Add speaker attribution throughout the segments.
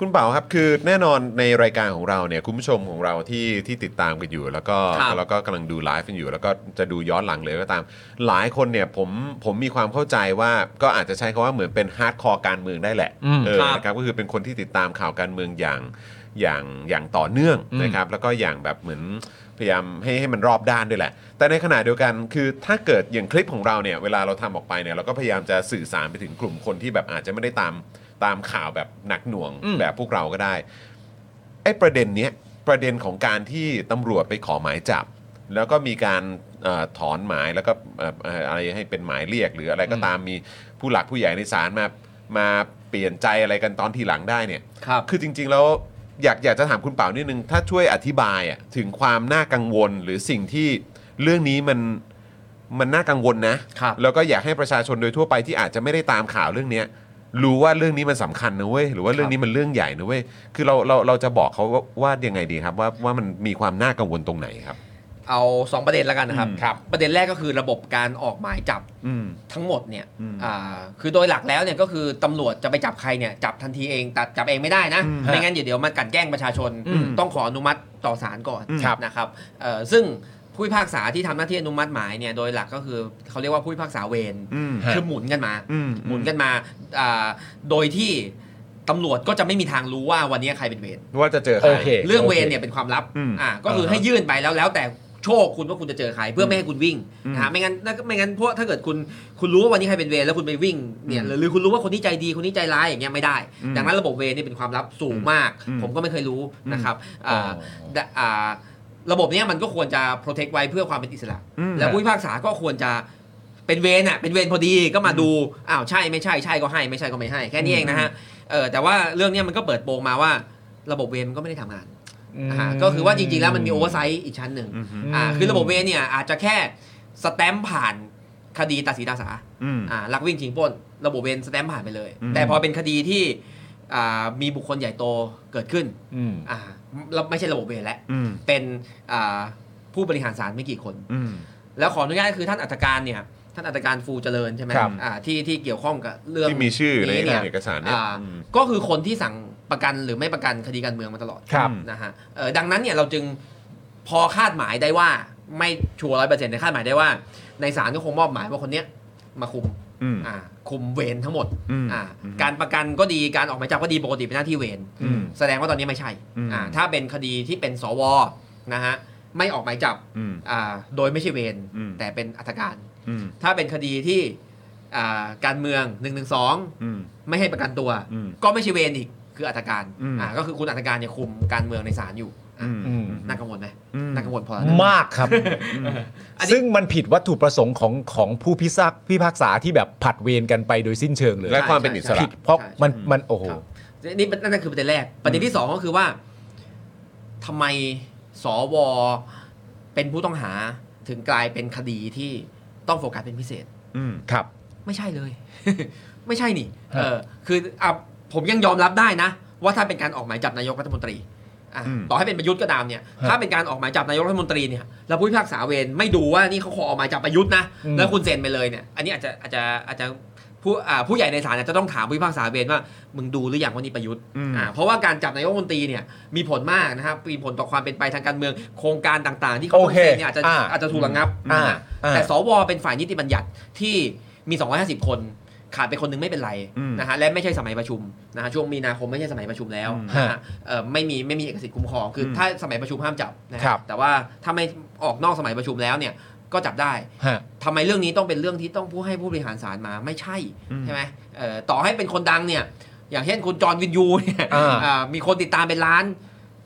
Speaker 1: คุณเป๋าครับคือแน่นอนในรายการของเราเนี่ยคุณผู้ชมของเราที่ที่ติดตามกันอยู่ แล้วก็
Speaker 2: ครับ
Speaker 1: แล้วก็กำลังดูไลฟ์กันอยู่ แล้วก็จะดูย้อนหลังเลยก็ตาม หลายคนเนี่ยผมผมมีความเข้าใจว่าก็อาจจะใช้คำว่าเหมือนเป็นฮาร์ดคอร์การเมืองได้แหละ
Speaker 3: อืม
Speaker 1: เออนะครับก็คือเป็นคนที่ติดตามข่าวการเมืองอย่างอย่างอย่างต่อเนื่อง
Speaker 3: อืม
Speaker 1: นะครับแล้วก็อย่างแบบเหมือนพยายามให้ให้มันรอบด้านด้วยแหละ แต่ในขณะเดียวกันคือถ้าเกิดอย่างคลิปของเราเนี่ยเวลาเราทำออกไปเนี่ยเราก็พยายามจะสื่อสารไปถึงกลุ่มคนที่แบบอาจจะไม่ได้ตามตามข่าวแบบหนักหน่วง
Speaker 3: อืม
Speaker 1: แบบพวกเราก็ได้ ไอ้ประเด็นเนี้ยประเด็นของการที่ตำรวจไปขอหมายจับ แล้วก็มีการเออถอนหมายแล้วก็เอ่อเอ่ออะไรให้เป็นหมายเรียก หรืออะไรก็ตามมีผู้หลักผู้ใหญ่ในศาลมามาเปลี่ยนใจอะไรกันตอนทีหลังได้เนี่ย
Speaker 2: ครับ
Speaker 1: คือจริง ๆ แล้วอยากอยากจะถามคุณเป่านิดนึง ถ้าช่วยอธิบายอะถึงความน่ากังวลหรือสิ่งที่เรื่องนี้มันมันน่ากังวลนะครับ แล้วก็อยากให้ประชาชนโดยทั่วไปที่อาจจะไม่ได้ตามข่าวเรื่องเนี้ยรู้ว่าเรื่องนี้มันสำคัญนะเว้ยหรือว่าเรื่องนี้มันเรื่องใหญ่นะเว้ยคือเราเราเราจะบอกเขาว่าว่ายังไงดีครับ ว่าว่ามันมีความน่ากังวลตรงไหนครับ
Speaker 2: เอาสองประเด็นแล้วกันนะครับ
Speaker 1: อืมครับ
Speaker 2: ประเด็นแรกก็คือระบบการออกหมายจับ
Speaker 1: อืม
Speaker 2: ทั้งหมดเนี่ย
Speaker 1: อืม
Speaker 2: อ่าคือโดยหลักแล้วเนี่ยก็คือตำรวจจะไปจับใครเนี่ยจับทันทีเองตัดจับเองไม่ได้นะ
Speaker 1: อืม
Speaker 2: ไม่งั้นเดี๋ยวเดี๋ยวมันกลันแกล้งประชาชน
Speaker 1: อืม
Speaker 2: ต้องขออนุมัติต่อศาลก่อน
Speaker 1: อืมครับ
Speaker 2: นะครับเอ่อซึ่งผู้พิพากษาที่ทำหน้าที่อนุมัติหมายเนี่ยโดยหลักก็คือเขาเรียกว่าผู้พิพากษาเวร
Speaker 1: อืม
Speaker 2: คือหมุนกันมา
Speaker 1: อืม
Speaker 2: หมุนกันมาอ่าโดยที่ตำรวจก็จะไม่มีทางรู้ว่าวันนี้ใครเป็นเวร
Speaker 1: ว่าจะเจอใคร
Speaker 3: โอเค
Speaker 2: เรื่องเวรเนี่ยเป็นความลับ
Speaker 1: อืม
Speaker 2: อ่า ก็คือ
Speaker 3: อ่าฮะ
Speaker 2: ให้ยื่นไปแล้วแล้วแต่โชคคุณว่าคุณจะเจอใครเพื่อไม่ให้คุณวิ่ง
Speaker 1: อืม
Speaker 2: นะฮะ ไม่งั้นไม่งั้นพวกถ้าเกิดคุณคุณรู้ว่าวันนี้ใครเป็นเวรแล้วคุณไปวิ่งเนี่ย
Speaker 1: อืม
Speaker 2: หรือคุณรู้ว่าคนนี้ใจดีคนนี้ใจร้ายอย่างเงี้ยไม่ได้
Speaker 1: อืม
Speaker 2: ดังนั้นระบบเวรเนี่ยเป็นความลับสูงมาก
Speaker 1: อืม
Speaker 2: ผมก็ไม่เคยรู้
Speaker 1: อืม
Speaker 2: นะครับอ่าดะอ่าระบบเนี้ยมันก็ควรจะโปรเทคไว้เพื่อความเป็นอิสระ
Speaker 1: อืม
Speaker 2: แล้วผู้พิพากษาก็ควรจะเป็นเวรน่ะเป็นเวรพอดีก็มาดูอ้าวใช่ไม่ใช่ใช่ก็ให้ไม่ใช่ก็ไม่ให้แค่นี้เองนะฮะเออแต่ว่าเรื่องเนี้ยมันก็เปิดโปงมาว่า ระบบเวรมันก็ไม่ได้ทำงานนะฮะก็คือว่าจริงๆแล้วมันมีโอเวอร์ไซต์อีกชั้นหนึ่ง
Speaker 1: อือฮึ
Speaker 2: อ่าคือระบบเวรเนี่ยอาจจะแค่สแตมป์ผ่านคดีตัดสีตาสา
Speaker 1: อืม
Speaker 2: อ่าลักวิ่งชิงปล้น ระบบเวรสแตมป์ผ่านไปเลย
Speaker 1: อืม
Speaker 2: แต่พอเป็นคดีที่อ่ามีบุคคลใหญ่โตเกิดขึ้น
Speaker 3: อืม
Speaker 2: อ่าแล้วไม่ใช่ระบบเวรแล้ว
Speaker 1: อืม
Speaker 2: เป็นอ่าผู้บริหารศาลไม่กี่คน
Speaker 1: อืม
Speaker 2: แล้วขออนุญาตคือท่านอัตการเนี่ยท่านอัตการฟูเจริญใช่ไหม
Speaker 1: ครับ
Speaker 2: อ่าที่ที่เกี่ยวข้องกับเรื่อง
Speaker 1: ที่มีชื่อใน
Speaker 2: นี้เนี่ย
Speaker 1: เอกสารเนี่ย
Speaker 2: อ่า
Speaker 1: อืม
Speaker 2: ก็คือคนที่สั่งประกันหรือไม่ประกันคดีการเมืองมาตลอด
Speaker 1: ครับ
Speaker 2: นะฮะเอ่อดังนั้นเนี่ยเราจึงพอคาดหมายได้ว่าไม่ชัวร์ร้อยเปอร์เซ็นต์ในคาดหมายได้ว่า ในศาลก็คงมอบหมายว่าคนเนี้ยมาคุม
Speaker 1: อืม
Speaker 2: อ่าคุมเวรทั้งหมด
Speaker 1: อืม
Speaker 2: อ่า
Speaker 1: อืม
Speaker 2: การประกันก็ดีการออกหมายจับก็ดีปกติเป็นหน้าที่เวร
Speaker 1: อืม
Speaker 2: แสดงว่าตอนนี้ไม่ใช่
Speaker 1: อืม
Speaker 2: อ่าถ้าเป็นคดีที่เป็นสวนะฮะไม่ออกหมายจับ
Speaker 1: อืม
Speaker 2: อ่าโดยไม่ใช่เวร
Speaker 1: อืม
Speaker 2: แต่เป็นอัตการ
Speaker 1: อืม
Speaker 2: ถ้าเป็นคดีที่อ่าการเมือง1นึ
Speaker 1: อืม
Speaker 2: ไม่ให้ประกันตัว
Speaker 1: อืม
Speaker 2: ก็ไม่ใช่เวรอีกคืออัตการ
Speaker 1: อืม
Speaker 2: อ่าก็คือคุณอัตการเนี่ยคุมการเมืองในศาลอยู่อ่ะ
Speaker 1: อืม
Speaker 3: อืม
Speaker 2: น่ากังวลไหม
Speaker 1: อืม
Speaker 2: น่ากังวลพอแล้วนะ
Speaker 3: มากครับ
Speaker 2: อันนี้
Speaker 3: ซึ่งมันผิดวัตถุประสงค์ของของผู้พิซักพิพากษาที่แบบผัดเวรกันไปโดยสิ้นเชิงเลย
Speaker 1: และความเป็นอิสระ
Speaker 3: ผิดเพราะ
Speaker 2: ใช่
Speaker 3: มันมันโอ้โห
Speaker 2: ครับนี่เป็นนั่นคือประเด็นแรก ประเด็นที่สองก็คือว่าทำไมสวเป็นผู้ต้องหาถึงกลายเป็นคดีที่ต้องโฟกัสเป็นพิเศษ
Speaker 1: อืม
Speaker 3: ครับ
Speaker 2: ไม่ใช่เลย ไม่ใช่นี่
Speaker 3: ฮะ
Speaker 2: เออ คืออ่ะผมยังยอมรับได้นะ ว่าถ้าเป็นการออกหมายจับนายกรัฐมนตรีอ่ะ
Speaker 1: อืม
Speaker 2: ต่อให้เป็นประยุทธ์ก็ตามเนี่ย ถ้าเป็นการออกหมายจับนายกรัฐมนตรีเนี่ยแล้วผู้พิพากษาเวรไม่ดูว่านี่เขาขอออกหมายจับประยุทธ์นะ
Speaker 3: อืม
Speaker 2: แล้วคุณเซ็นไปเลยเนี่ย อันนี้อาจจะอาจจะอาจจะผู้อ่าผู้ใหญ่ในศาลอาจจะต้องถามผู้พิพากษาเวรว่า มึงดูหรือยังว่านี่ประยุทธ์
Speaker 1: อืม
Speaker 2: อ่า เพราะว่าการจับนายกรัฐมนตรีเนี่ยมีผลมากนะครับ มีผลต่อความเป็นไปทางการเมือง โครงการต่างๆ ที่เขาต้องเซ็นเนี่ยอาจจะ
Speaker 3: โอเคอ่า
Speaker 2: อาจจะถูกระงับ
Speaker 3: อ่า
Speaker 2: นะฮะ
Speaker 3: อ่า
Speaker 2: แต่ สวเป็นฝ่ายนิติบัญญัติที่มี 250 คน ขาดไปคนหนึงไม่เป็นไร
Speaker 1: อืม
Speaker 2: นะฮะและไม่ใช่สมัยประชุมนะฮะช่วงมีนาคมไม่ใช่สมัยประชุมแล้ว
Speaker 1: อืม
Speaker 2: นะฮะเอ่อไม่มีไม่มีเอกสิทธิ์คุ้มครองคืออ
Speaker 1: ม
Speaker 2: ถ้าสมัยประชุมห้ามจับนะฮะ
Speaker 3: ครับ
Speaker 2: แต่ว่าถ้าไม่ออกนอกสมัยประชุมแล้วเนี่ยก็จับได้
Speaker 3: ฮะ
Speaker 2: ทำไมเรื่องนี้ต้องเป็นเรื่องที่ต้องผู้ให้ผู้บริหารศาลมาไม่ใช่
Speaker 1: อืม
Speaker 2: ใช่ไหมเอ่อต่อให้เป็นคนดังเนี่ยอย่างเช่นคุณจอห์นวินยูเนี่ย
Speaker 3: อ่า
Speaker 2: อ่ามีคนติดตามเป็นล้าน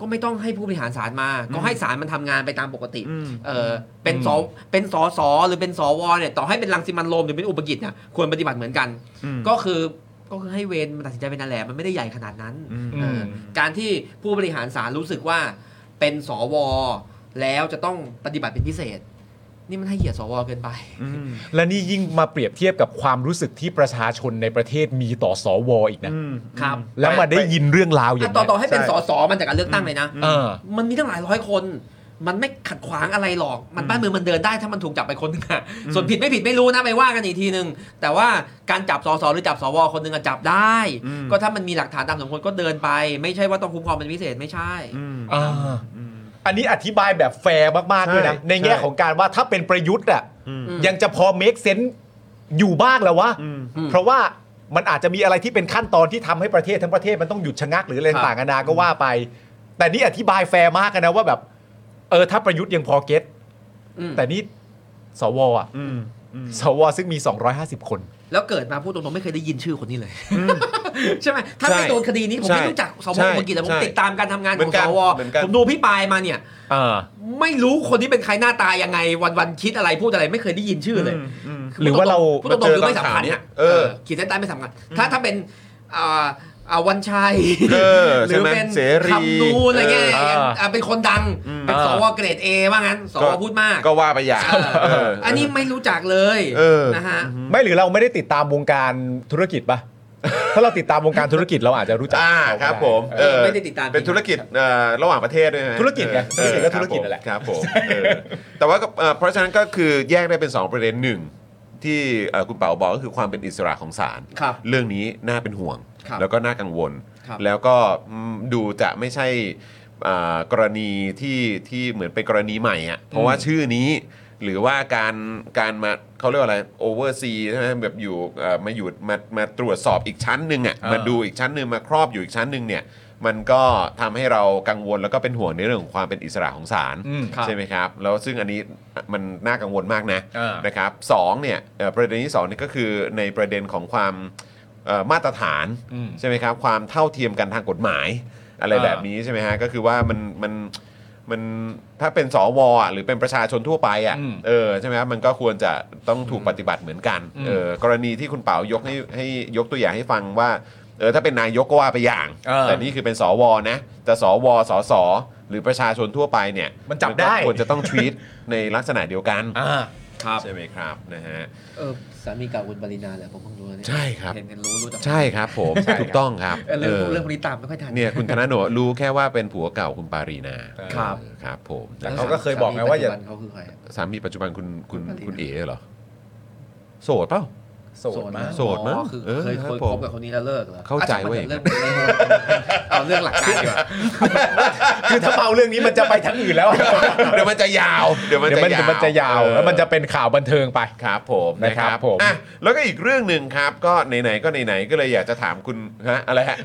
Speaker 2: ก็ไม่ต้องให้ผู้บริหารศาลมา ก็ให้ศาลมันทำงานไปตามปกติ
Speaker 1: อืม
Speaker 2: เออเป็นสอ
Speaker 3: อืม
Speaker 2: เป็นสอสอหรือเป็นสวเนี่ยต่อให้เป็นรังสิมันโรมหรือเป็นอุปกิจเนี่ยควรปฏิบัติเหมือนกัน
Speaker 1: อืม
Speaker 2: ก็คือก็คือให้เวรมันตัดสินใจเป็นนั่นแหละมันไม่ได้ใหญ่ขนาดนั้น
Speaker 1: อืม
Speaker 2: เออการที่ผู้บริหารศาลรู้สึกว่าเป็นสวแล้วจะต้องปฏิบัติเป็นพิเศษ นี่มันให้เหยียดสวเกินไป
Speaker 3: และนี่ยิ่งมาเปรียบเทียบกับความรู้สึกที่ประชาชนในประเทศมีต่อสวอีกนะ
Speaker 2: ครับ
Speaker 3: แล้วมาได้ยินเรื่องราวอย่า
Speaker 2: อ่ะ
Speaker 3: ง
Speaker 2: ต่อ
Speaker 3: เนี้ย
Speaker 2: ต่อให้เป็น
Speaker 1: ใช่
Speaker 2: สสมันจากการเลือกตั้งเลยนะ
Speaker 3: เออ
Speaker 2: มันมีตั้งหลายร้อยคน มันไม่ขัดขวางอะไรหรอก มันบ้านเมืองมันเดินได้ถ้ามันถูกจับไปคนหนึงอะส่วนผิดไม่ผิดไม่รู้นะไปว่ากันอีกทีนึง แต่ว่าการจับสสหรือจับสวคนหนึงอะจับได้
Speaker 1: อืม
Speaker 2: ก็ถ้ามันมีหลักฐานตามสมควรก็เดินไป ไม่ใช่ว่าต้องคุ้มครองเป็นพิเศษไม่ใช่
Speaker 1: อืม
Speaker 3: อ่าอันนี้อธิบายแบบแฟร์มากๆเลยนะ
Speaker 1: ใช่
Speaker 3: ในแง่
Speaker 1: ใช่
Speaker 3: ของการว่าถ้าเป็นประยุทธ์อ่ะ
Speaker 1: อืม
Speaker 2: ม
Speaker 3: ยังจะพอ make sense อยู่บ้างแล้ววะ
Speaker 1: อืม
Speaker 2: อืม
Speaker 3: เพราะว่ามันอาจจะมีอะไรที่เป็นขั้นตอนที่ทำให้ประเทศทั้งประเทศมันต้องหยุดชะงักหรืออะไร
Speaker 2: ครับ
Speaker 3: ต่างๆนานาก็ว่าไป แต่นี่อธิบายแฟร์มากนะว่าแบบ เออถ้าประยุทธ์ยังพอเก็ต
Speaker 2: อืม
Speaker 3: แต่นี่สวอ่ะ
Speaker 1: อืมอืม
Speaker 3: สวซึ่งมี 250 คน
Speaker 2: แล้วเกิดมาพูดตรงๆไม่เคยได้ยินชื่อคนนี้เลยใช่ไหมถ้า
Speaker 1: ใช่
Speaker 2: ไม่โดนคดีนี้ผม
Speaker 1: ใช่
Speaker 2: ไม่รู้จักสว
Speaker 1: ใช่
Speaker 2: คนกี่แต่ผม
Speaker 1: ใช่
Speaker 2: ติดตามการทำงาน
Speaker 1: เหมื
Speaker 2: ขอ
Speaker 1: อง นกัน
Speaker 2: สว
Speaker 1: เหมือนกัน
Speaker 2: ผมดูพี่ปายมาเนี่ย
Speaker 3: เออ
Speaker 2: ไม่รู้คนที่เป็นใครหน้าตายังไง วันๆคิดอะไรพูดอะไรไม่เคยได้ยินชื่อเลย
Speaker 1: อืม
Speaker 3: หรือว่าเรา
Speaker 2: พูดตรงๆคือไม่สำคัญอะ
Speaker 1: เออ
Speaker 2: ขีดเส้นใต้ไม่สำคัญถ้าถ้าเป็นอ่าอ่าวันชัย
Speaker 1: เออ
Speaker 2: ห
Speaker 1: ใช่
Speaker 2: รือ
Speaker 1: ไหม
Speaker 2: เป็น
Speaker 1: เสรี
Speaker 2: คำนูนอะไรเงี้ย
Speaker 1: เออ
Speaker 3: เอออ่
Speaker 2: าเป็นคนดัง
Speaker 1: อืม
Speaker 2: เป็นสวเกรดเอว่างั้นสวพูดมาก
Speaker 1: ก็ว่าไปอย่าง
Speaker 2: เออ
Speaker 1: เออ
Speaker 2: อันนี้ไม่รู้จักเลย
Speaker 1: เออ
Speaker 2: นะฮะ
Speaker 3: ไม่หรือเราไม่ได้ติดตามวงการธุรกิจป ะ ถ้าเราติดตามวงการธุรกิจเราอาจจะรู้จัก
Speaker 1: อ่า
Speaker 3: เขาก็
Speaker 1: ครับ
Speaker 3: ได้
Speaker 1: ผม
Speaker 2: เออไม่ได้ติดตาม
Speaker 1: เป็นธุรกิจเอ่อระหว่างประเทศด้วยไหม
Speaker 3: ธุรกิจไง
Speaker 1: เออ
Speaker 3: ธุรกิจก็ธุรกิจนั่นแหละ
Speaker 1: ครับผมเออแต่ว่าก็เอ่อเพราะฉะนั้นก็คือแยกได้เป็น 2 ประเด็นหนึ่งที่เอ่อคุณเป๋าบอกก็คือความเป็นอิสระของศาล
Speaker 2: ครับ
Speaker 1: เรื่องนี้น่าเป็นห่วง
Speaker 2: ครับ
Speaker 1: แล้วก็น่ากังวล
Speaker 2: ครับ
Speaker 1: แล้วก็อืมดูจะไม่ใช่อ่ากรณีที่ที่เหมือนเป็นกรณีใหม่อะเพราะว่าชื่อนี้หรือว่าการการมาเขาเรียกว่าอะไรโอเวอร์ซีใช่ไหมแบบอยู่เอ่อมาอยู่มามาตรวจสอบอีกชั้นหนึ่งอะ
Speaker 3: อ่าม
Speaker 1: มาดูอีกชั้นหนึ่งมาครอบอยู่อีกชั้นหนึ่งเนี่ย มันก็ทำให้เรากังวลแล้วก็เป็นห่วงในเรื่องของความเป็นอิสระของศาล
Speaker 3: อืม
Speaker 1: ใช่ไหมครับ แล้วซึ่งอันนี้มันน่ากังวลมากนะ
Speaker 3: อ่าน
Speaker 1: นะครับสองเนี่ยเอ่อประเด็นที่สองนี่ก็คือในประเด็นของความเอ่อมาตรฐาน
Speaker 3: อืม
Speaker 1: ใช่ไหมครับความเท่าเทียมกันทางกฎหมาย อะไร
Speaker 3: อ่า
Speaker 1: แบบนี้ใช่ไหมฮะก็คือว่ามันมันมันถ้าเป็นสวอ่ะหรือเป็นประชาชนทั่วไปอ่ะ
Speaker 3: อืม
Speaker 1: เออใช่ไหมครับมันก็ควรจะต้องถูกปฏิบัติเหมือนกัน
Speaker 3: อืม
Speaker 1: เออกรณีที่คุณเป๋ายกให้ให้ยกตัวอย่างให้ฟังว่าเออถ้าเป็นนายกก็ว่าไปอย่าง
Speaker 3: เออ
Speaker 1: แต่นี่คือเป็นสวนะแต่สวสสหรือประชาชนทั่วไปเนี่ย
Speaker 3: มันจับได้
Speaker 1: ก็ควรจะต้อง ทวีตในลักษณะเดียวกัน
Speaker 3: อ่า
Speaker 2: ครับ
Speaker 1: ใช่ไหมครับนะฮะ
Speaker 2: เออสามีเก่าคุณปรินาเหรอผมเพิ่งรู้นะเนี่ย
Speaker 1: ใช่ครับ
Speaker 2: เห็นกันรู้รู้แต่
Speaker 1: ใช่ครับผม
Speaker 3: ใช่ครับ
Speaker 1: ถูกต้องครับ
Speaker 2: เออเรื่อง
Speaker 1: เออ
Speaker 2: เรื่องพวกนี้ตามไม่ค่อยทัน
Speaker 1: เนี่ยคุณธนาโหนรู้แค่ว่าเป็นผัวเก่าคุณปารีนา
Speaker 2: ครับ
Speaker 1: เออครับผม
Speaker 3: แต่
Speaker 1: นะค
Speaker 3: เขา
Speaker 1: รับ
Speaker 3: ก็เคยบอกไงว่าอย่า
Speaker 2: สมีปัจจุบันเขาคือใครอะ
Speaker 1: สามีปัจจุบันคุณคุณ
Speaker 2: คุณปารีนา
Speaker 1: คุณเอ๋เหรอโสดเปล่า
Speaker 3: โสดมาก
Speaker 1: โสดมั้ง
Speaker 2: อ๋อคือ
Speaker 1: เออ
Speaker 2: เคย
Speaker 1: ครับ
Speaker 2: เคย
Speaker 1: ผม
Speaker 2: คบกับคนนี้แล้วเลิกเหรอ
Speaker 1: เข้าใจ
Speaker 2: อ่ะช่งมัน
Speaker 1: เว้ย
Speaker 2: ถอะเรื่องมันไม่รู้เอาเรื่องหลักการดีกว่า
Speaker 3: คือถ้าเมาเรื่องนี้มันจะไปทั้งอื่นแล้ว
Speaker 1: เดี๋ยวมันจะยาว เดี๋ยวมัน
Speaker 3: เดี๋ยว
Speaker 1: จะ
Speaker 3: มันจะ
Speaker 1: ยาว
Speaker 3: มันจะยาว
Speaker 1: เออ
Speaker 3: แล้วมันจะเป็นข่าวบันเทิงไป
Speaker 1: ครับผมนะครับ
Speaker 3: นะครับผม
Speaker 1: อ่ะแล้วก็อีกเรื่องหนึ่งครับ ก็ไหนๆก็ไหนๆก็เลยอยากจะถามคุณฮะอะไรฮะ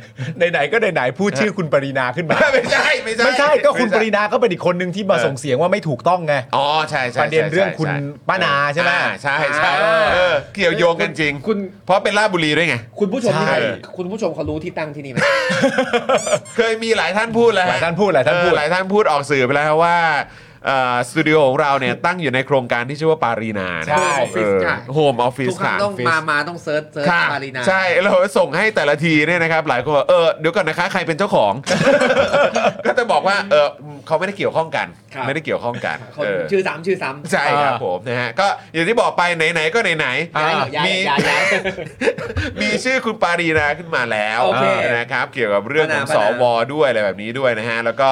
Speaker 3: ไหนๆก็ไหนๆพูดชื่อคุณปรินาขึ้นมา
Speaker 1: ไม่ใช่ไม่ใช่
Speaker 3: ไม่ใช่ก็คุณปริ
Speaker 1: ไม่ใช่
Speaker 3: นาก็เป็นอีกคนหนึ่งที่มา
Speaker 1: เออ
Speaker 3: ส่งเสียงว่าไม่ถูกต้องไง
Speaker 1: อ๋อใช่ใช่
Speaker 3: ประเด็นเรื่องคุณ
Speaker 1: ใช่
Speaker 3: ป้านาใช่ไหม
Speaker 1: อ่ใช่ใช่
Speaker 3: อ่า
Speaker 1: เออเกี่ยวโยงกันจริง
Speaker 2: คุณ
Speaker 1: เพราะเป็นลาชบุรีด้วยไง
Speaker 2: คุณผู้ชม
Speaker 3: ใช่
Speaker 2: ที่นี่คุณผู้ชมเขารู้ที่ตั้งที่นี่ไหม
Speaker 1: เคยมีหลายท่านพูดแล้ว
Speaker 3: หลายท่านพูดหลายท่านพูด
Speaker 1: เออหลายท่านพูดออกสื่อไปแล้วว่าเอ่อสตูดิโอของเราเนี่ยตั้งอยู่ในโครงการที่ชื่อว่าปารีนา
Speaker 3: ใช่
Speaker 2: ใช่
Speaker 1: โฮมออฟฟิศ
Speaker 2: ทุกครั้ง
Speaker 1: ค่ะ
Speaker 2: ต้อง
Speaker 3: Face
Speaker 2: มามาต้องเซิร์ชเซิร์ช
Speaker 1: ค่ะ
Speaker 2: ปารีนา
Speaker 1: ใช่เราส่งให้แต่ละทีเนี่ยนะครับ หลายคนบอกเออเดี๋ยวก่อนนะคะใครเป็นเจ้าของ ก็จะบอกว่าเออเขาไม่ได้เกี่ยวข้องกัน ไม่ได้เกี่ยวข้องกัน
Speaker 2: คน
Speaker 1: เออ
Speaker 2: ชื่อซ้ำชื่อซ้ำ
Speaker 1: ใช่ครับ
Speaker 3: อ่า
Speaker 1: ผมนะฮะก็อย่างที่บอกไปไหนๆก็ไหน
Speaker 3: อ่า
Speaker 2: ย้ายเหรอย้าย
Speaker 1: มี
Speaker 2: ย้ายย้าย
Speaker 1: มีชื่อคุณปารีนาขึ้นมาแล้ว
Speaker 2: โอเค
Speaker 1: นะครับเกี่ยวกับเรื่องของ
Speaker 2: ปานา
Speaker 1: ส
Speaker 2: ปานา
Speaker 1: วด้วยอะไรแบบนี้ด้วยนะฮะแล้วก็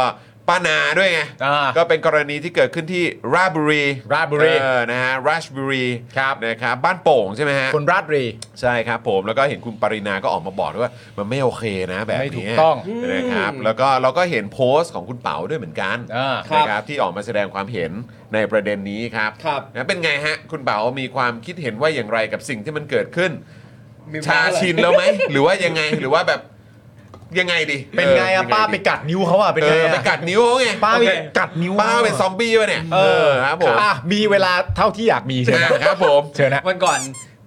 Speaker 1: ป้านาด้วยไง
Speaker 3: อ่า
Speaker 1: ก็เป็นกรณีที่เกิดขึ้นที่ราชบุรี
Speaker 3: ราชบุรี
Speaker 1: เออนะฮะราชบุรี
Speaker 3: ครับ
Speaker 1: นะครับบ้านโป่งใช่ไหมฮะ
Speaker 3: คนราชรี
Speaker 1: ใช่ครับผมแล้วก็เห็นคุณปรินาก็ออกมาบอกด้วยว่ามันไม่โอเคนะแบบนี้
Speaker 3: ไม่ถูกต้อง
Speaker 1: นะครับ
Speaker 2: อืม
Speaker 1: แล้วก็เราก็เห็นโพสต์ของคุณเป๋าด้วยเหมือนกัน
Speaker 3: อ่า
Speaker 2: ครับ
Speaker 1: นะครับที่ออกมาแสดงความเห็นในประเด็นนี้ครับ
Speaker 2: ครับ
Speaker 1: นะเป็นไงฮะ คุณเป๋ามีความคิดเห็นว่าอย่างไรกับสิ่งที่มันเกิดขึ้น
Speaker 2: มี
Speaker 1: ชาชิน
Speaker 2: เหรอ
Speaker 1: แล้วไหม หรือว่ายังไงหรือว่าแบบยังไงดี
Speaker 3: เป็นไงอะป้าไปกัดนิ้วเขาอะเป็น
Speaker 1: เอ
Speaker 3: ไง
Speaker 1: อ
Speaker 3: อะ
Speaker 1: ไปกัดนิ้วเขาไง
Speaker 3: ป้า
Speaker 1: โอ
Speaker 3: ไป
Speaker 1: เค
Speaker 3: กัดนิ้ว
Speaker 1: ป้าเป็นซอมบี้วะเนี่ย
Speaker 3: เออ
Speaker 1: ครับผม
Speaker 3: อ่ะมีเวลาเท่าที่อยากมีเชิญนะ
Speaker 1: นะครับผม
Speaker 3: เชิญนะ
Speaker 2: วันก่อน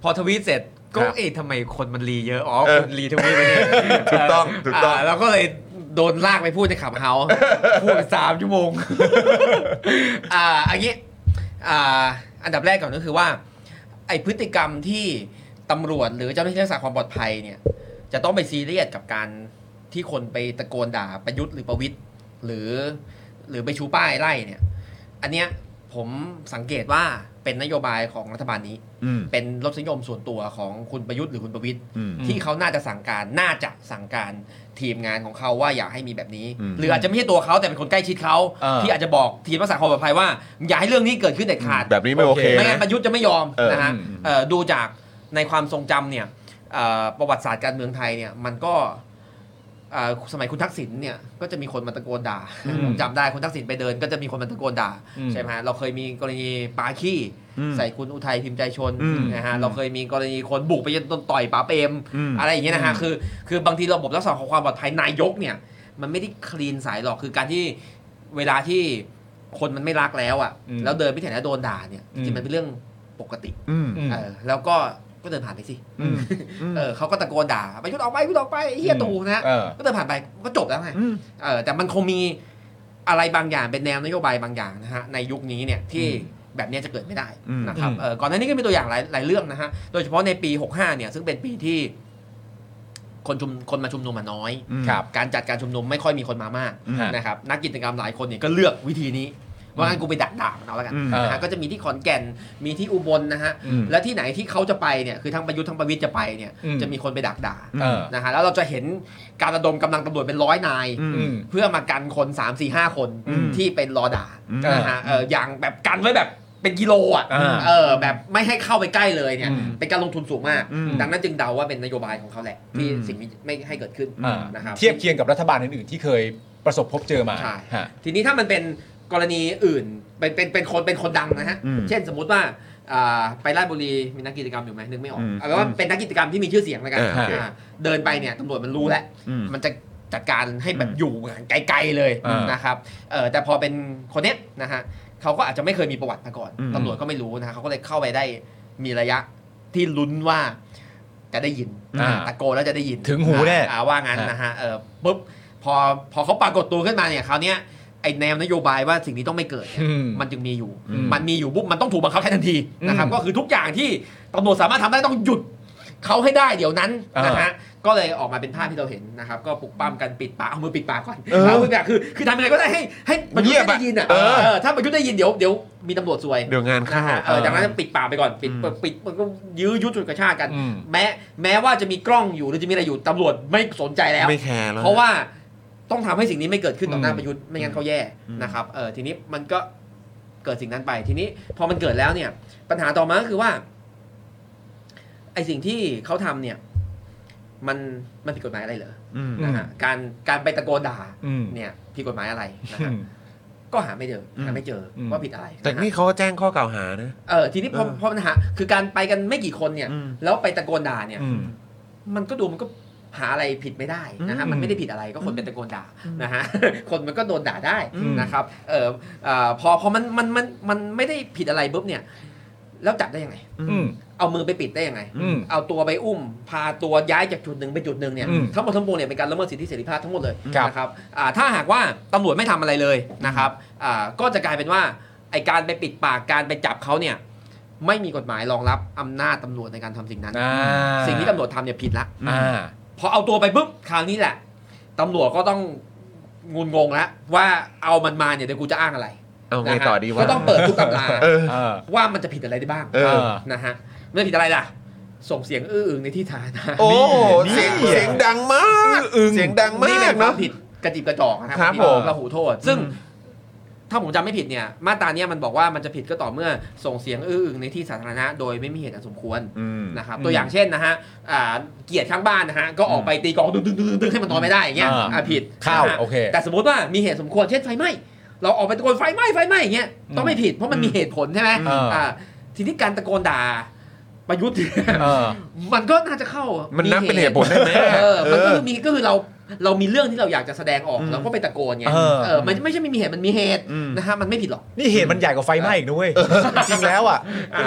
Speaker 2: พอทวีตเสร็จ ก็
Speaker 1: ครับ
Speaker 2: เอ๊ะทำไมคนมันรีเยอะ อ๋อ
Speaker 1: เออ
Speaker 2: คุณรีทวีตไปเนี่ย
Speaker 1: ถูกต้องถูกต้อง
Speaker 2: าแล้วก็เลยโดนลากไปพูดในขับเฮาส์พูดไปสามชั่วโมง อ่าอันนี้อ่าอันดับแรกก่อนก็คือว่า ไอพฤติกรรมที่ตำรวจหรือเจ้าหน้าที่รักษาความปลอดภัยเนี่ย จะต้องไปซีเรียสกับการที่คนไปตะโกนด่าประยุทธ์หรือประวิทย์หรือ หรือไปชูป้ายไล่เนี่ย อันเนี้ยผ ผมสังเกตว่าเป็นนโยบายของรัฐบาลนี้
Speaker 1: อืม
Speaker 2: เป็นรสนิยมส่วนตัวของคุณประยุทธ์หรือคุณประวิทย
Speaker 1: อืม
Speaker 2: ที่เขาน่าจะสั่งการ น่าจะสั่งการทีมงานของเขาว่าอยากให้มีแบบนี้
Speaker 1: อืม
Speaker 2: หรืออาจจะไม่ใช่ตัวเขาแต่เป็นคนใกล้ชิดเขา
Speaker 3: เออ
Speaker 2: ที่อาจจะบอกทีมรักษาความปลอดภัยว่า อย่าให้เรื่องนี้เกิดขึ้นเด็ดขาด
Speaker 1: แบบนี้ไม่โอเค
Speaker 2: ไม่งั้
Speaker 1: นะ
Speaker 2: นประยุทธ์จะไม่ยอม
Speaker 1: เออ
Speaker 2: นะฮะ
Speaker 3: อืม
Speaker 2: เอ่อดูจากในความทรงจำเนี่ยเอ่อประวัติศาสตร์การเมืองไทยเนี่ยมันก็เอ่อสมัยคุณทักษิณเนี่ยก็จะมีคนมาตะโกนด่า
Speaker 3: อืม
Speaker 2: ผมจำได้คุณทักษิณไปเดิน ก็จะมีคนมาตะโกนด่า
Speaker 3: อืม
Speaker 2: ใช่ไหมฮะเราเคยมีกรณีปาขี้
Speaker 1: อืม
Speaker 2: ใส่คุณอุทัยพิมพ์ใจชน
Speaker 1: อืม
Speaker 2: นะฮะ
Speaker 3: อืม
Speaker 2: เราเคยมีกรณีคนบุกไปจนต่อยป๋าเปรม
Speaker 1: อืม
Speaker 2: อะไรอย่างเงี้ยนะฮะ
Speaker 3: อืม
Speaker 2: คือคือบางทีระบบรักษาของความปลอดภัยนายกเนี่ย มันไม่ได้คลีนสายหรอกคือการที่เวลาที่คนมันไม่รักแล้วอะ่ะ
Speaker 3: อืม
Speaker 2: แล้วเดินไปที่ไหนแล้วโดนด่าเนี่ยจริงๆมันเป็นเรื่องปกติ
Speaker 1: อืม
Speaker 3: ม
Speaker 2: เออแล้วก็ก็เดินผ่านไปสิ
Speaker 3: อืม
Speaker 2: เออเขาก็ตะโกนด่าไปยุดออกไปยุดออกไปไอ้เฮีย
Speaker 3: อืม
Speaker 2: ตูนะฮะ
Speaker 3: เออ
Speaker 2: ก็เดินผ่านไปก็จบแล้วไง
Speaker 1: อืม
Speaker 2: เออแต่มันคงมีอะไรบางอย่างเป็นแนวนโยบายบางอย่างนะฮะในยุคนี้เนี่ยที่
Speaker 3: อื
Speaker 2: แบบเนี้ยจะเกิดไม่ได้
Speaker 1: อืม
Speaker 2: นะครับ
Speaker 3: อืม
Speaker 2: เออก่อนหน้านี้ก็มีตัวอย่างหลายหลายเรื่องนะฮะโดยเฉพาะในปี 65เนี่ยซึ่งเป็นปีที่คนชุมคนมาชุมนุมมาน้อย
Speaker 1: อืม
Speaker 3: ครับ
Speaker 2: การจัดการชุมนุมไม่ค่อยมีคนมามาก
Speaker 1: อืม
Speaker 2: นะครับนักกิจกรรมหลายคนเนี่ยก็เลือกวิธีนี้ ว่างั้นกูไปดักด่ามันเอาแล้วกัน
Speaker 1: อืม
Speaker 2: นะฮะก็จะมีที่ขอนแก่นมีที่อุบลนะฮะ
Speaker 3: อืม
Speaker 2: และที่ไหนที่เขาจะไปเนี่ยคือทั้งประยุทธ์ทั้งประวิทย์จะไปเนี่ย
Speaker 3: อืม
Speaker 2: จะมีคนไปดักด่า
Speaker 3: เออ
Speaker 2: นะฮะแล้วเราจะเห็นการระดมกำลังตำรวจเป็นร้อยนาย
Speaker 1: อืม
Speaker 3: อืม
Speaker 2: เพื่อมากันคน 3 4 5 คน
Speaker 1: อืม
Speaker 2: ที่เป็นรอด่า
Speaker 1: อืม
Speaker 2: นะฮะเอออย่างแบบกันไว้แบบเป็นกิโลอ่ะ
Speaker 3: อ่า
Speaker 2: เออแบบไม่ให้เข้าไปใกล้เลยเนี่ย
Speaker 3: อืม
Speaker 2: เป็นการลงทุนสูงมาก
Speaker 1: อืม
Speaker 2: ดังนั้นจึงเดาว่าเป็นนโยบายของเขาแหละที่
Speaker 1: อืม
Speaker 2: สิ่งนี้ไม่ให้เกิดขึ้น
Speaker 3: อ่า
Speaker 2: นะครับ
Speaker 3: เทียบเคียงกับรัฐบาลอื่นๆที่เคยประสบพบเจอมา
Speaker 2: ใช่
Speaker 3: ฮะ
Speaker 2: ทีนี้ถ้ามันเป็นกรณีอื่น เป็นเป็นเป็นคนเป็นคนดังนะฮะ
Speaker 1: อืม
Speaker 2: เช่นสมมุติว่าอ่าไปราชบุรีมีนักกิจกรรมอยู่ไหมนึกไม่ออก
Speaker 1: อืม
Speaker 2: เอาเป็นว่าเป็นนักกิจกรรมที่มีชื่อเสียงแล้วกัน
Speaker 1: อ่าโอเค
Speaker 2: อ่าเดินไปเนี่ยตำรวจมันรู้แล้ว
Speaker 1: อืม
Speaker 2: มันจะจัดการให้แบบ
Speaker 1: อืม
Speaker 2: อยู่ไกลๆเลย
Speaker 3: อ่าน
Speaker 2: นะครับเออแต่พอเป็นคนเนี้ยนะฮะเขาก็อาจจะไม่เคยมีประวัติมาก่อน
Speaker 1: อืม
Speaker 2: ตำรวจก็ไม่รู้นะฮะเขาก็เลยเข้าไปได้มีระยะที่ลุ้นว่าจะได้ยิน
Speaker 3: อ่า
Speaker 2: ตะโกนแล้วจะได้ยิน
Speaker 3: ถึงหูแน่
Speaker 2: อ่าว่างั้นนะฮะเออปุ๊บพอพอเขาปรากฏตัวขึ้นมาเนี่ยคราวเนี้ยไอแนวนโยบายว่าสิ่งนี้ต้องไม่เกิดเนี่ย
Speaker 3: อืม
Speaker 2: มันจึงมีอยู่
Speaker 3: อืม
Speaker 2: มันมีอยู่ปุ๊บมันต้องถูกบังคับใช้ทันทีนะครับ
Speaker 3: อืม
Speaker 2: ก็คือทุกอย่างที่ตำรวจสามารถทำได้ต้องหยุดเขาให้ได้เดี๋ยวนั้นนะฮะ
Speaker 3: อ่า
Speaker 2: ก็เลยออกมาเป็นภาพที่เราเห็นนะครับ ก็ปลุกปั้มกันปิดปากเอามือปิดปากก่อน
Speaker 1: เออ
Speaker 2: เอามือปิดปากคือคือทำยังไงก็ได้ให้ให้ประยุทธ์
Speaker 1: เงียบ
Speaker 2: ไม่
Speaker 1: อะ
Speaker 2: ได้ยินอ่ะ
Speaker 1: เออ
Speaker 2: เออถ้าประยุทธ์ได้ยินเดี๋ยวเดี๋ยวมีตำรวจซวย
Speaker 1: เดี๋ยวงาน
Speaker 2: นะ
Speaker 1: เข้า
Speaker 2: ฮะเออ
Speaker 3: เออ
Speaker 2: ดังนั้นปิดปากไปก่อนปิด
Speaker 1: อืม
Speaker 2: ปิดปิดมันก็ยื้อยุดจุดกระชากกัน
Speaker 3: อืม
Speaker 2: แม้แม้ว่าจะมีกล้องอยู่หรือจะมีอะไรอยู่ตำรวจไม่สนใจแล้ว
Speaker 1: ไม่แคร์แล้ว
Speaker 2: เพราะว่าต้องทำให้สิ่งนี้ไม่เกิดขึ้นต่อหน้า
Speaker 3: อืม
Speaker 2: ประยุทธ์ไม่งั้นเขาแย่
Speaker 1: อืม
Speaker 2: นะครับเออทีนี้มันก็เกิดสิ่งนั้นไป ทีนี้พอมันเกิดแล้วเนี่ย ปัญหาต่อมาก็คือว่า ไอสิ่งที่เขาทำเนี่ย มันมันผิดกฎหมายอะไรเหรอ
Speaker 1: อืม
Speaker 2: นะฮะการการไปตะโกนด่า
Speaker 3: อืม
Speaker 2: เนี่ยผิดกฎหมายอะไรนะฮะก็หาไม่เจออ
Speaker 1: ม
Speaker 2: หาไม่เจออ
Speaker 3: ม
Speaker 2: ว่าผิดอะไร
Speaker 1: แต่
Speaker 2: ะฮะ
Speaker 1: นี่เขาก็แจ้งข้อกล่าวหานะ
Speaker 2: เออทีนี้พอ
Speaker 1: เออ
Speaker 2: พอปัญหาคือการไปกันไม่กี่คนเนี่ย
Speaker 1: อืม
Speaker 2: แล้วไปตะโกนด่าเนี่ย
Speaker 3: อืม
Speaker 2: มันก็ดูมันก็หาอะไรผิดไม่ได้นะฮะ
Speaker 3: อืม
Speaker 2: มันไม่ได้ผิดอะไรก็คนเป็นตะโกนด่านะ ฮะ คนมันก็โดนด่าได้
Speaker 3: อืม
Speaker 2: นะครับเออเอ่อพอพอมันมันมันมันไม่ได้ผิดอะไรปุ๊บเนี่ย แล้วจับได้ยังไง
Speaker 3: อืม
Speaker 2: เอามือไปปิดได้ยังไง
Speaker 3: อืม
Speaker 2: เอาตัวไปอุ้ม พาตัวย้ายจากจุดหนึ่งไปจุดหนึ่งเนี่ย
Speaker 3: อืม
Speaker 2: ทั้งหมดทั้งปวงเนี่ยเป็นการละเมิดสิทธิเสรีภาพทั้งหมดเลย
Speaker 3: ครับ
Speaker 2: นะครับอ่าถ้าหากว่าตำรวจไม่ทำอะไรเลยนะครับอ่าก็จะกลายเป็นว่าไอการไปปิดปากการไปจับเขาเนี่ย ไม่มีกฎหมายรองรับอำนาจตำรวจในการทำสิ่งนั้น
Speaker 3: อ่า
Speaker 2: สิ่งที่ตำรวจทำเนี่ยผิดละ
Speaker 3: อ่า
Speaker 2: พอเอาตัวไปปุ๊บคราวนี้แหละตำรวจก็ต้องงุนงงแล้วว่าเอามันมาเนี่ยเดี๋ยวกูจะอ้างอะไร
Speaker 1: เอาไง
Speaker 2: นะฮะ
Speaker 1: ต่อดีวะ
Speaker 2: ก็ต้องเปิดทุกตำรา
Speaker 1: เออ
Speaker 3: เออ
Speaker 2: ว่ามันจะผิดอะไรได้บ้าง
Speaker 1: เออ
Speaker 2: นะฮะไม่ผิดอะไรล่ะ ส่งเสียงอื้ออึงในที่สาธารณะ
Speaker 1: โอ้โห
Speaker 3: นี่
Speaker 1: เสียง
Speaker 3: นี่
Speaker 1: เสียงดังมาก
Speaker 3: อึ้ง
Speaker 1: เสียงดังมา
Speaker 2: นี่เป็
Speaker 1: ก
Speaker 2: นควา
Speaker 1: เนาะ
Speaker 2: มผิดกระจิบกระจอกนะครับ ผิด
Speaker 1: ผม
Speaker 2: ระหูโทษ ซึ่ง
Speaker 1: อืม
Speaker 2: ถ้าผมจำไม่ผิดเนี่ยมาตราเนี้ยมันบอกว่ามันจะผิดก็ต่อเมื่อส่งเสียงอื้ออึงในที่สาธารณะโดยไม่มีเหตุอันสมควร
Speaker 1: อืม
Speaker 2: นะครับ
Speaker 3: อืม
Speaker 2: ตัวอย่างเช่นนะฮะอ่าเกียรติข้างบ้านนะฮะก็ออกไปตีกลองดึงดึงดึงดึงให้มันนอนไม่ได้อย่างเงี้ย
Speaker 3: อ่า
Speaker 2: อ่าผิด
Speaker 3: ข้าว
Speaker 2: นะฮะ
Speaker 3: โอเค
Speaker 2: แต่สมมติว่ามีเหตุสมควรเช่นไฟไหม้เราออกไปตะโกนไฟไหม้ไฟไหม้อย่างเงี้ยต้องไม่ผิดเพราะมันมีเหตุผลใช่ไหม
Speaker 3: อ่า
Speaker 2: อ่าทีนี้การตะโกนด่าประยุทธ์ เนี่ย
Speaker 3: เออ
Speaker 2: มันก็น่าจะเข้ามั
Speaker 1: มันนับเป็นเหตุผลได้ไหม
Speaker 2: เออมันก็คือ
Speaker 1: เออ
Speaker 2: มีก็คือเราเรามีเรื่องที่เราอยากจะแสดงออก
Speaker 1: อืม
Speaker 2: เราก็ไปตะโกนไง
Speaker 3: เออ
Speaker 2: เออมันไม่ใช่ไม่มีเหตุมันมีเหตุ
Speaker 1: อืม
Speaker 2: นะฮะมันไม่ผิดหรอก
Speaker 3: นี่เหตุมันใหญ่กว่าไฟไหม้อีกนะเว้ยจริงแล้วอ่ะ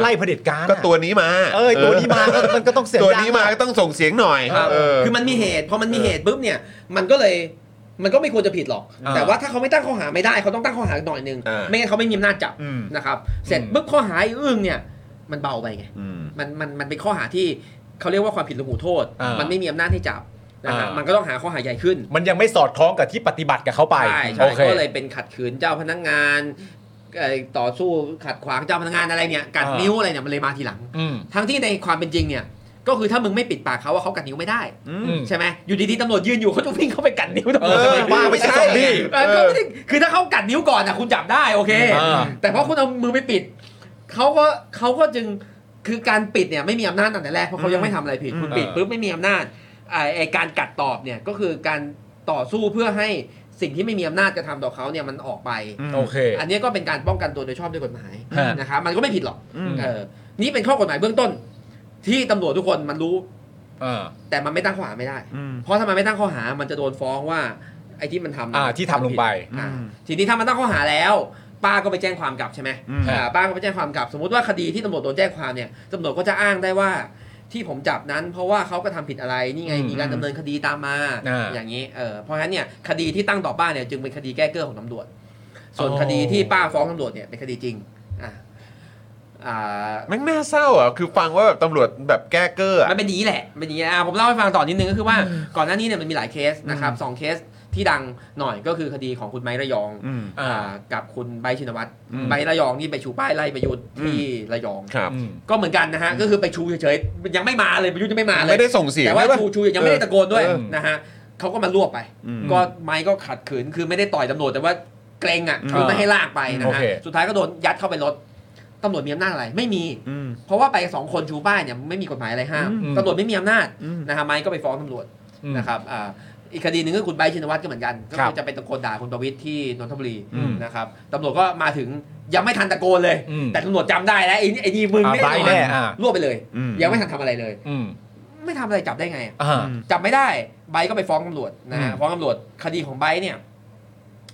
Speaker 3: ไล่เผด็จการอะ
Speaker 1: ก็ตัวนี้มา
Speaker 3: เอ้ยตัวนี้มาก็มันก็ต้องเสียง
Speaker 1: ตัว
Speaker 3: ดัง
Speaker 1: นี้มาก็ต้องส่งเสียงหน่อย
Speaker 2: ครับ
Speaker 1: เออ
Speaker 2: คือมันมีเหตุพอมันมีเหตุปุ๊บเนี่ยมันก็เลยมันก็ไม่ควรจะผิดหรอก
Speaker 1: อ่า
Speaker 2: แต่ว่าถ้าเขาไม่ตั้งข้อหาไม่ได้เขาต้องตั้งข้อหาหน่อยหนึง
Speaker 1: อ่า
Speaker 2: ไม่งั้นเขาไม่มีอำนาจจับ
Speaker 1: อืม
Speaker 2: นะครับเสร็จปุ๊บข้อหาอื่นเนี่ยมันเบาไปไง
Speaker 1: อืม
Speaker 2: มันมันมันเป็นข้อหาที่เขาเรียกว่าความผิดระหูโทษ
Speaker 3: อ่ามั
Speaker 2: มันไม่มีอำนาจให้จับนะฮะ
Speaker 3: อ่ามั
Speaker 2: มันก็ต้องหาข้อหาใหญ่ขึ้น
Speaker 3: มันยังไม่สอดคล้องกับที่ปฏิบัติกับเขาไป
Speaker 2: ใช่ใช่
Speaker 3: โอเค
Speaker 2: ก็เลยเป็นขัดขืนเจ้าพนักงาน เอ่อต่อสู้ขัดขวางเจ้าพนักงานอะไรเนี่ยกัด
Speaker 3: อ่านิ้
Speaker 2: นิ้วอะไรเนี่ยมันเลยมาทีหลัง
Speaker 3: อืม
Speaker 2: ทั้งที่ในความเป็นจริงเนี่ย ก็คือถ้ามึงไม่ปิดปากเขาว่าเขากัดนิ้วไม่ได้
Speaker 3: อืม
Speaker 2: ใช่ไหมอยู่ดีๆตำรวจยืนอยู่เขาจะวิ่งเข้าไปกัดนิ้วตำรวจ
Speaker 1: เออ
Speaker 2: ทำไม
Speaker 1: ว่าไม่ใช่
Speaker 2: อ้ซอมบี้
Speaker 1: เออ
Speaker 2: เออก็ไม่ได้คือถ้าเขากัดนิ้วก่อนนะคุณจับได้โอเค
Speaker 3: เออ
Speaker 2: แต่เพราะคุณเอามือไปปิดเขาก็เขาก็จึงคือการปิดเนี่ยไม่มีอำนาจตั้งแต่แรกเพราะเขายังไม่ทำอะไรผิดคุณปิดปุ๊บไม่มีอำนาจไอ้ไอ้การกัดตอบเนี่ยก็คือการต่อสู้เพื่อให้สิ่งที่ไม่มีอำนาจกระทำต่อเขาเนี่ยมันออกไป
Speaker 3: โอเค
Speaker 2: อันนี้ก็เป็นการป้องกันตัวโดยชอบด้วยกฎหมาย
Speaker 3: ฮะ
Speaker 2: นะครับมันก็ไม่ผิดหรอก
Speaker 1: อืม
Speaker 2: เออนี่เป็นข้อกฎหมายเบื้องต้น ที่ตำรวจทุกคนมันรู้
Speaker 3: เออ
Speaker 2: แต่มันไม่ตั้งข้อหาไม่ได้
Speaker 1: อืม
Speaker 2: เพราะถ้ามันไม่ตั้งข้อหา มันจะโดนฟ้องว่าไอ้ที่มันทำ
Speaker 3: อ่าที่ทำลงไป
Speaker 2: อ่า
Speaker 1: อืม
Speaker 2: ทีนี้ถ้ามันตั้งข้อหาแล้ว ป้าก็ไปแจ้งความกลับใช่ไหม
Speaker 1: อืม
Speaker 2: อ่าป้าก็ไปแจ้งความกลับ สมมติว่าคดีที่ตำรวจโดนแจ้งความเนี่ยตำรวจก็จะอ้างได้ว่าที่ผมจับนั้น เพราะว่าเขาก็ทำผิดอะไรนี่ไง
Speaker 3: อืม
Speaker 2: มีการดำเนินคดีตามมา
Speaker 3: อ่า
Speaker 2: อย่างนี้เออเพราะฉะนั้นเนี่ยคดีที่ตั้งต่อป้าเนี่ยจึงเป็นคดีแก้เกอร์ของตำรวจ ส่วน
Speaker 3: อ๋อ
Speaker 2: คดีที่ป้าฟ้องตำรวจเนี่ยเป็นคดีจริงอ่าอ่า
Speaker 1: แม่งน่าเศร้าอ่ะคือฟังว่าแบบตำรวจแบบแก้เกอร์อ่ะ
Speaker 2: มันเป็นอย่างนี้แหละมันเป็นอย่างนี้อ่ะผมเล่าให้ฟังต่อนิดนึงก็คือว่าก่อนหน้านี้เนี่ยมันมีหลายเคสนะครับสองเคสที่ดังหน่อยก็คือคดีของคุณไม้ระยอง
Speaker 1: อืม
Speaker 2: อ่ากับคุณใบร์ทชินวัตร
Speaker 1: อืม
Speaker 2: ใบร์ทระยองนี่ไปชูป้ายไล่ประยุทธ์ที่ระยอง
Speaker 1: ครับ
Speaker 3: อืม
Speaker 2: ก็เหมือนกันนะฮะก็คือไปชูเฉยๆยังไม่มาเลยประยุทธ์ยังไม่มาเลย
Speaker 1: ไม่ได้ส่งเสียง
Speaker 2: แต่ว่า
Speaker 1: ใช่ปะ
Speaker 2: ชูชูยังไม่ได้ตะโกนด้วย
Speaker 1: เออ
Speaker 2: นะฮะเขาก็มารวบไป
Speaker 1: อืม
Speaker 2: ก็ไม้ก็ขัดขืนคือไม่ได้ต่อยตำรวจแต่ว่าเกรงอ่ะ
Speaker 1: อืม
Speaker 2: คือไม่ให้ลากไปนะ
Speaker 3: โอ
Speaker 2: ฮะ
Speaker 3: เค
Speaker 2: สุดท้ายก็โดนยัดเข้าไปรถตำรวจมีอำนาจอะไรไม่มี
Speaker 1: อืม
Speaker 2: เพราะว่าไปสองคนชูป้ายเนี่ยไม่มีกฎหมายอะไรห้าม
Speaker 3: อืม
Speaker 2: ตำรวจไม่มีอำนาจ
Speaker 1: อืม
Speaker 2: นะฮะไม้ก็ไปฟ้องตำรวจ
Speaker 3: อืม
Speaker 2: นะครับอ่าอีกคดีหนึ่งก็คุณไบร์ทชินวัตรก็เหมือนกัน ก็
Speaker 3: ครับ
Speaker 2: คือจะไปตะโกนด่าคุณประวิทย์ที่นนทบุรี
Speaker 3: อืม
Speaker 2: นะครับตำรวจก็มาถึงยังไม่ทันตะโกนเลย
Speaker 3: อืม
Speaker 2: แต่ตำรวจจำได้แล้วไอ้นี่ไอ้นี่มึง
Speaker 3: อ่า
Speaker 2: แน่น
Speaker 3: ไบร์ท
Speaker 2: อน
Speaker 3: แน่อ่า
Speaker 2: รวบไปเลย
Speaker 1: อืม
Speaker 2: ยังไม่ทันทำอะไรเลย
Speaker 3: อืม
Speaker 2: ไม่ทำอะไรจับได้ไงอะ
Speaker 3: อ่า
Speaker 2: จับไม่ได้ไบร์ทก็ไปฟ้องตำรวจนะฮะ
Speaker 3: อืม
Speaker 2: ฟ้องตำรวจคดีของไบร์ทเนี่ย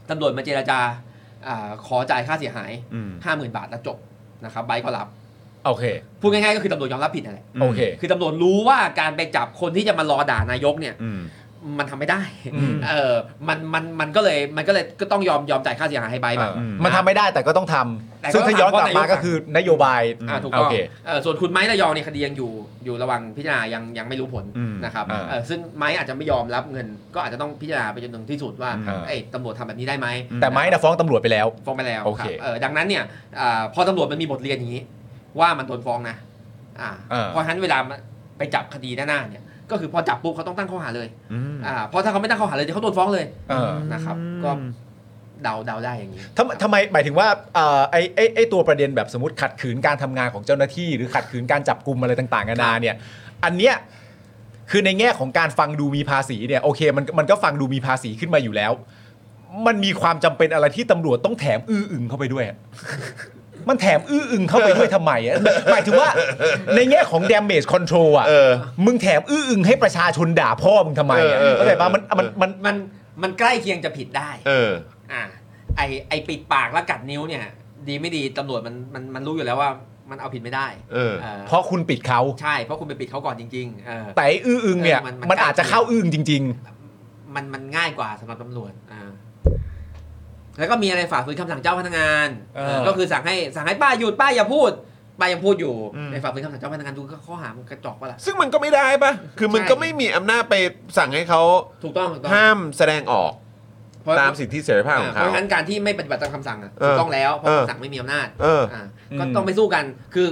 Speaker 2: ตำรวจมาเจรจาอ่าขอจ่ายค่าเสียหาย
Speaker 1: อืม
Speaker 2: ห้าหมื่นบาทแล้วจบนะครับไบร์ทก็รับ
Speaker 3: โอเค
Speaker 2: พูดง่ายๆก็คือตำรวจยอมรับผิดนั่นแหละ
Speaker 3: โอเค
Speaker 2: คือตำรวจรู้ว่าการไปจับคนที่จะมารอด่านายกเนี่ย
Speaker 1: อืม
Speaker 2: มันทำไม่ได้
Speaker 3: อืม
Speaker 2: เออมันมันมันก็เลยมันก็เลยก็ต้องยอมยอมจ่ายค่าเสียหายให้ไปแบบ
Speaker 3: เออ
Speaker 1: ม
Speaker 3: มันทำไม่ได้แต่ก็ต้องทำ
Speaker 2: แต่ก็
Speaker 3: ซึ่งถ้าย้อนกลับมา
Speaker 2: ถามว่า
Speaker 3: ก็คือนโยบาย
Speaker 2: อ่าถูกต้อ
Speaker 3: โอง เค
Speaker 2: เออส่วนคุณไม้ระยองเนี่ยคดียังอยู่อยู่ระหวังพิจารณายังยังไม่รู้ผล
Speaker 1: อืม
Speaker 2: นะครับ
Speaker 3: อ่า
Speaker 2: เออซึ่งไม้อาจจะไม่ยอมรับเงิน ก็อาจจะต้องพิจารณาไปจนถึงที่สุดว่า
Speaker 3: อ่า
Speaker 2: ไอ้ตำรวจทำแบบนี้ได้ไหม
Speaker 3: แต่ไม้นะฟ้องตำรวจไปแล้ว
Speaker 2: ฟ้องไปแล้ว
Speaker 3: โอเค
Speaker 2: รับเออดังนั้นเนี่ยอ่าพอตำรวจมันมีบทเรียนอย่างนี้ ว่ามันโดนฟ้องนะอ่าเพราะฉะนั้นเวลาไปจับคดีหน้าๆเนี่ยก็คือพอจับปุ๊บเขาต้องตั้งข้อหาเลย
Speaker 1: อืม
Speaker 2: อ่าเพราะถ้าเขาไม่ตั้งข้อหาเลยเดี๋ยวเขาโดนฟ้องเลย
Speaker 3: เออ
Speaker 2: นะครับ ก็เดาเดาได้อย่างนี้
Speaker 3: ทำทำไมหมายถึงว่าเอ่อไอ้ไอ้ไอ้ตัวประเด็นแบบสมมติขัดขืนการทำงานของเจ้าหน้าที่ หรือขัดขืนการจับกลุ่มอะไรต่างๆนานาเนี่ย อันเนี้ยคือในแง่ของการฟังดูมีภาษีเนี่ยโอเคมันมันก็ฟังดูมีภาษีขึ้นมาอยู่แล้ว มันมีความจำเป็นอะไรที่ตำรวจต้องแถมอื้ออึงเข้าไปด้วยอะมันแถมอื้ออึงเข้าไปด้วยทำไมอะหมายถึงว่าในแง่ของ damage control อ่ะ
Speaker 1: เออ
Speaker 3: มึงแถมอื้ออึงให้ประชาชนด่าพ่อมึงทำไมอ่ะ
Speaker 1: เออเออเออ
Speaker 3: เข้าใจปะมันมันมัน
Speaker 2: มันมันใกล้เคียงจะผิดได้
Speaker 1: เออ
Speaker 2: อ่าไอไอปิดปากแล้วกัดนิ้วเนี่ย ดีไม่ดีตำรวจมันมันมันรู้อยู่แล้วว่ามันเอาผิดไม่ได้
Speaker 1: เออ
Speaker 2: เออ
Speaker 3: เพราะคุณปิดเขา
Speaker 2: ใช่เพราะคุณไปปิดเขาก่อนจริงๆเออ
Speaker 3: แต่ไอ้อื้ออึงเนี่ย
Speaker 2: เออมันมัน
Speaker 3: มันอาจจะเข้าอื้ออึงจริง
Speaker 2: มันมันง่ายกว่าสำหรับตำรวจอ่าแล้วก็มีอะไรฝ่าฝืนคำสั่งเจ้าพนักงาน
Speaker 3: เออ
Speaker 2: เออก็คือสั่งให้สั่งให้ป้าหยุดป้าอย่าพูดป้ายังพูดอยู่
Speaker 1: อืม
Speaker 2: ไปฝ่าฝืนคำสั่งเจ้าพนักงานดูก็ข้อหามันกระจอกวะล่ะ
Speaker 1: ซึ่งมันก็ไม่ได้ปะคือมัน
Speaker 2: ใช่
Speaker 1: ก็ไม่มีอำนาจไปสั่งให้เขา
Speaker 2: ถูกต้องถูกต้อง
Speaker 1: ห้ามแสดงออก
Speaker 2: เพราะ
Speaker 1: ตามสิทธิเสรีภาพของ
Speaker 2: เพ
Speaker 1: เขา
Speaker 2: ราะฉะนั้นการที่ไม่ปฏิบัติตามคำสั่งอะ
Speaker 1: เออ
Speaker 2: ถูกต้องแล้วเพราะ
Speaker 1: เออ
Speaker 2: คำสั่งไม่มีอำนาจ
Speaker 1: เออ
Speaker 2: ะ
Speaker 3: อืม
Speaker 2: ก็ต้องไปสู้กันคือ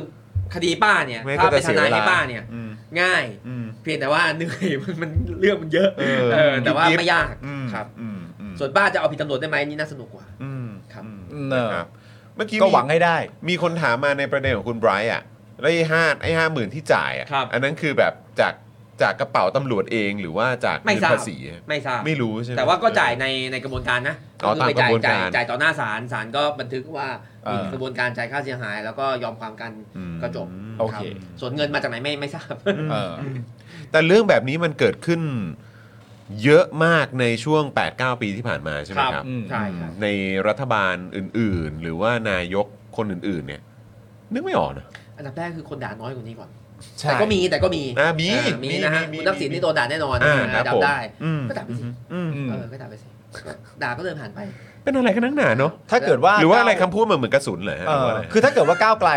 Speaker 2: คดีป้าเนี่ย
Speaker 1: ไม่ก็
Speaker 2: ถ้าไป
Speaker 1: จะ
Speaker 2: ท
Speaker 1: เสีย
Speaker 2: นาย
Speaker 1: เวลา
Speaker 2: ให้ป้าเนี่ย
Speaker 1: อืม
Speaker 2: ง่าย
Speaker 1: อืม
Speaker 2: เพียงแต่ว่าเหนื่อย มันมันเรื่องมันเยอะ
Speaker 1: เออ
Speaker 2: เออแต่ว่า
Speaker 1: ยิบๆ
Speaker 2: ไม่ยาก
Speaker 1: อืม
Speaker 2: ครับ
Speaker 1: อืมอืม
Speaker 2: ส่วนป้าจะเอาผิดตำรวจได้ไหมนี่น่าสนุกกว่า
Speaker 1: อืม
Speaker 2: ครับ
Speaker 1: อืม
Speaker 3: อืมเนอะ
Speaker 1: นะครับเมื่อกี้
Speaker 3: ๆ ก็หวัง
Speaker 1: มี
Speaker 3: ให้ได้
Speaker 1: มีคนถามมาในประเด็นของคุณไบรท์อ่ะแล้วไอ้ห้าไอ้ห้าหมื่นที่จ่ายอ่ะ
Speaker 2: ครับ
Speaker 1: อันนั้นคือแบบจากจากกระเป๋าตำรวจเองหรือว่าจาก
Speaker 2: ไม่
Speaker 1: เงิน
Speaker 2: ทราบ
Speaker 1: ภาษีอะ
Speaker 2: ไม่ทราบ
Speaker 1: ไม่รู้ใช่ไหม
Speaker 2: แต่ว่าก็จ่ายในในกระบวนการนะ
Speaker 1: อ๋อ
Speaker 2: ก็ไปจ่า
Speaker 1: ตามก
Speaker 2: ย
Speaker 1: ระบวน
Speaker 2: จ่าย
Speaker 1: การ
Speaker 2: จ่ายต่อหน้าศาลศาลก็บันทึกว่า
Speaker 3: เออ
Speaker 2: มีกระบวนการจ่ายค่าเสียหาย แล้วก็ยอมความกัน
Speaker 1: อืม
Speaker 2: ก็จบ
Speaker 3: โอเค
Speaker 2: รับส่วนเงินมาจากไหนไม่ไม่ทราบ
Speaker 3: เออ
Speaker 1: แต่เรื่องแบบนี้มันเกิดขึ้นเยอะมากในช่วง 8-9 ปีที่ผ่านมาใช่ไหมครับ
Speaker 3: อืม
Speaker 2: ใช่ครับ
Speaker 1: ในรัฐบาลอื่นๆ หรือว่านายกคนอื่นๆ เนี่ย นึกไม่ออกนะ
Speaker 2: อันดับแรกคือคนด่าน้อยกว่านี้ก่อน
Speaker 3: ใช่
Speaker 2: แต่ก็มีแต่ก็มี
Speaker 1: อ่ามี
Speaker 2: เออมี
Speaker 1: มี
Speaker 2: นะฮะ
Speaker 1: มี
Speaker 2: คุณทักษิณ
Speaker 1: มี
Speaker 2: นี่โดนด่าแน่นอน
Speaker 1: อ่าครับ
Speaker 2: เดับได้
Speaker 1: ผมอืม
Speaker 2: ก็ด่าไปสิ
Speaker 1: อืม
Speaker 3: อืม
Speaker 2: เออก็ด่าไปสิก็ด่าก็เดินผ่านไป
Speaker 1: เป็นอะไรกันนักหนาเนาะ
Speaker 3: ถ้าเกิดว่า
Speaker 1: หรือว่าอะไรคำพูดมันเหมือนกระสุนเหรอฮะ
Speaker 3: เอ
Speaker 1: หรือ
Speaker 3: อ
Speaker 1: ว่าะไร
Speaker 3: คือถ้าเกิดว่าก้าวไกล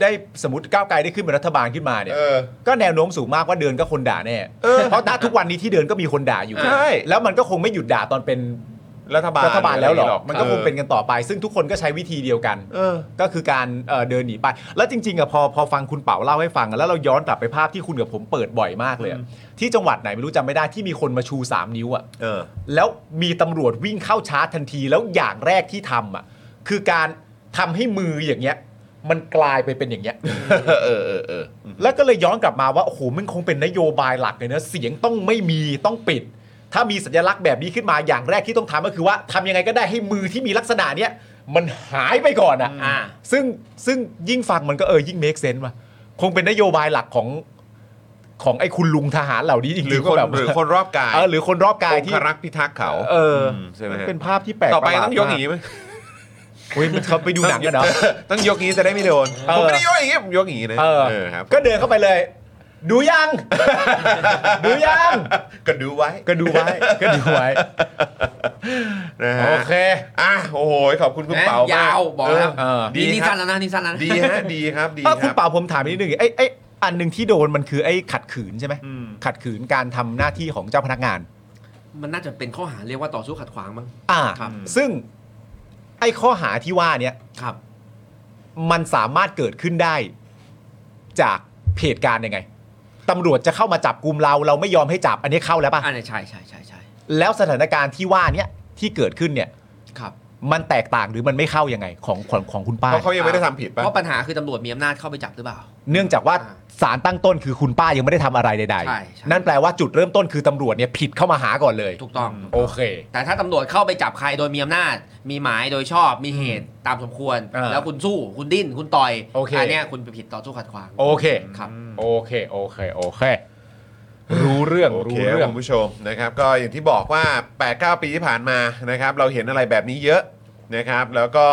Speaker 3: ได้สมมติก้าวไกลได้ขึ้นเป็นรัฐบาลขึ้นมาเนี่ย
Speaker 1: เออ
Speaker 3: ก็แนวโน้มสูงมากว่าเดินก็คนด่าแน่
Speaker 1: เออ
Speaker 3: เพราะณทุกวันนี้ที่เดินก็มีคนด่าอยู่
Speaker 1: ใช่
Speaker 3: แล้วมันก็คงไม่หยุดด่าตอนเป็น
Speaker 1: รัฐบาล
Speaker 3: รัฐบาลแล้วเหรอ มันก็คงเป็น
Speaker 1: ออ
Speaker 3: กันต่อไป ซึ่งทุกคนก็ใช้วิธีเดียวกัน
Speaker 1: เออ
Speaker 3: ก็คือการเอ่อเดินหนีไป แล้วจริงๆอะพอพอฟังคุณเป๋าเล่าให้ฟังอะแล้วเราย้อนกลับไปภาพที่คุณกับผมเปิดบ่อยมากเลยอะที่จังหวัดไหนไม่รู้จำไม่ได้ที่มีคนมาชู 3 นิ้วอะ
Speaker 1: เออ
Speaker 3: แล้วมีตำรวจวิ่งเข้าชาร์จทันทีแล้วอย่างแรกที่ทำอะคือการทำให้มืออย่างเงี้ย มันกลายไป เป็นอย่างเงี้ย
Speaker 1: เออเออเออ
Speaker 3: แล้วก็เลยย้อนกลับมาว่าโอ้โหมันคงเป็นนโยบายหลักเลยนะเสียงต้องไม่มีต้องปิด ถ้ามีสัญลักษณ์แบบนี้ขึ้นมาอย่างแรกที่ต้องทำก็คือว่าทำยังไงก็ได้ให้มือที่มีลักษณะเนี้ยมันหายไปก่อนอะ
Speaker 2: อ่า
Speaker 3: ซึ่งซึ่งยิ่งฟังมันก็เออยิ่ง make sense ว่ะคงเป็นนโยบายหลักของของไอ้คุณลุงทหารเหล่านี้จริง
Speaker 1: หรือ
Speaker 3: ๆ
Speaker 1: ค
Speaker 3: ก็
Speaker 1: น
Speaker 3: แบบ
Speaker 1: หรือคนรอบกาย
Speaker 3: เออหรือคนรอบกาย
Speaker 1: อง
Speaker 3: ที่
Speaker 1: คารักษ์พิทักษ์เขา
Speaker 3: เอออ
Speaker 1: มใช่ไหมฮะ
Speaker 3: เป็นภาพที่แปลก
Speaker 1: ต่อไป
Speaker 3: ระหลด
Speaker 1: ต้องยกอย่างนี้ไหม
Speaker 3: เฮ้ยมันเขาไปดูหนังกันเนาะ
Speaker 1: ต้องยก อย่างนี้จะได้ไม่โดน
Speaker 3: เออ
Speaker 1: ผมไม่ได้ยกอย่างนี้ผมยกอย่างนี้นะ
Speaker 3: เออ
Speaker 1: ครับ
Speaker 3: ก็เดินเข้าไปเลย ดูยัง ดูยัง
Speaker 1: ก็ดูไว้
Speaker 3: ก็ดูไว้ก็ดูไว้
Speaker 1: นะฮะ
Speaker 3: โอเค
Speaker 1: อ่ะโอ้โหขอบคุณคุณเปามาก
Speaker 2: ยาวบอกแล้ว
Speaker 1: เออ
Speaker 2: ดี
Speaker 1: ดี
Speaker 2: นี่
Speaker 1: ครับ
Speaker 2: สั้นแล้วนะนี่สั้นแล้วนะ
Speaker 1: ดีฮะดีครับดี
Speaker 3: เอ้า
Speaker 1: ค
Speaker 3: คุณ
Speaker 1: รับ
Speaker 3: เป่าผมถามนิดนึงไอ้ไอ้อันหนึ่งที่โดนมันคือไอ้ขัดขืนใช่ไหม
Speaker 1: อืม
Speaker 3: ขัดขืนการทำหน้าที่ของเจ้าพนักงาน
Speaker 2: มันน่าจะเป็นข้อหาเรียกว่าต่อสู้ขัดขวางมั้ง
Speaker 3: อ่า
Speaker 2: ครับ
Speaker 3: ซึ่งไอ้ข้อหาที่ว่าเนี้ย
Speaker 2: ครับ
Speaker 3: มันสามารถเกิดขึ้นได้ จากเหตุการณ์ยังไงตำรวจจะเข้ามาจับกลุ่มเรา เราไม่ยอมให้จับอันนี้เข้าแล้ว
Speaker 2: อ่า
Speaker 3: ปะ่ะ
Speaker 2: เนี่ยใช่ใช่ใช่ใช่
Speaker 3: แล้วสถานการณ์ที่ว่าเนี้ยที่เกิดขึ้นเนี่ย
Speaker 2: ครับ
Speaker 3: มันแตกต่างหรือมันไม่เข้ายังไงของของของคุณป้า
Speaker 1: เพราะเขายังไม่ได้ทำผิดป่ะ
Speaker 2: เพราะปัญหาคือตำรวจมีอำนาจเข้าไปจับหรือเปล่า
Speaker 3: เนื่องจากว่า
Speaker 2: อ่า
Speaker 3: สารตั้งต้นคือคุณป้ายังไม่ได้ทำอะไรใด
Speaker 2: ใช่ใช่
Speaker 3: ๆนั่นแปลว่าจุดเริ่มต้นคือตำรวจเนี่ยผิดเข้ามาหาก่อนเลย
Speaker 2: ถูกต้อง
Speaker 3: โอเค
Speaker 2: แต่ถ้าตำรวจเข้าไปจับใครโดยมีอำนาจ มีหมายโดยชอบมีเหตุตามสมควร
Speaker 3: เออ
Speaker 2: แล้วคุณสู้คุณดิ้นคุณต่อย
Speaker 3: โอเค
Speaker 2: อัเนี้ยคุณไปผิดต่อสู้ขัดขวาง
Speaker 3: โอเค
Speaker 2: ครับ
Speaker 3: โอเค โอเค โอเค รู้เรื่อง
Speaker 1: โอเค
Speaker 3: รู้
Speaker 1: ครับ
Speaker 3: เรื่อง
Speaker 1: คุณผู้ชมนะครับก็อย่างที่บอกว่า 8-9 ปีที่ผ่านมานะครับ เราเห็นอะไรแบบนี้เยอะนะครับ แล้วก็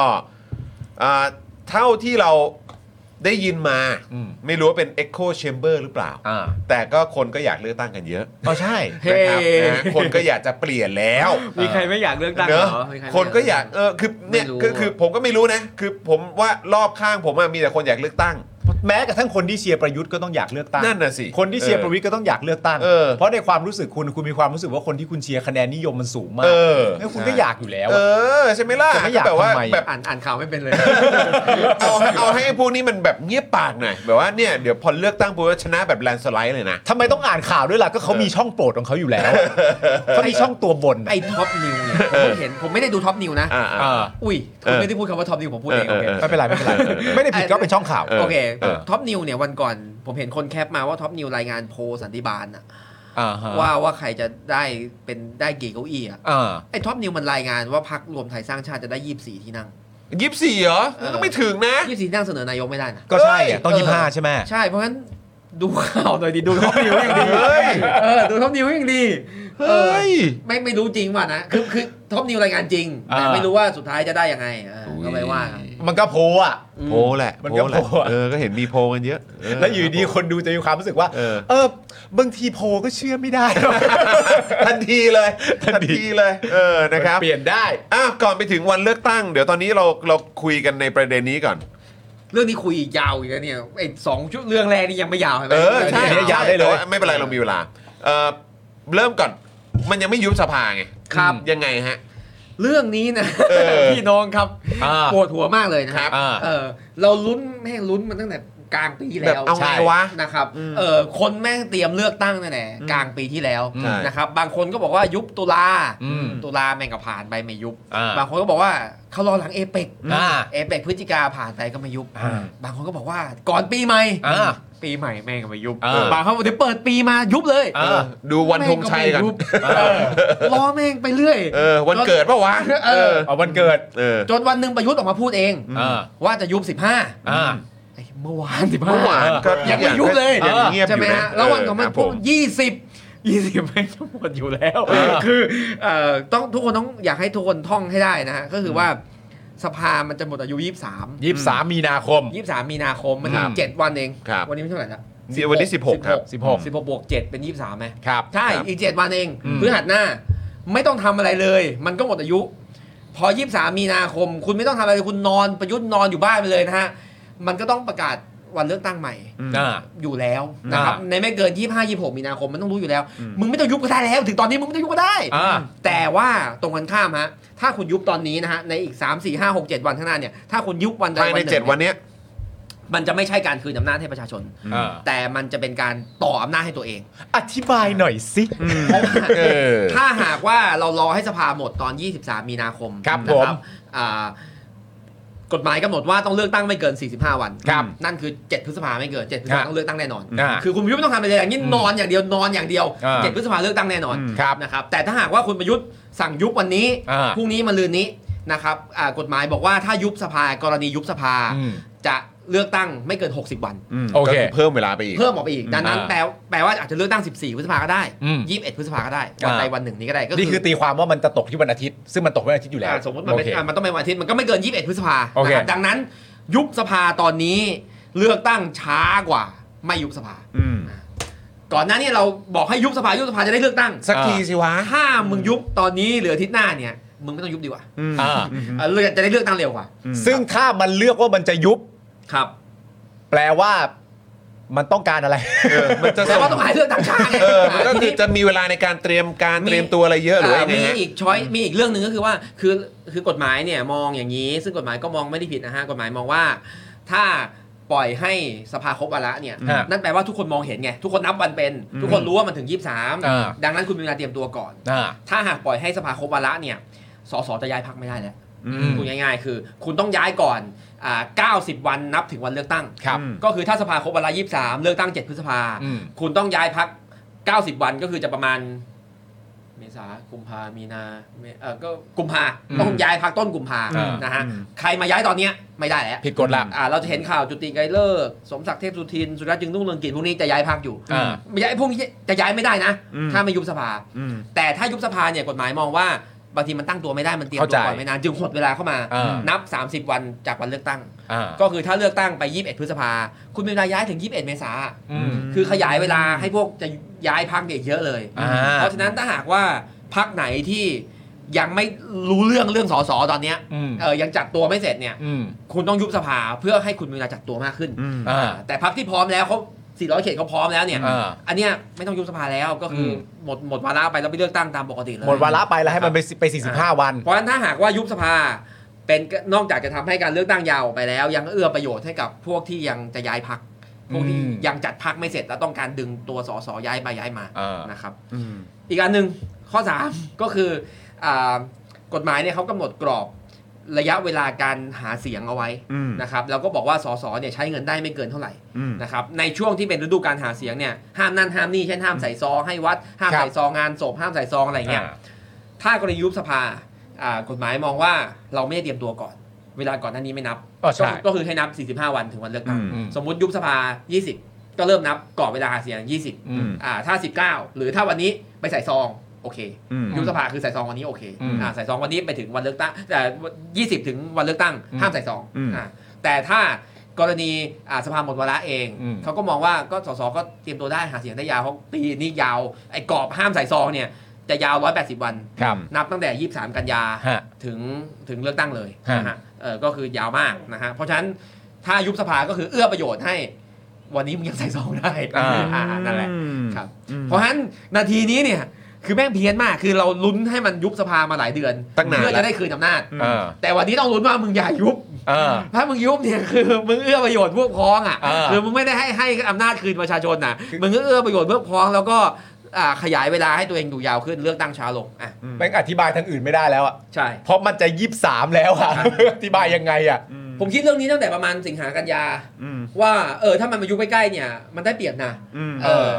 Speaker 1: อ่าเท่าที่เราได้ยินมา
Speaker 3: อืม
Speaker 1: ไม่รู้ว่าเป็น Echo Chamber หรือเปล่า
Speaker 3: อ่า
Speaker 1: แต่ก็คนก็อยากเลือกตั้งกันเยอะ
Speaker 3: ก็ใช่
Speaker 2: เฮ้
Speaker 1: นะครับนะฮะคนก็อยากจะเปลี่ยนแล้ว
Speaker 2: มีใครไม่อยากเลือกตั้ง
Speaker 1: เนอะ
Speaker 2: มีใรไม่
Speaker 1: คนก็อยากเออคือเนี่ย
Speaker 2: ไม่รู้
Speaker 1: คือคือผมก็ไม่รู้นะ คือผมว่ารอบข้างผมอะมีแต่คนอยากเลือกตั้ง
Speaker 3: แม้กระทั่งคนที่เชียร์ประยุทธ์ก็ต้องอยากเลือกตั้ง
Speaker 1: นั่นน่ะสิ
Speaker 3: คนที่เชียร์
Speaker 1: เออ
Speaker 3: ประวิทย์ก็ต้องอยากเลือกตั้ง
Speaker 1: เออ
Speaker 3: ราะในความรู้สึกคุณคุณมีความรู้สึกว่าคนที่คุณเชียร์คะแนนนิยมมันสูงมาก
Speaker 1: เออ
Speaker 3: แล้วคุณก็อยากอยู่แล้ว
Speaker 1: เออ
Speaker 3: อะ
Speaker 1: ใช่ไหมล่ะ
Speaker 3: จะไม่อยาก
Speaker 1: แบบว่า
Speaker 3: ทำไมอะ
Speaker 1: แบบ
Speaker 2: อ่านอ่านข่าวไม่เป็นเลย
Speaker 1: เอาเอาให้พวกนี้มันแบบเงียบปากหน่อยแบบว่าเนี่ยเดี๋ยวพอเลือกตั้งปุ๊บชนะแบบแลนสไลด์เลยนะ
Speaker 3: ทำไมต้องอ่านข่าวด้วยล่ะก็เขามีช่องโปรดของเขาอยู่แล้วอะเขามีช่องตัวบนอะ
Speaker 2: ไอ้ท็อปนิวเนี่ยผมเพิ่งเห็นผมไม่ได้ดูท็อปนิวนะ
Speaker 1: อ่า
Speaker 3: เอ
Speaker 1: อ่า
Speaker 3: อ
Speaker 2: อุ้ย
Speaker 1: เอ
Speaker 2: คุณ
Speaker 1: อ
Speaker 2: ไม่ได้พูดคำว่าท็อปนิวผมพูดเอง
Speaker 1: เอ
Speaker 2: โอ
Speaker 1: อ
Speaker 2: เค
Speaker 1: เออ
Speaker 3: ไม่เป็นไรไม่เป็นไรไม่ได้ผิดก็เป็นช่องข่าว
Speaker 1: เออ
Speaker 2: โอเค
Speaker 1: เออ
Speaker 2: ท็อปนิวเนี่ยวันก่อน ผมเห็นคนแคปมาว่าท็อปนิวรายงานโพลสันติบาลน่ะ
Speaker 3: อ่าฮะ
Speaker 2: ว่าว่าใครจะได้เป็นได้กี่เก้าอี้อ่ะ
Speaker 3: อ่า
Speaker 2: ไอ้ท็อปนิวมันรายงานว่าพักรวมไทยสร้างชาติจะได้ 24 ที่นั่ง
Speaker 1: ยี่สิบสี่เหรอมันก็ไม่ถึงนะ
Speaker 2: 24ที่นั่งเสนอนายกไม่ได้นะ
Speaker 3: ก็ใช่อะต้อง
Speaker 2: เอ้ย
Speaker 3: ยี่สิบห้าใช่ไหม
Speaker 2: ใช่เพราะงั้นดูข่าวหน่อยดิดูท็อปนิวยังดี
Speaker 1: เฮ้ย
Speaker 2: เออดูท็อปนิวยังดี
Speaker 1: เฮ้ย
Speaker 2: ไม่ไม่รู้จริงว่ะนะคือคือท็อปนิวรายงานจริงแต่ไม่รู้ว่าสุดท้ายจะได้ยังไงเออก็ไม่ว่ากัน
Speaker 3: มันก็โพอ่ะ
Speaker 1: โพแหละ
Speaker 3: มัน
Speaker 1: โพ
Speaker 3: ก็
Speaker 1: แหละ
Speaker 3: โพอะ
Speaker 1: เออก็เห็นมีโพกันเยอะเ
Speaker 3: แล้วอยู่ดีคนดูจะมีความรู้สึกว่า
Speaker 1: เออ
Speaker 3: เออบางทีโพลก็เชื่อไม่ได้
Speaker 1: ทันทีเลยทันทีเลยเออ นะครับ
Speaker 3: เปลี่ยนได้
Speaker 1: อ้าวก่อนไปถึงวันเลือกตั้ง เดี๋ยวตอนนี้เราเราคุยกันในประเด็นนี้ก่อน
Speaker 2: เรื่องนี้คุยยาวอีกแล้วเนี่ยไอ้สองชุดเรื่องแรกนี่ยังไม่ยาวเห็นไหม
Speaker 1: เออใช่
Speaker 3: เดี๋ยว
Speaker 1: ใช่
Speaker 3: ยาวได้เลย
Speaker 1: แต่ไม่เป็นไรเรามีเวลาเออเริ่มก่อนมันยังไม่ยุบสภาไง
Speaker 2: ครับ
Speaker 1: ยังไงฮะ
Speaker 2: เรื่องนี้นะ
Speaker 1: เออ
Speaker 2: พี่น้องครับ
Speaker 3: อ่า
Speaker 2: ปวดหัวมากเลยนะครับ
Speaker 3: อ่า
Speaker 2: เออเราลุ้นแม่งลุ้นมันตั้งแต่กลางปีที่แล้ว
Speaker 1: แบบเอาไง
Speaker 2: ใช่
Speaker 1: วะ
Speaker 2: นะครับ
Speaker 1: อืม
Speaker 2: เออคนแม่งเตรียมเลือกตั้งนั่นแหละกลางปีที่แล้ว
Speaker 1: ใช่
Speaker 2: นะครับบางคนก็บอกว่ายุบตุลา
Speaker 3: อืม
Speaker 2: ตุลาแม่งก็ผ่านไปไม่ยุบ
Speaker 3: อ่า
Speaker 2: บางคนก็บอกว่าเขารอหลังเอเปก
Speaker 3: อ่า
Speaker 2: เอเปกพฤศจิกาผ่านไปก็ไม่ยุบ
Speaker 3: อ่า
Speaker 2: บางคนก็บอกว่าก่อนปีใหม่
Speaker 3: อ่า
Speaker 2: ปีใหม่แม่งก็ไม่ยุบ
Speaker 3: อ่า
Speaker 2: บางคนบอกเดี๋ยวเปิดปีมายุบเลย
Speaker 3: เออ
Speaker 1: ดูวันธงชัยก่อน
Speaker 2: แม่งไม่รู้เออล้อแม่งไปเรื่อย
Speaker 1: เออวันเกิดปะวะ
Speaker 2: เออ
Speaker 3: เอาวันเกิด
Speaker 1: เออ
Speaker 2: จนวันหนึ่งประยุทธ์ออกมาพูดเอง
Speaker 1: อืม
Speaker 3: อ่า
Speaker 2: ว่าจะยุบ 15
Speaker 3: อ่า
Speaker 2: ไอ้เมื่อวาน 15
Speaker 1: เมื่อวานก็
Speaker 2: ยังไม่ยุบเลย
Speaker 1: ยังเงียบอ
Speaker 2: ใช่ไหม
Speaker 1: ยู่นะ
Speaker 2: ฮะแล้ววันของมัน
Speaker 1: ครับผ
Speaker 2: พูด
Speaker 1: ม
Speaker 2: 20 20ไม่จะหมดอยู่แล้ว
Speaker 3: เออ
Speaker 2: คือเอ่อต้องทุกคนต้องอยากให้ทุกคนท่องให้ได้นะฮะก็คือว่าสภามันจะหมดอายุ 23
Speaker 3: ยี่สิบสามมีนาคม
Speaker 2: 23 มีนาคมมัน
Speaker 1: ค
Speaker 2: อี
Speaker 1: รับ
Speaker 2: กเจ็ดวันเอง
Speaker 1: ครับ
Speaker 2: วันนี้มันเท่าไหร่ละ
Speaker 1: เดี๋ยววันที่16ครับ
Speaker 2: 16 16บวก7เป็น 23ไหม
Speaker 3: ครับ
Speaker 2: ใช่
Speaker 1: ครับ
Speaker 2: อีกเจ็ดวันเอง
Speaker 3: อืม
Speaker 2: พฤหัสหน้า ไม่ต้องทำอะไรเลย มันก็หมดอายุ พอ 23 มีนาคม คุณไม่ต้องทำอะไรเลยคุณนอนประยุทธ์นอนอยู่บ้านไปเลยนะฮะ มันก็ต้องประกาศ วันเลือกตั้งใหม่
Speaker 3: อ่า
Speaker 2: อยู่แล้วนะครับในไม่เกิน 25 26มีนาคมมันต้องรู้อยู่แล้ว มึงไม่ต้องยุบก็ได้แล้ว ถึงตอนนี้มึงไม่ต้องยุบก็ได้
Speaker 3: อ่า
Speaker 2: แต่ว่าตรงกันข้ามฮะถ้าคุณยุบตอนนี้นะฮะในอีก 3 4 5 6 7 วันข้างหน้าเนี่ยถ้าคุณยุบวันใด
Speaker 1: ภาย
Speaker 2: วั
Speaker 1: ใน
Speaker 2: นห
Speaker 1: เจ็
Speaker 2: นึ่
Speaker 1: ด
Speaker 2: ง
Speaker 1: วันเนี้ย
Speaker 2: มันจะไม่ใช่การคืนอำนาจให้ประชาชน
Speaker 3: อ่า
Speaker 2: แต่มันจะเป็นการต่ออำนาจให้ตัวเอง
Speaker 3: อธิบายหน่อยสิ
Speaker 2: เพราะว่า
Speaker 1: เออ
Speaker 2: ถ้าหากว่าเรารอให้สภาหมดตอน 23 มีนาคม
Speaker 3: ครับ
Speaker 2: นะ
Speaker 3: ผม
Speaker 2: อ่ากฎหมายกำหนดว่าต้องเลือกตั้งไม่เกิน 45 วัน
Speaker 3: ครับ
Speaker 2: นั่นคือ 7 พฤษภาไม่เกิน 7 พฤษภา
Speaker 3: อ่า
Speaker 2: ต้องเลือกตั้งแน่นอน
Speaker 3: อ่า
Speaker 2: คือคุณประยุทธ์ไม่ต้องทำอะไรเลยอย่างนี้นอนอย่างเดียวนอนอย่างเดียว
Speaker 3: อ่า
Speaker 2: 7 พฤษภาเลือกตั้งแน่นอน
Speaker 3: ครับ
Speaker 2: นะครับแต่ถ้าหากว่าคุณประยุทธ์สั่งยุบวันนี้
Speaker 3: อ่า
Speaker 2: พรุ่งนี้มะรืนนี้นะครับอ่ากฎหมายบอกว่าถ้ายุบสภากรณียุบสภา
Speaker 3: อืม
Speaker 2: จะเลือกตั้งไม่เกิน 60 วัน
Speaker 1: ม
Speaker 3: โอเค
Speaker 1: ก็เพิ่มเวลาไปอีก
Speaker 2: เพิ่มออกไปอีก ดังนั้น
Speaker 3: อ่า
Speaker 2: แปลแปลว่าอาจจะเลือกตั้ง 14 พฤษภาก็ได้
Speaker 3: อืม
Speaker 2: 21 พฤษภาก็ได้ วันใด
Speaker 3: อ่า
Speaker 2: วันหนึ่งนี้ก็ได้ ก็
Speaker 3: นี่คือตีความว่ามันจะตกที่วันอาทิตย์ ซึ่งมันตกวันอาทิตย์อยู่แล้ว
Speaker 2: อ่าสมมติมันเป็น
Speaker 3: โอเค
Speaker 2: อ่ามันต้องเป็นวันอาทิตย์ มันก็ไม่เกิน 21 พฤษภา
Speaker 3: โอเค
Speaker 2: นะครับดังนั้นยุบสภาตอนนี้เลือกตั้งช้ากว่าไม่ยุบสภา
Speaker 1: อืม
Speaker 2: ก่อนหน้านี้เราบอกให้ยุบสภายุบสภาจะได้เลือกตั้ง
Speaker 1: สักทีสิวะ
Speaker 2: ถ้ามึงยุบตอนนี้เหลืออาทิตย์หน้าเนี่ย มึงไม่ต้องยุบดีกว่า
Speaker 1: อืม
Speaker 3: อ่า
Speaker 1: อืม
Speaker 2: เออเลือกจะได้เลือกตั้งเร็วกว่า
Speaker 3: ซึ่งถ้ามันเลือกว่ามันจะยุบ
Speaker 2: ครับ
Speaker 3: แปลว่ามันต้องการอะไร
Speaker 1: เออมันจะ
Speaker 2: แต่
Speaker 1: ส่ง
Speaker 2: ว่าต้องหาเรื่องต่างชาติไง
Speaker 1: เออมันก็คือ
Speaker 2: ทีนี้
Speaker 1: จะมีเวลาในการเตรียมการเตรียมตัวอะไรเยอะหรือว่ายังไง
Speaker 2: มี
Speaker 1: ฮะ
Speaker 2: อีกช้อยมีอีกเรื่องหนึ่งก็คือว่าคือคือกฎหมายเนี่ยมองอย่างนี้ ซึ่งกฎหมายก็มองไม่ได้ผิดนะฮะกฎหมายมองว่า ถ้าปล่อยให้สภาครบวาระเนี่ย
Speaker 3: ฮะ
Speaker 2: นั่นแปลว่าทุกคนมองเห็นไงทุกคนนับวันเป็น
Speaker 1: อืม
Speaker 2: ทุกคนรู้ว่ามันถึง
Speaker 3: อ่า
Speaker 2: 23 ดังนั้นคุณมีเวลาเตรียมตัวก่อน
Speaker 3: อ่า
Speaker 2: ถ้าหากปล่อยให้สภาครบวาระเนี่ยสสจะย้ายพักไม่ได้แล้ว
Speaker 1: อืม
Speaker 2: พูดง่ายๆ คือคุณต้องย้ายก่อนอ่า90 วันนับถึงวันเลือกตั้ง
Speaker 3: ครับ
Speaker 1: อืม
Speaker 2: ก็คือถ้าสภาครบเวลา23 เลือกตั้ง 7 พฤษภา
Speaker 3: อืม
Speaker 2: คุณต้องย้ายพัก 90 วันก็คือจะประมาณ เมษากุมภามีนาเมเออก็กุมภา
Speaker 3: อืม
Speaker 2: ต้องย้ายพักต้นกุมภา
Speaker 3: อ่าน
Speaker 2: นะฮะ
Speaker 1: อืม
Speaker 2: ใครมาย้ายตอนเนี้ยไม่ได้แล้ว
Speaker 3: ผิดกฎละ
Speaker 2: อ่าเราจะเห็นข่าวจุติไกรเลิกษ์สมศักดิ์เทพสุทิน สุรัตน์จึงรุ่งเรืองกิจพวกนี้จะย้ายพักอยู่
Speaker 3: อ่า
Speaker 2: ไม่ย้ายพวกนี้จะย้ายไม่ได้นะ
Speaker 1: อืม
Speaker 2: ถ้าไม่ยุบสภา
Speaker 1: อืม
Speaker 2: แต่ถ้ายุบสภาเนี่ยกฎหมายมองว่าบางทีมันตั้งตัวไม่ได้มันเตรียมตัว
Speaker 3: เข้าใจ
Speaker 2: ก่อนไม่นานจึงหดเวลาเข้ามา
Speaker 3: อ่านั
Speaker 2: นับ 30 วันจากวันเลือกตั้ง
Speaker 3: อ่า
Speaker 2: ก็คือถ้าเลือกตั้งไป 21 พฤษภา คุณมีเวลาย้ายถึง 21 เมษา
Speaker 3: อืม
Speaker 2: คือขยายเวลาให้พวกจะย้ายพักเนี่ยเยอะเลย
Speaker 3: อ่า
Speaker 2: เพราะฉะนั้นถ้าหากว่าพักไหนที่ยังไม่รู้เรื่องเรื่องสสตอนเนี้ย
Speaker 3: อืม
Speaker 2: เออยังจัดตัวไม่เสร็จเนี่ย
Speaker 3: อืม
Speaker 2: คุณต้องยุบสภาเพื่อให้คุณมีเวลาจัดตัวมากขึ้น
Speaker 1: อืม
Speaker 3: อ่า
Speaker 2: แต่พักที่พร้อมแล้วเขา400 เขตเขาพร้อมแล้วเนี่ย
Speaker 3: อ่า
Speaker 2: อันเนี้ยไม่ต้องยุบสภาแล้วก็คืออห
Speaker 3: ม
Speaker 2: มดหมดวาระไปแล้วไปเลือกตั้งตามปกติเลย
Speaker 3: หมดวาระไปแล้วให้มันไปไป 45 วัน
Speaker 2: เพราะฉะนั้นถ้าหากว่ายุบสภาเป็นนอกจากจะทำให้การเลือกตั้งยาวออกไปแล้ว ยังเอื้อประโยชน์ให้กับพวกที่ยังจะย้ายพักพวกที่
Speaker 3: อืม
Speaker 2: ยังจัดพักไม่เสร็จแล้วต้องการดึงตัวสสย้ายไปย้ายมา
Speaker 3: อ่า
Speaker 2: นะครับ
Speaker 1: อืม
Speaker 2: อีกอันหนึ่งข้อ 3 ก็คืออากฎหมายเนี่ยเขากำหนดกรอบระยะเวลาการหาเสียงเอาไว้
Speaker 1: อืม
Speaker 2: นะครับแล้วก็บอกว่าสสเนี่ยใช้เงินได้ไม่เกินเท่าไหร่
Speaker 1: อืม
Speaker 2: นะครับในช่วงที่เป็นฤดูการหาเสียงเนี่ยห้ามนั่นห้ามนี่เช่นห้ามใส่ซองให้วัด ห้าม
Speaker 3: ครับ
Speaker 2: ใส่ซองงานศพห้ามใส่ซองอะไรเงี้ยถ้ากรณียุบสภาอ่ากฎหมายมองว่าเราไม่ได้เตรียมตัวก่อน เวลาก่อนหน้านี้ไม่นับ
Speaker 3: อ๋อใช่
Speaker 2: ก็ก็คือให้นับ 45 วันถึงวันเลือกตั้ง
Speaker 1: อืม
Speaker 2: สมมุติยุบสภา 20 ก็เริ่มนับก่อนเวลาหาเสียง 20
Speaker 3: อืม
Speaker 2: อ่าถ้า 19 หรือถ้าวันนี้ไปใส่ซองโอเค
Speaker 1: อืม
Speaker 2: ยุบสภาคือใส่ซองวันนี้โอเค
Speaker 3: อืม
Speaker 2: อ่าใส่ซองวันนี้ไปถึงวันเลือกตั้งแต่ยี่สิบถึงวันเลือกตั้ง ห้ามใส่ซอง
Speaker 1: อืม
Speaker 2: อ่าแต่ถ้ากรณีอ่าสภาหมดวาระเอง
Speaker 3: อืม
Speaker 2: เขาก็มองว่าก็สสก็เตรียมตัวได้หาเสียงได้ยาวเพราะปีนี้ยาวไอ้กรอบห้ามใส่ซองเนี่ยจะยาว 180 วัน
Speaker 3: ครับ
Speaker 2: นับตั้งแต่ 23 กันยา
Speaker 3: ฮะ
Speaker 2: ถึงถึงเลือกตั้งเลย
Speaker 3: ฮะ
Speaker 2: นะฮะเออก็คือยาวมากนะฮะเพราะฉะนั้นถ้ายุบสภาก็คือเอื้อประโยชน์ให้ วันนี้มึงยังใส่ซองได้อ่านั่นแหละ ครับ เพราะฉะนั้นนาทีนี้เนี่ยคือแม่งเพี้ยนมากคือเราลุ้นให้มันยุบสภามาหลายเดือน
Speaker 1: ตั้งนาน
Speaker 2: เพื่อ
Speaker 1: แล้ว
Speaker 2: จะได้คืนอำนาจ
Speaker 3: อ่า
Speaker 2: แต่วันนี้ต้องลุ้นว่ามึงอย่ายุบ
Speaker 3: อ่า
Speaker 2: ถ้ามึงยุบเนี่ยคือมึงเอื้อประโยชน์พวกพ้องอ่ะ
Speaker 3: อ่า
Speaker 2: คือมึงไม่ได้ให้ให้อำนาจคืนประชาชนนะมึงก็เอื้อประโยชน์พวกพ้องแล้วก็อ่าขยายเวลาให้ตัวเองอยู่ยาวขึ้นเลือกตั้งช้าลงอ่ะ
Speaker 3: แม่งอธิบายทางอื่นไม่ได้แล้วอะ
Speaker 2: ใช่
Speaker 3: เพราะมันจะยีบสามแล้วอะ
Speaker 2: ครับ
Speaker 3: อธิบายยังไงอะ
Speaker 2: ผมคิดเรื่องนี้ตั้งแต่ประมาณสิงหากันยา
Speaker 1: อืม
Speaker 2: ว่าเออถ้ามันมายุบใกล้ๆเนี่ยมันได้เปรียบนะ
Speaker 1: อืม
Speaker 2: เออ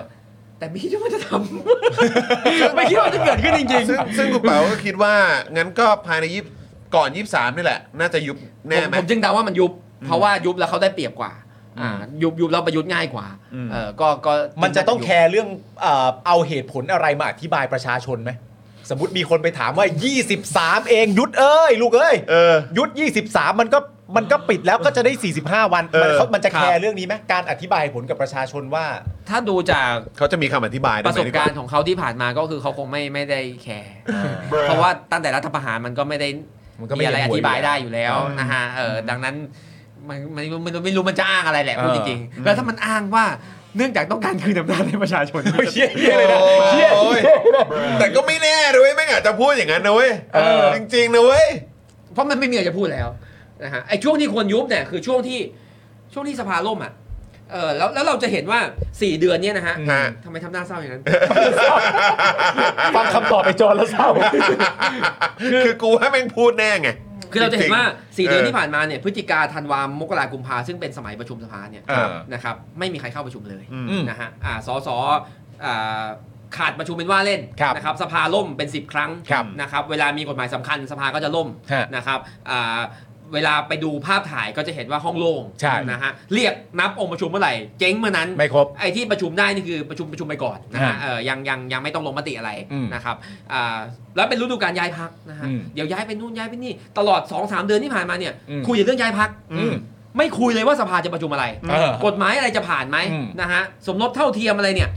Speaker 2: แต่ไม่คิดว่ามันจะทำ ไม่คิดว่าจะเกิดขึ้นจริง
Speaker 1: ซึ่งซึ่งคุณเป๋าก็คิดว่า งั้นก็ภายในยี่สิบก่อนยี่สิบสามนี่แหละ น่าจะยุบแน่
Speaker 2: ผม
Speaker 1: ไหม
Speaker 2: ผมจึงเดาว่ามันยุบ เพราะว่ายุบแล้วเขาได้เปรียบกว่า อ่า ยุบยุบแล้วประยุทธ์ง่ายกว่า
Speaker 1: อืม
Speaker 2: เออก็ก็
Speaker 3: มันจะต้องแค
Speaker 2: ร์
Speaker 3: ร์เรื่องเอ่อเอาเหตุผลอะไรมาอธิบายประชาชนไหม สมมติมีคนไปถามว่า 23 เองยุดเอ้ย ลูกเอ้ย
Speaker 1: เออ
Speaker 3: ยุด 23 มันก็มันก็ปิดแล้วก็จะได้ 45 วัน
Speaker 1: เออ
Speaker 3: มันเขามันจะแคร์เรื่องนี้ไหมการอธิบายเหตุผลกับประชาชนว่า
Speaker 2: ถ้าดูจาก
Speaker 1: เขาจะมีคำอธิบาย
Speaker 2: ประสบการ
Speaker 1: ด้
Speaker 2: ณ์ของเขาที่ผ่านมาก็คือเขาคงไม่ไม่ได้แคร์ เพราะว่าตั้งแต่รัฐประหารมันก็ไม่ได้
Speaker 3: มันก็ไม่
Speaker 2: มีอะไร
Speaker 3: เห็น
Speaker 2: อ
Speaker 3: ด้วย
Speaker 2: ธิบาย
Speaker 3: อยู่แล้ว
Speaker 2: ได้อยู่แล้ว
Speaker 3: อืม
Speaker 2: นะฮะเออดังนั้น มันมันมันไม่รู้มันจะอ้างอะไรแหละพูด
Speaker 3: เอ
Speaker 2: จ
Speaker 3: อ
Speaker 2: ริงๆ แล้วถ้ามันอ้างว่าเนื่องจากต้องการคืนอำนาจให้ประชาชน
Speaker 3: เชี่ยเหี้ยเลยนะ
Speaker 1: โอ้ย
Speaker 3: เชี่ย
Speaker 1: โอ้ย
Speaker 3: เหี้ยเลยนะ
Speaker 1: แต่ก็ไม่แน่ด้วยแม่งอาจจะพูดอย่างนั้นนะเว้ย
Speaker 3: เออ
Speaker 1: จริงๆนะเว้ย
Speaker 2: เพราะมันไม่มีอะไรจะพูดแล้วนะฮะไอ้ช่วงที่ควรยุบเนี่ยคือช่วงที่ช่วงที่สภาล่มอ่ะเออแล้วแล้วเราจะเห็นว่า 4 เดือนเนี่ยนะฮะ
Speaker 1: ฮะ
Speaker 2: ทำไมทำหน้าเศร้าอย่า งนั้น
Speaker 3: ฟังคำตอบไปจอนแล้วเศร้า
Speaker 1: คือกูว่าแม่งพูดแน่ไง
Speaker 2: คือเราจะเห็นว่า
Speaker 1: จริง
Speaker 2: 4 เดือน
Speaker 1: เออ
Speaker 2: ที่ผ่านมาเนี่ยพฤศจิกาธันวามกรากุมภาซึ่งเป็นสมัยประชุมสภาเนี่ย
Speaker 1: อ่า
Speaker 2: นะครับไม่มีใครเข้าประชุมเลย
Speaker 1: อืม
Speaker 3: ม
Speaker 2: นะฮะอ่าสสอ่าขาดประชุมเป็นว่าเล่น
Speaker 3: ครับ
Speaker 2: นะครับสภาล่มเป็น 10 ครั้ง
Speaker 3: ครับ
Speaker 2: นะครับเวลามีกฎหมายสำคัญสภาก็จะล่ม
Speaker 3: ฮะ
Speaker 2: นะครับอ่าเวลาไปดูภาพถ่ายก็จะเห็นว่าห้องโล่ง
Speaker 3: ใช่
Speaker 2: นะฮะเรียกนับองค์ประชุมเมื่อไหร่เจ๊งเมื่อนั้น
Speaker 3: ไม่ครบ
Speaker 2: ไอ้ที่ประชุมได้นี่คือประชุมประชุมไปก่อนนะฮะ
Speaker 3: ฮะ
Speaker 2: เออยังยังยังไม่ต้องลงมติอะไร
Speaker 3: อืม
Speaker 2: นะครับอ่าแล้วเป็นฤดูการย้ายพักนะฮะ
Speaker 3: อืม
Speaker 2: เดี๋ยวย้ายไปนู่นย้ายไปนี่ตลอด2อสเดือนที่ผ่านมาเนี่ย
Speaker 3: อืม
Speaker 2: คุยแต่เรื่องย้ายพัก
Speaker 3: อืม
Speaker 2: ไม่คุยเลยว่าสภาจะประชุมอะไร
Speaker 3: เออก
Speaker 2: ฎหมายอะไรจะผ่านไหม
Speaker 3: อืม
Speaker 2: นะฮะสมรสเท่าเทียมอะไรเนี่ย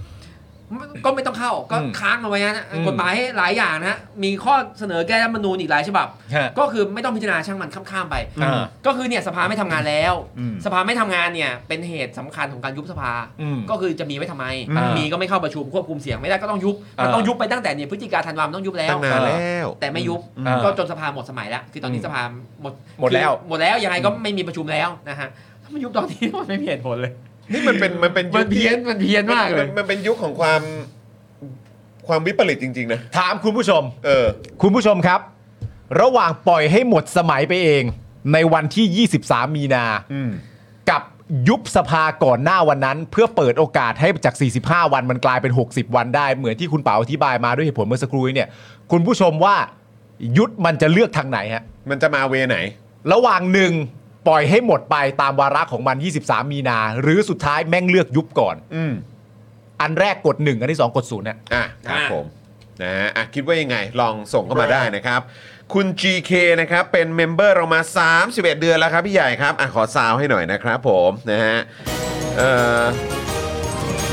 Speaker 2: ก็ไม่ต้องเข้าก็
Speaker 3: อืม
Speaker 2: ค้างเอาไว้นะ
Speaker 3: อืม
Speaker 2: กฎหมายหลายอย่างนะฮะมีข้อเสนอแก้รัฐธรรมนูญอีกหลายฉบับ
Speaker 3: ฮะ
Speaker 2: ก็คือไม่ต้องพิจารณาช่างมันข้ามๆไป
Speaker 3: อ่า
Speaker 2: ก็คือเนี่ยสภาไม่ทำงานแล้ว
Speaker 1: อืม
Speaker 2: สภาไม่ทำงานเนี่ยเป็นเหตุสำคัญของการยุบสภา
Speaker 3: อืม
Speaker 2: ก็คือจะมีไว้ทำไม
Speaker 3: อ่ามี
Speaker 2: มีก็ไม่เข้าประชุมควบคุมเสียงไม่ได้ก็ต้องยุบ
Speaker 3: อ่ามั
Speaker 2: มันต้องยุบไปตั้งแต่เนี่ยพฤศจิกาธันวาคมต้องยุบแล้
Speaker 1: ตั้
Speaker 2: ว
Speaker 1: งนานแล้ว
Speaker 2: แต่ไม่ยุบ
Speaker 3: อ่า
Speaker 2: ก็จนสภาหมดสมัยแล้ว คือตอนนี้
Speaker 3: อืม
Speaker 2: สภาหมด
Speaker 3: หมดแล้ว
Speaker 2: คือหมดแล้วยังไงก็ไม่มีประชุมแล้วนะฮะถ้ามันยุบตอนนี้ มันไม่มีเหตุผลเลย
Speaker 1: นี่มันเป็นมันเป็นยุ
Speaker 2: มัน
Speaker 1: ค
Speaker 2: เพี้ยนมันเพี้ยนมากเลย
Speaker 1: นเป็นยุคของความความวิปริตจริง ๆ นะ
Speaker 3: ถามคุณผู้ชม
Speaker 1: เออ
Speaker 3: คุณผู้ชมครับ ระหว่างปล่อยให้หมดสมัยไปเอง ในวันที่ 23 มีนา
Speaker 1: อืม
Speaker 3: กับยุบสภาก่อนหน้าวันนั้น เพื่อเปิดโอกาสให้จาก 45 วันมันกลายเป็น 60 วันได้ เหมือนที่คุณเป๋าอธิบายมาด้วยเหตุผลเมื่อสักครู่นี้เนี่ย คุณผู้ชมว่ายุทธมันจะเลือกทางไหนฮะ
Speaker 1: มันจะมาเวไหน
Speaker 3: ระหว่างหนึ่งปล่อยให้หมดไปตามวาระของมัน 23 มีนา หรือสุดท้ายแม่งเลือกยุบก่อน
Speaker 1: อืม
Speaker 3: อันแรกกดหนึ่งอันที่สองกดศูนย์เนี่ย
Speaker 1: อ่ะครับ
Speaker 2: อ่ะ
Speaker 1: ผมนะฮะอ่ะคิดว่ายังไงลองส่งเข้ามาได้นะครับ คุณ GK นะครับ เป็นเมมเบอร์เรามา 31 เดือนแล้วครับพี่ใหญ่ครับ อ่ะ ขอซาวให้หน่อยนะครับผมนะฮะเอ่อ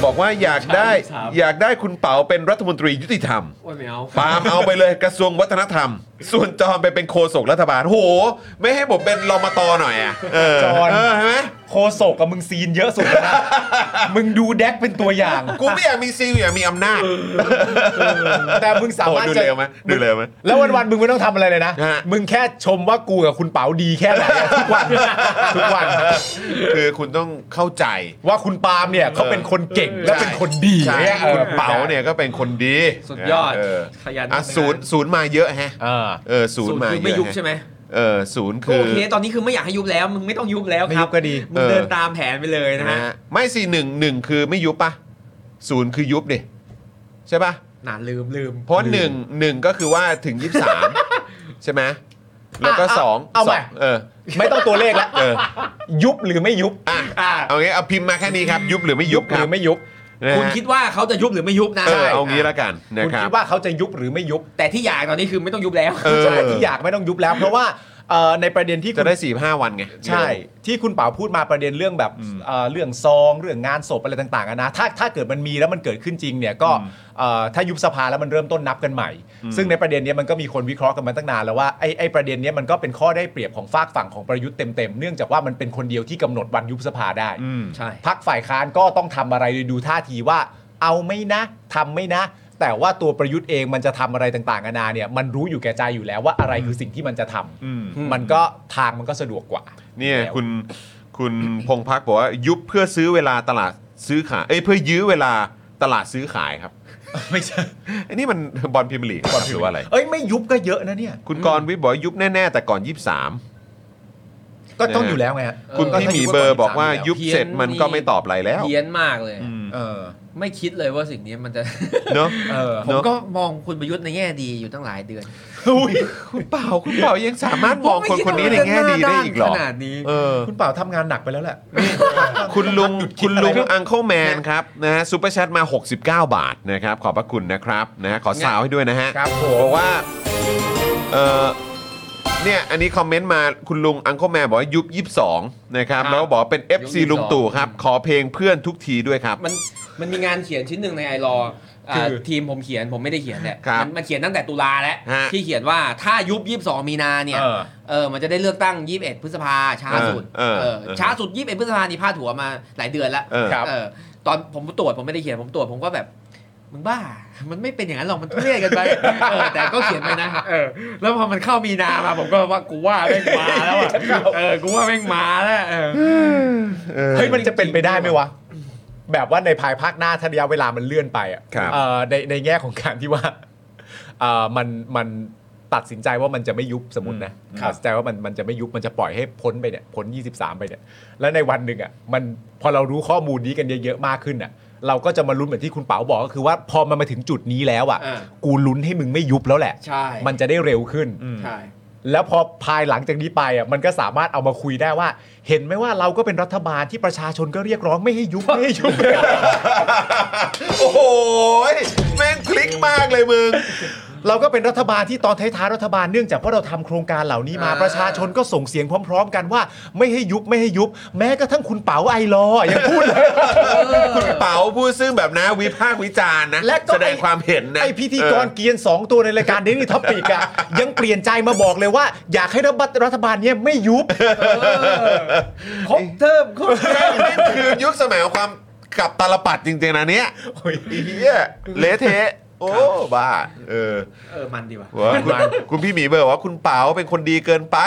Speaker 1: บอกว่าอยากได้อยากได้คุณเป๋าเป็นรัฐมนตรียุติธรรม
Speaker 2: โอ้ยไม่เอา
Speaker 1: ปาล์มเอาไปเลย กระทรวงวัฒนธรรม ส่วนจอมไปเป็นโคศกรัฐบาลโห ไม่ให้ผมเป็นรมตหน่อยอ่ะเออ
Speaker 3: จอน
Speaker 1: เออใช่ไหม
Speaker 3: โคโศกกับมึงซีนเยอะสุดแล้ว นะ มึงดูแดกเป็นตัวอย่าง
Speaker 1: กูไม่อยากมีซีลอยากมีอำนาจ
Speaker 3: แต่มึงสามารถ
Speaker 1: โอ้ดู
Speaker 3: จะ
Speaker 1: เร็วไหมดูเร็วไหม
Speaker 3: แล้ววันๆมึงไม่ต้องทำอะไรเลยนะ
Speaker 1: ฮะ
Speaker 3: มึงแค่ชมว่ากูกับคุณเป๋าดีแค่ไหนอะทุกวัน ทุกวัน
Speaker 1: คือคุณต้องเข้าใจ
Speaker 3: ว่าคุณปาล์มเนี่ยเขาเป็นคนเก่งและเป็นคนดี
Speaker 1: ใช่
Speaker 3: นี่ยออ
Speaker 1: คุณเป๋าเนี่ยก็เป็นคนดี
Speaker 2: สุดยอด
Speaker 1: เ
Speaker 2: ขยัน
Speaker 1: อ่ะศูนย์ศูนย์มาเยอะแฮะ
Speaker 3: เออ
Speaker 1: เออศูนย์มา
Speaker 2: คือ
Speaker 1: เย
Speaker 2: ไม่
Speaker 1: อะ
Speaker 2: ยุบ
Speaker 1: แฮะ
Speaker 2: ใช่ไหม
Speaker 1: เออศูนย์
Speaker 2: ก็
Speaker 1: คือ
Speaker 2: โอเคตอนนี้คือไม่อยากให้ยุบแล้วมึงไม่ต้องยุบแล้วค
Speaker 3: ไม่ยุ
Speaker 2: รับ
Speaker 3: ก็ดี
Speaker 2: มึง
Speaker 1: เออ
Speaker 2: เดินตามแผนไปเลยนะ
Speaker 1: นะ
Speaker 2: ฮะ
Speaker 1: ฮะไม่สี่หนึ่งหนึ่งคือไม่ยุบปะศูนย์คือยุบดิใช่ปะ
Speaker 2: นานลืมลืม
Speaker 1: เพราะหนึ่งหนึ่งก็คือว่าถึงยี่สาม ใช่ไหมแล้วก็
Speaker 3: อ่ะ
Speaker 1: สอง
Speaker 3: เอาใหม่
Speaker 1: สงเออ
Speaker 3: ไม่ต้องตัวเลขละ
Speaker 1: เออ
Speaker 3: ยุบหรือไม่ยุบ
Speaker 1: อ่ะ
Speaker 2: อ่ะ
Speaker 1: เอางี้เอาพิมพ์มาแค่นี้ครับ ยุบหรือไม่ยุบ
Speaker 3: ห
Speaker 1: ค
Speaker 3: รื
Speaker 1: รับ
Speaker 3: อไม่ยุบ
Speaker 1: นะฮะ
Speaker 2: คุณคิดว่าเขาจะยุบหรือไม่ยุบนะ
Speaker 1: เออเอางี้ละกันนะ
Speaker 3: คุณ
Speaker 1: ครั
Speaker 3: คิ
Speaker 1: บ
Speaker 3: ดว่าเขาจะยุบหรือไม่ยุบ
Speaker 2: แต่ที่อยากตอนนี้คือไม่ต้องยุบแล้ว
Speaker 1: เออ
Speaker 3: ใช่ที่อยากไม่ต้องยุบแล้ว เพราะว่าเอ่อในประเด็นที่คุ
Speaker 1: จะ
Speaker 3: ณ
Speaker 1: ได้สี่ห้าวันไง
Speaker 3: ใช่ ที่คุณเป๋าพูดมาประเด็นเรื่องแบบเอ่อเรื่องซองเรื่องงานศพอะไรต่างๆอะนะถ้าถ้าเกิดมันมีแล้วมันเกิดขึ้นจริงเนี่ยก็เอ่อถ้ายุบสภาแล้วมันเริ่มต้นนับกันใหม่ ซึ่งในประเด็นเนี้ยมันก็มีคนวิเคราะห์กันมาตั้งนานแล้วว่าไอ้ไอ้ประเด็นเนี้ยมันก็เป็นข้อได้เปรียบของฝากฝั่งของประยุทธ์เต็มๆเนื่องจากว่ามันเป็นคนเดียวที่กำหนดวันยุบสภาได้
Speaker 1: อืม
Speaker 2: ใช่
Speaker 3: พักฝ่ายค้านก็ต้องทำอะไรโดยดูท่าทีว่าเอาไม่นะทำไม่นะ แต่ว่าตัวประยุทธ์เองมันจะทำอะไรต่างๆนานาเนี่ย มันรู้อยู่แก่ใจอยู่แล้วว่าอะไรคือสิ่งที่มันจะทำ
Speaker 1: อืม
Speaker 3: มันก็ทางมันก็สะดวกกว่า
Speaker 1: เนี่ย
Speaker 3: แล้ว
Speaker 1: คุณคุณ พงพักบอกว่ายุบเพื่อซื้อเวลาตลาดซื้อขายเอ้ยเพื่อยื้อเวลาตลาดซื้อขายครับ
Speaker 3: ไม่ใช่
Speaker 1: อันนี้ มัน บอลพิมยร์ลีกครับหรือว่าอะไร
Speaker 3: เอ้ยไม่ยุบก็เยอะนะเนี่ย
Speaker 1: คุณกรณ์วิทย์บอกว่ายุบแน่ ๆ แต่ก่อน 23
Speaker 3: ก็ต้อง
Speaker 1: เออ
Speaker 3: อ
Speaker 1: อ
Speaker 3: ยู่แล้วไงฮะ
Speaker 1: คุณ
Speaker 3: ก็
Speaker 1: พี่
Speaker 3: ถ้า
Speaker 1: หมี
Speaker 3: ยุ
Speaker 1: เบอร์
Speaker 3: น
Speaker 1: บอกว่า
Speaker 3: ยู่แล้
Speaker 1: ยุบเสร็จ
Speaker 2: เพี้ยน
Speaker 1: มันก็
Speaker 2: นี่
Speaker 1: ไม่ตอบอะไรแล้ว
Speaker 2: เพี้ยนมากเลย
Speaker 1: อืม
Speaker 3: เออ
Speaker 2: ไม่คิดเลยว่าสิ่งนี้มันจะ
Speaker 1: เนาะ
Speaker 3: เออ
Speaker 2: ผม
Speaker 1: เนอะ
Speaker 2: ก็มองคุณประยุทธ์ในแง่ดีอยู่ตั้งหลายเดือน
Speaker 1: คุณเป่าคุณเป่ายังสามารถมองคนคนนี้ในแง่ดีได้อีกเหรอ
Speaker 2: ขนาดนี้
Speaker 1: เออ
Speaker 3: คุณเป่าทำงานหนักไปแล้วแหละ
Speaker 1: คุณลุงคุณลุง
Speaker 3: อะไร
Speaker 1: อังเคิลแมนครับนะฮะซูเปอร์แชทมา 69 บาทนะครับ ขอบพระคุณนะครับนะฮะขอสาวให้ด้วยนะฮะ
Speaker 3: ครับผ
Speaker 1: บ
Speaker 3: ม
Speaker 1: อกว่าเออเนี่ย อันนี้คอมเมนต์มาคุณลุงอัง l e แมนบอกว่ายุบ 22 นะครับ
Speaker 2: ครับ
Speaker 1: แล้วบอกว่าเป็น FC
Speaker 2: ยุบ22
Speaker 1: ลุงตู่ครับ ขอเพลงเพื่อนทุกทีด้วยครับ
Speaker 2: มันมันมีงานเขียนชิ้นหนึ่งในไอรอ เอ่อ
Speaker 3: คือ
Speaker 2: ทีมผมเขียนผมไม่ได้เขียนแหละ
Speaker 1: ครับ
Speaker 2: มันมันเขียนตั้งแต่ตุลาแล้ว
Speaker 1: ฮะ
Speaker 2: ที่เขียนว่าถ้ายุบ 22 มีนาเนี่ย
Speaker 3: เออ
Speaker 2: เออมันจะได้เลือกตั้ง 21 พฤษภาช้าสุด
Speaker 1: เออเออ
Speaker 2: เออ
Speaker 1: เออ
Speaker 2: ช้าสุด 21 พฤษภานี่พาดหัวมาหลายเดือนแล้ว
Speaker 1: เออ
Speaker 3: ครับ
Speaker 2: เออตอนผมตรวจผมไม่ได้เขียนผมตรวจผมก็แบบมึงบ้า มันไม่เป็นอย่างนั้นหรอกมันทุเรศกันไปเออแต่ก็เขียนไปนะเออแล้วพอมันเข้ามีนามาผมก็ว่ากูว่าแม่งมาแล้วอะเออกูว่าแม่งมาแล้วเออ
Speaker 3: เฮ้ยมันจะเป็นไปได้ไหมวะ แบบว่าในภายภาคหน้าถ้าระยะเวลามันเลื่อนไปอ่ะ
Speaker 1: ครับ
Speaker 3: เอ่อในในแง่ของการที่ว่า เอ่อมันมันตัดสินใจว่ามันจะไม่ยุบสมมตินะตัดสินใจว่ามันมันจะไม่ยุบมันจะปล่อยให้พ้นไปเนี่ยพ้น 23 ไปเนี่ย แล้วในวันหนึ่งอ่ะมันพอเรารู้ข้อมูลนี้กันเยอะๆมากขึ้นอ่ะ เราก็จะมาลุ้นเหมือนที่คุณเป๋าบอกก็คือว่าพอมันมาถึงจุดนี้แล้วอ่ะ
Speaker 2: อ่า
Speaker 3: กูลุ้นให้มึงไม่ยุบแล้วแหละ
Speaker 2: ใช่
Speaker 3: มันจะได้เร็วขึ้น
Speaker 2: ใช่
Speaker 3: แล้วพอภายหลังจากนี้ไปอ่ะมันก็สามารถเอามาคุยได้ว่า เห็นไหมว่าเราก็เป็นรัฐบาลที่ประชาชนก็เรียกร้องไม่ให้ยุบ ไม่ให้ยุบ
Speaker 1: โอ้โหแม่งคลิกมากเลยมึง
Speaker 3: เราก็เป็นรัฐบาลที่ตอนท้ายๆรัฐบาลเนื่องจากว่าเราทำโครงการเหล่านี้มา
Speaker 2: อ่า
Speaker 3: ประชาชนก็ส่งเสียงพร้อม ๆ กันว่า ไม่ให้ยุบไม่ให้ยุบ แม้กระทั่งคุณเป๋าไอรอว์ยังพูดเลย
Speaker 1: คุณเป๋าพูดซึ่งแบบนะวิพากษ์วิจารณ์นะ
Speaker 3: และก็ ไอ้
Speaker 1: แสดงความเห็นนะ
Speaker 3: ไอพิธีกรเกียน 2 ตัวในรายการเดนี่ท็อปิกอะยังเปลี่ยนใจมาบอกเลยว่า อยากให้รัฐบาลเนี้ยไม่ยุบ
Speaker 2: ครบเทิมครบเทิม
Speaker 1: เออนี่คือยุคสมัยของความกับตาลปัดจริงๆนะเนี้ย
Speaker 3: โอ้ย
Speaker 1: ไอ้เหี้ยเละเทะโอ้บ้าเออ
Speaker 2: เออมันดีว่ะ
Speaker 1: ว่าคุณ คุณพี่หมีเบอร์บอกว่าคุณเป๋าเป็นคนดีเกินไป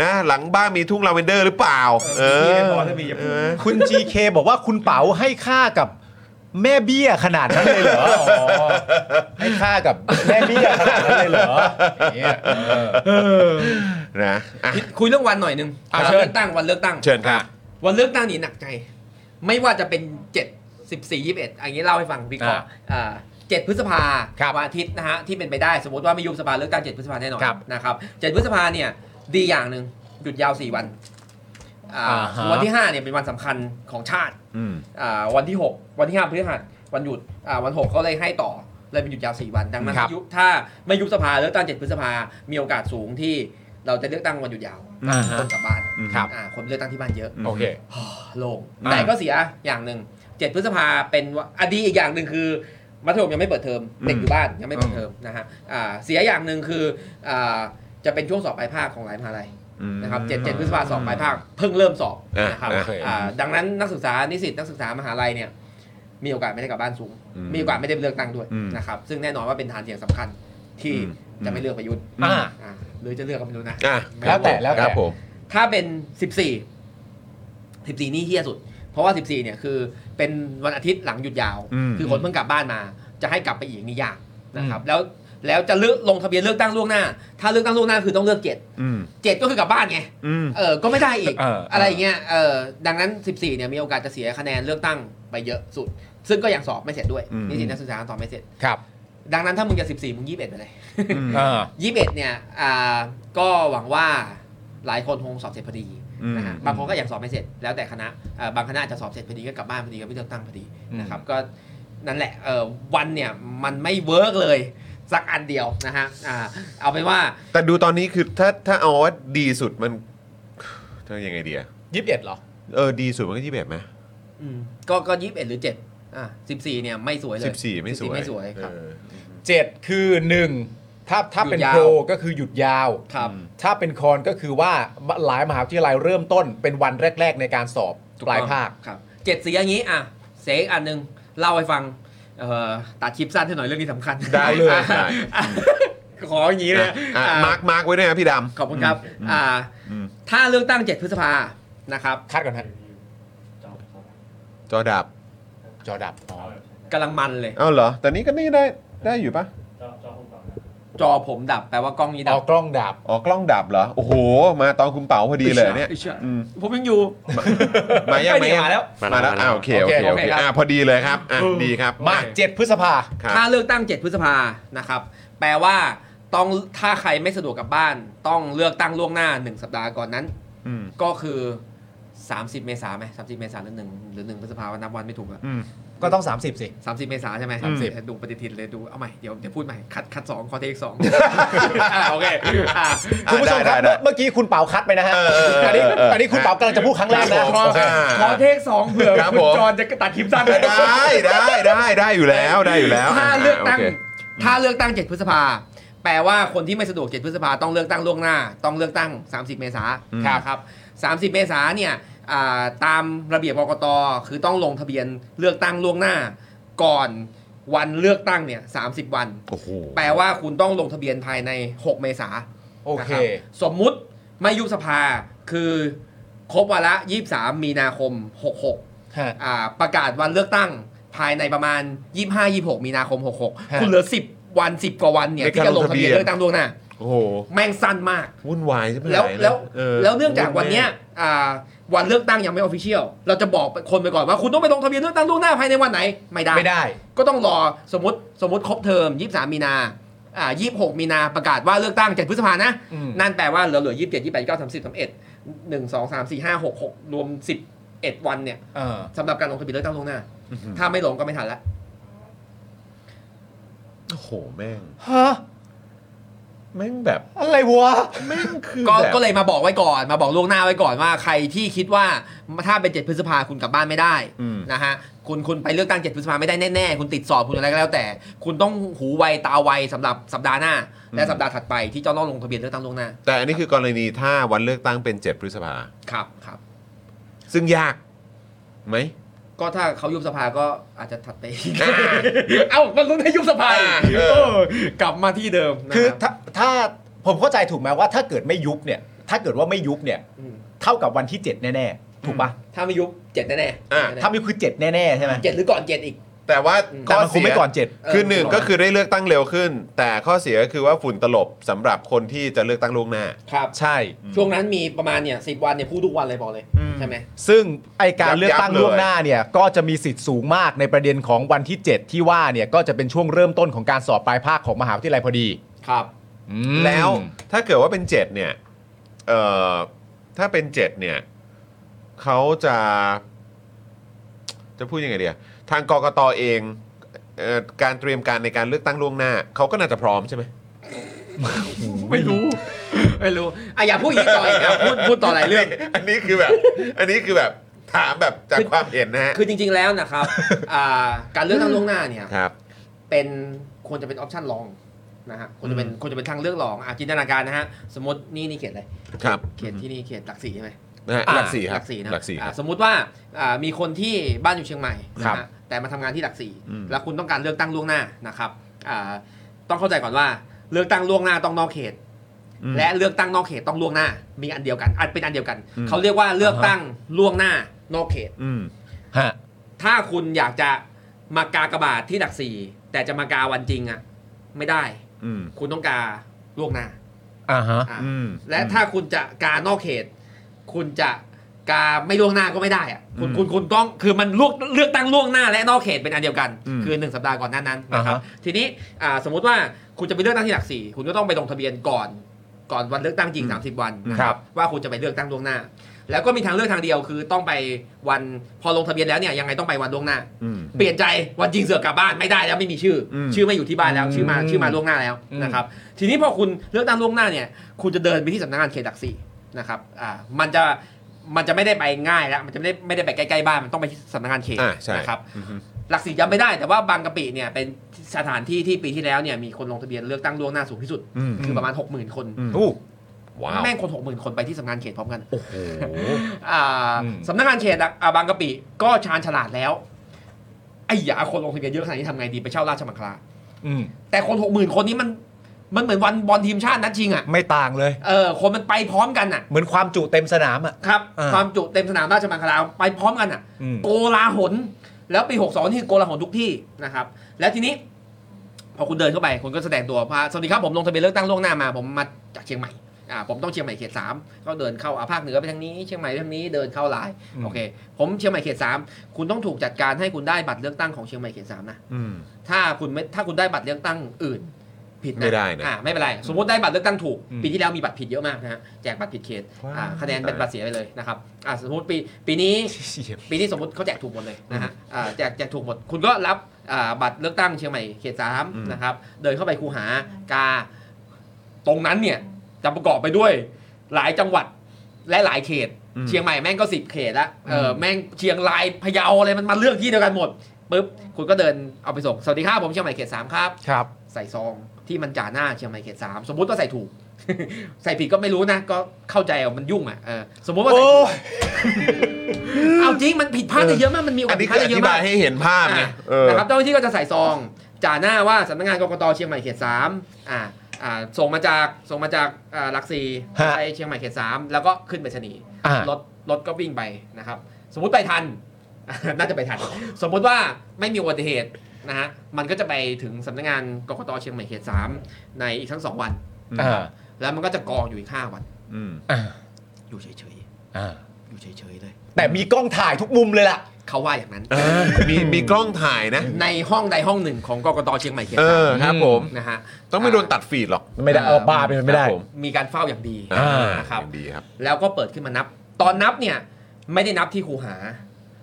Speaker 1: นะหลังบ้านมีทุ่งลาเวนเดอร์หรือเปล่า เอ
Speaker 2: เอ
Speaker 1: อ
Speaker 2: อมีไม่พอถ้ามีอย่าพูด
Speaker 1: เออ
Speaker 3: คุณ GK บอกว่าคุณเป๋าให้ค่ากับแม่เบี้ยขนาดนั้นเลยเหรอ ให้ค่ากับแม่เบี้ยขนาดนั้นเลยเหรออย่างเงี้ยเออ
Speaker 1: นะอ่ะ
Speaker 2: คุยเรื่องวันหน่อยหนึง
Speaker 3: อ่ะ
Speaker 2: วัน
Speaker 3: เชิญ
Speaker 2: เลือกตั้งวันเลือกตั้ง
Speaker 1: เชิญครับ
Speaker 2: วันเลือกตั้งนี่หนักใจ ไม่ว่าจะเป็นเจ็ดสิบสี่ยี่สิบเอ็ดอันนี้เล่าให้ฟังพี่ขอ
Speaker 3: อ่า
Speaker 2: อ่าเจ็ดพฤษภา
Speaker 3: ครับ
Speaker 2: วันอาทิตย์นะฮะที่เป็นไปได้สมมติว่าไม่ยุบสภาเลือกตั้งเจ็ดพฤษภาแน่นอน
Speaker 3: ครับ
Speaker 2: นะครับเจ็ดพฤษภาเนี่ยดีอย่างหนึ่งหยุดยาวสี่วันอ่า
Speaker 3: อ่าฮะ
Speaker 2: วันที่ห้าเนี่ยเป็นวันสำคัญของชาติ
Speaker 1: อืม
Speaker 2: อ่าวันที่ 6 วันที่5พฤหัสวันหยุดอ่าวัน6เขาเลยให้ต่อเลยเป็นหยุดยาว 4 วันดังนั้น
Speaker 3: ครับ
Speaker 2: ยุบถ้าไม่ยุบสภาเลือกตั้ง7พฤษภา มีโอกาสสูงที่เราจะเลือกตั้งวันหยุดยาว
Speaker 3: อ่าฮะ
Speaker 2: คนกลับบ้าน
Speaker 3: ครับ
Speaker 2: อ่าคนเลือกตั้งที่บ้านเยอะ
Speaker 1: อืม
Speaker 3: โอเค
Speaker 2: โล่ง
Speaker 3: อ่า
Speaker 2: แต่ก็เสียอย่างหนึ่ง7พฤษภาเป็นวันอะดีอีกอย่างหนึ่งคือมัธยมยังไม่เปิดเทอมเด็กอยู่บ้านยังไม่เปิดเทอมนะฮะอ่าเสียอย่างหนึ่งคืออ่าจะเป็นช่วงสอบปลายภาคของหลายมหาลัย
Speaker 1: อืม
Speaker 2: นะครับเจ็ดเจ็ดพฤษภาสอบปลายภาคเพิ่งเริ่มสอบ
Speaker 1: อ่ะ
Speaker 2: นะครับ
Speaker 1: โอเค
Speaker 2: อ่าดังนั้นนักศึกษานิสิตนักศึกษามหาลัยเนี่ยมีโอกาสไม่ได้กลับบ้านสูง
Speaker 1: อืม
Speaker 2: มีโอกาสไม่ได้เลือกตั้งด้วย
Speaker 1: อืม
Speaker 2: นะครับซึ่งแน่นอนว่าเป็นฐานเสียงสำคัญที่
Speaker 1: อืม
Speaker 2: จะไม่เลือกประยุทธ์
Speaker 3: อ่า
Speaker 2: อ่าหรือจะเลือกก็ไม่รู้นะ
Speaker 1: อ่ะ
Speaker 3: แล้วแต่แล้วแต่
Speaker 1: ครับผม
Speaker 2: ถ้าเป็น 14 14 นี่เฮี้ยสุด เพราะว่า 14เนี่ยคือเป็นวันอาทิตย์หลังหยุดยาว
Speaker 1: อืม
Speaker 2: คือคนเพิ่งกลับบ้านมา จะให้กลับไปอีกนี่ยากนะครับแล้วแล้วจะเลือกลงทะเบียนเลือกตั้งล่วงหน้า ถ้าเลือกตั้งล่วงหน้าคือต้องเลือกเจ็ด
Speaker 1: อืม
Speaker 2: เจ็ดก็คือกลับบ้านไง
Speaker 1: อืม
Speaker 2: เออ ก็ไม่ได้อีก
Speaker 3: เอออ
Speaker 2: อะไรอย่างเงี้ย เออ ดังนั้น 14 เนี่ย มีโอกาสจะเสียคะแนนเลือกตั้งไปเยอะสุด ซึ่งก็ยังสอบไม่เสร็จด้วย
Speaker 1: อืม
Speaker 2: นิสิตนักศึกษาสอบไม่เสร็จ
Speaker 3: ครับ
Speaker 2: ดังนั้นถ้ามึงจะ 14 มึง 21 ไปเลย
Speaker 1: อืม
Speaker 3: อ่า
Speaker 2: 21 เนี่ย อ่า ก็หวังว่าหลายคนคงสอบเสร็จพอดีนะฮะ
Speaker 1: อืม
Speaker 2: บางคนก็ยังสอบไม่เสร็จ แล้วแต่คณะเอ่อบางคณะอาจจะสอบเสร็จพอดีก็กลับบ้านพอดีก็ไปเลือกตั้งพอดี
Speaker 3: อืม
Speaker 2: นะครับ ก็นั่นแหละ เออวันเนี่ย มันไม่เวิร์กเลยสักอันเดียวนะฮะ อ่า เอาเป็นว่า
Speaker 1: แต่ดูตอนนี้คือถ้าถ้าเอาว่าดีสุดมันจะยังไงดีอะ
Speaker 3: ยี่สิบเอ็ดเหรอ
Speaker 1: เออดีสุดมันก็ที่แบบไหม
Speaker 2: อืมก็ก็ยี่สิบเอ็ดหรือเจ็ดอ่ะสิบสี่เนี่ยไม่สวยเลย
Speaker 1: สิบสี่ไม่สวย
Speaker 2: 14ไม่สวยครับ
Speaker 1: เออ
Speaker 3: เจ็ดคือหนึ่งถ้าถ้าเป็น
Speaker 2: หยุดยาว
Speaker 3: โปรก็คือหยุดยาว
Speaker 2: ครับ
Speaker 3: ถ้าเป็นคอนก็คือว่าหลายมหาวิทยาลัยเริ่มต้นเป็นวันแรก ๆ ในการสอบปลายภาค
Speaker 2: ครับเจ็ดสีอย่างนี้อ่ะเสกอันหนึ่งเล่าให้ฟังเอ่อตัดคลิปสั้นให้หน่อยเรื่องนี้สำคัญ
Speaker 1: ได้เลย
Speaker 2: อ่ะ
Speaker 1: ได้
Speaker 2: อ่ะขออย่างนี้เลย
Speaker 1: อ่ะ
Speaker 2: อ่ะ
Speaker 1: มาร์กมาร์กไว้ด้วยนะพี่ด
Speaker 2: ขอบคุณครับอ่า
Speaker 1: อืม
Speaker 2: ถ้าเลือกตั้งเจ็ดพฤษภานะครับ
Speaker 3: คัดก่อนฮะ
Speaker 1: ำจอดับ
Speaker 3: จอดับอ๋อก
Speaker 2: ำลังมันเลย
Speaker 1: เอ้าเหรอ แต่นี้ก็นี่ได้ได้อยู่ปะ
Speaker 2: จอผมดับแปลว่ากล้องนี้
Speaker 3: อ
Speaker 2: ดั
Speaker 3: อบ กล้องดับ
Speaker 1: อ๋อกล้องดับเหรอ โอ้โห มาตอนคุณเป๋าพอดีเลยเนี่ย
Speaker 2: ไอ้ชี่
Speaker 1: อืม
Speaker 2: ผมยังอยู่
Speaker 1: มายังมา
Speaker 2: ไม่ได้
Speaker 1: ยัง
Speaker 2: มาแล้ว
Speaker 1: มาแล้วอ่าโอเคโอเคโอ
Speaker 3: โอเค
Speaker 1: เค
Speaker 3: ครับ
Speaker 1: อ่าพอดีเลยครับอ่ะดีครับ
Speaker 3: มาเจ็ดพฤษภา
Speaker 1: ครับ
Speaker 2: ถ้าเลือกตั้ง 7 พฤษภานะครับ แปลว่าต้องถ้าใครไม่สะดวกกลับบ้าน ต้องเลือกตั้งล่วงหน้า 1 สัปดาห์ก่อนนั้น
Speaker 1: อืม
Speaker 2: ก็คือ 30 เมษายนไหม30 เมษายนหรือหนึ่งหรือหนึ่งพฤษภาวันนับวันไม่ถูกอะ
Speaker 1: อืม
Speaker 3: ก็ต้อง 30 สิ
Speaker 2: สามสิบเมษาใช่ไหม
Speaker 3: อืม
Speaker 2: ดูปฏิทินเลยดูเอาใหม่เดี๋ยวเดี๋ยวพูดใหม่คัดคัดสองคอเทคส องอ่าโอเคอ่า
Speaker 1: อ่ะ
Speaker 3: คุณผู้ชมครับ
Speaker 1: ได้ได้ได้
Speaker 3: เมื่อเมื่อกี้คุณเป๋าคัดไปนะฮะ
Speaker 1: เออเออเอออั
Speaker 3: อันนี้
Speaker 1: เอออั
Speaker 3: อันนี้คุณเป๋ากำลังจะพูดครั้งแรกนะ
Speaker 1: ครับผม อ่า
Speaker 2: ขอเทคสองเผื่อ
Speaker 1: ครับ
Speaker 2: คุ
Speaker 1: ผ
Speaker 2: ณ
Speaker 1: ม
Speaker 2: จอนจะตัดคลิปสั้น
Speaker 1: ได้ได้ได้ได้อยู่แล้วได้อยู่แล้ว
Speaker 2: ถ้าเลือกตั้ง
Speaker 1: โค
Speaker 2: ถ้าเลือกตั้ง 7 พฤษภา แปลว่าคนที่ไม่สะดวก 7 พฤษภาต้องเลือกตั้งล่วงหน้า ต้องเลือกตั้ง 30 เมษา
Speaker 1: อืม
Speaker 2: ครับ 30 เมษาเนี่ยอ่าตามระเบียบกกตคือต้องลงทะเบียนเลือกตั้งล่วงหน้า ก่อนวันเลือกตั้งเนี่ย30 วัน
Speaker 1: โอ้โห
Speaker 2: แปลว่าคุณต้องลงทะเบียนภายใน 6 เมษา
Speaker 3: โอเค
Speaker 2: นะครับสมมุติไม่ยุบสภาคือครบวาระ 23 มีนาคม 66
Speaker 3: ฮะ
Speaker 2: อ่าประกาศวันเลือกตั้งภายในประมาณ 25 26 มีนาคม 66
Speaker 3: ฮะ
Speaker 2: คุณเหลือ 10 วัน 10 กว่าวันเนี่ย
Speaker 1: ใน
Speaker 2: ที่
Speaker 1: การ
Speaker 2: จะลงทะเบียน
Speaker 1: ลงทะเบียน
Speaker 2: เลือกตั้งล่วงหน้า
Speaker 1: โอ้โห
Speaker 2: แม่งสั้นมาก
Speaker 1: วุ่นวายใช่ไหม
Speaker 2: แล้ว
Speaker 1: หายนะ
Speaker 2: แล้ว
Speaker 1: เออ
Speaker 2: แล้วเนื่องจากวันเนี้ยอ่าวันเลือกตั้งยังไม่ออฟฟิเชียลเราจะบอกคนไปก่อนว่าคุณต้องไปลงทะเบียนเลือกตั้งล่วงหน้าภายในวันไหนไม่ได้
Speaker 3: ไม่ได้
Speaker 2: ก็ต้องรอสมมติสมมติครบเทอม 23 มีนาอ่า26 มีนาประกาศว่าเลือกตั้ง 7 พฤษภานะ
Speaker 3: อืม
Speaker 2: นั่นแปลว่าเหลือเหลือ 27 28 9 30 31 1 2 3 4 5 6 6 รวม 11 วันเนี่ย
Speaker 3: เออ
Speaker 2: สำหรับการลงทะเบียนเลือกตั้งล่วงหน้า
Speaker 1: อื้อหือ
Speaker 2: ถ้าไม่ลงก็ไม่ทันละ
Speaker 1: โอ้โหแม่ง
Speaker 3: ฮะ
Speaker 1: แม่งแบบ
Speaker 3: อะไรวะ
Speaker 1: แม่งคือ
Speaker 2: ก็
Speaker 1: แบบ
Speaker 2: ก็เลยมาบอกไว้ก่อน มาบอกล่วงหน้าไว้ก่อนว่าใครที่คิดว่าถ้าเป็น 7 พฤษภาคุณกลับบ้านไม่ได้
Speaker 1: อืม
Speaker 2: นะฮะคุณคุณไปเลือกตั้ง 7 พฤษภาไม่ได้แน่ๆ คุณติดสอบคุณอะไรก็แล้วแต่ คุณต้องหูไวตาไวสำหรับสัปดาห์หน้า และ
Speaker 1: อืม
Speaker 2: สัปดาห์ถัดไปที่จะต้องลงทะเบียนเลือกตั้งล่วงหน้า
Speaker 1: แต่อันนี้คือกรณีถ้าวันเลือกตั้งเป็น 7 พฤษภา
Speaker 2: ครับครับ
Speaker 1: ซึ่งยากไหม
Speaker 2: ก็ถ้าเขายุบสภาก็อาจจะถัดไปอีก
Speaker 1: อ่า
Speaker 2: เอ้ามันลุ้นให้ยุบสภาอีก
Speaker 1: อ่าเออ
Speaker 2: เออกลับมาที่เดิมนะ
Speaker 3: คือ
Speaker 2: รับ
Speaker 3: ถ้าถ้าผมเข้าใจถูกไหมว่าถ้าเกิดไม่ยุบเนี่ย ถ้าเกิดว่าไม่ยุบเนี่ย
Speaker 2: อืม
Speaker 3: เท่ากับวันที่ 7 แน่ ๆ ถูกปะ
Speaker 2: ถ้าไม่ยุบเจ็ดแน่ๆ
Speaker 1: อ่า
Speaker 2: แน่ๆ
Speaker 3: ถ้าไม่ยุบคือ 7 แน่ ๆ ใช่ไหม
Speaker 2: เจ็ดหรือก่อนเจ็ดอีก
Speaker 1: แต่ว่า
Speaker 3: แต่มันคงไม่ก่อน
Speaker 2: เออ
Speaker 1: คือหนึ่ง
Speaker 2: ก่อน
Speaker 1: ก็คือได้เลือกตั้งเร็วขึ้น แต่ข้อเสียก็คือว่าฝุ่นตลบสำหรับคนที่จะเลือกตั้งล่วงหน้า
Speaker 2: ครับ
Speaker 3: 7 ใช่
Speaker 2: ช่วงนั้นมีประมาณเนี่ยสิบวันเนี่ยพูดทุกวันเลยบอกเลยใช่ไหม
Speaker 3: ซึ่งไอการเลือกตั้ง
Speaker 1: ยับๆเลย
Speaker 3: ล่วงหน้าเนี่ยก็จะมีสิทธิ์สูงมากในประเด็นของวันที่ 7 ที่ว่าเนี่ยก็จะเป็นช่วงเริ่มต้นของการสอบปลายภาคของมหาวิทยาลัยพอดี
Speaker 2: ครับ
Speaker 3: อืม
Speaker 1: แล้วถ้าเกิดว่าเป็นเจ็ดเนี่ยเอ่อถ้าเป็นเจ็ดเนี่ยเขาจะจะพูดยังไงเดียทางกกตเองเอ่อการเตรียมการในการเลือกตั้งล่วงหน้าเขาก็น่าจะพร้อมใช่ไหม
Speaker 2: ไม่รู้ ไม่รู้อ่ะอย่าพูดอย่างนี้ต่ออีกนะพูดพูดต่อหลายเรื่อง
Speaker 1: อันนี้คือแบบ อันนี้คือแบบถามแบบจากความเห็นนะฮะ
Speaker 2: คือจริงๆแล้วนะครับ อ่าการเลือกตั้งล่วงหน้าเนี่ย
Speaker 1: ครับ
Speaker 2: เป็นควรจะเป็นออปชันรองนะฮะควรจะเป็นควรจะเป็นทางเลือกรองอ่ะจินตนาการนะฮะสมมตินี่นี่เขตอะไร
Speaker 1: ครับ
Speaker 2: เขตที่นี่เขตหลักสี่ใช่ไหม
Speaker 1: นะฮะหลักสี่ครับ
Speaker 2: หลักสี่นะ
Speaker 1: หลักสี่ค
Speaker 2: อ่ะ
Speaker 1: รับ
Speaker 2: สมมุติว่าอ่ามีคนที่บ้านอยู่เชียงใหม่
Speaker 1: ครั
Speaker 2: นะ
Speaker 1: บ
Speaker 2: ฮะแต่มาทำงานที่หลักสี่
Speaker 1: อืม
Speaker 2: แล้วคุณต้องการเลือกตั้งล่วงหน้านะครับอ่าต้องเข้าใจก่อนว่าเลือกตั้งล่วงหน้าต้องนอกเขต
Speaker 1: อืม
Speaker 2: และเลือกตั้งนอกเขตต้องล่วงหน้า มีอันเดียวกันอันเป็นอันเดียวกัน
Speaker 1: อืม
Speaker 2: เขาเรียกว่าเลือกตั้งล่วงหน้านอกเขต
Speaker 1: อืม
Speaker 3: ฮะ
Speaker 2: ถ้าคุณอยากจะมากากบาทที่หลักสี่แต่จะมากาวันจริงอ่ะไม่ได้
Speaker 1: อืม
Speaker 2: คุณต้องกาล่วงหน้า
Speaker 3: อ่าฮะ
Speaker 2: อ่ะ
Speaker 1: อืม
Speaker 2: และถ้าคุณจะกานอกเขต คุณจะกาไม่ล่วงหน้าก็ไม่ได้อะคุณ
Speaker 1: อืม
Speaker 2: คุณคุณต้องคือมันลวกเลือกตั้งล่วงหน้าและนอกเขตเป็นอันเดียวกัน
Speaker 1: อืม
Speaker 2: คือ 1 สัปดาห์ก่อนหน้านั้นนะครับทีนี้อ่าสมมุติว่าคุณจะไปเลือกตั้งที่หลักสี่คุณก็ต้องไปลงทะเบียนก่อนก่อนวันเลือกตั้งจริง 30 วันนะครับว่าคุณจะไปเลือกตั้งล่วงหน้า แล้วก็มีทางเลือกทางเดียวคือต้องไปวันพอลงทะเบียนแล้วเนี่ยยังไงต้องไปวันล่วงหน้า
Speaker 1: อืม
Speaker 2: เปลี่ยนใจวันจริงเสือกกลับบ้านไม่ได้แล้วไม่มีชื่ออ
Speaker 1: ม
Speaker 2: ชื่อไม่อยู่ที่บ้านแล้วชื่อมาชื่อมาล่วงหน้าแล้วนะครับทีนี้พอคุณเลือกตั้งล่วงหน้าเนี่ยคุณจะเดินไปที่สำนักงานเขตหลักสี่นะครับอ่ามันจะมันจะไม่ได้ไปง่ายแล้วมันจะไม่ได้ไม่ได้ไปใกล้ๆบ้านมันต้องไปที่สำนักงานเขต
Speaker 1: อ่าใช่
Speaker 2: นะครับ
Speaker 1: อืม
Speaker 2: หลักสี่จำไม่ได้แต่ว่าบางกะปิเนี่ยเป็นสถานที่ที่ปีที่แล้วเนี่ยมีคนลงทะเบียนเลือกตั้งล่วงหน้าสูงที่สุด
Speaker 1: อืม
Speaker 2: คือประมาณ 6 0,000 คน
Speaker 1: อืม
Speaker 3: อู้
Speaker 1: ว้าว
Speaker 2: แม่งคน 6 0,000 คนไปที่สำนักงานเขตพร้อมกัน
Speaker 1: โอ้โห
Speaker 2: อ่า
Speaker 3: อืม
Speaker 2: สำนักงานเขตอะอ่าบางกะปิก็ชาญฉลาดแล้ว ไอ้หยาคนลงทะเบียนเยอะขนาดนี้ทำไงดีไปเช่าราชมังคลา
Speaker 3: อืม
Speaker 2: แต่คนหกหมื่นคนนี้มันมันเหมือนวันบอลทีมชาตินัดชิงอ่ะ
Speaker 3: ไม่ต่างเลย
Speaker 2: เออคนมันไปพร้อมกันอ่ะ
Speaker 3: เหมือนความจุเต็มสนามอ่ะ
Speaker 2: ครับ
Speaker 3: อ่า
Speaker 2: ความจุเต็มสนามราชมังคลาไปพร้อมกันอ่ะ
Speaker 3: อืม
Speaker 2: โกลาหล แล้วปี 62 นี่คือโกลาหลทุกที่นะครับ แล้วทีนี้ พอคุณเดินเข้าไป คุณก็แสดงตัวพาสวัสดีครับ ผมลงทะเบียนเลือกตั้งล่วงหน้ามา ผมมาจากเชียงใหม่อ่าผมต้องเชียงใหม่เขตสามก็เดินเข้าอาภาคเหนือไปทางนี้เชียงใหม่ไปทางนี้เดินเข้าหลาย
Speaker 3: อืม
Speaker 2: โอเค ผมเชียงใหม่เขตสามคุณต้องถูกจัดการให้คุณได้บัตรเลือกตั้งของเชียงใหม่เขตสามนะ
Speaker 1: อืม
Speaker 2: ถ้าคุณไม่ถ้าคุณได้บัตรเลือกตั้งอื่น ผิด
Speaker 1: ไม่ได้นะ
Speaker 2: อ่าไม่เป็นไร สมมติได้บัตรเลือกตั้งถูก
Speaker 3: อืม
Speaker 2: ปีที่แล้วมีบัตรผิดเยอะมากนะฮะแจกบัตรผิดเขต
Speaker 1: ว้าว
Speaker 2: อ่าคะแนนเป็น
Speaker 1: ตาย
Speaker 2: บัตรเสียไปเลยนะครับอ่าสมมติปีปีนี้
Speaker 3: เชี่ย
Speaker 2: ปีนี้สมมติเขาแจกถูกหมดเลยนะฮะอ่าแจกแจกถูกหมด คุณก็รับอ่าบัตรเลือกตั้งเชียงใหม่เขตสาม
Speaker 1: อืม
Speaker 2: นะครับ เดินเข้าไปคูหากา ตรงนั้นเนี่ยจะประกอบไปด้วยหลายจังหวัดและหลายเขต
Speaker 1: อืม
Speaker 2: เชียงใหม่แม่งก็สิบเขตละเอออ
Speaker 3: ม
Speaker 2: แม่งเชียงรายพะเยาอะไรมันมาเลือกที่เดียวกันหมดปุ๊บคุณก็เดินเอาไปส่งสวัสดีครับผมเชียงใหม่เขตสามครับ
Speaker 3: ครับ
Speaker 2: ใส่ซองที่มันจ่าหน้าเชียงใหม่เขตสามสมมุติว่าใส่ถูก ใส่ผิดก็ไม่รู้นะ ก็เข้าใจอ่ะมันยุ่งอ่ะเออสมมุติว่าใส่ถูก เอาจริงมันผิดพลาดได้เยอะมากมันมีโอ
Speaker 1: อั
Speaker 2: กาน ส
Speaker 1: นี้
Speaker 2: ผิดพ
Speaker 1: คือ
Speaker 2: ลาด
Speaker 1: อธิบาม
Speaker 2: ได้เยอะาย ก
Speaker 1: ให้เห็นภาพไง
Speaker 2: อ่ะ
Speaker 1: เออ
Speaker 2: นะครับเจ้าหน้าที่ก็จะใส่ซองจ่าหน้าว่าสำนักงานกกตเชียงใหม่เขตสามอ่าอ่าส่งมาจากส่งมาจากอ่าหลักสี่
Speaker 3: ฮะ
Speaker 2: ไปเชียงใหม่เขตสามแล้วก็ขึ้นไปชนีย์
Speaker 3: อ่าร
Speaker 2: ถรถก็วิ่งไปนะครับ สมมติไปทัน น่าจะไปทัน สมมติว่าไม่มีอุบัติเหตุนะฮะมันก็จะไปถึงสำนักงานกกตเชียงใหม่เขตสามในอีกทั้งสองวัน
Speaker 1: อืม
Speaker 3: อ่า
Speaker 2: แล้วมันก็จะกองอยู่อีกห้าวัน
Speaker 1: อืม
Speaker 3: อ่า
Speaker 2: อยู่เฉย
Speaker 3: อ่า
Speaker 2: ๆอยู่เฉยๆเลย
Speaker 3: แต่มีกล้องถ่ายทุกมุมเลยล่ะ
Speaker 2: เขาว่าอย่างนั้น
Speaker 1: เออมีมีกล้องถ่ายนะ
Speaker 2: ในห้องใดห้องหนึ่งของกกตเชียงใหม่เขต
Speaker 1: เออ
Speaker 2: สาม
Speaker 1: ครับผม
Speaker 2: นะฮะ
Speaker 1: ต้องไม่โดนตัดฟีดหรอก
Speaker 3: ไม่ได้เออบ้าเป็นไปไม่ได้
Speaker 1: ครับผม
Speaker 2: มีการเฝ้าอย่างดี
Speaker 1: อ่า
Speaker 2: นะครับ
Speaker 1: อย่างดีครับ
Speaker 2: แล้วก็เปิดขึ้นมานับ ตอนนับเนี่ยไม่ได้นับที่ครูหา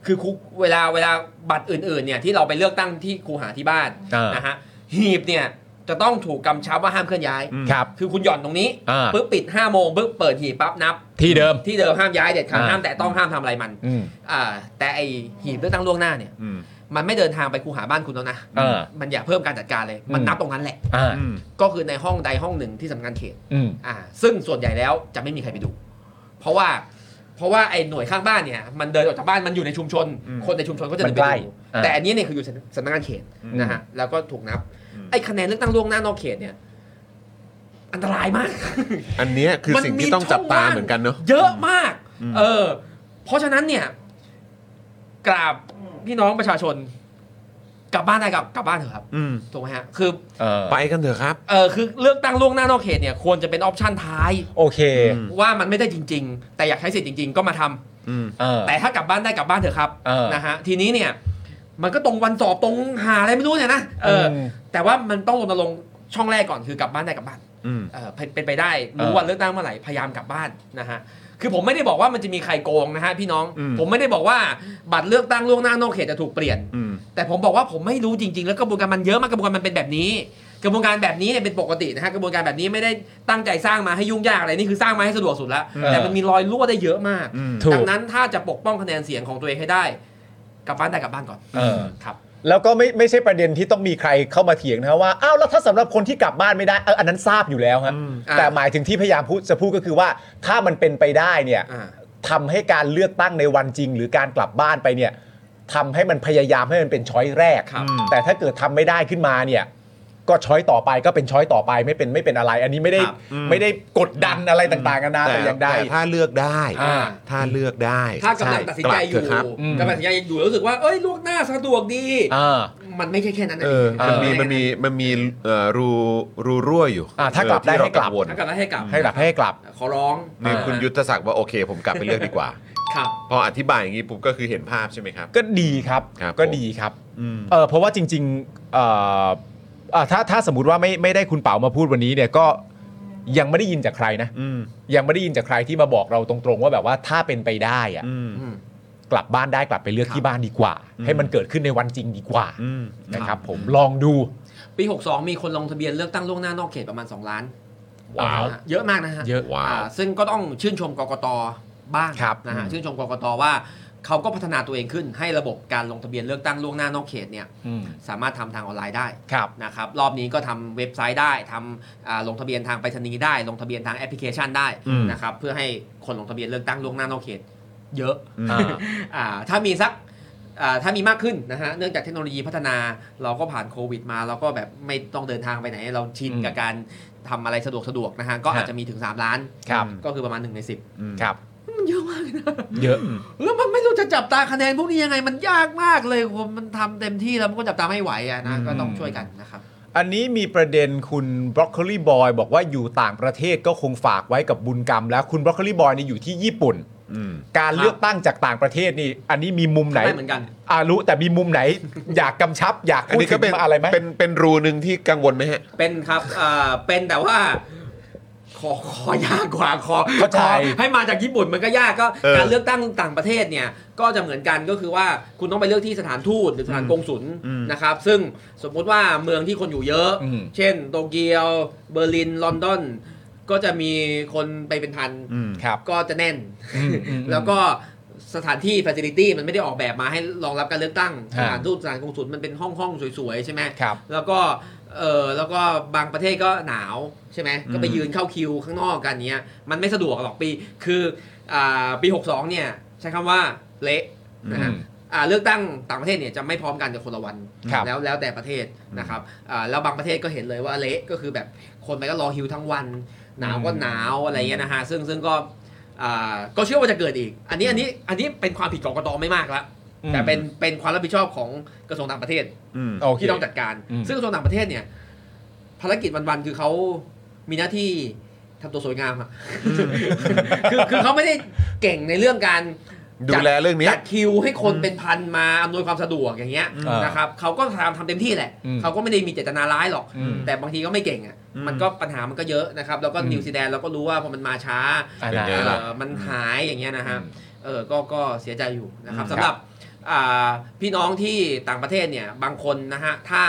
Speaker 2: คือครูเวลาเวลาบัตรอื่นๆเนี่ยที่เราไปเลือกตั้งที่ครูหาที่บ้าน
Speaker 3: อ่าน
Speaker 2: นะฮะหีบเนี่ยจะต้องถูกกำชับว่าห้ามเคลื่อนย้าย
Speaker 1: อืม
Speaker 3: ครับ
Speaker 2: คือคุณหย่อนตรงนี้
Speaker 3: อ่า
Speaker 2: ปึ๊บปิด5โมงปึ๊บเปิดหีบปั๊บนับ
Speaker 3: ที่เดิม
Speaker 2: ที่เดิมห้ามย้ายเด็ดขาด
Speaker 3: อ่า
Speaker 2: ห้ามแตะต้องห้ามทำอะไรมัน
Speaker 3: อืม
Speaker 2: อ่าแต่ไอหีบเลือกตั้งล่วงหน้าเนี่ย
Speaker 1: อืม
Speaker 2: มันไม่เดินทางไปครูหาบ้านคุณแล้วนะ
Speaker 3: อ่า
Speaker 2: มันอย่าเพิ่มการจัดการเลยมัน
Speaker 3: อืม
Speaker 2: นับตรงนั้นแหละ
Speaker 3: อ่า
Speaker 1: อืม
Speaker 2: ก็คือในห้องใดห้องหนึ่งที่สำนักงานเขต
Speaker 3: อืม
Speaker 2: อ่าซึ่งส่วนใหญ่แล้วจะไม่มีใครไปดู เพราะว่าเพราะว่าไอ้หน่วยข้างบ้านเนี่ยมันเดินออกจากบ้านมันอยู่ในชุมชน
Speaker 1: อืม
Speaker 2: คนในชุมชนก็จะเดิน
Speaker 3: มัน
Speaker 2: ไป
Speaker 3: ใกล้
Speaker 2: ดู
Speaker 3: อ่า
Speaker 2: แต่อันนี้เนี่ยคืออยู่สำนักงานเขต
Speaker 1: อืม
Speaker 2: นะฮะแล้วก็ถูกนับ
Speaker 1: อืม
Speaker 2: ไอ้คะแนนเลือกตั้งล่วงหน้านอกเขตเนี่ยอันตรายมาก
Speaker 1: อันเนี้ยคือ
Speaker 2: มัน
Speaker 1: สิ่ง
Speaker 2: มี
Speaker 1: ที่ต้องจับตา
Speaker 2: ช่องว่าง
Speaker 1: เหมือนกันเนาะ
Speaker 2: เยอะมาก
Speaker 1: อืม
Speaker 2: เออ เพราะฉะนั้นเนี่ยกราบพี่น้องประชาชน กลับบ้านได้กลับกลับบ้านเถอะครับ
Speaker 1: อืม
Speaker 2: ถูกไหมฮะคือ
Speaker 3: เออ
Speaker 1: ไปกันเถอะครับ
Speaker 2: เออคือเลือกตั้งล่วงหน้านอกเขตเนี่ยควรจะเป็นออปชันท้าย
Speaker 3: โอเค
Speaker 1: อืม
Speaker 2: ว่ามันไม่ได้จริง ๆ แต่อยากใช้สิทธิ์จริง ๆ ก็มาทำ
Speaker 1: อืม
Speaker 3: เออ
Speaker 2: แต่ถ้ากลับบ้านได้กลับบ้านเถอะครับ
Speaker 3: เออ
Speaker 2: นะฮะทีนี้เนี่ยมันก็ตรงวันสอบตรงหาอะไรไม่รู้เนี่ยนะเอออ
Speaker 3: ม
Speaker 2: แต่ว่ามันต้องรณรงค์ช่องแรกก่อนคือกลับบ้านได้กลับบ้าน
Speaker 1: อืม
Speaker 2: เออเป็นเป็นไปได้รู้
Speaker 3: เออ
Speaker 2: วันเลือกตั้งเมื่อไหร่พยายามกลับบ้านนะฮะคือผมไม่ได้บอกว่ามันจะมีใครโกงนะฮะพี่น้อง
Speaker 1: อืม
Speaker 2: ผมไม่ได้บอกว่าบัตรเลือกตั้งล่วงหน้านอกเขตจะถูกเปลี่ยน
Speaker 1: อืม
Speaker 2: แต่ผมบอกว่าผมไม่รู้จริง ๆ แล้วกระบวนการมันเยอะมากกระบวนการมันเป็นแบบนี้ กระบวนการแบบนี้เนี่ยเป็นปกตินะฮะกระบวนการแบบนี้ไม่ได้ตั้งใจสร้างมาให้ยุ่งยากอะไรนี่คือสร้างมาให้สะดวกสุดแล้ว
Speaker 1: อืม
Speaker 2: แต่มันมีรอยรั่วได้เยอะมาก
Speaker 1: อืม
Speaker 3: ถู
Speaker 2: ดั
Speaker 3: ก
Speaker 2: งนั้นถ้าจะปกป้องคะแนนเสียงของตัวเองให้ได้ กลับบ้านได้กลับบ้านก่อน
Speaker 3: เออ
Speaker 2: ครับ
Speaker 3: แล้วก็ไม่ไม่ใช่ประเด็นที่ต้องมีใครเข้ามาเถียงนะครับว่าอ้าวแล้วถ้าสำหรับคนที่กลับบ้านไม่ได้เอออันนั้นทราบอยู่แล้วฮะ
Speaker 1: อืม
Speaker 3: แต่หมายถึงที่พยายามพูดจะพูดก็คือว่า ถ้ามันเป็นไปได้เนี่ย
Speaker 2: อ่า
Speaker 3: ทำให้การเลือกตั้งในวันจริง หรือการกลับบ้านไปเนี่ยทำให้มันพยายามให้มันเป็นช้อยแรก
Speaker 2: ครับ
Speaker 3: แต่ถ้าเกิดทำไม่ได้ขึ้นมาเนี่ยก็ช้อยต่อไปก็เป็นช้อยต่อไปไม่เป็นไม่เป็นอะไร อันนี้ไม่ได้
Speaker 2: ครับ
Speaker 1: อืม
Speaker 3: ไม่ได้กดดันอะไรต่างๆกันานาแต่อย่างใด
Speaker 1: แต่ถ้าเลือกได้
Speaker 3: อ่า
Speaker 1: ถ้าเลือกได้
Speaker 2: ถ้ากำลัง
Speaker 1: ช่
Speaker 2: ตัดสินใจอ
Speaker 1: ลับ
Speaker 2: กยู่
Speaker 1: เถะครับ
Speaker 3: อืม
Speaker 2: กำลังตัดสินใจอยู่แล้วรู้สึกว่าเอ้ยลวกหน้าสะดวกดี
Speaker 3: อ่า
Speaker 2: มันไม่ใช่แค่นั้นนะ
Speaker 1: เออ
Speaker 2: เอ
Speaker 1: มัน
Speaker 2: อ
Speaker 1: มีมันมีมันมีเอ่อรูรูรั่วอยู่
Speaker 3: อ่าถ้ากลับได้
Speaker 1: ที่เร
Speaker 3: ให้กลับ
Speaker 1: งวล
Speaker 2: ถ้ากลับแล้วให้กลับ
Speaker 3: ให้กลับให้กลับ
Speaker 2: ขอร้อง
Speaker 1: นี่คุณยุ
Speaker 2: ท
Speaker 1: ทธศักดิ์ว่าโอเค ผมกลับไปเลือกดีกว่า
Speaker 2: ครับ
Speaker 1: พออธิบายอย่างนี้ปุ๊บก็คือเห็นภาพใช่ไหมครับ
Speaker 3: ก็ดีครับ
Speaker 1: ครับ
Speaker 3: ก็
Speaker 1: ผม
Speaker 3: ดีครับ
Speaker 1: อืม
Speaker 3: เออเพราะว่าจริงๆเอ่อเอ่อถ้าถ้าสมมติว่าไม่ไม่ได้คุณเป๋ามาพูดวันนี้เนี่ยก็ยังไม่ได้ยินจากใครนะ
Speaker 1: อืม
Speaker 3: ยังไม่ได้ยินจากใครที่มาบอกเราตรงๆ ว่าแบบว่าถ้าเป็นไปได้อะ
Speaker 1: อืม
Speaker 2: อืม
Speaker 3: กลับบ้านได้กลับไปเลือก
Speaker 2: ครับ
Speaker 3: ที่บ้านดีกว่า
Speaker 1: อืม
Speaker 3: ให้มันเกิดขึ้นในวันจริงดีกว่า
Speaker 1: อืม
Speaker 3: นะครับ ผมลองดู
Speaker 2: ปี 62 มีคนลงทะเบียนเลือกตั้งล่วงหน้านอกเขตประมาณ 2 ล้าน
Speaker 3: ว้าว
Speaker 2: นะฮะเยอะมากนะฮะ
Speaker 3: เยอะ
Speaker 1: ว้าว
Speaker 2: อ่าซึ่งก็ต้องชื่นชมกกตบ้าง
Speaker 3: ครับ
Speaker 2: นะฮะ
Speaker 3: อืม
Speaker 2: ชื่นชมกกตว่าเขาก็พัฒนาตัวเองขึ้นให้ระบบการลงทะเบียนเลือกตั้งล่วงหน้านอกเขตเนี่ย
Speaker 3: อืม
Speaker 2: สามารถทำทางออนไลน์ได้
Speaker 3: ครับ
Speaker 2: นะครับรอบนี้ก็ทำเว็บไซต์ได้ทำอ่าลงทะเบียนทางไปรษณีย์ได้ ลงทะเบียนทางแอปพลิเคชันได้
Speaker 1: อืม
Speaker 2: นะครับเพื่อให้คนลงทะเบียนเลือกตั้งล่วงหน้านอกเขต เยอะ
Speaker 1: อืม
Speaker 3: อ่า
Speaker 2: อ่าถ้ามีสักอ่าถ้ามีมากขึ้นนะฮะเนื่องจากเทคโนโลยีพัฒนาเราก็ผ่านโควิดมาเราก็แบบไม่ต้องเดินทางไปไหน เราชิน
Speaker 3: อืม
Speaker 2: กับการทำอะไรสะดวกสะดวกนะฮะก็อาจจะมีถึง 3 ล้าน
Speaker 3: ครับ
Speaker 2: ก็คือประมาณ1ใน10
Speaker 3: ครับ
Speaker 2: มันเยอะมากเลยนะ
Speaker 3: เยอะ
Speaker 2: แล้วมันไม่รู้จะจับตาคะแนนพวกนี้ยังไงมันยากมากเลยผมมันทำเต็มที่แล้วมันก็จับตาไม่ไหวอะนะ
Speaker 3: อืม
Speaker 2: ก็ต้องช่วยกันนะครับ
Speaker 3: อันนี้มีประเด็นคุณบรอกโคลีบอยบอกว่าอยู่ต่างประเทศก็คงฝากไว้กับบุญกรรม แล้วคุณบรอกโคลีบอยเนี่ยอยู่ที่ญี่ปุ่น
Speaker 1: อืม
Speaker 3: การเลือกตั้งจากต่างประเทศนี่ อันนี้มีมุมไหน
Speaker 2: ได้เหมือนกัน
Speaker 3: อารู้แต่มีมุมไหน อยากกำชับ อยาก
Speaker 1: อัน
Speaker 3: พูด
Speaker 1: นี้
Speaker 3: ถึ
Speaker 1: ก็เป็น
Speaker 3: งอะไรไหม
Speaker 1: เป็นเป็นรูหนึ่งที่กังวลไหมฮะ
Speaker 2: เป็นครับเอ่อเป็นแต่ว่า ขอขอยากกว่าขอ
Speaker 3: เข้าใจ
Speaker 2: ขอให้มาจากญี่ปุ่นมันก็ยากก็
Speaker 1: เออ
Speaker 2: การเลือกตั้งต่างประเทศเนี่ย ก็จะเหมือนกันก็คือว่าคุณต้องไปเลือกที่สถานทูตหรือสถานกงสุล
Speaker 1: อืม
Speaker 2: นะครับ ซึ่งสมมุติว่าเมืองที่คนอยู่เยอะ
Speaker 3: อืม
Speaker 2: เช่น โตเกียว เบอร์ลิน ลอนดอน ก็จะมีคนไปเป็นพัน
Speaker 1: อืม
Speaker 3: ครับ
Speaker 2: ก็จะแน่น
Speaker 3: อืมอืม
Speaker 2: แล้วก็สถานที่ facility มันไม่ได้ออกแบบมาให้รองรับการเลือกตั้ง
Speaker 3: ฮะ
Speaker 2: สถานทูตสถานกงสุลมันเป็นห้องห้องๆสวยๆ ใช่ไหม
Speaker 3: ครับ
Speaker 2: แล้วก็ เออแล้วก็บางประเทศก็หนาวใช่ไหม ก็ไปยืนเข้าคิวข้างนอกกันเนี้ย มันไม่สะดวกหรอกปี คืออ่าปี 62 เนี่ย ใช้คำว่าเละนะฮะ
Speaker 3: อืม
Speaker 2: อ่าเลือกตั้งต่างประเทศเนี่ยจะไม่พร้อมกันกับคนละวัน
Speaker 3: ครับ
Speaker 2: แล้วแล้วแต่ประเทศนะครับอ่าแล้วบางประเทศก็เห็นเลยว่าเละก็คือแบบคนไปก็รอคิวทั้งวัน หนาวก็หนาวอะไรเงี้ยนะฮะ ซึ่งซึ่งก็อ่าก็เชื่อว่าจะเกิดอีก อันนี้อันนี้อันนี้เป็นความผิดกกตไม่มากละแต่เป็นเป็นความรับผิดชอบของกระทรวงต่างประเทศ
Speaker 1: อืม
Speaker 3: โอเค
Speaker 2: ที่ต้องจัดการ
Speaker 3: อืม
Speaker 2: ซึ่งกระทรวงต่างประเทศเนี่ย ภารกิจวันๆ คือเขามีหน้าที่ทำตัวสวยงามอะคือคือเขาไม่ได้เก่งในเรื่องการ
Speaker 1: ดูแลเรื่องนี้
Speaker 2: จัดคิวให้คนเป็นพันมาอำนวยความสะดวกอย่างเงี้ย
Speaker 1: อืม
Speaker 2: นะครับเขาก็ทำทำเต็มที่แหละ
Speaker 3: อืม
Speaker 2: เขาก็ไม่ได้มีเจตนาร้ายหรอก
Speaker 3: อืม
Speaker 2: แต่บางทีก็ไม่เก่งอ่ะ
Speaker 1: อืม
Speaker 2: มันก็ปัญหามันก็เยอะนะครับ แล้วก็นิวซีแลนด์เราก็รู้ว่าพอมันมาช้า
Speaker 3: อ่า
Speaker 1: เป็นไง
Speaker 2: เอ่
Speaker 3: นะ
Speaker 2: อมันหายอย่างเงี้ยนะฮะ
Speaker 3: อืม
Speaker 2: เออ ก็ ก็เสียใจอยู่นะครับ
Speaker 1: อืม
Speaker 2: สำหรับอ่าพี่น้องที่ต่างประเทศเนี่ย บางคนนะฮะ ถ้า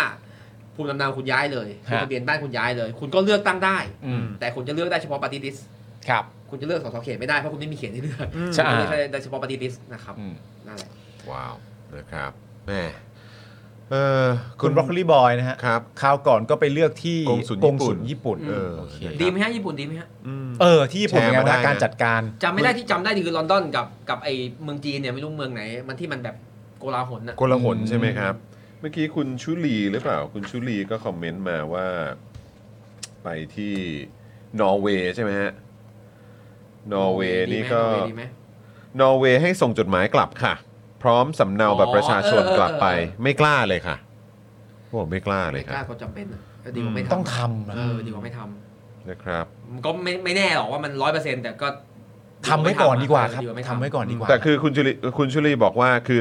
Speaker 2: ภูมิลำเนาคุณย้ายเลย
Speaker 3: ฮะ
Speaker 2: คุณทะเบียนบ้านคุณย้ายเลย คุณก็เลือกตั้งได้
Speaker 3: อืม
Speaker 2: แต่คุณจะเลือกได้เฉพาะปฏิริษ
Speaker 3: ครับ
Speaker 2: คุณจะเลือกสสเขตไม่ได้ เพราะคุณไม่มีเขตให้เลือก
Speaker 3: ใช่
Speaker 2: คุณเลือกได้เฉพาะปฏิริษนะครับ
Speaker 3: อืม
Speaker 2: นั่นแหละ
Speaker 1: ว้าวนะครับแหม่เออ
Speaker 3: คุณบรอกโคลีบอยนะฮะ
Speaker 1: ครับ
Speaker 3: คราวก่อนก็ไปเลือกที่
Speaker 1: กงสุลญี่ปุ่น
Speaker 3: ญี่ปุ่น
Speaker 2: อืม
Speaker 1: เออ
Speaker 3: โอเค
Speaker 1: นะครับ
Speaker 2: ดีไหมฮะญี่ปุ่นดีไหมฮะ
Speaker 1: อืม
Speaker 3: เออที่ญี่ปุ่นเป็นไง
Speaker 1: แชร์มาได้
Speaker 3: บ้าง
Speaker 1: นะ
Speaker 3: การจัดการ
Speaker 2: จำไม่ได้ที่จำได้ที่คือลอนดอนกับ กับไอเมืองจีนเนี่ยไม่รู้เมืองไหน มันที่มันแบบโกลาหลน่ะ
Speaker 1: โกลาหลใช่ไหมครับ เมื่อกี้คุณชุลีหรือเปล่า คุณชุลีก็คอมเมนต์มาว่า ไปที่นอร์เวย์ใช่ไหมฮะนอร์เวย์นี่ก็
Speaker 2: ดีไหม
Speaker 1: นอร์เวย์ให้ส่งจดหมายกลับค่ะ พร้อมสำเนาบัตรประชาชน
Speaker 2: อ๋อเออเออ
Speaker 1: กลับไป ไม่กล้าเลยค่ะโอ้ไม่กล้าเลย
Speaker 2: ไม่ก
Speaker 1: ค
Speaker 2: ล้า
Speaker 1: รับ
Speaker 2: ก็จำเป็นอะก็ดีกว่าไม่ทำ
Speaker 3: ต้องทำนะ
Speaker 2: เออดีกว่าไม่ทำ
Speaker 1: นะครับ
Speaker 2: ก็ไม่ไม่แน่หรอกว่ามันร้อยเปอร์เซ็นต์แต่ก็
Speaker 3: ทำไว้ก่อนดีกว่าครับ
Speaker 2: เออ
Speaker 3: ทำไว้ก่อนดีกว่า
Speaker 1: แต่คือคุณชุลีคุณชุลีบอกว่าคือ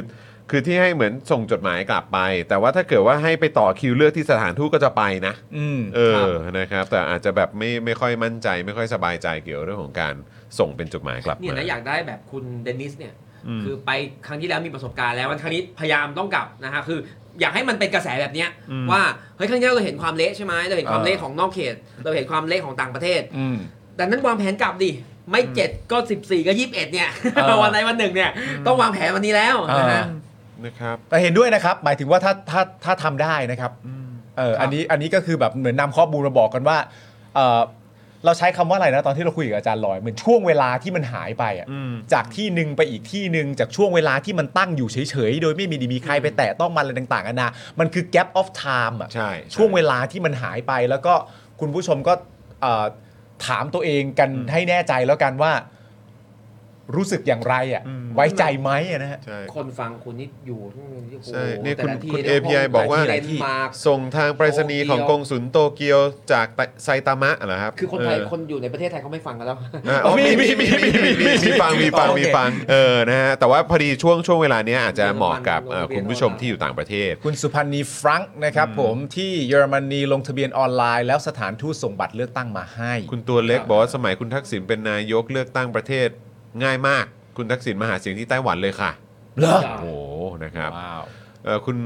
Speaker 1: คือที่ให้เหมือนส่งจดหมายกลับไป แต่ว่าถ้าเกิดว่าให้ไปต่อคิวเลือกที่สถานทูตก็จะไปนะ
Speaker 3: อืม
Speaker 1: เออ นะครับ แต่อาจจะแบบไม่ไม่ค่อยมั่นใจ ไม่ค่อยสบายใจเกี่ยวกับเรื่องของการส่งเป็นจดหมายกลับ
Speaker 2: เนี่ย
Speaker 1: มา
Speaker 2: นะอยากได้แบบคุณเดนิสเนี่ย
Speaker 1: อืม
Speaker 2: คือไปครั้งที่แล้วมีประสบการณ์แล้ววันครั้งนี้พยายามต้องกลับนะฮะคือ อยากให้มันเป็นกระแสแบบเนี้ย
Speaker 1: อืม
Speaker 2: ว่าเฮ้ยครั้งที่แล้วเราเห็นความเละใช่ไหมเราเห็นความ
Speaker 3: เออ
Speaker 2: เละของนอกเขต เราเห็นความเละของต่างประเทศ
Speaker 3: อืม
Speaker 2: แต่นั้นวางแผนกลับดิไม่เจ็ดก็สิบสี่ก็ยี่สิบเอ็ดเนี่ย
Speaker 3: เออ
Speaker 2: วันไหนวันหนึ่งเนี่ยต้องวางแผนวันนี้แล้วนะฮะ
Speaker 1: นะครับ
Speaker 3: แต่เห็นด้วยนะครับ หมายถึงว่าถ้าถ้าถ้าทำได้นะครับ เออ
Speaker 2: ครับ
Speaker 3: อันนี้อันนี้ก็คือแบบเหมือนนำข้อมูลมาบอกกันว่าเออเราใช้คำว่าอะไรนะตอนที่เราคุยกับอาจารย์ลอยเหมือนช่วงเวลาที่มันหายไปอ่ะ
Speaker 1: อืม
Speaker 3: จากที่หนึ่งไปอีกที่หนึ่งจากช่วงเวลาที่มันตั้งอยู่เฉยๆ โดยไม่มีดีมีใครไปแตะต้องมันอะไรต่างๆนานามันคือ gap of time อ่ะ
Speaker 1: ใช่ใ
Speaker 3: ช่วงเวลาที่มันหายไปแล้วก็คุณผู้ชมก็เอ่อถามตัวเองกันให้แน่ใจแล้วกันว่า รู้สึกอย่างไรอ่ะ
Speaker 1: อืม
Speaker 3: ไว้ใจไหมอะนะฮะ
Speaker 1: ใช่
Speaker 2: คนฟังคุณนี่อยู่ทั้งโอ้โห
Speaker 1: ใช่นี่
Speaker 2: แต่
Speaker 1: คุ
Speaker 2: ละ
Speaker 1: ณ
Speaker 2: ที่
Speaker 1: คุณ
Speaker 2: นี่
Speaker 1: API บอกว่า
Speaker 2: เดนมาร์ก
Speaker 1: ส่งทางไปรษณีย์ของกงสุลโตเกียวจากไซตามะเหรอครับ
Speaker 2: คือคนไทย
Speaker 1: เ
Speaker 2: คนอยู่ในประเทศไทยเขาไม่ฟังกันแล้ว
Speaker 1: อ่ะอ๋อมีมีมีมีมีมีมีฟังมีฟัง
Speaker 3: โอเค
Speaker 1: มีฟังเออนะฮะแต่ว่าพอดีช่วงช่วงเวลาเนี้ยอาจจะเหมาะกับเอ่อคุณผู้ชมที่อยู่ต่างประเทศ
Speaker 3: คุณสุพันธ์นีฟรังก์นะครับผมที่เยอรมนีลงทะเบียนออนไลน์แล้วสถานทูตส่งบัตรเลือกตั้งมาให้
Speaker 1: คุณตัวเล็กบอกว่าสมัยคุณทักษิณเป็นนายกเลือกตั้งประเทศง่ายมาก คุณทักษิณมาหาเสียงที่ไต้หวันเลยค่ะ
Speaker 3: เหรอ
Speaker 1: โอ้โหนะครับ
Speaker 3: ว้าว
Speaker 1: เอ่อคุณ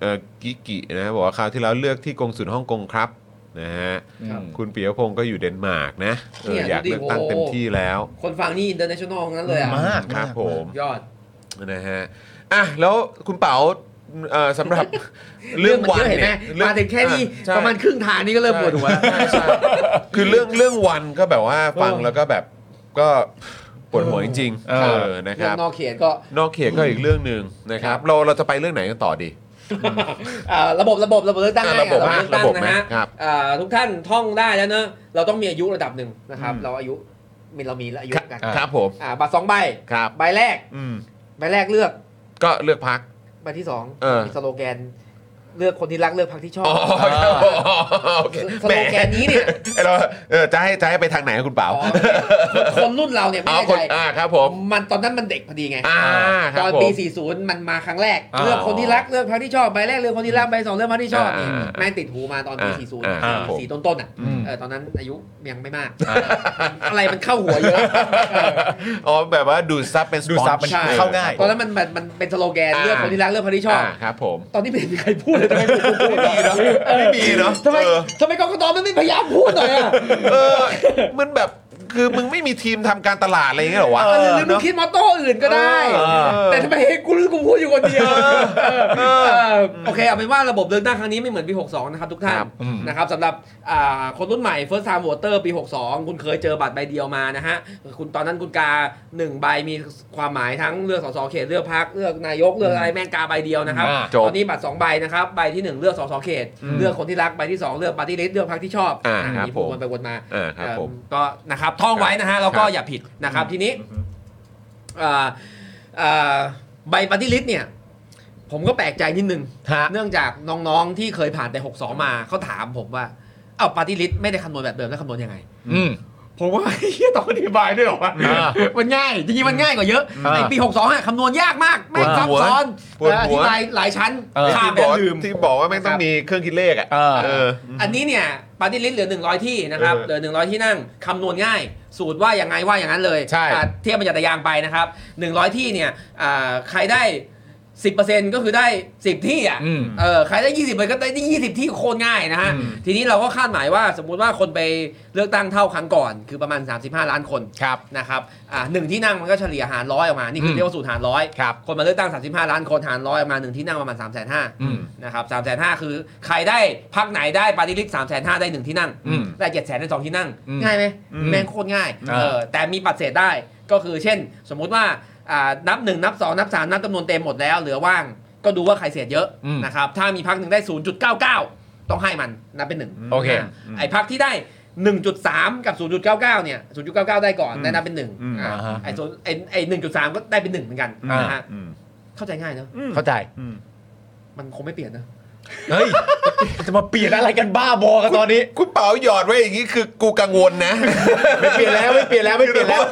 Speaker 1: เอ่อกิกินะบอกว่าคราวที่แล้วเลือกที่กงสุลฮ่องกงครับนะฮะ
Speaker 2: ครับ
Speaker 1: คุณปิยพงศ์ก็อยู่เดนมาร์กนะเออ
Speaker 2: เนี่ย
Speaker 1: อยาก
Speaker 2: ดูดิ
Speaker 1: เลือกตั้ง
Speaker 2: โอ้
Speaker 1: เต็มที่แล้ว
Speaker 2: คนฟังนี่ international ทั้งนั้นเลยอะ
Speaker 3: มาก
Speaker 1: ครับ
Speaker 3: มาก
Speaker 1: ผม
Speaker 2: ยอด
Speaker 1: นะฮะอ่ะแล้วคุณเป๋าเอ่อสำหรับ เรื่องวัน
Speaker 2: เรื่องมันเยอะเห็นไหม
Speaker 1: ยรื่อง
Speaker 2: มาถึงแค่นี้
Speaker 1: ใช่
Speaker 2: ประมาณครึ่งทางนี่ก็เริ่มปวดหัวแล้ว
Speaker 1: ใช่ใช่คือเรื่องเรื่องวันก็แบบว่าฟังแล้วก็แบบก็ปวดหัวจริงๆ
Speaker 3: เออ
Speaker 1: เออนะค
Speaker 2: เรื่อ
Speaker 1: รับ
Speaker 2: งนอกเขตก็
Speaker 1: นอกเขตก็อีกเรื่องหนึ่งนะครับ เราเราจะไปเรื่องไหนกันต่อดี
Speaker 2: เอ่อระบบระบบระบบเลือกตั้ง
Speaker 1: อ่า
Speaker 2: ให้
Speaker 1: ระบบ
Speaker 2: เลือกตั้ง
Speaker 1: ระบบ
Speaker 2: นะฮะ
Speaker 1: ครับ
Speaker 2: เอ่อทุกท่านท่องได้แล้วเนอะเราต้องมีอายุระดับหนึ่งนะครับ
Speaker 1: อืม
Speaker 2: เราอายุมีเรามีแล้วอายุกัน
Speaker 1: ครับผม
Speaker 2: อ่าบัตรสองใบ
Speaker 1: ครับ
Speaker 2: ใบแรก
Speaker 1: อืม
Speaker 2: ใบแรกเลือก
Speaker 1: ก็เลือกพัก
Speaker 2: ใบที่สอง
Speaker 1: เออ
Speaker 2: มีสโลแกน เลือกคนที่รักเลือกพรรคที่ชอบ
Speaker 1: อ๋อครับผมโอเค
Speaker 2: สโลแกนนี้เนี่ย
Speaker 1: ไอ้เราเออจะให้จะให้ไปทางไหนครับคุณเปา
Speaker 2: อ๋อโอเคคนรุ่นเราเนี่ยไม่
Speaker 1: เอา
Speaker 2: แน่
Speaker 1: คน
Speaker 2: ใจ
Speaker 1: อ่าครับผม
Speaker 2: มันตอนนั้นมันเด็กพอดีไง
Speaker 1: อ่าค
Speaker 2: ต
Speaker 1: รับ
Speaker 2: อน
Speaker 1: ผม
Speaker 2: ปี 40 มันมาครั้งแรก
Speaker 3: อ่า
Speaker 2: เลือกคนที่รัก เลือกพรรคที่ชอบใบแรกเลือกคนที่รักใบสองเลือกพรรคที่ชอบ
Speaker 1: อ่า
Speaker 2: นี่แม่งติดหูมาตอนปี
Speaker 1: อ่า
Speaker 2: 40
Speaker 1: อ่า
Speaker 3: ครับผม
Speaker 2: สี่ต้นต้นๆอ่ะ
Speaker 1: อืม
Speaker 2: เออตอนนั้นอายุยังไม่มาก
Speaker 3: อ่า
Speaker 2: อะไรมันเข้าหัวเยอะเออ
Speaker 1: อ๋อแบบว่าดูดซับเป็น
Speaker 3: ดูดซับ
Speaker 1: sponge
Speaker 3: มันเข้าง่าย
Speaker 2: ตอนนั้นมันมันมันเป็นสโลแกน
Speaker 1: อ่า
Speaker 2: เลือกคนที่รักเลือกพรรคที่ชอบ
Speaker 1: อ่าครับผม
Speaker 2: ตอนนี้ไม่เห็นมีใครพูดเลยทำไมผมพูด
Speaker 1: ไม่มีเนอะไม่มีเนอะ
Speaker 2: ทำไม
Speaker 1: เออ
Speaker 2: ทำไมกกตมันไม่พยายามพูดหน่อยอ่ะ
Speaker 1: เออมันแบบคือมึงไม่มีทีมทำการตลาดอะไรอย่างเงี้ยเหรอวะ
Speaker 3: เอ
Speaker 2: หรือ
Speaker 3: อ
Speaker 2: หรือมึงคิดมอตโต้อื่นก็ได้
Speaker 1: เออ
Speaker 2: แต่ทำไมกูรู้กูพูดอยู่คนเดียวเออโอเคเอาเป็นว่าระบบเลือกตั้งครั้งนี้ไม่เหมือนปี 62 นะครับทุกท่าน
Speaker 1: ครับ
Speaker 3: อืม
Speaker 2: นะครับสำหรับอ่าคนรุ่นใหม่ first time voter ปี 62 คุณเคยเจอบัตรใบเดียวมานะฮะคุณตอนนั้นคุณกาหนึ่งใบมีความหมายทั้งเลือกสสเขตเลือกพักเลือกนายกเลือกอะไรแม่งกาใบเดียวนะครับ
Speaker 3: อ่า
Speaker 1: จบ
Speaker 2: ตอนนี้บัตรสองใบนะครับใบทีหนึ่งเลือกสสเขต
Speaker 3: อืม
Speaker 2: เลือกคนที่รักใบที่สองเลือกปาร์ตี้ลิสเลือกพรรคที่ชอบ
Speaker 1: อ่าครับ
Speaker 2: มีพูด
Speaker 1: ผม
Speaker 2: วนไปวนมา
Speaker 1: อ่าครับผม
Speaker 2: เอิ่มก็นะครับท่องไว้นะฮะแล้วก็
Speaker 1: ครับ
Speaker 2: อย่าผิดนะครับทีนี้เอ่อเอ่อใบปฏิลิษเนี่ย ผมก็แปลกใจนิดนึง
Speaker 3: ฮะ
Speaker 2: เนื่องจากน้องๆที่เคยผ่านแต่ 62 มาเขาถามผมว่า เอ้าปฏิลิษไม่ได้คำนวณแบบเดิมแล้วคำนวณยังไง
Speaker 3: อืม
Speaker 2: ผมว่า เหี้ยต้องอธิบายด้วยเหรอวะ
Speaker 3: อ่า
Speaker 2: มันง่ายจริงๆมันง่ายกว่าเยอะ
Speaker 3: อ่า
Speaker 2: ในปี 62อะคำนวณยากมากแม่ง
Speaker 3: ปวด
Speaker 2: ซับ
Speaker 1: หัว
Speaker 2: ซ้อน
Speaker 1: ปวด
Speaker 2: อ
Speaker 1: หัว
Speaker 2: ธิบายหลายชั้น
Speaker 3: เออ
Speaker 2: ข้าม
Speaker 1: ที่
Speaker 2: ไป
Speaker 1: บอก
Speaker 2: ลืม
Speaker 1: ที่บอกว่าไม่งต้องมีเครื่องคิดเลขอ่ะ
Speaker 3: เออ
Speaker 1: เออ
Speaker 2: อันนี้เนี่ยปาร์ตี้ลิสต์เหลือ 100 ที่นะครับ
Speaker 1: เออ
Speaker 2: เหลือ 100 ที่นั่งคำนวณง่าย สูตรว่าอย่างไงว่าอย่างนั้นเลย
Speaker 3: ใช่
Speaker 2: อ่ะเทียบมันจะตะยางไปนะครับ 100 ที่เนี่ยอ่าใครได้ 10%ก็คือได้ 10 ที่อ่ะ
Speaker 3: อืม
Speaker 2: เออใครได้ 20ก็ได้ได้20 ที่โคตรง่ายนะฮะ
Speaker 3: อืม
Speaker 2: ทีนี้เราก็คาดหมายว่าสมมุติว่าคนไปเลือกตั้งเท่าครั้งก่อน คือประมาณ 35 ล้านคน
Speaker 3: ครับ
Speaker 2: นะครับอ่าหนึ่งที่นั่งมันก็เฉลี่ยหารร้อยออกมา นี่คือ
Speaker 3: ม
Speaker 2: เรียกว่าสูตรหารร้อย
Speaker 3: ครับ
Speaker 2: คนมาเลือกตั้ง 35 ล้านคนหารร้อยออกมาหนึ่งที่นั่งประมาณ3 5 0 0 0
Speaker 3: อืม
Speaker 2: นะครับสามแสนห้าคือใครได้พักไหนได้ปาร์ตี้ลิสต์สามแสนห้าได้หนึ่งที่นั่ง
Speaker 3: อืม
Speaker 2: ได้เจ็ดแสนได้สองที่นั่ง
Speaker 3: อืม
Speaker 2: ง่ายไหม
Speaker 1: อืม
Speaker 2: แม่งโคตรง่าย
Speaker 3: อ่า
Speaker 2: เออแต่มีปัดเศษได้ก็คือเช่น สมมุติว่าอ่านับหนึ่งนับสองนับสามนับจำนวนเต็มหมดแล้วเหลือว่างก็ดูว่าใครเศษเยอะ
Speaker 3: อืม
Speaker 2: นะครับถ้ามีพักหนึ่งได้ 0.99 ต้องให้มันนับเป็นหนึ่ง
Speaker 3: โอเค
Speaker 2: าไอ้พักที่ได้ 1.3 กับ 0.99 เนี่ย 0.99 ได้ก่อนได้นับเป็นหนึ่ง
Speaker 1: อืม
Speaker 2: อ่า
Speaker 3: อ่าฮะ
Speaker 2: ไอ้ส่วนไอ้ไอ้หนึ่งจุดสามก็ได้เป็นหนึ่งเหมือนกัน
Speaker 1: อ่า
Speaker 2: นะฮะ
Speaker 1: อืม
Speaker 2: เข้าใจง่ายเนอะ
Speaker 3: เข้าใจ
Speaker 1: อืม
Speaker 2: มันคงไม่เปลี่ยนนะ
Speaker 3: เฮ้ย จะมาเปลี่ยนอะไรกันบ้าบอกันตอนนี้
Speaker 1: คุณเปาหยอดไว้อย่างงี้คือกูกังวล นะ
Speaker 3: ไม่เปลี่ยนแล้วไม่เปลี่ยนแล้วไม่เปลี่ยนแล้ว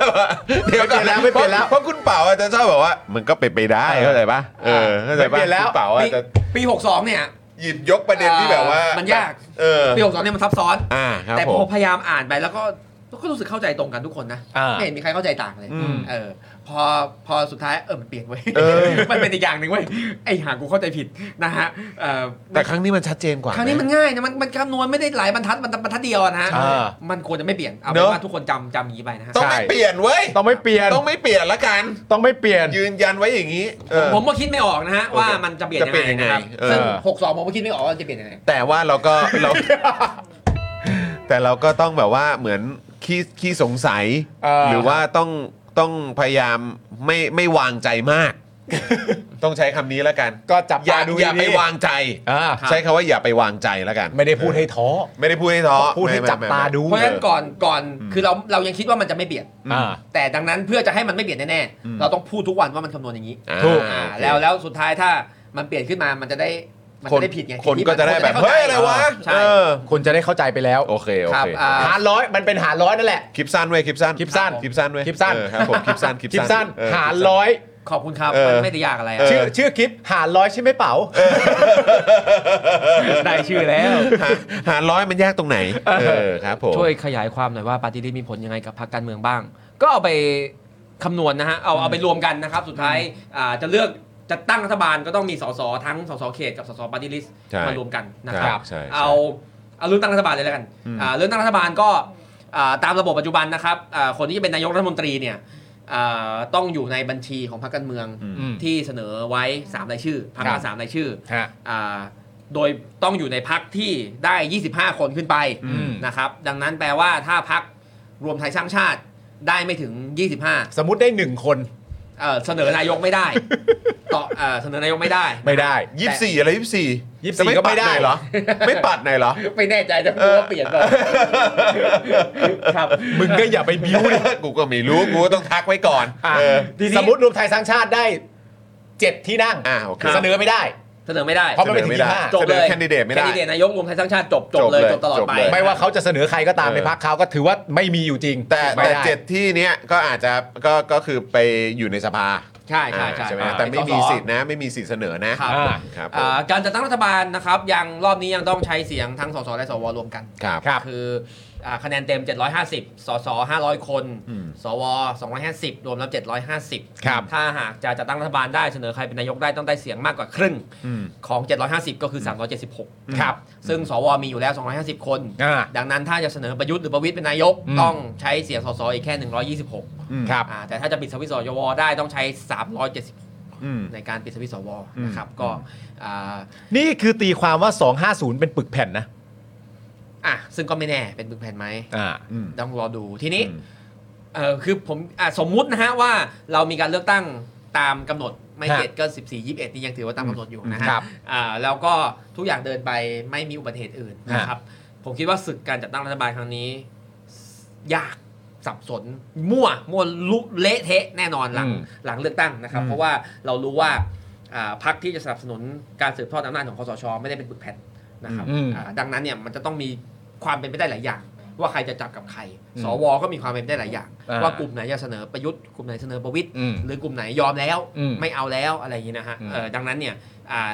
Speaker 1: เดี๋ยวก่อนะ
Speaker 3: ไม่เปลี่ยนแล้วไม่เปลี่ยนแล้ว
Speaker 1: เพราะคุณเป๋าอาจจะชอบแบบว่า มันก็เป็นไปได้
Speaker 3: เออ
Speaker 1: เข้าใจปะเออเข้าใจปะ
Speaker 3: ไม่เปลี่ยนแล้ว
Speaker 1: คุณเป๋าอาจจะ
Speaker 2: ปี 62 เนี่ย
Speaker 1: หยิบยกประเด็นที่แบบว่า
Speaker 2: เอ่อมั
Speaker 1: มัน
Speaker 2: ยาก
Speaker 1: เออ
Speaker 2: ปี 62 เนี่ยมันซับซ้อน
Speaker 1: อ่าครับ
Speaker 2: แต่
Speaker 1: ผ
Speaker 2: พอ
Speaker 1: ม
Speaker 2: พยายามอ่านไปแล้วก็ก็รู้สึกเข้าใจตรงกันทุกคนนะ
Speaker 3: อ่า
Speaker 2: ไม่เห็นมีใครเข้าใจต่างเลย
Speaker 1: อืม
Speaker 2: เออพอพอสุดท้ายเออมันเปลี่ยนเว้ย
Speaker 1: เออ
Speaker 2: มันเป็นอีกอย่างหนึ่งเว้ยไอหากูเข้าใจผิดนะฮะเออ
Speaker 1: แต่ครั้งนี้มันชัดเจนกว่า
Speaker 2: ครั้งนี้
Speaker 1: ไห
Speaker 2: มันง่ายนะมันมันคำนวณไม่ได้หลายบรรทัดมันบรรทัดเดียวอะนะฮะ
Speaker 3: อ่า
Speaker 2: มันควรจะไม่เปลี่ยนเอา
Speaker 1: เน
Speaker 2: เป็น
Speaker 1: อะ
Speaker 2: ว่าทุกคนจำจำอย่างนี้ไปนะฮะ
Speaker 1: ต้องไม่
Speaker 3: ใช่
Speaker 1: เปลี่ยนเว้ย
Speaker 3: ต้องไม่เปลี่ยน
Speaker 1: ต้องไม่เปลี่ยนละกัน
Speaker 3: ต้องไม่เปลี่ยน
Speaker 1: ยืนยันไว้อย่างนี้เออ
Speaker 2: ผมก็คิดไม่ออกนะฮะ
Speaker 1: โอเค
Speaker 2: ว่ามันจะเปลี่ยน
Speaker 1: จะเปลี่ยนยั
Speaker 2: ยัง ง
Speaker 1: ไง
Speaker 2: ไงนะครับ
Speaker 1: เออ
Speaker 2: ซึ่ง62ผมก็คิดไม่ออกว่าจะเปลี่ยนยังไง
Speaker 1: แต่ว่าเราก็เรา แต่เราก็ต้องแบบว่าเหมือนขี้ขี้สงสัย
Speaker 3: เออ
Speaker 1: หรือว่าต้องต้องพยายามไม่ไม่วางใจมาก ต้องใช้คำนี้แล้วกัน
Speaker 3: ก็จับ
Speaker 1: อย่า
Speaker 3: ตาดู
Speaker 1: อย่า
Speaker 3: ดีๆ
Speaker 1: ไปวางใจ
Speaker 3: อ่า
Speaker 2: ครับ
Speaker 1: ใช้คำว่าอย่าไปวางใจแล้วกัน
Speaker 3: ไม่ได้พูดให้ท้อ
Speaker 1: ไม่ได้พูดให้ท้อ
Speaker 3: พูดให้
Speaker 1: ไม่ไม่
Speaker 3: จับตา
Speaker 1: ไม่ไม่
Speaker 3: ดู
Speaker 2: เพราะฉะนั้นก่อนก่อน
Speaker 1: อืม
Speaker 2: คือเราเรายังคิดว่ามันจะไม่เปลี่ยน
Speaker 3: อ่า
Speaker 2: แต่ดังนั้นเพื่อจะให้มันไม่เปลี่ยนแน่
Speaker 1: อืม
Speaker 2: ๆ เราต้องพูดทุกวันว่ามันคำนวณอย่างนี้
Speaker 1: อ่า
Speaker 3: ถูก
Speaker 2: อ่า
Speaker 1: โอเค
Speaker 2: แล้วแล้วสุดท้ายถ้ามันเปลี่ยนขึ้นมามันจะได้มัน
Speaker 1: คน
Speaker 2: จะได้ผิดไง
Speaker 1: คน
Speaker 2: ที่
Speaker 1: ก็
Speaker 2: มัน
Speaker 1: จะได้แบบ
Speaker 2: คน
Speaker 1: เฮ้ยอะ
Speaker 2: ข้าใจ
Speaker 1: ไรวะ
Speaker 2: ใช่
Speaker 1: เออ
Speaker 3: คนจะได้เข้าใจไปแล้ว
Speaker 1: โอเคโอ
Speaker 2: ครับ
Speaker 1: เค
Speaker 2: อ่า
Speaker 3: หารร้อยมันเป็นหารร้อยนั่นแหละ
Speaker 1: คลิปสั้นเว้ยคลิปสั้น
Speaker 3: คลิปสั้น
Speaker 1: คลิปสั้นเว้ย
Speaker 3: คลิปสั้น
Speaker 1: เออครับผมคลิปสั้นค ลิ
Speaker 3: คลิปสั้น
Speaker 1: เออ
Speaker 3: หาร ร้อย
Speaker 2: ขอบคุณครับ
Speaker 1: เออ
Speaker 2: มันไม่ได้ยากอะไรอะ
Speaker 1: เอ
Speaker 3: ชื่อชื่อคลิปหารร้อยใช่ไหมเป๋า
Speaker 2: ได้ชื่อแล้ว
Speaker 1: หาหาร้อยมันยากตรงไหน เออครับผม
Speaker 2: ช่วยขยายความหน่อยว่าปาร์ตี้ลิสมีผลยังไงกับพรรคการเมืองบ้าง ก็เอาไปคำนวณนะฮะเอาเอาไปรวมกันนะครับ สุดท้ายอ่าจะเลือกจะตั้งรัฐบาลก็ต้องมีสสทั้งสสเขตกับสสปาร์ตี้ลิส
Speaker 1: ใช่
Speaker 2: มารวมกันนะครั
Speaker 1: ค
Speaker 2: บ
Speaker 1: รับใช่ใช่
Speaker 2: เอาเอาเรื่องตั้งรัฐบาลเลยแล้วกัน
Speaker 1: อืม
Speaker 2: อ่าเรื่องตั้งรัฐบาลก็อ่าตามระบบปัจจุบันนะครับอ่าคนที่จะเป็นนายกรัฐมนตรีเนี่ยอ่าต้องอยู่ในบัญชีของพรรคการเมือง
Speaker 3: อืม
Speaker 2: ที่เสนอไว้สามรายชื่อพรรค
Speaker 3: ครั
Speaker 2: ละ
Speaker 3: บ
Speaker 2: สามรายชื่อ
Speaker 3: ฮะ
Speaker 2: อ่าโดยต้องอยู่ในพักที่ได้ 25 คนขึ้นไป
Speaker 3: อืม
Speaker 2: นะครับดังนั้นแปลว่าถ้าพักรวมไทยสร้างชาติได้ไม่ถึง 25
Speaker 3: สมมติได้หนึ่งคน
Speaker 2: เอ่อเสนอนายกไม่ได้ ต่อเอ่อเสนอนายกไม่ได้
Speaker 3: ไม่ได้
Speaker 1: ยี่สิบสี่อะไรยี่สิบสี่
Speaker 3: 24
Speaker 1: จะ
Speaker 3: ก็ไม่ได้
Speaker 1: ปัหน่อยเหรอ ไม่ปัดหน่อยเหรอ
Speaker 2: ไม่แน่ใจจะรู้ว่าเปลี่ยนไปครับ
Speaker 3: มึงก็อย่าไปบิ้วดิ
Speaker 1: กูก็ไม่รู้กูก็ต้องทักไว้ก่อน
Speaker 3: อ่ะ
Speaker 1: เออ
Speaker 2: ทีนี้
Speaker 3: สมมติรวมไทยสร้างชาติได้เจ็ดที่นั่ง
Speaker 1: อ่าโอเค
Speaker 3: เสนอไม่ได้
Speaker 2: เสนอไม่ได้
Speaker 3: เพราะ นป็น
Speaker 1: สอไม่ได้
Speaker 3: ที่ห้า
Speaker 1: จ
Speaker 2: จ
Speaker 1: บบ เล
Speaker 2: เลย ย
Speaker 1: แคนดิเดตไม่ได้
Speaker 2: แคนดิเดตนายกรวมไทยสร้างชาติจบจบเลย
Speaker 1: จบเลย
Speaker 2: จบตลอด
Speaker 1: จบ
Speaker 2: ไป
Speaker 1: เลย
Speaker 3: ไม่ว่าเขาจะเสนอใครก็ตาม
Speaker 1: เออ
Speaker 3: ในพรรคเขาก็ถือว่าไม่มีอยู่จริง
Speaker 1: แต่
Speaker 3: ไม่
Speaker 1: แต่
Speaker 3: ได้
Speaker 1: เจ็ดที่เนี้ยก็อาจจะก็ก็คือไปอยู่ในสภา
Speaker 2: ใช่ใช่
Speaker 1: อ่า
Speaker 2: ใช่
Speaker 1: ไหม
Speaker 2: อ่า
Speaker 1: แต่ไม่มี
Speaker 2: สส
Speaker 1: สิทธินะไม่มีสิทธิเสนอนะครับ ครับผม
Speaker 2: อ่าการจัดตั้งรัฐบาลนะครับยังรอบนี้ยังต้องใช้เสียงทั้งสสและสวรวมกัน
Speaker 1: ครับ
Speaker 3: ครับ
Speaker 2: คืออ่าคะแนนเต็ม 750 สส 500 คน
Speaker 1: อืม
Speaker 2: สว 250 รวมแล้ว 750
Speaker 3: ครับ
Speaker 2: ถ้าหากจะจัดตั้งรัฐบาลได้เสนอใครเป็นนายกได้ต้องได้เสียงมากกว่าครึ่ง
Speaker 1: อืม
Speaker 2: ของ 750 ก็คือ 376
Speaker 3: ครับ
Speaker 2: ซึ่งสว มีอยู่แล้ว 250 คน
Speaker 3: อ่า
Speaker 2: ดังนั้นถ้าจะเสนอประยุทธ์หรือประวิตยเป็นนายก
Speaker 3: อืม
Speaker 2: ต้องใช้เสียงสสอีกแค่ 126
Speaker 1: อืม
Speaker 3: ครับ
Speaker 2: อ่าแต่ถ้าจะปิดสวิตช์สวได้ต้องใช้ 376
Speaker 1: อืม
Speaker 2: ในการปิดสวิตช์สวนะครับก็อ่า
Speaker 3: นี่คือตีความว่า 250 เป็นปึกแผ่นนะ
Speaker 2: อ่ะซึ่งก็ไม่แน่เป็นปึกแผ่นไหม
Speaker 3: อ่า
Speaker 1: อืม
Speaker 2: ต้องรอดูทีนี้
Speaker 1: อืม
Speaker 2: เออคือผมอ่ะสมมุตินะฮะว่าเรามีการเลือกตั้งตามกำหนดไม่
Speaker 3: ครับ
Speaker 2: เจ็ดก็ 14 21 นี่ยังถือว่าตามกำหนดอยู่นะฮะ
Speaker 3: ครับ
Speaker 2: อ่าแล้วก็ทุกอย่างเดินไปไม่มีอุบัติเหตุอื่นนะครับ ผมคิดว่าศึกการจัดตั้งรัฐบาลครั้งนี้ ยากสับสน มั่ว มั่วลุเละเทะแน่นอนหลัง
Speaker 3: อืม
Speaker 2: หลังเลือกตั้งนะครับ
Speaker 3: อืม
Speaker 2: เพราะว่าเรารู้ว่าอ่าพรรคที่จะสนับสนุนการสืบทอดอำนาจของคอสชไม่ได้เป็นปึกแผ่นนะครับ
Speaker 3: อืม
Speaker 2: อ่าดังนั้นเนี่ยมันจะต้องมีความเป็นไปได้หลายอย่าง ว่าใครจะจับกับใคร
Speaker 3: อืม
Speaker 2: สวก็มีความเป็นไปได้หลายอย่าง
Speaker 3: อ่า
Speaker 2: ว่ากลุ่มไหนจะเสนอประยุทธ์กลุ่มไหนเสนอประวิตย
Speaker 3: อืม
Speaker 2: หรือกลุ่มไหนยอมแล้ว
Speaker 3: อืม
Speaker 2: ไม่เอาแล้วอะไรอย่างนี้นะฮะ
Speaker 3: อืม
Speaker 2: เอ่อดังนั้นเนี่ยอ่า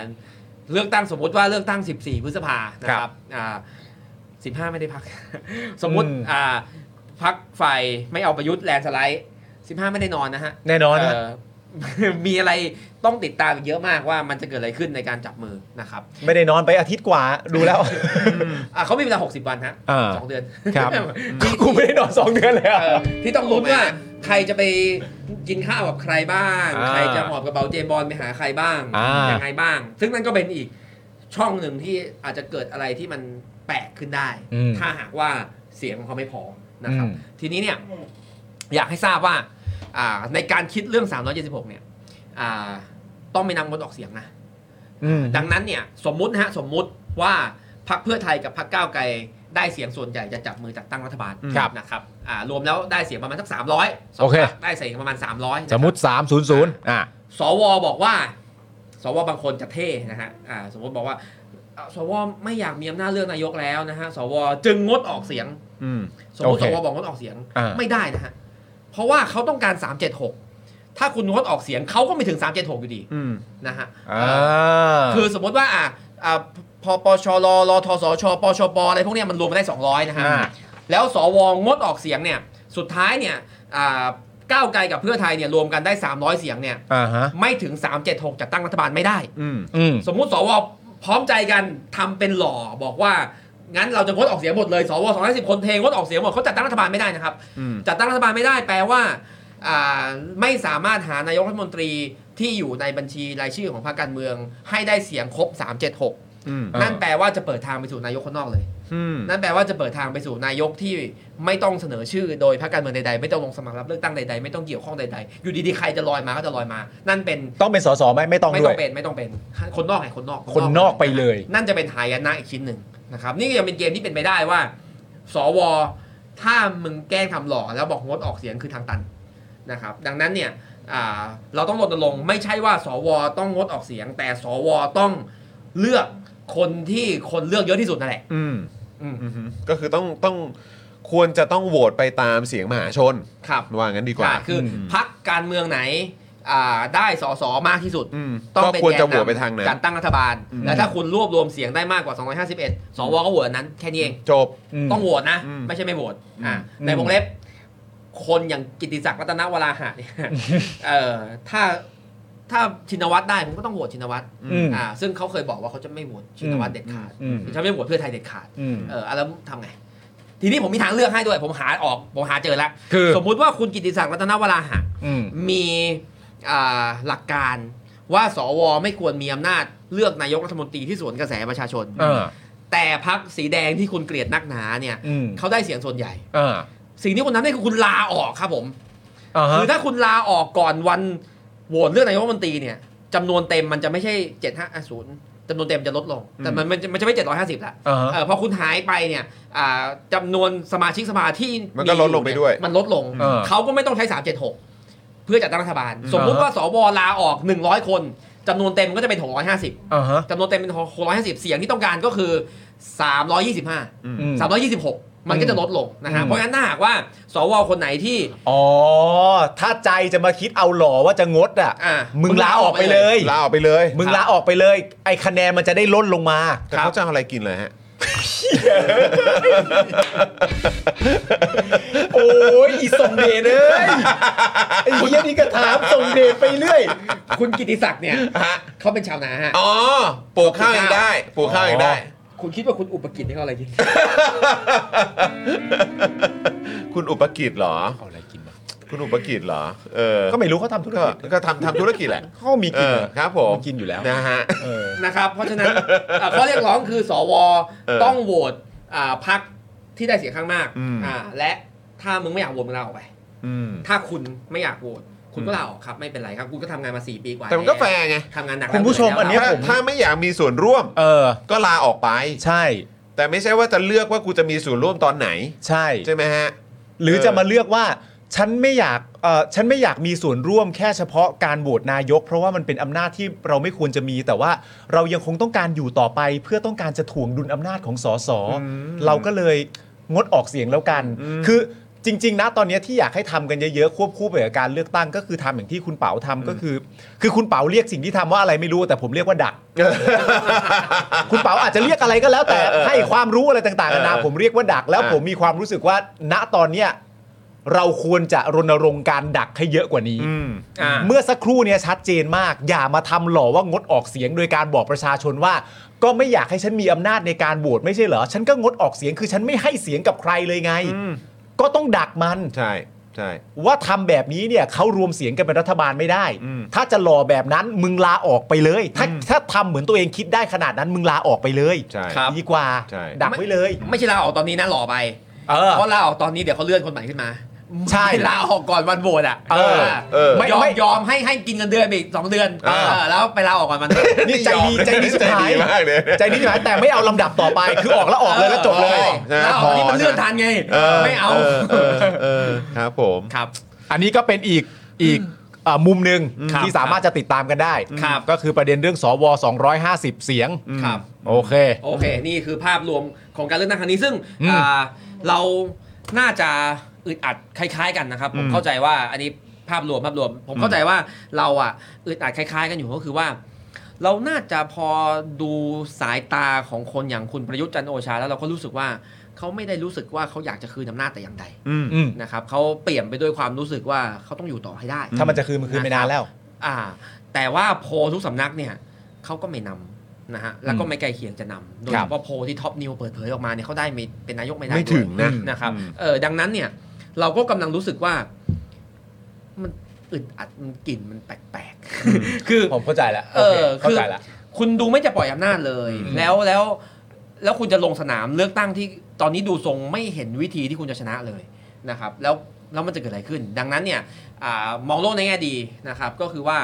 Speaker 2: เลือกตั้งสมมติว่าเลือกตั้ง 14 พฤษภานะค
Speaker 3: ครั
Speaker 2: รั
Speaker 3: บบ
Speaker 2: อ่า15 ไม่ได้พัก สมมติ
Speaker 3: อืม
Speaker 2: อ่าพักฝ่ายไม่เอาประยุทธ์แลนด์สไลด์ 15 ไม่ได้นอนนะฮะ
Speaker 3: แน่นอนนะ
Speaker 2: เอ่อ มีอะไรต้องติดตามอีกเยอะมากว่ามันจะเกิดอะไรขึ้นในการจับมือนะครับ
Speaker 3: ไม่ได้นอนไปอาทิตย์กว่า ดูแล้ว
Speaker 2: อ่ะเขามีเวลา 60 วันฮะ
Speaker 3: อ่า
Speaker 2: สองเดือน
Speaker 3: ครับ
Speaker 2: ที่
Speaker 3: กูไม่ได้นอนสองเดือนเลยอะ
Speaker 2: เอ่อที่ต้องลุ้นว่าใครจะไปกินข้าวกับใครบ้าง
Speaker 3: อ่า
Speaker 2: ใครจะหอบกระเป๋าเจมส์บอลไปหาใครบ้าง
Speaker 3: อ่ายั
Speaker 2: ยังไงบ้าง ซึ่งนั่นก็เป็นอีกช่องหนึ่งที่อาจจะเกิดอะไรที่มันแปลกขึ้นได้
Speaker 3: ม
Speaker 2: ถ้าหากว่าเสียงของเขาไม่พอนะครับ
Speaker 3: อืม
Speaker 2: ทีนี้เนี่ยอยากให้ทราบว่าอ่าในการคิดเรื่อง 376 เนี่ยอ่าต้องไม่นำงดออกเสียงนะ
Speaker 3: อืม
Speaker 2: ดังนั้นเนี่ยสมมุตินะฮะสมมุติว่าพักเพื่อไทยกับพักก้าวไกลได้เสียงส่วนใหญ่จะจับมือจัดตั้งรัฐบาล
Speaker 3: ครับ
Speaker 2: นะครับอ่ารวมแล้วได้เสียงประมาณสัก300สองพรรค
Speaker 3: โอเค
Speaker 2: ได้เสียงประมาณ 300นะครับ
Speaker 3: สมมติ 300 อ่า
Speaker 2: สวบอกว่า สวบางคนจะเท่นะฮะอ่าสมมติบอกว่าอ่าสวไม่อยากมีอำนาจเลือกนายกแล้วนะฮะสวจึงงดออกเสียง
Speaker 1: อืม
Speaker 2: สมมติ
Speaker 3: โอ
Speaker 2: ส
Speaker 3: เคว
Speaker 2: บอกงดออกเสียง
Speaker 3: อ่า
Speaker 2: ไม่ได้นะฮะเพราะว่าเขาต้องการ 376 ถ้าคุณงดออกเสียงเขาก็ไม่ถึง 376 อยู่ดี
Speaker 1: อืม
Speaker 2: นะฮะ
Speaker 3: อ่า
Speaker 2: คือสมมติว่าอ่ะอ่ะพอปชรรทสชปชปอะไรพวกเนี้ยมันรวมกันได้ 200 นะฮะ
Speaker 3: อ่า
Speaker 2: แล้วสวงดออกเสียงเนี่ย สุดท้ายเนี่ยอ่าก้าวไกลกับเพื่อไทยเนี่ยรวมกันได้ 300 เสียงเนี่ย
Speaker 3: อ่าฮะ
Speaker 2: ไม่ถึง 376จัดตั้งรัฐบาลไม่ได้
Speaker 1: อืม
Speaker 3: อืม
Speaker 2: สมมุติสวพร้อมใจกันทำเป็นหล่อบอกว่า งั้นเราจะงดออกเสียงหมดเลย สว210 คนเทงดออกเสียงหมดเขาจัดตั้งรัฐบาลไม่ได้นะครับ
Speaker 1: อืม
Speaker 2: จัดตั้งรัฐบาลไม่ได้แปลว่าอ่าไม่สามารถหานายกรัฐมนตรีที่อยู่ในบัญชีรายชื่อของพรรคการเมือง ให้ได้เสียงครบ 376
Speaker 1: อืม
Speaker 3: อ่านั่
Speaker 2: นั่นแปลว่าจะเปิดทางไปสู่นายกคนนอกเลย
Speaker 1: อืม
Speaker 2: นั่นแปลว่าจะเปิดทางไปสู่นายกที่ไม่ต้องเสนอชื่อโดยพรรคการเมืองใดๆ ไม่ต้องลงสมัครรับเลือกตั้งใดๆ ไม่ต้องเกี่ยวข้องใดๆ อยู่ดีๆ ใครจะลอยมาก็จะลอยมา นั่นเป็น
Speaker 3: ต้องเป็นสสไหมไม่ต้อง
Speaker 2: ไม่
Speaker 3: ด้
Speaker 2: ต้
Speaker 3: ว
Speaker 2: อย งเป็นไม่ต้องเป็นคนนอกไงคนนอก
Speaker 3: คนนอกไปเลย
Speaker 2: นั่นจะเป็นหายนะอีกชิ้นหนึ่งนะครับ นี่ก็ยังเป็นเกมที่เป็นไปได้ว่า สว ถ้ามึงแกล้งทำหล่อแล้วบอกงดออกเสียงคือทางตันนะครับ ดังนั้นเนี่ยอ่าเราต้องรณรงค์ไม่ใช่ว่า สว ต้องงดออกเสียง แต่สว ต้องเลือกคนที่คนเลือกเยอะที่สุดนั่นแหละ
Speaker 1: อืม
Speaker 2: อืม
Speaker 1: อือฮึก็คือต้องต้องควรจะต้องโหวตไปตามเสียงมหาชน
Speaker 2: ครับ
Speaker 1: ว่างั้นดีกว่า
Speaker 2: อ่าคืออ
Speaker 1: ม
Speaker 2: พักการเมืองไหนอ่าได้สสมากที่สุด
Speaker 1: อืม
Speaker 2: ต้อง
Speaker 1: ก็
Speaker 2: เป็น
Speaker 1: ควรจะ
Speaker 2: แน
Speaker 1: โหวตไปทางนั้น
Speaker 2: การตั้งรัฐบาล
Speaker 1: อืม
Speaker 2: และถ้าคุณรวบรวมเสียงได้มากกว่า 251 สวก็โหวตอันนั้นแค่นี้เอง
Speaker 1: จบ
Speaker 3: ม
Speaker 2: ต้องโหวตนะ
Speaker 1: อืม
Speaker 2: ไม่ใช่ไม่โหวตอ่ะ
Speaker 3: อืม
Speaker 2: ในวงเล็บ คนอย่างกิติศักดิ์รัตนวราหะ เนี่ยเออถ้าถ้าชินวัตรได้ผมก็ต้องโหวตชินวัตร
Speaker 3: อืม
Speaker 2: อ่าซึ่งเขาเคยบอกว่าเขาจะไม่โหวตชินวัตรเด็ดขาด
Speaker 3: อืม
Speaker 2: จะไม่โหวตเพื่อไทยเด็ดขาด
Speaker 3: อืม
Speaker 2: เออแล้วทำไง ทีนี้ผมมีทางเลือกให้ด้วย ผมหาออกผมหาเจอแล้ว
Speaker 3: คือ
Speaker 2: สมมุติว่าคุณกิติศักดิ์รัตนวราหะ
Speaker 3: อืม
Speaker 2: มีอ่าหลักการว่าสวไม่ควรมีอำนาจเลือกนายกรัฐมนตรีที่สวนกระแสประชาชน
Speaker 3: อ่า
Speaker 2: แต่พักสีแดงที่คุณเกลียดนักหนาเนี่ย
Speaker 3: อืม
Speaker 2: เขาได้เสียงส่วนใหญ่
Speaker 3: อ่า
Speaker 2: สิ่งที่คุณทำได้คือคุณลาออกครับผม
Speaker 3: อ่าฮะ
Speaker 2: คือถ้าคุณลาออกก่อนวันโหวตเลือกนายกรัฐมนตรีเนี่ยจำนวนเต็มมันจะไม่ใช่ 750จำนวนเต็มจะลดลง แต่มันมันจะมันจะไม่ 750ละ
Speaker 3: อ่าฮะ
Speaker 2: เออพอคุณหายไปเนี่ยอ่าจำนวนสมาชิกสภาที่
Speaker 1: มันก็ลดลงไปด้วย
Speaker 2: มันลดลง
Speaker 3: เออ
Speaker 2: เขาก็ไม่ต้องใช้ 376 เพื่อจัดตั้งรัฐบาล สมมุติว่าสวลาออก 100 คน จำนวนเต็มมันก็จะเป็น 650
Speaker 3: อ่าฮะ
Speaker 2: จำนวนเต็มเป็น 650 เสียงที่ต้องการก็คือ 325
Speaker 1: อืม
Speaker 3: อืม
Speaker 2: 326 มันก็จะลดลงนะฮะ
Speaker 3: อืม
Speaker 2: เพราะงั้นถ้าหากว่าสวคนไหนที่
Speaker 3: อ๋อ ถ้าใจจะมาคิดเอาหล่อว่าจะงดอ่ะ
Speaker 2: อ่ะ
Speaker 3: มึงลาออกไปเลย
Speaker 1: ลาออกไปเลย
Speaker 3: มึงลาออกไปเลย ไอ้คะแนนมันจะได้ลดลงมา
Speaker 1: แต่เขาจะเอาอะไรกินเลยฮะ
Speaker 3: โอ้ยอีส่งเดชเลยไอ้เหี้ยนี่ก็ถามส่งเดชไปเรื่อย
Speaker 2: คุณกิติศักดิ์เนี่ย
Speaker 1: ฮะ
Speaker 2: เขาเป็นชาวนาฮะ
Speaker 1: อ๋อปลูกข้าวเองได้ปลูกข้าวเองได้
Speaker 2: คุณคิดว่าคุณอุปกิจนี่เขาอะไรกิน
Speaker 1: คุณอุปกิจเหรอ
Speaker 3: เอาอะไรกินวะ
Speaker 1: คุณอุปกิจเหรอ เออ
Speaker 3: ก็ไม่รู้เขาทำธุร
Speaker 1: ก็
Speaker 3: กิจ
Speaker 1: ก็ทำทำธุรกิจแหละ
Speaker 3: เขามี
Speaker 1: เอ
Speaker 3: กิน
Speaker 1: อครับผม
Speaker 3: มันกินอยู่แล้ว
Speaker 1: นะฮะ
Speaker 3: เออ
Speaker 2: นะครับ เพราะฉะนั้นเอ่อข้อเรียกร้องคือ สว
Speaker 1: เออ
Speaker 2: ต้องโหวตอ่าพักที่ได้เสียงข้างมาก
Speaker 1: อืม
Speaker 2: อ่าและถ้ามึงไม่อยากโหวตมึงลาออกไป
Speaker 1: อืม
Speaker 2: ถ้าคุณไม่อยากโหวตคุณก็ลาออกครับ ไม่เป็นไรครับ คุณก็ทำงานมา 4 ปีกว่า
Speaker 1: แต่มันก็แฟร์ไง
Speaker 2: ทำงานหนัก
Speaker 3: คุณผู้ชมอันเนี้ย
Speaker 1: ถ้า
Speaker 3: ผม
Speaker 1: ถ้าไม่อยากมีส่วนร่วม
Speaker 3: เออ
Speaker 1: ก็ลาออกไป
Speaker 3: ใช่
Speaker 1: แต่ไม่ใช่ว่าจะเลือกว่ากูจะมีส่วนร่วมตอนไหน
Speaker 3: ใช่
Speaker 1: ใช่ไหมฮะ
Speaker 3: หรือ
Speaker 1: เออ
Speaker 3: จะมาเลือกว่าฉันไม่อยากเอ่อฉันไม่อยากมีส่วนร่วมแค่เฉพาะการโหวตนายก เพราะว่ามันเป็นอำนาจที่เราไม่ควรจะมี แต่ว่าเรายังคงต้องการอยู่ต่อไป เพื่อต้องการจะถ่วงดุลอำนาจของสสเราก็เลยงดออกเสียงแล้วกัน คือจริง ๆ นะตอนเนี้ยที่อยากให้ทำกันเยอะๆควบคู่ไปกับการเลือกตั้ง ก็คือทำอย่างที่คุณเป๋าทำก็คือ คือคุณเป๋าเรียกสิ่งที่ทำว่าอะไรไม่รู้แต่ผมเรียกว่าดั ก คุณเป๋าอาจจะเรียกอะไรก็แล้วแต่ให้ความรู้อะไรต่างๆนานา
Speaker 1: เออ
Speaker 3: ผมเรียกว่าดักแล้ว
Speaker 1: อ่ะ
Speaker 3: ผมมีความรู้สึกว่า ณตอนเนี้ยเราควรจะรณรงค์การดักให้เยอะกว่านี้
Speaker 1: อืม
Speaker 2: อ่า
Speaker 3: เมื่อสักครู่เนี่ยชัดเจนมาก อย่ามาทำหล่อว่างดออกเสียงโดยการบอกประชาชนว่า ก็ไม่อยากให้ฉันมีอำนาจในการโหวตไม่ใช่เหรอ ฉันก็งดออกเสียงคือฉันไม่ให้เสียงกับใครเลยไง
Speaker 1: อืม
Speaker 3: ก็ต้องดักมัน
Speaker 1: ใช่ใช่
Speaker 3: ว่าทำแบบนี้เนี่ยเขารวมเสียงกันเป็นรัฐบาลไม่ได้
Speaker 1: อืม
Speaker 3: ถ้าจะหล่อแบบนั้นมึงลาออกไปเลย ถ้าถ้าทำเหมือนตัวเองคิดได้ขนาดนั้นมึงลาออกไปเลย
Speaker 1: ใช่
Speaker 3: ดีกว่า
Speaker 1: ใช่
Speaker 3: ดักไว้เลย
Speaker 2: ไม่ใช่ลาออกตอนนี้นะหล่อไป
Speaker 3: เออ
Speaker 2: เพราะลาออกตอนนี้เดี๋ยวเขาเลื่อนคนใหม่ขึ้นมา
Speaker 3: ใช่
Speaker 2: ไม่ลาออกก่อนวันโหวตอ่ะ
Speaker 3: เออ
Speaker 1: เออ
Speaker 2: ยอม
Speaker 3: ไม่
Speaker 2: ยอมให้ให้กินเงินเดือนไปอีกสองเดือน
Speaker 1: อ่า
Speaker 2: เออแล้วไปลาออกก่อนวันโหวต
Speaker 3: นี่ใจดีใจดีสุดท้าย
Speaker 1: ใจมากเลย
Speaker 3: ใจนี้หมายแต่ไม่เอาลำดับต่อไป คือออกแล้วออกเลยแล้วจบเลย
Speaker 1: ใช่ไหม
Speaker 2: แล้ว
Speaker 1: พอ
Speaker 2: นี่มันเลื่อนทันไง ไม่เอา
Speaker 1: เออเออครับผม
Speaker 2: ครับ
Speaker 3: อันนี้ก็เป็นอีกอีกเอ่อมุมหนึ่งที่สามารถจะติดตามกันได้
Speaker 2: ครับ
Speaker 3: ก็คือประเด็นเรื่องสว250 เสียง
Speaker 2: ครับ
Speaker 3: โอเค
Speaker 2: โอเค นี่คือภาพรวมของการเลือกตั้งครั้งนี้ซึ่ง
Speaker 3: อืม
Speaker 2: อ่าเราน่าจะอึดอัดคล้าย ๆ กันนะครับ ผม
Speaker 3: อืม
Speaker 2: เข้าใจว่าอันนี้ภาพรวมภาพรวม ผมเข้าใจว่าเราอ่ะอึดอัดคล้าย ๆ กันอยู่ก็คือว่า เราน่าจะพอดูสายตาของคนอย่างคุณประยุทธ์จันทร์โอชา แล้วเราก็รู้สึกว่าเขาไม่ได้รู้สึกว่าเขาอยากจะคืนอำนาจแต่อย่างใด
Speaker 1: อืม
Speaker 3: อืม
Speaker 2: นะครับเขาเปลี่ยนไปด้วยความรู้สึกว่าเขาต้องอยู่ต่อให้ได้
Speaker 3: ถ้ามันจะคืนมันคืนไปนานแล้ว
Speaker 2: อ่าแต่ว่าโพลทุกสำนักเนี่ยเขาก็ไม่นำนะฮะแล้วก็ไม่ใกล้เคียงจะนำโดย
Speaker 3: ครั
Speaker 2: เฉ
Speaker 3: บ
Speaker 2: พาะโพลที่ท็อปนิวเปิดเผยออกมาเนี่ยเขาได้ไม่เป็นนายกไม่ได้
Speaker 1: ไม่
Speaker 2: ด้วย
Speaker 1: ถึงนะ
Speaker 2: นะครับ
Speaker 1: อืม
Speaker 2: เออดังนั้นเนี่ยเราก็กำลังรู้สึกว่า มันอึดอัดมันกลิ่นมันแปลกๆ คือ
Speaker 3: ผมเข้าใจแล้ว
Speaker 2: เอ
Speaker 3: โอเค
Speaker 2: อ
Speaker 3: เข้า
Speaker 2: คือ
Speaker 3: ใจแล้ว
Speaker 2: คุณดูไม่จะปล่อยอำนาจเลย
Speaker 3: อืม
Speaker 2: แล้วแล้วแล้วคุณจะลงสนามเลือกตั้งที่ตอนนี้ดูทรงไม่เห็นวิธีที่คุณจะชนะเลยนะครับ แล้วแล้วมันจะเกิดอะไรขึ้น ดังนั้นเนี่ยอามองโลกในแง่ดีนะครับ ก็คือว่า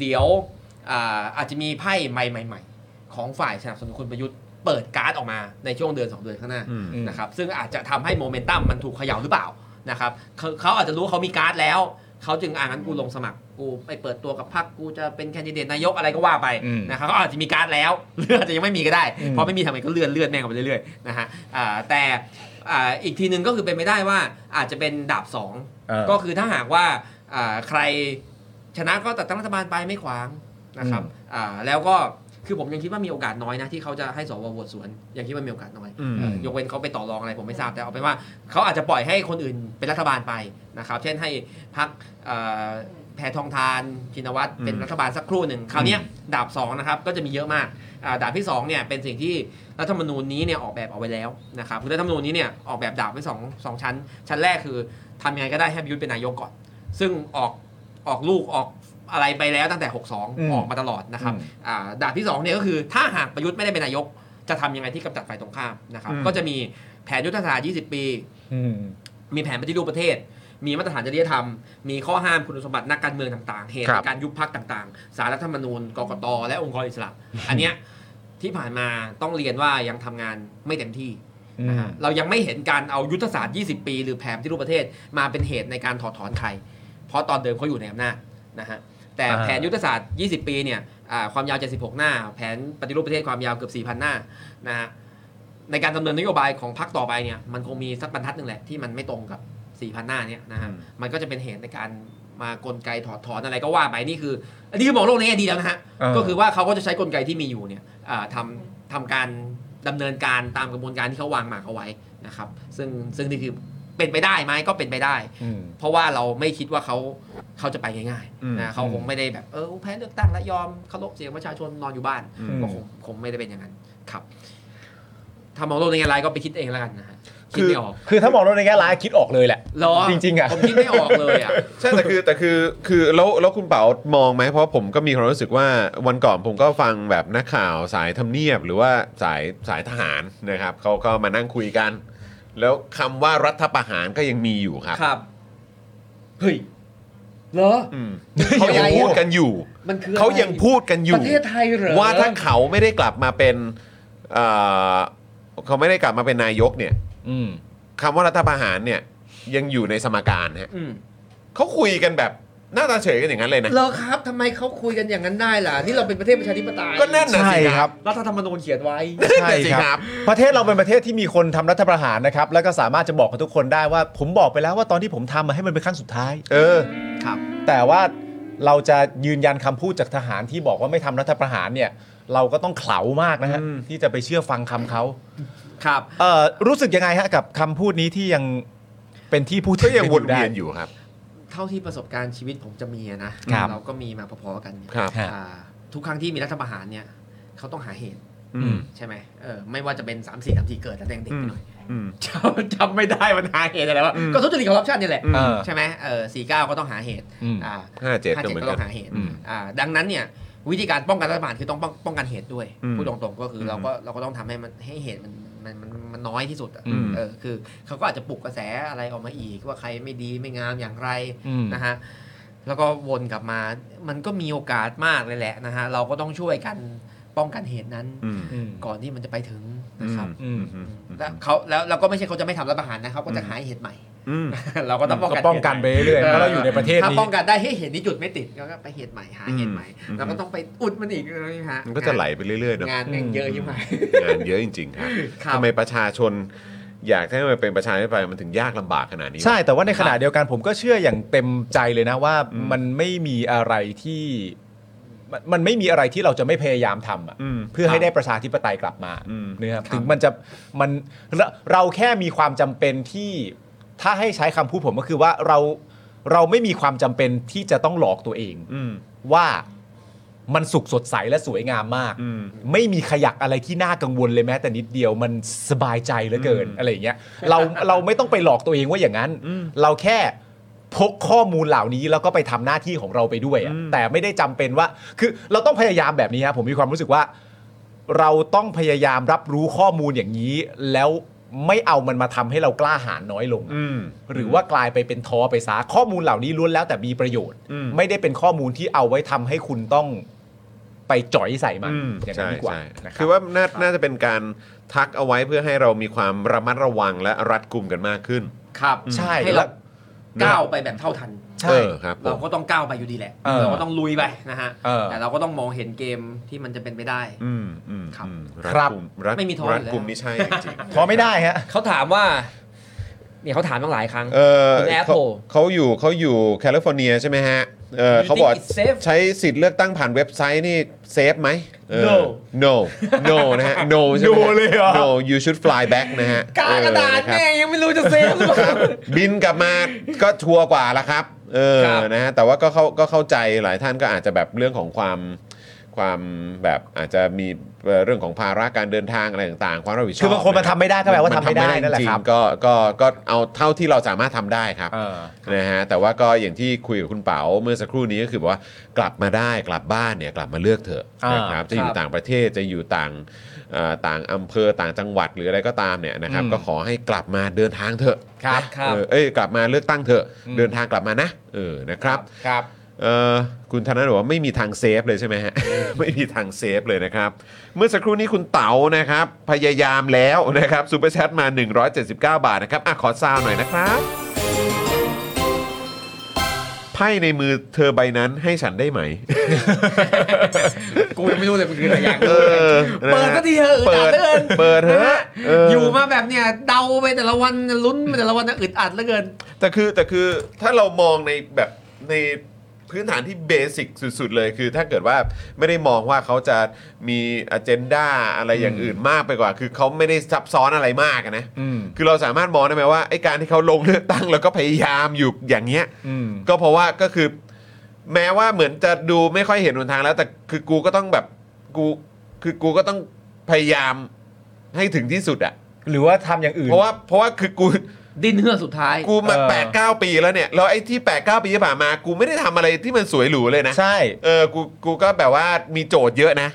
Speaker 2: เดี๋ยวอาอาจจะมีไพ่ใหม่ๆ ของฝ่ายสนับสนุนคุณประยุทธ์เปิดการ์ดออกมาในช่วงเดือน 2 เดือนข้างหน้า
Speaker 1: อืม
Speaker 2: นะครับซึ่งอาจจะทำให้โมเมนตัมมันถูกเขย่าหรือเปล่านะครับเขาเขาอาจจะรู้เขามีการ์ดแล้ว เขาจึงอ่างั้นกูลงสมัครกูไปเปิดตัวกับพรรคกูจะเป็นแคนดิเดตนายกอะไรก็ว่าไป
Speaker 3: อืม
Speaker 2: นะครับเขาอาจจะมีการ์ดแล้ว หรืออาจจะยังไม่มีก็ได้
Speaker 3: อืม
Speaker 2: เพราะไม่มีทำไมก็เลื่อนเลื่อนแม่งออกไปเรื่อยๆนะฮะอ่าแต่อ่าอีกทีหนึ่งก็คือเป็นไม่ได้ว่าอาจจะเป็นดาบสอง
Speaker 3: เออ
Speaker 2: ก็คือถ้าหากว่าอ่าใครชนะก็ตัดตั้งรัฐบาลไปไม่ขวางนะครับอ่าแล้วก็คือผมยังคิดว่ามีโอกาสน้อยนะที่เขาจะให้สวโหวตสวนยังคิดว่ามีโอกาสน้อย
Speaker 1: อืม
Speaker 2: เอ่อยกเว้นเขาไปต่อรองอะไรผมไม่ทราบแต่เอาเป็นว่าเขาอาจจะปล่อยให้คนอื่นเป็นรัฐบาลไปนะครับ เช่นให้พักแพทองทานชินวัตร
Speaker 1: อืม
Speaker 2: เป็นรัฐบาลสักครู่หนึ่งคราวเนี้ยดาบสองนะครับก็จะมีเยอะมากอ่าดาบที่สองเนี่ยเป็นสิ่งที่รัฐธรรมนูญนี้เนี่ยออกแบบเอาไว้แล้วนะครับคือรัฐธรรมนูญนี้เนี่ยออกแบบดาบไว้สองสองชั้น ชั้นแรกคือทำยังไงก็ได้ให้ประยุทธ์เป็นนายกก่อน ซึ่งออกออกลูกออกอะไรไปแล้วตั้งแต่
Speaker 3: อื
Speaker 2: 62
Speaker 3: ม
Speaker 2: ออกมาตลอดนะครับ
Speaker 3: อืม
Speaker 2: อ่าด่านที่สองเนี่ยก็คือถ้าหากประยุทธ์ไม่ได้เป็นนายก จะทำยังไงที่กำจัดฝ่ายตรงข้ามนะครับ
Speaker 1: อืม
Speaker 2: ก็จะมีแผนยุทธศาสตร์ 20 ปี
Speaker 3: อืม
Speaker 2: มีแผนปฏิรูปประเทศ มีมาตรฐานจริยธรรม มีข้อห้ามคุณสมบัตินักการเมืองต่างๆ เหตุ
Speaker 1: ครั
Speaker 2: ใน
Speaker 1: บ
Speaker 2: การยุบพักต่างๆ สารรัฐธรรมนูญกกตและองค์กรอิสระ อันเนี้ยที่ผ่านมาต้องเรียนว่ายังทำงานไม่เต็มที่นะฮะเรายังไม่เห็นการเอายุทธศาสตร์ 20 ปี หรือแผนปฏิรูปประเทศมาเป็นเหตุในการถอดถอนใคร เพราะตอนเดิมเขาอยู่ในอำนาจนะฮะแต่
Speaker 3: อ่า
Speaker 2: แผนยุทธศาสตร์ 20 ปีเนี่ย อ่าความยาว 76 หน้า แผนปฏิรูปประเทศความยาวเกือบ 4,000 หน้านะฮะในการดำเนินนโยบายของพรรคต่อไปเนี่ยมันคงมีสักบรรทัดหนึ่งแหละที่มันไม่ตรงกับ 4,000 หน้าเนี่ยนะฮะ
Speaker 1: อืม
Speaker 2: มันก็จะเป็นเหตุในการมากลไกถอดถอนอะไรก็ว่าไปนี่คือ อันนี้คือมองโลกในแง่ดีแล้วนะฮะ
Speaker 3: เออ
Speaker 2: ก็คือว่าเขาก็จะใช้กลไกที่มีอยู่เนี่ยอ่าทำทำการดำเนินการตามกระบวนการที่เขาวางหมากเอาไว้นะครับซึ่งซึ่งนี่คือเป็นไปได้ไหมก็เป็นไปได้
Speaker 3: อืม
Speaker 2: เพราะว่าเราไม่คิดว่าเขาเขาจะไปง่าย
Speaker 1: อืม
Speaker 2: ๆนะเขาคงไม่ได้แบบเออแพ้เลือกตั้งแล้วยอมเคารพเสียงประชาชนนอนอยู่บ้าน
Speaker 3: อืม
Speaker 2: ก็คงคงไม่ได้เป็นอย่างนั้นครับถ้ามองโลกในแง่ร้ายก็ไปคิดเองแล้วกันนะฮะคิดไม่ออก
Speaker 3: คือถ้ามองเราในแง่ร้ายคิดออกเลยแหละ
Speaker 2: เหรอ
Speaker 3: จริงๆอ่ะ
Speaker 2: ผมคิดไม่ออกเลยอ่ะ
Speaker 1: ใช่แต่คือแต่คือคือแล้วแล้วคุณเป๋ามองไหมเพราะผมก็มีความรู้สึกว่าวันก่อนผมก็ฟังแบบนักข่าวสายทำเนียบ หรือว่าสายสายทหารนะครับเขาก็มานั่งคุยกัน แล้วคำว่ารัฐประหารก็ยังมีอยู่ครับ
Speaker 2: ครับเฮ้ยเหรอ
Speaker 1: อืม
Speaker 3: เฮ้
Speaker 1: เขา
Speaker 3: ย
Speaker 1: ยัง
Speaker 3: อะไรอ่ะ
Speaker 1: พูดกันอยู่
Speaker 2: มันคือ
Speaker 1: เขายังพูดกันอยู่
Speaker 2: ประเทศไทยเหรอ
Speaker 1: ว่าถ้าเขาไม่ได้กลับมาเป็นเอ่อเขาไม่ได้กลับมาเป็นนายกเนี่ย
Speaker 3: อืม
Speaker 1: คำว่ารัฐประหารเนี่ยยังอยู่ในสมการฮะ
Speaker 2: อืม
Speaker 1: เขาคุยกันแบบหน้าตาเฉยกันอย่างนั้นเลยนะ
Speaker 2: เหรอครับทำไมเขาคุยกันอย่างนั้นได้ล่ะ นี่เราเป็นประเทศประชาธิปไตย
Speaker 1: ก็นั่นน่ะสิ
Speaker 3: ใช่ครับ
Speaker 2: รัฐธรรมนูญเขียนไว้
Speaker 1: นั่นน่ะสิครับ
Speaker 3: ประเทศเราเป็นประเทศที่มีคนทำรัฐประหารนะครับ แล้วก็สามารถจะบอกกับทุกคนได้ว่า ผมบอกไปแล้วว่าตอนที่ผมทำมาให้มันเป็นขั้นสุดท้าย
Speaker 1: เออ
Speaker 2: ครับ
Speaker 3: แต่ว่าเราจะยืนยันคำพูดจากทหารที่บอกว่าไม่ทำรัฐประหารเนี่ย เราก็ต้องเขลามากนะฮะ
Speaker 1: อืม
Speaker 3: ที่จะไปเชื่อฟังคำเขา
Speaker 2: ครับ
Speaker 3: เอ่อรู้สึกยังไงฮะกับคำพูดนี้ที่ยังเป็นที่พูดถึ
Speaker 1: ก็
Speaker 3: ง
Speaker 1: ยังวน
Speaker 3: ได้
Speaker 1: เวียนอยู่ครับ
Speaker 2: เท่าที่ประสบการณ์ชีวิตผมจะมีอะนะครับ เราก็มีมาพอๆกันเนี่ย
Speaker 1: ครับ
Speaker 3: ฮะ
Speaker 2: อ่าทุกครั้งที่มีรัฐประหารเนี่ยเขาต้องหาเหตุ
Speaker 1: อืม
Speaker 2: ใช่ไหมเออไม่ว่าจะเป็น 3 4 3 4เกิดแต่เด็ก
Speaker 1: อืม
Speaker 2: ๆหน่อย
Speaker 1: อืม
Speaker 2: จำจำไม่ได้มันหาเหตุอะไรวะ
Speaker 1: อืม
Speaker 2: ก็ทุจริตคอร์รัปชันนี่แหละ
Speaker 1: อืม
Speaker 3: เออ
Speaker 2: ใช่ไหมเออสี่เก้าก็ต้องหาเหตุ
Speaker 3: อืม
Speaker 2: อ่า
Speaker 1: ห้าเจ็ด
Speaker 2: ห้า
Speaker 1: ก็
Speaker 2: เจ็ด
Speaker 1: เหมือนกั
Speaker 2: ก็ต้อน งหาเหตุ
Speaker 3: อืม
Speaker 2: อ่าดังนั้นเนี่ยวิธีการป้องกันรัฐประหารคือต้องป้องป้องกันเหตุด้วย
Speaker 1: อืม
Speaker 2: พูดตรงๆก็คืออ
Speaker 1: ม
Speaker 2: เราก็เราก็ต้องทำให้มันให้เหตุมันมันมันมันน้อยที่สุดอะ
Speaker 1: อืม
Speaker 2: เออคือเขาก็อาจจะปลุกกระแสอะไรออกมาอีกว่าใครไม่ดีไม่งามอย่างไร
Speaker 3: อืม
Speaker 2: นะฮะ แล้วก็วนกลับมา มันก็มีโอกาสมากเลยแหละนะฮะ เราก็ต้องช่วยกันป้องกันเหตุนั้น
Speaker 1: อืม
Speaker 2: ก่อนที่มันจะไปถึงนะครับ
Speaker 3: อื
Speaker 1: อื
Speaker 3: ม
Speaker 1: ม
Speaker 2: แล้วเขาแล้วเราก็ไม่ใช่เขาจะไม่ทำรัฐประหารนะครับก็จะหาเหตุใหม่
Speaker 1: อืม
Speaker 2: เราก็ต้องป้อง
Speaker 3: ก็
Speaker 2: กัน
Speaker 3: ป้องกันไป
Speaker 2: เหตุ
Speaker 3: เรื่อยๆเพราะเราอยู่ในประเทศ
Speaker 2: ถ้า
Speaker 3: นี้
Speaker 2: ป้องกันได้ให้เหตุนี้หยุดไม่ติดก็ไปเหตุใหม่หาเหตุใหม่
Speaker 1: อืม
Speaker 2: เราก็ต้องไปอุดมันอีกนะฮะ
Speaker 1: มันก็จะไหลไปเรื่อยๆเนอะ
Speaker 2: งานแม่งเยอะยิ่งไป
Speaker 1: งานเยอะจริงๆครับ
Speaker 2: ครับ
Speaker 1: ทำไมประชาชน อยากให้มันเป็นประชาธิปไตยมันถึงยากลำบากขนาดนี้วะ
Speaker 3: ใช่แต่ว่าในขณะเดียวกันผมก็เชื่ออย่างเต็มใจเลยนะว่ามันไม่มีอะไรที่มันมันไม่มีอะไรที่เราจะไม่พยายามทำอะ
Speaker 1: อืม
Speaker 3: เพื่อให้ได้ประชาธิปไตยกลับมา
Speaker 1: อืม
Speaker 3: นะครั
Speaker 2: ค
Speaker 3: บ
Speaker 2: รับ
Speaker 3: ถึงมันจะมันเราเราแค่มีความจำเป็นที่ถ้าให้ใช้คำพูดผมก็คือว่าเราเราไม่มีความจำเป็นที่จะต้องหลอกตัวเอง
Speaker 1: อืม
Speaker 3: ว่ามันสุขสดใสและสวยงามมาก
Speaker 1: อืม
Speaker 3: ไม่มีขยักอะไรที่น่ากังวลเลยแม้แต่นิดเดียวมันสบายใจเหลือเกิน
Speaker 1: อืม
Speaker 3: อะไรอย่างเงี้ยเราเราไม่ต้องไปหลอกตัวเองว่าอย่างนั้น
Speaker 1: อืม
Speaker 3: เราแค่พกข้อมูลเหล่านี้แล้วก็ไปทำหน้าที่ของเราไปด้วยอะ
Speaker 1: อืม
Speaker 3: แต่ไม่ได้จำเป็นว่า คือเราต้องพยายามแบบนี้ครับผมมีความรู้สึกว่า เราต้องพยายามรับรู้ข้อมูลอย่างนี้ แล้วไม่เอามันมาทำให้เรากล้าหาญน้อยลง
Speaker 1: อืม
Speaker 3: หรือว่ากลายไปเป็นท้อไปซะข้อมูลเหล่านี้ล้วนแล้วแต่มีประโยชน์
Speaker 1: อืม
Speaker 3: ไม่ได้เป็นข้อมูลที่เอาไว้ทำให้คุณต้องไปจ่อยใส่มัน
Speaker 1: อืม
Speaker 3: อย่างนั้
Speaker 1: ใช่
Speaker 3: นดีกว่า
Speaker 1: ใช่
Speaker 3: นะ
Speaker 1: คือว่าน่าน่าจะเป็นการทักเอาไว้เพื่อให้เรามีความระมัดระวังและรัดกุมกันมากขึ้น
Speaker 2: ครับ
Speaker 3: ใช่
Speaker 2: ให้
Speaker 3: แล้
Speaker 2: เรา
Speaker 3: ว
Speaker 2: ก้าวไปแบบเท่าทัน
Speaker 3: ใช่
Speaker 1: เออครับผม
Speaker 2: เราก็ต้องก้าวไปอยู่ดีแหละ
Speaker 3: เออ
Speaker 2: เราก็ต้องลุยไปนะฮะ
Speaker 3: เออ
Speaker 2: แต่เราก็ต้องมองเห็นเกมที่มันจะเป็นไปได้
Speaker 1: อืมอืม
Speaker 2: ครับ
Speaker 1: อืมรัด
Speaker 3: ครับ
Speaker 1: กุมรัด
Speaker 2: ไม่มีท้อ
Speaker 1: รัด
Speaker 2: อยู่แล้ว
Speaker 1: กุมนี่ใช่จริงๆ
Speaker 3: พอไม่ได้ฮะ
Speaker 2: เขาถามว่า เนี่ยเขาถามตั้งหลายครั้ง
Speaker 1: เออ
Speaker 2: คุณแอป
Speaker 1: เขา
Speaker 2: โผล่
Speaker 1: เขาอยู่เขาอยู่แคลิฟอร์เนียใช่ไหมฮะเออ
Speaker 2: You
Speaker 1: เขาบอก
Speaker 2: think it's safe?
Speaker 1: ใช้สิทธิ์เลือกตั้งผ่านเว็บไซต์นี่เซฟไหมเออ
Speaker 2: No
Speaker 1: no no นะฮะ no ใช่ไหม
Speaker 3: No เลยเหรอ
Speaker 1: no you should fly back นะฮะ
Speaker 2: กากระดาษ
Speaker 1: เออนะครับ
Speaker 2: แม่งยังไม่รู้จะเซฟหรือเปล่า
Speaker 1: บินกลับมาก็ชัวร์กว่าละครับ เออ
Speaker 2: ครับ
Speaker 1: นะฮะ แต่ว่าก็เข้าก็เข้าใจหลายท่านก็อาจจะแบบเรื่องของความความแบบอาจจะมีเอ่อเรื่องของภาระการเดินทางอะไรต่างๆ ความรับผิดชอบ
Speaker 3: คือบางคนมันทำไม่ได้ก็แปลว่าทำไม่ได้นั่นแหละ
Speaker 1: จงๆ
Speaker 3: ครับ
Speaker 1: ก็ก็ก็เอาเท่าที่เราสามารถทำได้ครับ
Speaker 3: เออ
Speaker 1: นะฮะ แต่ว่าก็อย่างที่คุยกับคุณเป๋าเมื่อสักครู่นี้ก็คือบอกว่ากลับมาได้กลับบ้านเนี่ยกลับมาเลือกเถอะ
Speaker 3: อ่าน
Speaker 1: นะครับ จะอยู่
Speaker 2: ครับ
Speaker 1: ต่างประเทศจะอยู่ต่างเอ่อต่างอำเภอต่างจังหวัดหรืออะไรก็ตามเนี่ยนะครับ ก็ขอให้กลับมาเดินทางเถอะ
Speaker 3: ครับ
Speaker 2: ครับ
Speaker 1: เออเอ้ยกลับมาเลือกตั้งเถอะเดินทางกลับมานะเออนะครับ
Speaker 3: ครับ
Speaker 1: เออคุณธนาบอกว่าไม่มีทางเซฟเลยใช่ไหม ฮะ ไม่มีทางเซฟเลยนะครับ เมื่อสักครู่นี้คุณเต๋านะครับ พยายามแล้วนะครับซูเปอร์แชทมา 179 บาทนะครับอ่ะขอซาวหน่อยนะครับไพ่ในมือเธอใบนั้นให้ฉันได้ไหม
Speaker 2: กูยังไม่รู้เลยมันคืออะไรอย่าง
Speaker 1: เออนะฮะ
Speaker 2: เปิดสักทีเถอะอึด
Speaker 1: เปิ
Speaker 2: อั
Speaker 1: ด
Speaker 2: ดเหลือเกิน
Speaker 1: เปิดเถ
Speaker 2: นะ
Speaker 1: อะ
Speaker 2: ฮะ
Speaker 1: เอออ
Speaker 2: อยู่มาแบบเนี่ยเดาไปแต่ละวันลุ้นไปแต่ละวันอึดอัดเหลือเกิน
Speaker 1: แต่คือแต่คือถ้าเรามองในแบบในพื้นฐานที่เบสิกสุด ๆ เลยคือถ้าเกิดว่าไม่ได้มองว่าเขาจะมีอเจนดาอะไรอย่างอื่นมากไปกว่า คือเขาไม่ได้ซับซ้อนอะไรมากอะนะ
Speaker 3: อืม
Speaker 1: คือเราสามารถมองได้ไหมว่าไอ้การที่เขาลงเลือกตั้งแล้วก็พยายามอยู่อย่างเงี้ย
Speaker 3: อืม
Speaker 1: ก็เพราะว่าก็คือ แม้ว่าเหมือนจะดูไม่ค่อยเห็นหนทางแล้ว แต่คือกูก็ต้องแบบกูคือกูก็ต้องพยายามให้ถึงที่สุดอะ
Speaker 3: หรือว่าทำอย่างอื่น
Speaker 1: เพราะว่าเพราะว่าคือกู
Speaker 2: ดิ้นเฮือกสุดท้าย
Speaker 1: กูมา
Speaker 3: เออ
Speaker 1: แปดเก้าปีแล้วเนี่ย แล้วไอ้ที่แปดเก้าปีที่ผ่านมา กูไม่ได้ทำอะไรที่มันสวยหรูเลยนะ
Speaker 3: ใช่
Speaker 1: เออ กู กูก็แบบว่ามีโจทย์เยอะนะ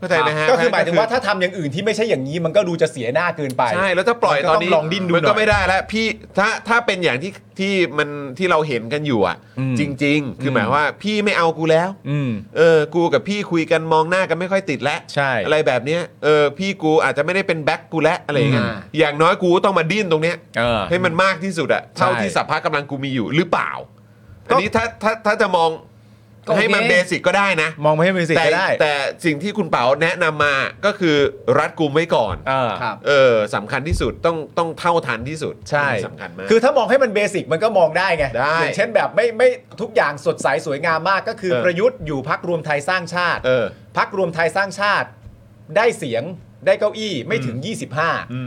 Speaker 1: เข้าใจไหมฮะ
Speaker 3: ก็คือหมายถึงว่าถ้าทำอย่างอื่นที่ไม่ใช่อย่างนี้มันก็ดูจะเสียหน้าเกินไป
Speaker 1: ใช่ แล้วถ้าปล่อย
Speaker 3: มัก็
Speaker 1: ตอนนี้
Speaker 3: ลองดิ้นดูห
Speaker 1: มัน
Speaker 3: น่
Speaker 1: ก็
Speaker 3: อย
Speaker 1: ไม่ได้แล้ว พี่ ถ้า ถ้าเป็นอย่างที่ ที่มัน ที่เราเห็นกันอยู่อ่ะ
Speaker 3: อืม
Speaker 1: จริง ๆ คืออ
Speaker 3: ม
Speaker 1: หมายว่าพี่ไม่เอากูแล้ว
Speaker 3: อืม
Speaker 1: เออ กูกับพี่คุยกันมองหน้ากันไม่ค่อยติดแล้ว
Speaker 3: ใช่
Speaker 1: อะไรแบบเนี้ย เออ พี่กูอาจจะไม่ได้เป็นแบ็คกูแล้วอะไรอย่างเงี้ย
Speaker 2: อ่า
Speaker 1: อย่างน้อยกูก็ต้องมาดิ้นตรงเนี้ย
Speaker 3: เออ
Speaker 1: ให้มันมากที่สุดอะเท่าที่สัพพะกำลังกูมีอยู่หรือเปล่า
Speaker 3: ก็
Speaker 1: อันนี้ถ้าถ้าถ้าจะมอง
Speaker 2: ก็โอเค
Speaker 1: ให้มันเบสิกก็ได้นะ
Speaker 3: มองไปให้มิวสิก
Speaker 1: แต่
Speaker 3: ก็ได้
Speaker 1: แต่สิ่งที่คุณเป๋าแนะนำมาก็คือรัดกุมไว้ก่อน
Speaker 3: เออ
Speaker 2: ครับ
Speaker 1: เออสำคัญที่สุดต้องต้องเท่าทันที่สุด
Speaker 3: ใช่
Speaker 1: อันนี้สำคัญมาก
Speaker 3: คือถ้ามองให้มันเบสิกมันก็มองได้ไง
Speaker 1: ได้
Speaker 3: อย่างเช่นแบบไม่ไม่ทุกอย่างสดใสสวยงามมากก็คือ
Speaker 1: เออ
Speaker 3: ประยุทธ์อยู่พักรวมไทยสร้างชาติ
Speaker 1: เออ
Speaker 3: พักรวมไทยสร้างชาติ ได้เสียงได้เก้าอี้ไม่ถึง
Speaker 1: อื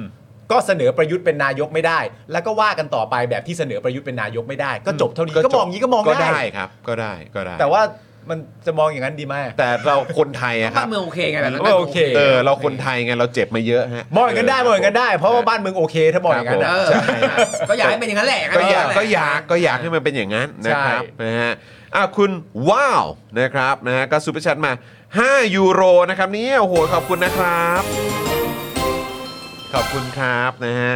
Speaker 1: ม
Speaker 3: 25 ก็เสนอประยุทธ์เป็นนายกไม่ได้ แล้วก็ว่ากันต่อไปแบบที่เสนอประยุทธ์เป็นนายกไม่ได้ ก็จบเท่านี้
Speaker 1: ก็จบ
Speaker 3: ก็มองอย่างนี้ก็มอง
Speaker 1: ก็
Speaker 3: ได้
Speaker 1: ได้ครับก็ได้ก็ได้
Speaker 3: แต่ว่ามันจะมองอย่างนั้นดีไหม
Speaker 1: แต่เราคนไทยอะค
Speaker 2: บ้า
Speaker 1: รั
Speaker 2: น
Speaker 1: บ
Speaker 2: เมืองโอเคไงแบบนั้น
Speaker 3: เออโอเค
Speaker 1: เออเราคนไทยไงเราเจ็บมาเยอะฮะ
Speaker 3: มองอย่างนั้นได้มองอย่างนั้นได้ เพราะว่าบ้านเมืองโอเคถ้ามองอย่างนั้น
Speaker 2: เอ
Speaker 3: นะ
Speaker 2: อก็อยากให้เป็นอย่างนั้นแหละ
Speaker 1: ก็อยาก
Speaker 2: นนั้นแหละ
Speaker 1: ก็อยากก็อยากให้มันเป็นอย่างนั้นนะครับนะฮะอ่ะคุณว้าวนะครับนะฮะก็ซูเปอร์แชทมา 5 ยูโรนะครับเนี่ยโอ้โหขอบคุณนะครับ ขอบคุณครับนะฮะ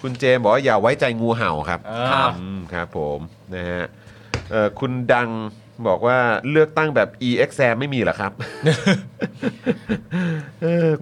Speaker 1: คุณเจมบอกว่าอย่าไว้ใจงูเห่าครับ
Speaker 2: ครับ
Speaker 1: อืมครับผมนะฮะเอ่อคุณดังบอกว่าเลือกตั้งแบบ e x a m ไม่มีเหรอครับ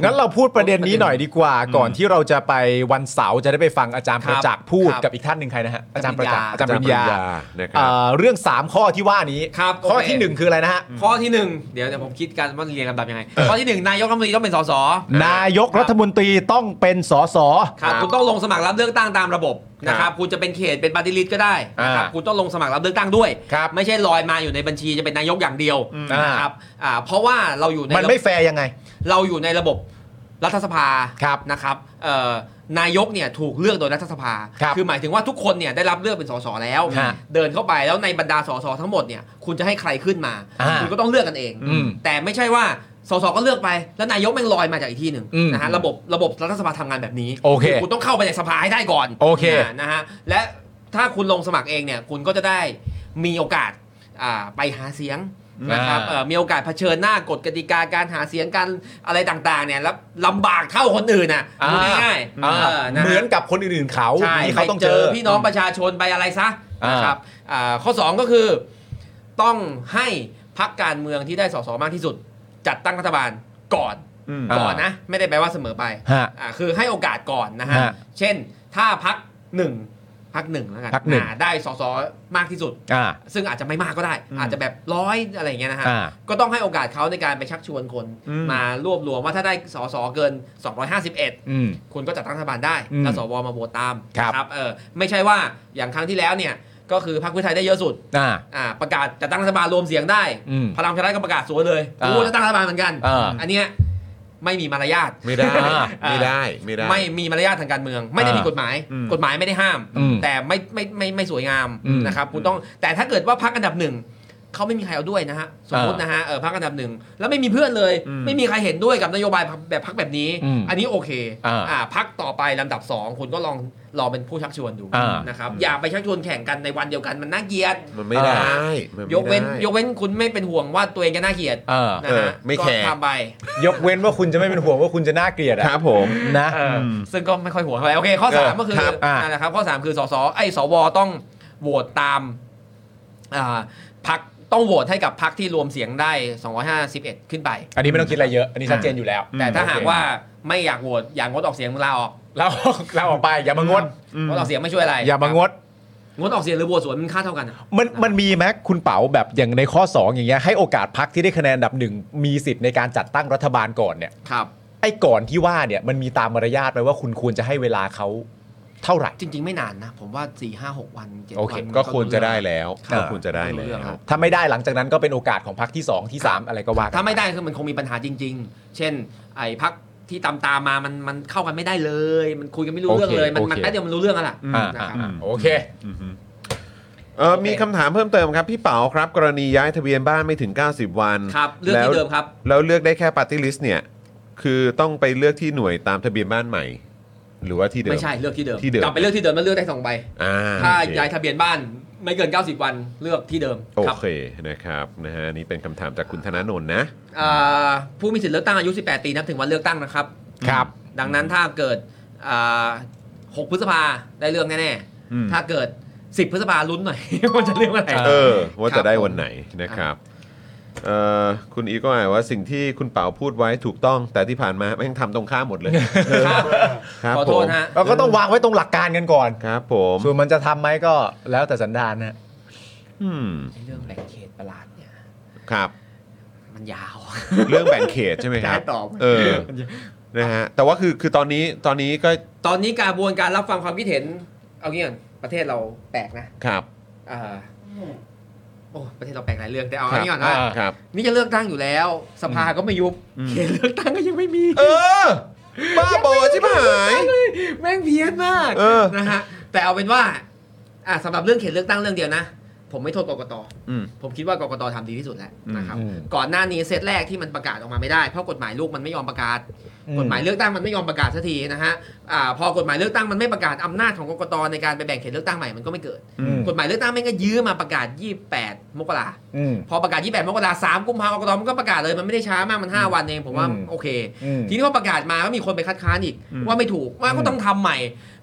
Speaker 3: งั้นเราพูดประเด็นนี้หน่อยดีกว่า ก่อนที่เราจะไปวันเสาร์จะได้ไปฟังอาจารย์
Speaker 2: ค
Speaker 3: ป
Speaker 2: รับ
Speaker 3: ระจักษ์พูด
Speaker 2: ครับ
Speaker 3: กับอีกท่านหนึ่งใครนะฮะอาจารย์ประจักษ์อา
Speaker 2: อา
Speaker 3: จา
Speaker 2: จาร รย์
Speaker 3: ย์ป
Speaker 2: ปริ
Speaker 3: ริญ
Speaker 2: ญ
Speaker 3: ญา
Speaker 2: ญา
Speaker 1: นะครับ
Speaker 3: เอ่อเรื่อง 3 ข้อที่ว่านี้
Speaker 2: ครับ
Speaker 3: ข้อ
Speaker 2: โอเค
Speaker 3: ที่ 1 คืออะไรนะฮะ
Speaker 2: ข้อที่หนึ่งเดี๋ยวเดี๋ยวผมคิดกันว่าเรียงลำดับยังไง ข้อที่หนึ่งนายกรัฐมนตรีต้องเป็นสส
Speaker 3: นายกรัฐมนตรีต้องเป็นสส
Speaker 2: ครั
Speaker 1: ค
Speaker 2: บ
Speaker 1: รับ
Speaker 2: คุณต้องลงสมัครรับเลือกตั้งตามระบบนะ
Speaker 1: ค
Speaker 2: ค
Speaker 1: รั
Speaker 2: รับ บคุณจะเป็นเขตเป็นปฏิริษีก็ได้นะครับ
Speaker 3: อ่า
Speaker 2: คุณต้องลงสมัครรับเลือกตั้งด้วย
Speaker 3: ครับ
Speaker 2: ไม่ใช่ลอยมาอยู่ในบัญชีจะเป็นนายกอย่างเดียว
Speaker 3: อ่าน
Speaker 2: นะครับอ่าเพราะว่าเราอยู่ใน
Speaker 3: มัน
Speaker 2: ระบบ
Speaker 3: ไม่แฟร์ยังไง
Speaker 2: เราอยู่ในระบบรัฐสภา
Speaker 3: ครับ
Speaker 2: นะครับเอ่อนายกเนี่ยถูกเลือกโดยรัฐสภา
Speaker 3: ครับ
Speaker 2: อหมายถึงว่าทุกคนเนี่ยได้รับเลือกเป็นสสแล้ว
Speaker 3: ฮะ
Speaker 2: เดินเข้าไปแล้วในบรรดาสสทั้งหมดเนี่ยคุณจะให้ใครขึ้นมา
Speaker 3: อ่า
Speaker 2: คุณก็ต้องเลือกกันเอง
Speaker 3: อืม
Speaker 2: แต่ไม่ใช่ว่าสสก็เลือกไป แล้วนายกแม่งลอยมาจากอีกที่หนึ่ง
Speaker 3: อืม
Speaker 2: นะฮะระบบระบบรัฐสภาทำงานแบบนี้
Speaker 3: โอเค
Speaker 2: อคุณต้องเข้าไปในสภาให้ได้ก่อน
Speaker 3: โอเค
Speaker 2: นะนะฮะและถ้าคุณลงสมัครเองเนี่ยคุณก็จะได้มีโอกาสอ่าไปหาเสียงนะครับเอ่อ เอ่อมีโอกาสเผชิญหน้ากฎกติกาการหาเสียงการอะไรต่างๆเนี่ยแล้วลำบากเท่าคนอื่นน่ะ
Speaker 3: อ่า
Speaker 2: พูดง่ายๆ
Speaker 3: อ่า
Speaker 2: เออนะ
Speaker 3: เหมือนกับคนอื่นๆเขา
Speaker 2: ใช่
Speaker 3: ที่
Speaker 2: ไป
Speaker 3: เขาต้อง
Speaker 2: เจ
Speaker 3: เจ
Speaker 2: อ
Speaker 3: อ
Speaker 2: พี่น้องประชาชนไปอะไรซะ
Speaker 3: อ่าน
Speaker 2: นะครับอ่าข้อ 2 ก็คือต้องให้พักการเมืองที่ได้สสมากที่สุด จัดตั้งรัฐบาลก่อน
Speaker 1: อืม
Speaker 2: ก่อนนะไม่ได้แปลว่าเสมอไป
Speaker 3: ฮะ
Speaker 2: อ่าคือให้โอกาสก่อนนะฮะ
Speaker 3: ฮะ
Speaker 2: เช่นถ้าพักหนึ่งพักหนึ่งแล้วกัน
Speaker 3: พรรคหนึ่ง
Speaker 2: อ่าได้สสมากที่สุด
Speaker 3: อ่า
Speaker 2: ซึ่งอาจจะไม่มากก็ได้
Speaker 1: อืม
Speaker 2: อาจจะแบบร้อยอะไรอย่างเงี้ยนะฮะ
Speaker 3: อ่า
Speaker 2: ก็ต้องให้โอกาสเขาในการไปชักชวนคน
Speaker 1: อืม
Speaker 2: มารวบรวมว่าถ้าได้สสเกิน 251
Speaker 3: อืม
Speaker 2: คุณก็จัดตั้งรัฐบาลได้
Speaker 3: อืม
Speaker 2: แล้วสวมาโหวตตาม
Speaker 3: ครับ
Speaker 2: นะเออไม่ใช่ว่าอย่างครั้งที่แล้วเนี่ยก็คือพรรคเพื่อไทยได้เยอะสุด
Speaker 3: อ่า
Speaker 2: อ่าประกาศจัดตั้งรัฐบาลรวมเสียงได้
Speaker 3: อืม
Speaker 2: พลังประชารัฐก็ประกาศสวนเลย
Speaker 3: อ่า
Speaker 2: กูจะตั้งรัฐบาลเหมือนกัน
Speaker 3: อ่า
Speaker 2: นเนี้ยไม่มีมารยาท
Speaker 1: ไม่ ได้
Speaker 3: อ่า
Speaker 1: ไม่ได้ไม่ได้
Speaker 2: ไม่มีมารยาททางการเมือง ไม่ได้มี
Speaker 3: อ่าก
Speaker 2: ฎหมาย
Speaker 1: อืม
Speaker 2: กฎหมายไม่ได้ห้าม
Speaker 3: อืม
Speaker 2: แต่ไม่ไม่ไม่ไม่สวยงาม
Speaker 3: อืม
Speaker 2: นะครับคุณต้องแต่ถ้าเกิดว่าพักอันดับหนึ่งเขาไม่มีใครเอาด้วยนะฮะสมมติ
Speaker 3: อ่าน
Speaker 2: นะฮะเออพักอันดับหนึ่งแล้วไม่มีเพื่อนเลย
Speaker 1: อืม
Speaker 2: ไม่มีใครเห็นด้วยกับนโยบายแบบพักแบบนี้
Speaker 3: อืม
Speaker 2: อันนี้โอเค
Speaker 3: อ่า
Speaker 2: อ่าพักต่อไปลำดับสองคุณก็ลองลองเป็นผู้ชักชวนดู
Speaker 3: อ่าน
Speaker 2: นะครับอย่าไปชักชวนแข่งกันในวันเดียวกันมันน่าเกลียด
Speaker 1: มันไม่ได้มัไม่ได้
Speaker 2: ยกเว้นยกเว้นคุณไม่เป็นห่วงว่าตัวเองจะน่าเกลียด
Speaker 3: เออ
Speaker 2: นะฮะ
Speaker 1: เออไม่แคร์
Speaker 2: ก็ทำไป
Speaker 3: ยกเว้นว่าคุณจะไม่เป็นห่วงว่าคุณจะน่าเกลียดอะ
Speaker 1: ครับผม
Speaker 3: นะ
Speaker 1: ม
Speaker 2: ซึ่งก็ไม่ค่อยห่วงเท่าไหร่โอเคข้อสา
Speaker 1: เอ
Speaker 2: ม
Speaker 1: อ
Speaker 2: ก็คือ
Speaker 1: ครับ
Speaker 3: อ่า
Speaker 2: นั่นแหละครับข้อสามคือสสไอ้สวต้องโหวตตามอ่าพักต้องโหวตให้กับพักที่รวมเสียงได้ 251 ขึ้นไป
Speaker 3: อันนี้ไม่ต้องคิดอะไรเยอะอันนี้ชัดเจนอยู่แล้ว
Speaker 2: แต่ถ้าหาก ว่าไม่อยากโหวตอย่างงดออกเสียงลาออก
Speaker 3: เราเราออกไปอย่ามางด
Speaker 2: งดออกเสียงไม่ช่วยอะไร
Speaker 3: อย่ามางด
Speaker 2: งดออกเสียงหรือโหวตสวนมันค่าเท่ากันอะ
Speaker 3: มันมันมีไหมคุณเป๋าแบบอย่างในข้อ 2 อย่างเงี้ยให้โอกาสพักที่ได้คะแนนอันดับหนึ่งมีสิทธิ์ในการจัดตั้งรัฐบาลก่อนเนี่ย
Speaker 2: ครับ
Speaker 3: ไอ้ก่อนที่ว่าเนี่ยมันมีตามมารยาทไหมว่าคุณควรจะให้เวลาเขาเท่าไหร่
Speaker 2: จริง ๆ ไม่นานนะ ผมว่า 4 5 6 วัน7
Speaker 3: โอเค
Speaker 2: วัน
Speaker 1: ก็ควรจะได้แล้ว
Speaker 3: ครับ
Speaker 1: ก็ควรจะได้
Speaker 2: รู้
Speaker 1: แล้
Speaker 2: เรื่อง
Speaker 1: ว
Speaker 2: ครับ
Speaker 3: ถ้าไม่ได้หลังจากนั้นก็เป็นโอกาสของพักที่ 2 ที่ 3 อะไรก็ว่ากั
Speaker 2: ถ้าไม่ได้คือมันคงมีปัญหาจริง ๆ เช่น ไอ้พักที่ตามตามๆมามันมันเข้ากันไม่ได้เลย มันคุยกันไม่รู้เรื่องเลย มันมันแป๊บเดียวมันรู้เรื่องแล้วล่ะ
Speaker 3: อ่า
Speaker 2: นะ
Speaker 3: อ่า
Speaker 2: ครับ
Speaker 3: อ่าโอเค
Speaker 1: เออมีคำถามเพิ่มเติมครับ พี่เป๋าครับ กรณีย้ายทะเบียนบ้านไม่ถึง 90 วัน
Speaker 2: ครับเลือกที่
Speaker 1: แล้ว
Speaker 2: เดิมครับ
Speaker 1: แล้วเลือกได้แค่ปาร์ตี้ลิสต์เนี่ย คือต้องไปเลือกที่หน่วยตามทะเบียนบ้านใหม่ หรือว่าที่เดิม
Speaker 2: ไม่ใช่เลือกที่เดิม
Speaker 1: ที่เดิม
Speaker 2: กลับไปเลือกที่เดิมแล้วเลือกได้สองใบ
Speaker 1: อ่า
Speaker 2: ถ้า
Speaker 1: โอเค
Speaker 2: ย้ายทะเบียนบ้านไม่เกิน 90 วันเลือกที่เดิม
Speaker 1: โอ
Speaker 2: ครับ
Speaker 1: เคนะครับนะฮะนี่เป็นคำถามจากคุณธนาโนนนะ
Speaker 2: อ่าผู้มีสิทธิ์เลือกตั้งอายุ 18 ปีนับถึงวันเลือกตั้งนะครับ
Speaker 3: ครับ
Speaker 2: ดังนั้นถ้าเกิดอ่า6พฤษภาได้เลือกแน่
Speaker 1: อืม
Speaker 2: ๆ ถ้าเกิด 10 พฤษภาลุ้นหน่อย ว่าจะเลือกเมื่อไหร่
Speaker 1: เออว่า
Speaker 2: ครั
Speaker 1: จะ
Speaker 2: บ
Speaker 1: ได้วันไหนนะครับเอ่อคุณอีก็อ่านว่าสิ่งที่คุณเป๋าพูดไว้ถูกต้อง แต่ที่ผ่านมาแม่งทำตรงข้ามหม ดเลย
Speaker 2: ครับ
Speaker 1: ครับ
Speaker 2: ขอโทษ
Speaker 1: ผม
Speaker 2: ฮะ
Speaker 3: เราก็ต้องวางไว้ตรงหลักการกันก่อน
Speaker 1: ครับผม
Speaker 3: ส่วนมันจะทำไหมก็แล้วแต่สันดานนะ
Speaker 1: อืม
Speaker 2: ไอ้เรื่องแบ่งเขตประหลาดเนี่ย
Speaker 1: ครับ
Speaker 2: มันยาว
Speaker 1: เรื่องแบ่งเขตใช่ไหมครับ
Speaker 2: ได้ตอบ
Speaker 1: เออนะฮะแต่ว่าคือคือตอนนี้ตอนนี้ก็
Speaker 2: ตอนนี้กระบวนการรับฟังความคิดเห็น เอางี้ก่อนประเทศเราแปลกนะครับ อ่าโอ้ประเทศเราแปลกหลายเรื่องแต่เอา
Speaker 1: ค
Speaker 2: เอา
Speaker 1: รับ
Speaker 2: งี้ก่อนนะ
Speaker 1: อ่าครับ
Speaker 2: นี่จะเลือกตั้งอยู่แล้ว สภาก็ไม่ยุบ
Speaker 1: อืม
Speaker 2: เขตเลือกตั้งก็ยังไม่มี
Speaker 1: เออบ้าบอชิบหาย
Speaker 2: แม่งเพี้ยนมาก
Speaker 1: เออ
Speaker 2: นะฮะแต่เอาเป็นว่าอ่ะสำหรับเรื่องเขตเลือกตั้งเรื่องเดียวนะผมไม่โทษกกต
Speaker 1: อืม
Speaker 2: ผมคิดว่ากกตทำดีที่สุดแล้วนะครับ
Speaker 3: อืม
Speaker 2: ก่อนหน้านี้เซตแรกที่มันประกาศออกมาไม่ได้เพราะกฎหมายลูกมันไม่ยอมประกาศ
Speaker 3: อืม
Speaker 2: กฎหมายเลือกตั้งมันไม่ยอมประกาศสักทีนะฮะอ่าพอกฎหมายเลือกตั้งมันไม่ประกาศอำนาจของกกตในการไปแบ่งเขตเลือกตั้งใหม่มันก็ไม่เกิด
Speaker 1: อืม
Speaker 2: กฎหมายเลือกตั้งแม่งก็ยื้อมาประกาศ 28 มกรา
Speaker 3: อืม
Speaker 2: พอประกาศ 28 มกราสามกุมภาพันธ์กกตมันก็ประกาศเลยมันไม่ได้ช้ามากมัน 5 วันเองผมว่า
Speaker 3: อืม
Speaker 2: โอเค
Speaker 3: อืม
Speaker 2: ทีนี้พอประกาศมาก็มีคนไปคัดค้านอีกว่าไม่ถูกว่าก็ต้องทำใหม่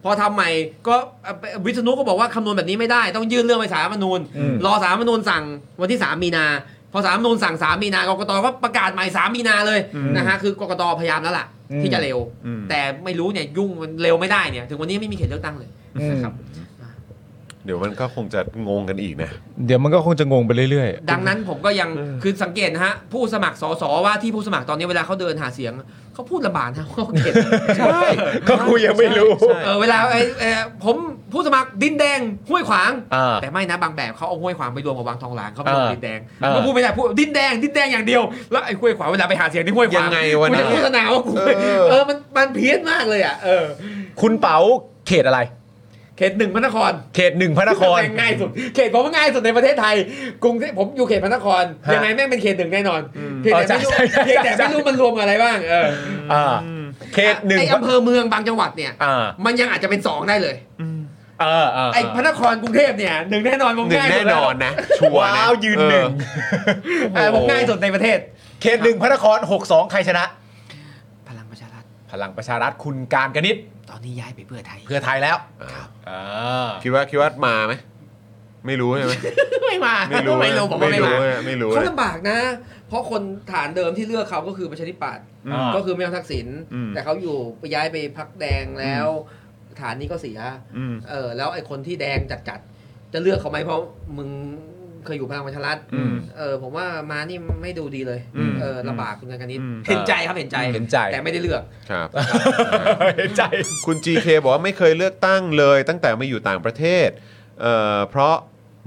Speaker 2: พอทำใหม่ก็เอ่อวิษณุก็บอกว่าคำนวณแบบนี้ไม่ได้ ต้องยื่นเรื่องไปศาลรัฐธรรมนูญ
Speaker 3: อืม
Speaker 2: รอสาลรฐธรรมนูญสั่งวันที่ 3 มีนา พอสาลรฐธรรมนูญสั่ง 3 มีนากกตก็ประกาศใหม่ 3 มีนาเลย
Speaker 1: อืม
Speaker 2: นะฮะคือกกตพยายามแล้วล่ะ
Speaker 3: อืม
Speaker 2: ที่จะเร็ว
Speaker 1: อืม
Speaker 2: แต่ไม่รู้เนี่ยยุ่งมันเร็วไม่ได้เนี่ยถึงวันนี้ไม่มีเขตเลือกตั้งเลย
Speaker 3: อืม
Speaker 2: นะครับ
Speaker 1: เดี๋ยวมันก็คงจะงงกันอีกนะ
Speaker 3: เดี๋ยวมันก็คงจะงงไปเรื่อย
Speaker 2: ดังนั้นผมก็ยังคือสังเกตนะฮะ ผู้สมัครสสว่าที่ผู้สมัครตอนนี้เวลาเขาเดินหาเสียงเขาพูดลำบากนะ เขาเก็บใช่
Speaker 3: ก็คุยยังไม่รู้
Speaker 2: ใช่เออเวลาไอ้เอ่อผมผู้สมัครดินแดงห้วยขวาง
Speaker 3: ๆอ่า
Speaker 2: แต่ไม่นะบางแบบเขาเอาห้วยขวางไปรวมกับวังทองหลางเขาไปรวม
Speaker 3: เออ
Speaker 2: ดินแดง
Speaker 3: เออ
Speaker 2: ก็พูดไม่ได้พูดดินแดงดินแดงอย่างเดียวแล้วไอ้ห้วยขวางเวลาไปหาเสียงที่ห้วยขวาง
Speaker 1: ยังไงวะ
Speaker 2: กู
Speaker 1: เนี่
Speaker 2: จะ
Speaker 1: ย
Speaker 2: โฆษณาว่ากู
Speaker 1: เออ
Speaker 2: เออมันมันเพี้ยนมากเลยอ่ะเออ
Speaker 3: คุณเป๋าเขตอะไร
Speaker 2: เขตหนึ่งพระนคร
Speaker 3: เขตหนึ่งพระนคร
Speaker 2: แม่งง่ายสุดเขตผมว่าง่ายสุดในประเทศไทยกรุงเทพผมอยู่เขตพระนคร
Speaker 3: ฮะ
Speaker 2: ยังไงแม่งเป็นเขตหนึ่งแน่นอนเพียง
Speaker 3: อ๋อ
Speaker 2: แต่ไม่รู้
Speaker 3: ใช่ใช่ใช่
Speaker 2: เพียงแต่ไม่รู้มันรวมอะไรบ้างเออ
Speaker 3: อ่าเขตหนึ่ง
Speaker 2: ไออำเภอเมืองบางจังหวัดเนี่ย
Speaker 3: อ่า
Speaker 2: มันยังอาจจะเป็นสองได้เลย
Speaker 3: เออเออ
Speaker 2: ไอ้พระนครกรุงเทพเนี่ยหนึ่งแน่นอนผม
Speaker 1: หนึ่ง
Speaker 2: ง่าย
Speaker 1: แน่
Speaker 2: สุด
Speaker 1: น
Speaker 2: แล้ว
Speaker 1: อนนะ ชัวร์นะ
Speaker 3: ว้าวยืนหนึ่ง
Speaker 2: เออผมง่ายสุดในประเทศ
Speaker 3: เขตหนึ่งพระนครหกสองใครชนะ
Speaker 2: พลังประชารัฐ
Speaker 3: พลังประชารัฐคุณการกนิษฐ์
Speaker 2: ตอนนี้ย้ายไปเพื่อไทย
Speaker 3: เพื่อไทยแล้ว
Speaker 1: เออ
Speaker 3: อ่า
Speaker 1: คิดว่าคิดว่ามาไหมไม่รู้ใช่ไหม
Speaker 2: ไม่มา
Speaker 1: ไม่รู้
Speaker 2: ไม่รู้ผมว่าไม่มา
Speaker 1: นะไม่รู้
Speaker 2: เขา
Speaker 1: นะ
Speaker 2: ลำบากนะ เพราะคนฐานเดิมที่เลือกเขาก็คือประชาธิปัตย์
Speaker 1: อ่า
Speaker 2: ก็คือไม่เอาทักษิณ
Speaker 1: อืม
Speaker 2: แต่เขาอยู่ไปย้ายไปพักแดงแล้ว ฐานนี้ก็เสีย
Speaker 1: อืม
Speaker 2: เออแล้วไอ้คนที่แดงจัดๆจะเลือกเขาไหมเพราะมึงเคยอยู่พลังประชารัฐ
Speaker 1: อืม
Speaker 2: เออผมว่ามานี่ไม่ดูดีเลย
Speaker 1: อืม
Speaker 2: เออลำบากคุณกันกันนิด
Speaker 1: อืม
Speaker 2: เห็นใจครับเห็นใจ
Speaker 3: เห็นใจ
Speaker 2: แต่ไม่ได้เลือก
Speaker 1: ครับ
Speaker 3: เห็นใจ
Speaker 1: คุณ GK บอกว่าไม่เคยเลือกตั้งเลย ตั้งแต่มาอยู่ต่างประเทศเอ่อเพราะ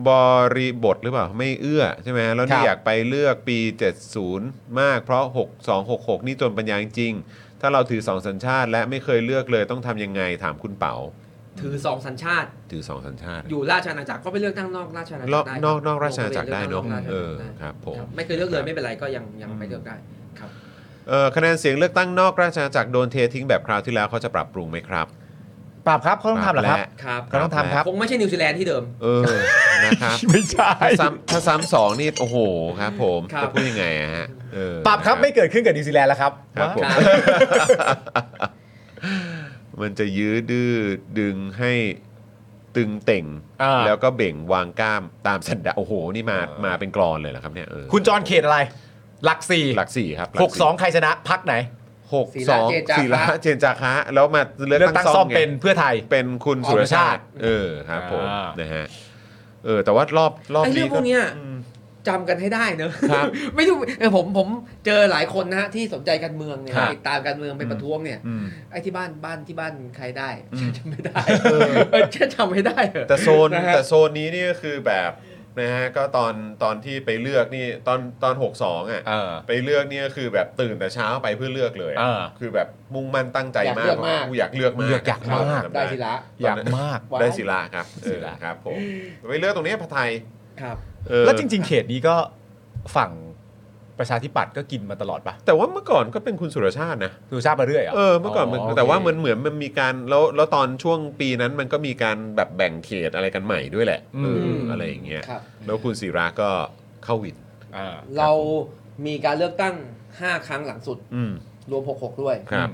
Speaker 1: บริบทหรือเปล่า ไม่เอื้อใช่ไหมแล้วนี่
Speaker 3: ครับ
Speaker 1: อยากไปเลือกปี 70 มาก เพราะ 6266 นี่จนปัญญาจริงๆถ้าเราถือสองสัญชาติและไม่เคยเลือกเลยต้องทำยังไงถามคุณเป๋า
Speaker 2: ถือสองสัญชาติ
Speaker 1: ถือสองสัญชาติ
Speaker 2: อยู่ราชอาณาจักรก็ไปเลือกตั้งนอกราชอาณาจั
Speaker 1: น
Speaker 2: ก
Speaker 1: อก
Speaker 2: รได้
Speaker 1: นอกนอกราชอาณาจักรได้เนาะ
Speaker 2: ลืกตั้งก
Speaker 1: เอ
Speaker 2: รา
Speaker 1: อ
Speaker 2: ชาณาจักรได้
Speaker 1: ครับผม
Speaker 2: ครับไม่เคยเลือกเลยไม่เป็นไรก็ยังยังไปเลือกได้ครับ
Speaker 1: เอ่อคะแนนเสียงเลือกตั้งนอกราชอาณาจักรโดนเททิ้งแบบคราวที่แล้วเขาจะปรับปรุงไหมครับ
Speaker 3: ปราบครับเขาต้องทำเหรอครับ
Speaker 1: ปและ
Speaker 2: ครับ
Speaker 3: ก็ต้องทำครับ
Speaker 2: คงไม่ใช่นิวซีแลนด์ที่เดิม
Speaker 1: เออนะครับ
Speaker 3: ไม่ใช่
Speaker 1: ถ้าซ้ำถ้าซ้ำสองนี่โอ้โหครับผม
Speaker 2: ครับ
Speaker 1: จะพูดยังไงอะฮะเออ
Speaker 3: ปรับครับไม่
Speaker 1: นะ
Speaker 3: เกิดขึ้นกับนิวซีแลนด์แล้วครับ
Speaker 1: ครับผม
Speaker 2: ครับ
Speaker 1: มันจะยื้อดื้อดึงให้ตึงเต่ง
Speaker 3: อ่า
Speaker 1: แล้วก็เบ่งวางกล้ามตามสันดาโอ้โหนี่มามาเป็นกรอนเลยเหรอครับเนี่ยเออ
Speaker 3: คุณจรเขตอะไร หลักสี่
Speaker 1: หลักสี่ครับลั
Speaker 3: ห
Speaker 1: สี่
Speaker 3: กสองใครชนะพักไหน
Speaker 1: หก
Speaker 2: ศิ
Speaker 1: ส
Speaker 2: ระ
Speaker 1: อง
Speaker 2: เจนจาคะ
Speaker 1: ศิระเจนจาคะแล้วมาเลือก
Speaker 3: เลือก
Speaker 1: ตั้
Speaker 3: ตั้
Speaker 1: ง
Speaker 3: ง
Speaker 1: ซ่
Speaker 3: ซ่
Speaker 1: อ
Speaker 3: อ
Speaker 1: ม
Speaker 3: ม
Speaker 1: ไง
Speaker 3: เป็นเพื่อไทย
Speaker 1: เป็นคุณสุรชาติ
Speaker 3: สุรชาติ
Speaker 1: เออครับผม
Speaker 3: อ่าน
Speaker 1: นะฮะเออแต่ว่ารอบรอบ
Speaker 2: ไอ้
Speaker 1: นี้
Speaker 2: เรื่องพ
Speaker 1: ก็
Speaker 2: วกเนี้ยจำกันให้ได้เนอะ
Speaker 1: ครับ
Speaker 2: ไม่รู้เออผมผมเจอหลายคนนะฮะที่สนใจการเมืองเนี่ย
Speaker 1: ครับ
Speaker 2: ติดตามการเมืองไปประท้วงเนี่ย
Speaker 1: อืม
Speaker 2: ไอ้ที่บ้านบ้านที่บ้านใครได้
Speaker 1: อืม
Speaker 2: ฉันจำไม่ได้
Speaker 1: เออ
Speaker 2: เออฉันจำไม่ได้เหรอ
Speaker 1: แต่โซน
Speaker 2: นะฮะ
Speaker 1: แต่โซนนี้นี่ก็คือแบบนะฮะก็ตอนตอนที่ไปเลือกนี่ตอนตอนหกสองอ่ะ
Speaker 3: เออ
Speaker 1: ไปเลือกนี่ก็คือแบบตื่นแต่เช้าไปเพื่อเลือกเลยอะ
Speaker 3: เออ
Speaker 1: คือแบบมุ่งมั่นตั้งใจ
Speaker 2: อยาก
Speaker 1: มาก
Speaker 2: เลือกมาก
Speaker 1: อยากเลือกมาก
Speaker 3: อยากอยากมาก
Speaker 1: จำ
Speaker 2: ได้ทีละ
Speaker 3: อยากมาก
Speaker 1: ได้ศิลาครับเออ
Speaker 3: ศิลา
Speaker 1: ครับผมไปเลือกตรงนี้พะไทย
Speaker 2: ครับ
Speaker 1: เออ
Speaker 3: แล้วจริง ๆ เขตนี้ก็ฝั่งประชาธิปัตย์ก็กินมาตลอดปะ
Speaker 1: แต่ว่าเมื่อก่อนก็เป็นคุณสุรชาตินะ
Speaker 3: ดูชาติมาเรื่อยหร
Speaker 1: เออเมื่อก่อนมัน
Speaker 3: โค
Speaker 1: แต่ว่าเหมือนเหมือนมันมีการแล้วแล้วตอนช่วงปีนั้นมันก็มีการแบบแบ่งเขตอะไรกันใหม่ด้วยแหละเออ
Speaker 2: ม
Speaker 1: อะไรอย่างเงี้ย
Speaker 2: ครับ
Speaker 1: แล้วคุณศิราก็เข้าวิน
Speaker 3: อ่า
Speaker 2: เรามีการเลือกตั้ง 5 ครั้งหลังสุด
Speaker 1: อืม
Speaker 2: รวม 66 ด้วย
Speaker 1: ครับ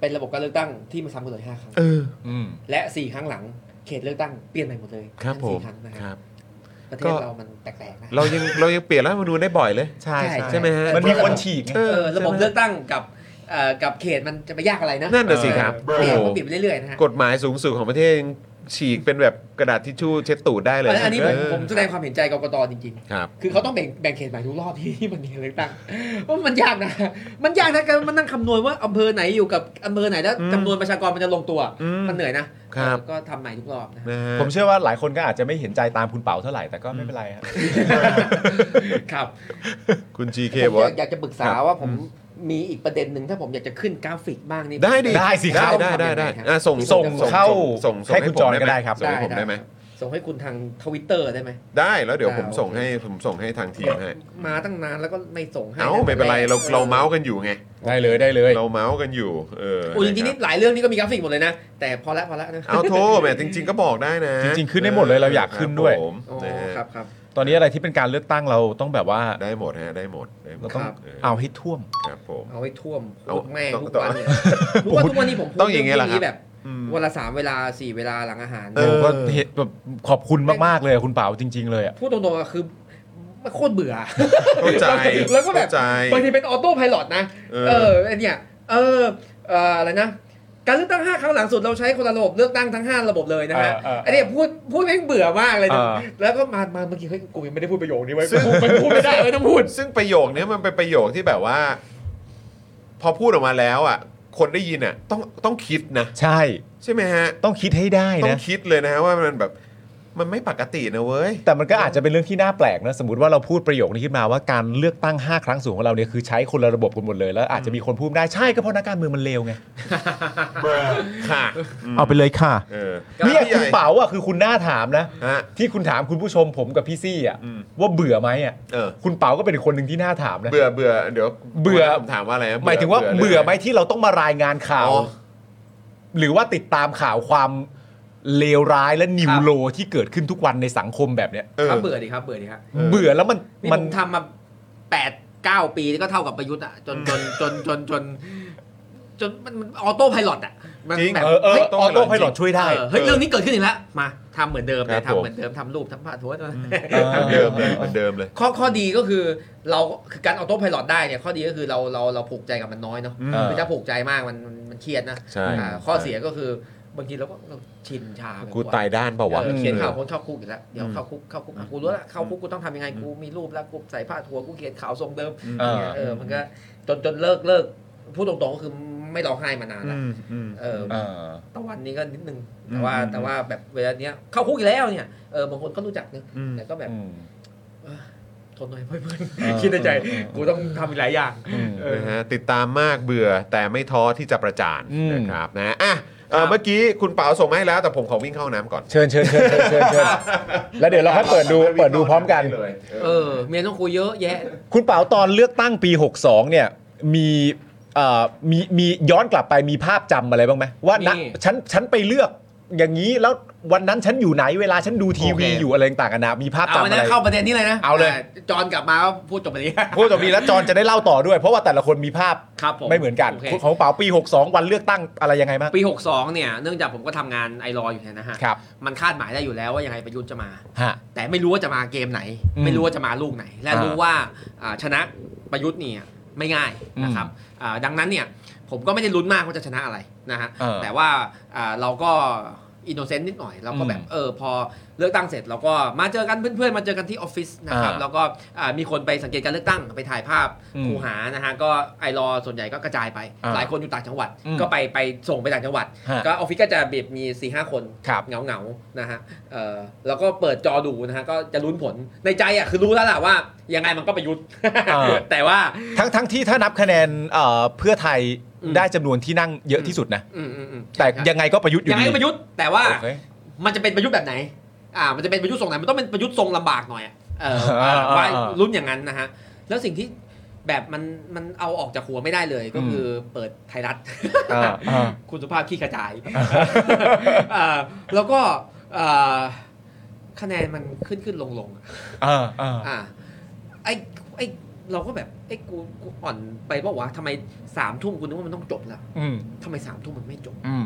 Speaker 2: เป็นระบบการเลือกตั้งที่มันซ้ำกันเลย5ครั้ง
Speaker 1: เออ
Speaker 3: อืม
Speaker 2: และ 4 ครั้งหลังเขตเลือกตั้งเปลี่ยนใหม่หมดเลย
Speaker 1: ครับ
Speaker 2: ทั้ง
Speaker 1: ผ
Speaker 2: สี่
Speaker 1: ม
Speaker 2: ครั้งนะ
Speaker 1: ค
Speaker 2: ค
Speaker 1: รั
Speaker 2: รับบ ประเท
Speaker 1: ก็
Speaker 2: ศเรามันแปลกๆนะ
Speaker 1: เรายังเรายังเปลี่ยนรัฐธรรมนูญได้บ่อยเลย
Speaker 3: ใช่
Speaker 1: ใช่ไหมฮะ
Speaker 3: มันมีคนฉีกไง
Speaker 2: เออระบบเลือกตั้งกับเอ่อกับเขตมันจะไปยากอะไรนะ
Speaker 1: นั่นน่ะสิครับ
Speaker 2: เออ
Speaker 1: โอ้
Speaker 2: เป
Speaker 1: โห
Speaker 2: ลี่ยนก็เปลี่ยนไปเรื่อยๆนะฮะ
Speaker 1: กฎหมายสูงสุดของประเทศยังฉีกเป็นแบบกระดาษทิชชู่เช็ดตูดได้เลย
Speaker 2: เอออันนี้ผม
Speaker 1: เ
Speaker 2: ผมแสดงความเห็นใจกกตจริง
Speaker 1: ครับ
Speaker 2: ๆ คือเขาต้องแบ่งแบ่งเขตใหม่ทุกรอบที่ ที่มันมีเลือกตั้งเพราะมันยากนะ มันยากนะการมันนั่งคำนวณว่าอำเภอไหนอยู่กับอำเภอไหนแล้ว
Speaker 1: อืม
Speaker 2: จำนวนประชากรมันจะลงตัว
Speaker 1: อืม
Speaker 2: มันเหนื่อยนะครับ ก็ทำใหม่ทุกรอบนะ
Speaker 1: นะฮะ
Speaker 3: ผมเชื่อว่าหลายคนก็อาจจะไม่เห็นใจตามคุณเป๋าเท่าไหร่แต่ก็ไม่เป็นไรครับ
Speaker 2: ครับ
Speaker 1: คุณ GK
Speaker 2: ผม
Speaker 1: บอก
Speaker 2: อยา
Speaker 1: ว่า
Speaker 2: กอยากจะปรึกษา
Speaker 1: ครับ
Speaker 2: ว่าผมมีอีกประเด็นหนึ่งถ้าผมอยากจะขึ้นกราฟิกบ้างนี่
Speaker 1: ได้ดิ
Speaker 3: ได้สิครับ
Speaker 1: ได้ได้ได้
Speaker 2: ครับ
Speaker 1: อ่ะส่ง
Speaker 3: ส่งเข้า
Speaker 1: ส่งส่ง
Speaker 3: ให้คุณจอนก็ได้ครับ
Speaker 1: ส่งให้ผมได้ไหม
Speaker 2: ส่งให้คุณทางทวิตเตอร์ได้ไหม
Speaker 1: ได้แล้วเดี๋ยว
Speaker 2: อ่า
Speaker 1: ผมส่ง
Speaker 2: โอเค
Speaker 1: ให้ผมส่งให้ทางทีมให้
Speaker 2: มาตั้งนานแล้วก็ไม่ส่งให้
Speaker 1: เอ้าไม่เป็นไรเราเราเมาส์กันอยู่ไง
Speaker 3: ได้เลยได้เลย
Speaker 1: เราเมาส์กันอยู่ เออ
Speaker 2: โอ้ยจริ
Speaker 1: นะ
Speaker 2: งๆนี่
Speaker 1: คบ
Speaker 2: หลายเรื่องนี่ก็มีกราฟิกหมดเลยนะ แต่พอละพอละนะ
Speaker 1: เอาโทษแหมจริง ๆ ก็บอกได้นะ
Speaker 3: จริงๆขึ้นได้หมดเลยเราอยากขึ้นด้วย
Speaker 1: ครับผม
Speaker 2: อ๋อ
Speaker 1: นะฮะ
Speaker 2: ครับครับ
Speaker 3: ตอนนี้อะไรที่เป็นการเลือกตั้งเราต้องแบบว่า
Speaker 1: ได้หมดฮะได้หมดได้หม
Speaker 3: เรา
Speaker 1: ด
Speaker 3: ต้อง
Speaker 2: ครับ
Speaker 3: เอาให้ท่วม
Speaker 1: ครับผม
Speaker 2: เอาไว้ท่วม
Speaker 1: เอา
Speaker 2: พูดแม่ง
Speaker 1: ต้อง
Speaker 2: ทุกวันเนี่ย
Speaker 1: ต้อง
Speaker 2: ทุกวันทุกวันนี้ผมพูด
Speaker 1: ต้องอย่างเงี้ยเหรอครับ
Speaker 2: แบบ
Speaker 1: อืม
Speaker 2: วันละสามเวลาสี่เวลาหลังอาหาร
Speaker 1: เออ
Speaker 3: โอ้ก็เห็นแบบขอบคุณมากๆเลยอะคุณเป๋าจริง ๆ เลยอ่ะ
Speaker 2: พูดตรงๆอะคือมันโคตรเบื่อ
Speaker 1: เข้าใจ
Speaker 2: แล้วก็แบบ
Speaker 1: เข้าใจ
Speaker 2: บางทีเป็นออโต้ไพายโลดนะ
Speaker 1: เออ
Speaker 2: เออไอเนี่ยเออเอ่ออะไรนะ การเลือกตั้ง 5 ครั้งหลังสุดเราใช้คนละระบบเลือกตั้งทั้ง 5 ระบบเลยนะฮะ
Speaker 3: เออเออ
Speaker 2: ไอเนี่ยพูดพูดแม่งเบื่อมากเลยนะ
Speaker 3: เออ
Speaker 2: แล้วก็มามาเมื่อกี้เฮ้ยกูยังไม่ได้พูดประโยคนี้ไว้ยกูมันพูดไม่ได้เลยต้องพูด
Speaker 1: ซึ่งประโยคเนี้ยมันเป็นประโยคที่แบบว่า พอพูดออกมาแล้วอ่ะ คนได้ยินอ่ะต้องต้องคิดนะ
Speaker 3: ใช่
Speaker 1: ใช่ไหมฮะ
Speaker 3: ต้องคิดให้ได้
Speaker 1: ต้อ
Speaker 3: นะ
Speaker 1: งคิดเลยนะฮะว่ามันแบบมันไม่ปกตินะเว้ย
Speaker 3: แต่มันก็อาจจะเป็นเรื่องที่น่าแปลกนะ สมมติว่าเราพูดประโยคนี้ขึ้นมาว่าการเลือกตั้ง 5 ครั้งสูงของเราเนี่ยคือใช้คนละระบบกันหมดเลยแล้วอาจจะมีคนพูดได้ใช่ก็เพราะนักการเมืองมันเลวไง
Speaker 1: ค่ะ
Speaker 3: เอาไปเลยค่ะ
Speaker 1: เออ
Speaker 3: เนี่ย
Speaker 1: พี่ให
Speaker 3: คุณ
Speaker 1: ญ่
Speaker 3: เป๋าอ่ะคือคุณน่าถามนะ
Speaker 1: ฮะ
Speaker 3: ที่คุณถามคุณผู้ชมผมกับพี่ซี่อ่ะ
Speaker 1: อืม
Speaker 3: ว่าเบื่อไหมอ่ะ
Speaker 1: เออ
Speaker 3: คุณเป๋าก็เป็นคนหนึ่งที่น่าถามนะ
Speaker 1: เบื่อเบื่อเดี๋ยว
Speaker 3: เบื่อ
Speaker 1: ผมถามว่าอะไรนะ
Speaker 3: หมายถึงว่าเบื่อไหมที่เราต้องมารายงานข่าว
Speaker 1: อ๋อ
Speaker 3: หรือว่าติดตามข่าวความเลวร้ายและนิว
Speaker 2: ครับ
Speaker 3: โลที่เกิดขึ้นทุกวันในสังคมแบบเนี้ย
Speaker 1: เออ
Speaker 2: ครับเบื่อดิครับเบื่อดิครับ
Speaker 1: เออ
Speaker 3: เบื่อแล้วมัน
Speaker 2: นี่
Speaker 3: มัน
Speaker 2: ผมทำมาแปดเก้าปีนี่ก็เท่ากับประยุทธ์อ่ะจนจนจนจนจนจนมันมันออโต้ไพายโลดอ่ะมัน
Speaker 1: จริง
Speaker 2: แบบ
Speaker 3: เออเออ
Speaker 2: เฮ้ย
Speaker 3: ออโต้ไพลอตช่วยได้
Speaker 2: เออเฮ้ยเรื่องนี้เกิดขึ้นอีกแล้วมาทำเหมือนเดิมเล
Speaker 1: ครับ
Speaker 2: ย
Speaker 1: ผม
Speaker 2: ทำเหมือนเดิมทำรูปทำผ้าทัวร์
Speaker 3: เออ
Speaker 1: เหมือนเดิมเลยเหมือนเดิมเลย
Speaker 2: ข้อข้อดีก็คือเราคือการออโต้ไพลอตได้เนี่ยข้อดีก็คือเราเราเราผูกใจกับมันน้อยเนาะ
Speaker 1: อืม
Speaker 2: คือถ้าผูกใจมากมันมันมันเครียดนะ
Speaker 1: ใช่
Speaker 2: อ่าข้อ
Speaker 1: ใช่
Speaker 2: เสียก็คือบางทีเราก็เราชินชา
Speaker 1: กูตายด้านเปล่าวะ
Speaker 2: เออเขียน
Speaker 3: อืม
Speaker 2: ข่าวคนเข้าคุกอีกแล้วเดี๋ยวเข้าคุกเข้าคุกอ่ะกูรู้ละเข้าคุกกูต้องทำยังไงกูมีรูปแล้วกูใส่ผ้าทัวร์กูเขียนข่าวทรงเดิม
Speaker 1: อืม
Speaker 3: เออ
Speaker 2: เออมันก็จนจนเลิกเลิกพูดตรงๆก็คือไม่ร้องไห้มานาน
Speaker 1: อื
Speaker 2: ละ
Speaker 1: มอืม
Speaker 2: เออ
Speaker 3: เออ
Speaker 2: ตะวันนี้ก็นิดนึงแต่ว่า
Speaker 1: อืม
Speaker 2: แต่ว่าแบบเวลาเนี้ยเข้าคุกอีกแล้วเนี่ยเออบางคนก็รู้จักนะ
Speaker 1: อืม
Speaker 2: แต่ก็แบบ ทนหน่อยเพื่อน
Speaker 3: เออ
Speaker 2: ๆคิดในใจ
Speaker 3: เออเออ
Speaker 2: กูต้องทำอีกหลายอย่าง
Speaker 3: อืม
Speaker 2: เออ
Speaker 1: นะฮะติดตามมากเบื่อแต่ไม่ท้อที่จะประจาน
Speaker 3: อืม
Speaker 1: นะครับนะอ่ะเอ่อเมื่อกี้คุณเป๋าส่งมาให้แล้วแต่ผมขอวิ่งเข้าน้ำก่อน
Speaker 3: เชิญเชิญเชิญเชิญเชิญเชิญแล้วเดี๋ยวเราค่อยเปิด ดูเปิดดูพร้อมกัน
Speaker 1: เลย
Speaker 2: เออ เมียต้องคุยเยอะแยะ
Speaker 3: คุณเป๋าตอนเลือกตั้งปี 62 เนี่ยมีเอ่อมีมีย้อนกลับไปมีภาพจำอะไรบ้างไหมว่านะ
Speaker 2: มี
Speaker 3: ฉันฉันไปเลือกอย่างนี้แล้ววันนั้นฉันอยู่ไหนเวลาฉันดูทีวีอยู่อะไรต่างกันนะมีภาพ
Speaker 2: เอา
Speaker 3: จำ
Speaker 2: ไป
Speaker 3: อะไร
Speaker 2: นะเข้าประเด็นนี้เลยนะ
Speaker 3: เอาเลย
Speaker 2: จอนกลับมาก็พูดจบไปนี้
Speaker 3: พูดจบดีแล้วจอนจะได้เล่าต่อด้วย เพราะว่าแต่ละคนมีภาพ
Speaker 2: ครับผม
Speaker 3: ไม่เหมือนกัน
Speaker 2: โอเค
Speaker 3: ของเป๋าปี 62 วันเลือกตั้งอะไรยังไงบ้าง
Speaker 2: ปี 62 เนี่ย เนื่องจากผมก็ทำงานไอรออยู่เนี่ยนะฮะ
Speaker 3: ครับ
Speaker 2: มันคาดหมายได้อยู่แล้วว่ายังไงประยุทธ์จะมา
Speaker 3: ฮะ
Speaker 2: แต่ไม่รู้ว่าจะมาเกมไหน
Speaker 3: อืม
Speaker 2: ไม่รู้ว่าจะมาลูกไหน และ
Speaker 3: อ่ารู้
Speaker 2: รู้ว่าอ่าชนะประยุทธ์เนี่ยไม่ง่ายนะครับอ่าดังนั้นเนี่ย ผมก็ไม่ได้ลุ้นมากว่าจะชนะอะไรนะฮะ
Speaker 3: เออ
Speaker 2: แต่ว่าอ่าเราก็อินโนเซนต์นิดหน่อยเราก็แบบ
Speaker 3: อืม
Speaker 2: เออพอเลือกตั้งเสร็จเราก็มาเจอกันเพื่อนๆมาเจอกันที่ออฟฟิศนะครับ
Speaker 3: อ่า
Speaker 2: แล้วก็อ่ามีคนไปสังเกตการเลือกตั้งไปถ่ายภาพ
Speaker 3: อืม
Speaker 2: คูหานะฮะก็ไอรอส่วนใหญ่ก็กระจายไป
Speaker 3: อ่า
Speaker 2: หลายคนอยู่ต่างจังหวัด
Speaker 3: อืม
Speaker 2: ก็ไปไปส่งไปต่างจังหวัด
Speaker 3: ฮะ
Speaker 2: ก็ออฟฟิศก็จะแบบมี4ีหคน
Speaker 3: ครับ
Speaker 2: เงาเงาๆนะฮะเออแล้วก็เปิดจอดูนะฮะก็จะลุ้นผลในใจอ่ะคือรู้แล้วล่ะว่ายังไงมันก็ประยุทธ์
Speaker 3: อ่า
Speaker 2: แต่ว่า
Speaker 3: ทั้งทั้งที่ถ้านับคะแนนเอ่อเพื่อไทย
Speaker 2: อืม
Speaker 3: ได้จำนวนที่นั่งเยอะที่สุดนะ
Speaker 2: อืมอืมอืม
Speaker 3: แต่
Speaker 2: ใช่ครับ
Speaker 3: ยังไงก็ประยุทธ์อยู่
Speaker 2: ยังไง
Speaker 3: ดี
Speaker 2: ก็ประยุทธ์แต่ว่า
Speaker 3: โอเค
Speaker 2: มันจะเป็นประยุทธ์แบบไหน อ่า มันจะเป็นประยุทธ์ทรงไหนมันต้องเป็นประยุทธ์ทรงลำบากหน่อยอะเออ
Speaker 3: อ่า
Speaker 2: ว่า
Speaker 3: อ่า
Speaker 2: รุ่นอย่างนั้นนะฮะแล้วสิ่งที่แบบมันมันเอาออกจากหัวไม่ได้เลยก็คือเปิดไทยรัฐ
Speaker 3: อ่าอ่า
Speaker 2: คุณสุภาพขี้กระ จายอ่าแล้วก็อ่าคะแนนมันขึ้นขึ้นลงลงอะ
Speaker 3: เออเออ
Speaker 2: อ่าไอไอเราก็แบบไอ้ยกูกูอ่อนไปเปล่าวะทำไมสามทุ่มกูนึกว่ามันต้องจบแล้ว
Speaker 3: อืม
Speaker 2: ทำไมสามทุ่มมันไม่จบ
Speaker 3: อืม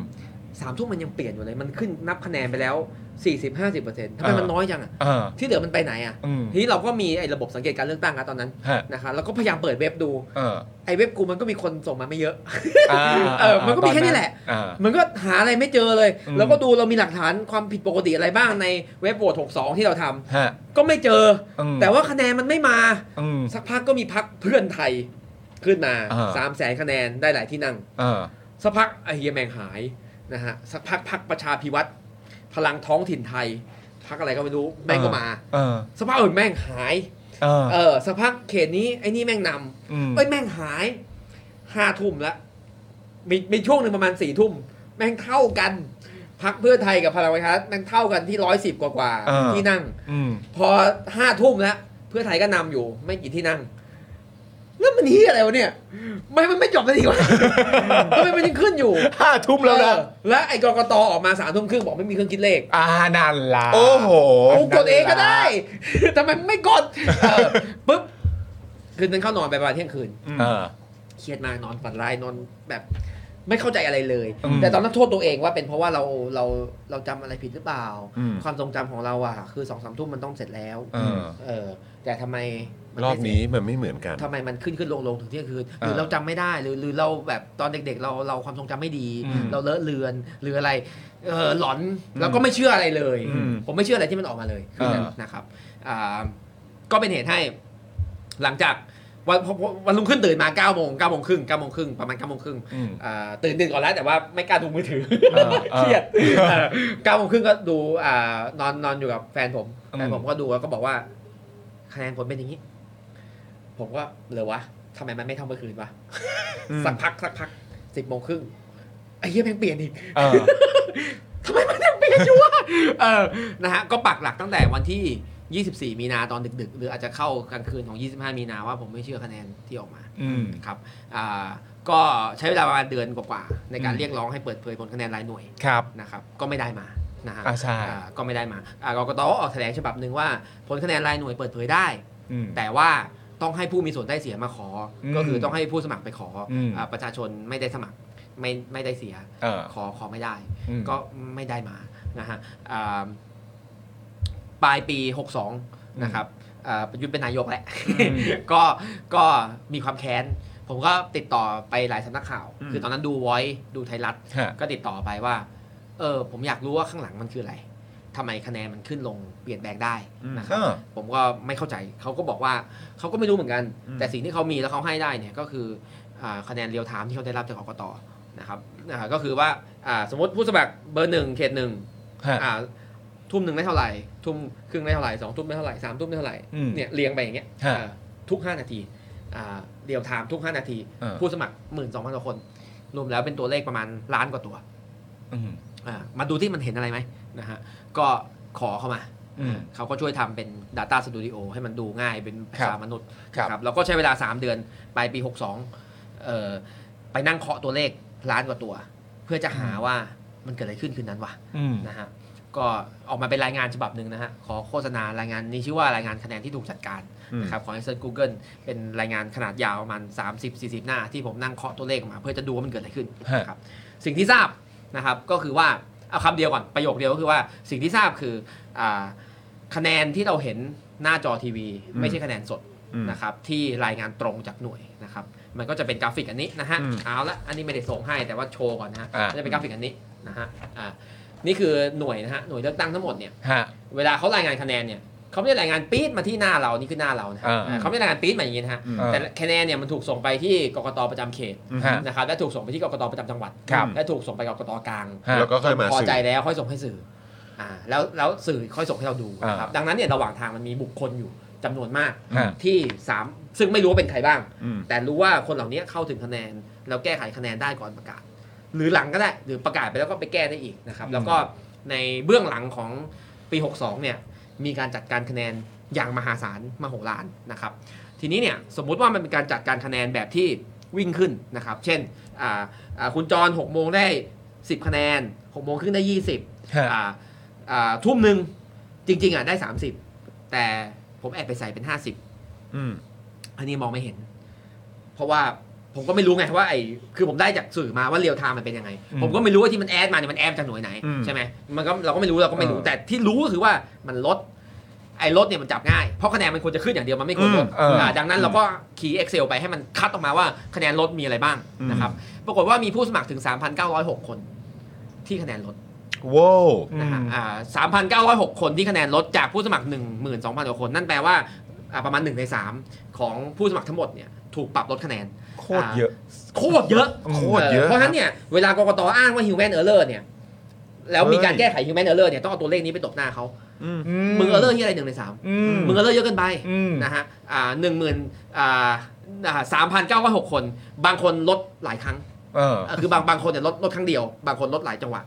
Speaker 2: สามทุ่มมันยังเปลี่ยนอยู่เลย มันขึ้นนับคะแนนไปแล้วสี่สิบห้าสิบเปอร์เซ็นต์ทำไม
Speaker 3: อ่ามั
Speaker 2: มันน้อยจังอ่ะ
Speaker 3: เออ
Speaker 2: ที่เหลือมันไปไหนอ่ะ
Speaker 3: อืม
Speaker 2: ทีนี้เราก็มีไอ้ระบบสังเกตการเลือกตั้งนะตอนนั้น
Speaker 3: ฮะ
Speaker 2: นะคะแล้วก็พยายามเปิดเว็บดู
Speaker 3: เออ
Speaker 2: ไอ้เว็บกูมันก็มีคนส่งมาไม่เยอะ
Speaker 3: อ่า
Speaker 2: เออมันก็มีแค่นี้แหละ
Speaker 3: อ่า
Speaker 2: มันก็หาอะไรไม่เจอเลย
Speaker 3: อืม
Speaker 2: แล้วก็ดูเรามีหลักฐานความผิดปกติอะไรบ้างในเว็บโหวต62 ที่เราทำ
Speaker 3: ฮะ
Speaker 2: ก็ไม่เจอ
Speaker 3: อื
Speaker 2: อ
Speaker 3: ม
Speaker 2: แต่ว่าคะแนนมันไม่มา
Speaker 3: อืม
Speaker 2: สักพักก็มีพักเพื่อนไทยขึ้นมา
Speaker 3: อ่า
Speaker 2: สามแสนคะแนนได้หลายที่นั่ง
Speaker 3: เออ
Speaker 2: สักพักไอเฮียแมงหายนะฮะสักพักพักประชาพิวัตรพลังท้องถิ่นไทย พักอะไรก็ไม่รู้แม่งก็มา
Speaker 3: เออ
Speaker 2: สักพักอื่นแม่งหาย
Speaker 3: เออ
Speaker 2: เออสักพักเขตนี้ไอ้นี่แม่งนำ
Speaker 3: อืม
Speaker 2: เอ้ยแม่งหายห้าทุ่มละมีมีช่วงหนึ่งประมาณสี่ทุ่มแม่งเท่ากันพักเพื่อไทยกับพลังประชารัฐแม่งเท่ากันที่ร้อยสิบกว่าๆที่นั่ง
Speaker 3: อืม
Speaker 2: พอห้าทุ่มแล้ว เพื่อไทยก็นำอยู่ไม่กี่ที่นั่ง แล้วมันเฮียอะไรวะเนี่ย ไม่มันไม่จบสักที วะ ทำไมมันยังขึ้นอยู่
Speaker 3: ห้าทุ่มแล้วนะ
Speaker 2: เออและไอ้กกตออกมาสามทุ่มครึ่งบอกไม่มีเครื่องคิดเลข
Speaker 3: อ่านั่นล่ะ
Speaker 1: โอ้โห
Speaker 2: กูกดเองก็ได้
Speaker 3: นั่
Speaker 2: ทำไมไม่กดเออปุ๊บ คืนนั้นเข้านอนไปประมาณเที่ยงคืน
Speaker 3: เออ
Speaker 2: เครียดมากนอนฝันร้ายนอนแบบไม่เข้าใจอะไรเลย
Speaker 3: อืม
Speaker 2: แต่ตอนนั้นโทษตัวเองว่าเป็นเพราะว่าเราเราเราจำอะไรผิดหรือเปล่า
Speaker 1: อืม
Speaker 2: ความทรงจำของเราอะคือสองสามทุ่มมันต้องเสร็จแล้ว
Speaker 3: เออ
Speaker 2: เออ แต่ทำไมมั
Speaker 1: ร
Speaker 2: ไม่
Speaker 1: อบ
Speaker 2: เสจ
Speaker 1: นี้มันไม่เหมือนกัน
Speaker 2: ทำไมมันขึ้นขึ้นลงลงถึงเที่ยงคืนหรือ
Speaker 3: เออ
Speaker 2: เราจำไม่ได้หรือหรือเราแบบตอนเด็ก ๆ เราเราความทรงจำไม่ดี
Speaker 3: อืม
Speaker 2: เราเลอะเลือนหรืออะไรเออหลอนแล้วก็ไม่เชื่ออะไรเลย
Speaker 3: อืม
Speaker 2: ผมไม่เชื่ออะไรที่มันออกมาเลยคืนนั้น
Speaker 3: เออ
Speaker 2: นะครับอ่าก็เป็นเหตุให้ หลังจากวันพอพอวันรุ่งขึ้นตื่นมา9ก้าโมงเก้าโมงครึ่งเก้าโมงครึ่งประมาณเก้าโมงครึ่ง
Speaker 3: อืม
Speaker 2: อ่าตื่นตื่นก่อนแล้วแต่ว่าไม่กล้าดูมือถือ
Speaker 3: เออเออ
Speaker 2: เครียดเก้าโมงครึ่งก็ดูอ่านอนนอนอยู่กับแฟนผม
Speaker 3: อืม
Speaker 2: แฟนผมก็ดูแล้วก็บอกว่าคะแนนผลเป็นอย่างนี้ ผมก็เลยวะทำไมมันไม่เท่าเมื่อคืนวะ
Speaker 1: อืม
Speaker 2: สักพักสักพักสิบโมงครึ่งไอ้เหี้ยแม่งเปลี่ยนอีก
Speaker 3: เออ
Speaker 2: ทำไมมันยังเปลี่ยนอยู่วะเออนะฮะก็ปักหลักตั้งแต่วันที่ 24 มีนาตอนดึก ๆ หรืออาจจะเข้ากลางคืนของ 25 มีนาว่าผมไม่เชื่อคะแนนที่ออกมา
Speaker 3: อืม
Speaker 2: ครับอ่าก็ใช้เวลาประมาณเดือนกว่าๆในการ
Speaker 3: อืม
Speaker 2: เรียกร้องให้เปิดเผยผลคะแนนรายหน่วย
Speaker 3: ครับ
Speaker 2: นะครับก็ไม่ได้มานะฮะ
Speaker 3: อ่าใช่
Speaker 2: อ่าก็ไม่ได้มาอ่ากกตก็ออกแถลงฉบับหนึ่งว่า ผลคะแนนรายหน่วยเปิดเผยได้
Speaker 3: อืม
Speaker 2: แต่ว่าต้องให้ผู้มีส่วนได้เสียมาขออ
Speaker 3: ม
Speaker 2: ก็คือต้องให้ผู้สมัครไปขออ
Speaker 3: ม
Speaker 2: อ่าประชาชนไม่ได้สมัครไม่ไม่ได้เสีย
Speaker 3: เออ
Speaker 2: ขอขอไม่ได้
Speaker 3: อืม
Speaker 2: ก็ไม่ได้มานะฮะอ่าปลายปี 62 นะครับอ่าประยุทธ์เป็นนายกแหละ
Speaker 3: อืม
Speaker 2: ก็ก็มีความแค้น ผมก็ติดต่อไปหลายสำนักข่าว
Speaker 1: อืม
Speaker 2: คือตอนนั้นดูไว c ์ดูไทยรัฐ
Speaker 3: ฮะ
Speaker 2: ก็ติดต่อไปว่า เออ ผมอยากรู้ว่าข้างหลังมันคืออะไรทำไมคะแนนมันขึ้นลงเปลี่ยนแปลงได้นะค
Speaker 3: เอ
Speaker 2: รับ
Speaker 3: อ
Speaker 2: ผมก็ไม่เข้าใจ เขาก็บอกว่าเขาก็ไม่รู้เหมือนกัน
Speaker 1: อืม
Speaker 2: แต่สิ่งที่เขามีแล้วเขาให้ได้เนี่ยก็คืออาคะแนนเรียลไทม์ที่เขาได้รับจากกกตนะครับอ่าก็คือว่าอ่าสมมติผู้สมัครเบอร์หนึ่งเขตหนึ่ง
Speaker 3: ฮะ
Speaker 2: อ่าทุ่มหนึ่งได้เท่าไหร่ ทุ่มครึ่งได้เท่าไหร่สองทุ่มได้เท่าไหร่สามทุ่มได้เท่าไหร่
Speaker 3: อืม
Speaker 2: เนี่ยเรียงไปอย่างเงี้ย
Speaker 3: ฮะ
Speaker 2: อ่าทุกห้านาทีอ่าเรียลไทม์ทุกห้านาที
Speaker 3: เออ
Speaker 2: ผู้สมัครหมื่นสองพันกว่าคน รวมแล้วเป็นตัวเลขประมาณล้านกว่าตัว
Speaker 3: อืม
Speaker 2: อ่ามาดูที่มันเห็นอะไรไหมนะฮะก็ขอเข้ามา
Speaker 3: อืม
Speaker 2: เขาก็ช่วยทำเป็น Data Studio ให้มันดูง่ายเป็นภา
Speaker 3: ครั
Speaker 2: ษา
Speaker 3: บ
Speaker 2: มนุษย์
Speaker 3: ครับ
Speaker 2: นะครับแล้วก็ใช้เวลา 3 เดือนปลายปี 62เอ่อไปนั่งเคาะตัวเลขล้านกว่าตัว เพื่อจะหาว่ามันเกิดอะไรขึ้นคืนนั้นวะ
Speaker 3: อืม
Speaker 2: นะฮะก็ออกมาเป็นรายงานฉบับหนึ่งนะฮะขอโฆษณารายงานนี้ชื่อว่ารายงานคะแนนที่ถูกจัดการ
Speaker 1: อืม
Speaker 2: นะครับของ a s e r Google เป็นรายงานขนาดยาวประมาณ 30-40 หน้า ที่ผมนั่งเคาะตัวเลขออกมา เพื่อจะดูว่ามันเกิดอะไรขึ้น
Speaker 3: ฮะ
Speaker 2: นะครับสิ่งที่ทราบนะครับก็คือว่าเอาคำเดียวก่อนประโยคเดียวก็คือว่าสิ่งที่ทราบคืออ่า คะแนนที่เราเห็นหน้าจอทีวี
Speaker 1: อืม
Speaker 2: ไม่ใช่คะแนนสด
Speaker 1: อืม
Speaker 2: นะครับที่รายงานตรงจากหน่วยนะครับ มันก็จะเป็นกราฟิกอันนี้นะฮะ
Speaker 3: อืม
Speaker 2: เอาละอันนี้ไม่ได้ส่งให้แต่ว่าโชว์ก่อนนะฮะ
Speaker 3: อ่า
Speaker 2: ก็จะเป็นกราฟิกอันนี้นะฮะอ่านี่คือหน่วยนะฮะหน่วยเลือกตั้งทั้งหมดเนี่ย
Speaker 3: ฮะ
Speaker 2: เวลาเขารายงานคะแนนเนี่ยเขาไม่ได้รายงานปี๊ดมาที่หน้าเรานี่คือหน้าเรานะฮะ
Speaker 3: อ่า
Speaker 2: อ่าเขาไม่ได้รายงานปี๊ดมาอย่างนี้นะฮะ
Speaker 1: อืม
Speaker 2: แต่คะแนนเนี่ยมันถูกส่งไปที่กกตประจำเขต
Speaker 3: ฮะ
Speaker 2: นะครับและถูกส่งไปที่กกตประจำจังหวัด
Speaker 3: ครับ
Speaker 2: และถูกส่งไปกกตกลาง
Speaker 3: ฮะ
Speaker 1: แล้วก็ค่อยมา
Speaker 2: พอ
Speaker 1: สื่อ
Speaker 2: ใจแล้วค่อยส่งให้สื่ออ่าแล้วแล้วสื่อค่อยส่งให้เราดูนะครับ
Speaker 3: อ่า
Speaker 2: ดังนั้นเนี่ยระหว่างทางมันมีบุคคลอยู่จำนวนมาก
Speaker 3: ฮะ
Speaker 2: ที่สามซึ่งไม่รู้ว่าเป็นใครบ้าง
Speaker 1: อืม
Speaker 2: แต่รู้ว่าคนเหล่านี้เข้าถึงคะแนน แล้วแก้ไขคะแนนได้ก่อนประกาศ หรือหลังก็ได้หรือประกาศไปแล้วก็ไปแก้ได้อีกนะครับแล้วก็ในเบื้องหลังของปี 62เนี่ยมีการจัดการคะแนนอย่างมหาศาลมโหฬารนะครับทีนี้เนี่ยสมมุติว่ามันเป็นการจัดการคะแนนแบบที่วิ่งขึ้นนะครับเช่นอ่าอ่าคุณจร6โมงได้ 10 คะแนน6โมงครึ่งได้ 20
Speaker 3: ฮะ
Speaker 2: อ่าอ่าทุ่มหนึ่งจริง ๆอ่ะได้ 30 แต่ผมแอบไปใส่เป็น 50
Speaker 1: อืม
Speaker 2: อันนี้มองไม่เห็น เพราะว่าผมก็ไม่รู้ไงว่าไอ้คือผมได้จากสื่อมาว่าเรียวไทม์มันเป็นยังไง
Speaker 3: อืม
Speaker 2: ผมก็ไม่รู้ว่าที่มันแอดมาเนี่ยมันแอดจากหน่วยไหน
Speaker 1: อืม
Speaker 2: ใช่ไหมมันก็เราก็ไม่รู้เราก็ไม่รู้
Speaker 3: เออ
Speaker 2: แต่ที่รู้ก็คือว่ามันลดไอ้ลดเนี่ยมันจับง่ายเพราะคะแนนมันควรจะขึ้นอย่างเดียวมันไม่ควรลด
Speaker 3: อืมเอออ่
Speaker 2: าดังนั้นเราก็คีย์ Excel ไปให้มันคัดออกมาว่าคะแนนลดมีอะไรบ้างนะครับปรากฏว่ามีผู้สมัครถึง 3,906 คนที่คะแนนลด
Speaker 1: ว้าว
Speaker 2: นะฮะ
Speaker 3: อืม
Speaker 2: อ่า3,906 คนที่คะแนนลดจากผู้สมัคร 12,000กว่าคน นั่นแปลว่าอ่าประมาณ 1 ใน 3 ของผู้สมัครทั้งหมดเนี่ยถูกปรับลดคะแนน
Speaker 3: โคตรเยอะ
Speaker 2: โคตรเยอะ
Speaker 1: โคตรเยอะ
Speaker 2: เพราะฉะนั้นเนี่ยเวลากกตอ้างว่า human error เนี่ย แล้วมีการ
Speaker 1: เฮ้ย
Speaker 2: แก้ไข human error เนี่ย ต้องเอาตัวเลขนี้ไปตบหน้าเขา
Speaker 1: อืม
Speaker 2: มึง error ที่อะไรหนึ่งในสาม
Speaker 3: อืม
Speaker 2: มึง error เยอะเกินไป
Speaker 3: อืม
Speaker 2: นะฮะหนึ่งหมื่นสามพันเก้าร้อยหกคน บางคนลดหลายครั้ง
Speaker 3: เออ
Speaker 2: อ่ะคือบางบางคนเนี่ยลดลดครั้งเดียว บางคนลดหลายจังหวะ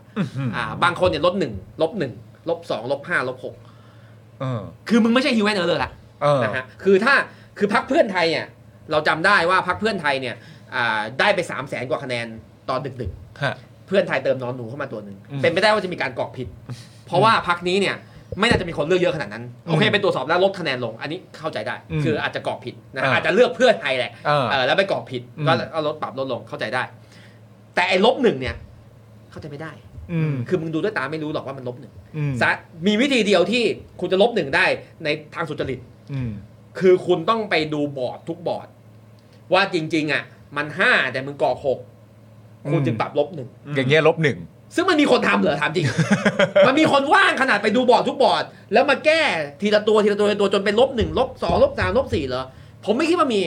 Speaker 2: อ่าบางคนเนี่ยลดหนึ่งลบหนึ่งลบสองลบห้าลบหก
Speaker 3: เออ
Speaker 2: คือมึงไม่ใช่ฮิวแมนเออร์เลยละ
Speaker 3: เออ
Speaker 2: นะฮะคือถ้าคือพักเพื่อนไทยเนี่ยเราจำได้ว่าพักเพื่อนไทยเนี่ยอ่าได้ไป3ามแสนกว่าคะแนนตอนดึก
Speaker 3: ฮะ
Speaker 2: ๆ เพื่อนไทยเติมนอนหนูเข้ามาตัวหนึ่ง
Speaker 3: อืม
Speaker 2: เป็นไปได้ว่าจะมีการกรอกผิด เพราะว่าพักนี้เนี่ยไม่น่าจะมีคนเลือกเยอะขนาดนั้นโอเค
Speaker 3: อืม
Speaker 2: เป็นตัวจสอบแล้วลดคะแนนลงอันนี้เข้าใจได้
Speaker 3: อืม
Speaker 2: คืออาจจะกรอกผิดนะ
Speaker 3: อ่า
Speaker 2: อาจจะเลือกเพื่อไทยแหละ
Speaker 3: เออ
Speaker 2: เออแล้วไปกรอกผิด
Speaker 3: อืม
Speaker 2: ก็เอาลดปรับลดลงเข้าใจได้ แต่ไอ้ลบหนึ่งเนี่ย เข้าใจไม่ได้
Speaker 3: อืม
Speaker 2: คือมึงดูด้วยตาไม่รู้หรอกว่ามันลบหนึ่ง
Speaker 3: อืม
Speaker 2: สะมีวิธีเดียวที่คุณจะลบหนึ่งได้ในทางสุจริต
Speaker 3: อืม
Speaker 2: คือคุณต้องไปดูบอร์ดทุกบอร์ด ว่าจริง ๆ อ่ะ มันห้าแต่มึงกรอกหก
Speaker 3: อืม
Speaker 2: คุณจึงปรับลบหนึ่ง
Speaker 3: อย่างเงี้ยลบหนึ่ง
Speaker 2: ซึ่งมันมีคนทำเหรอถามจริง มันมีคนว่างขนาดไปดูบอร์ดทุกบอร์ด แล้วมาแก้ทีละตัวทีละตัวทีละตัวจนเป็นลบหนึ่งลบสองลบสามลบสี่เหรอผมไม่คิดว่ามี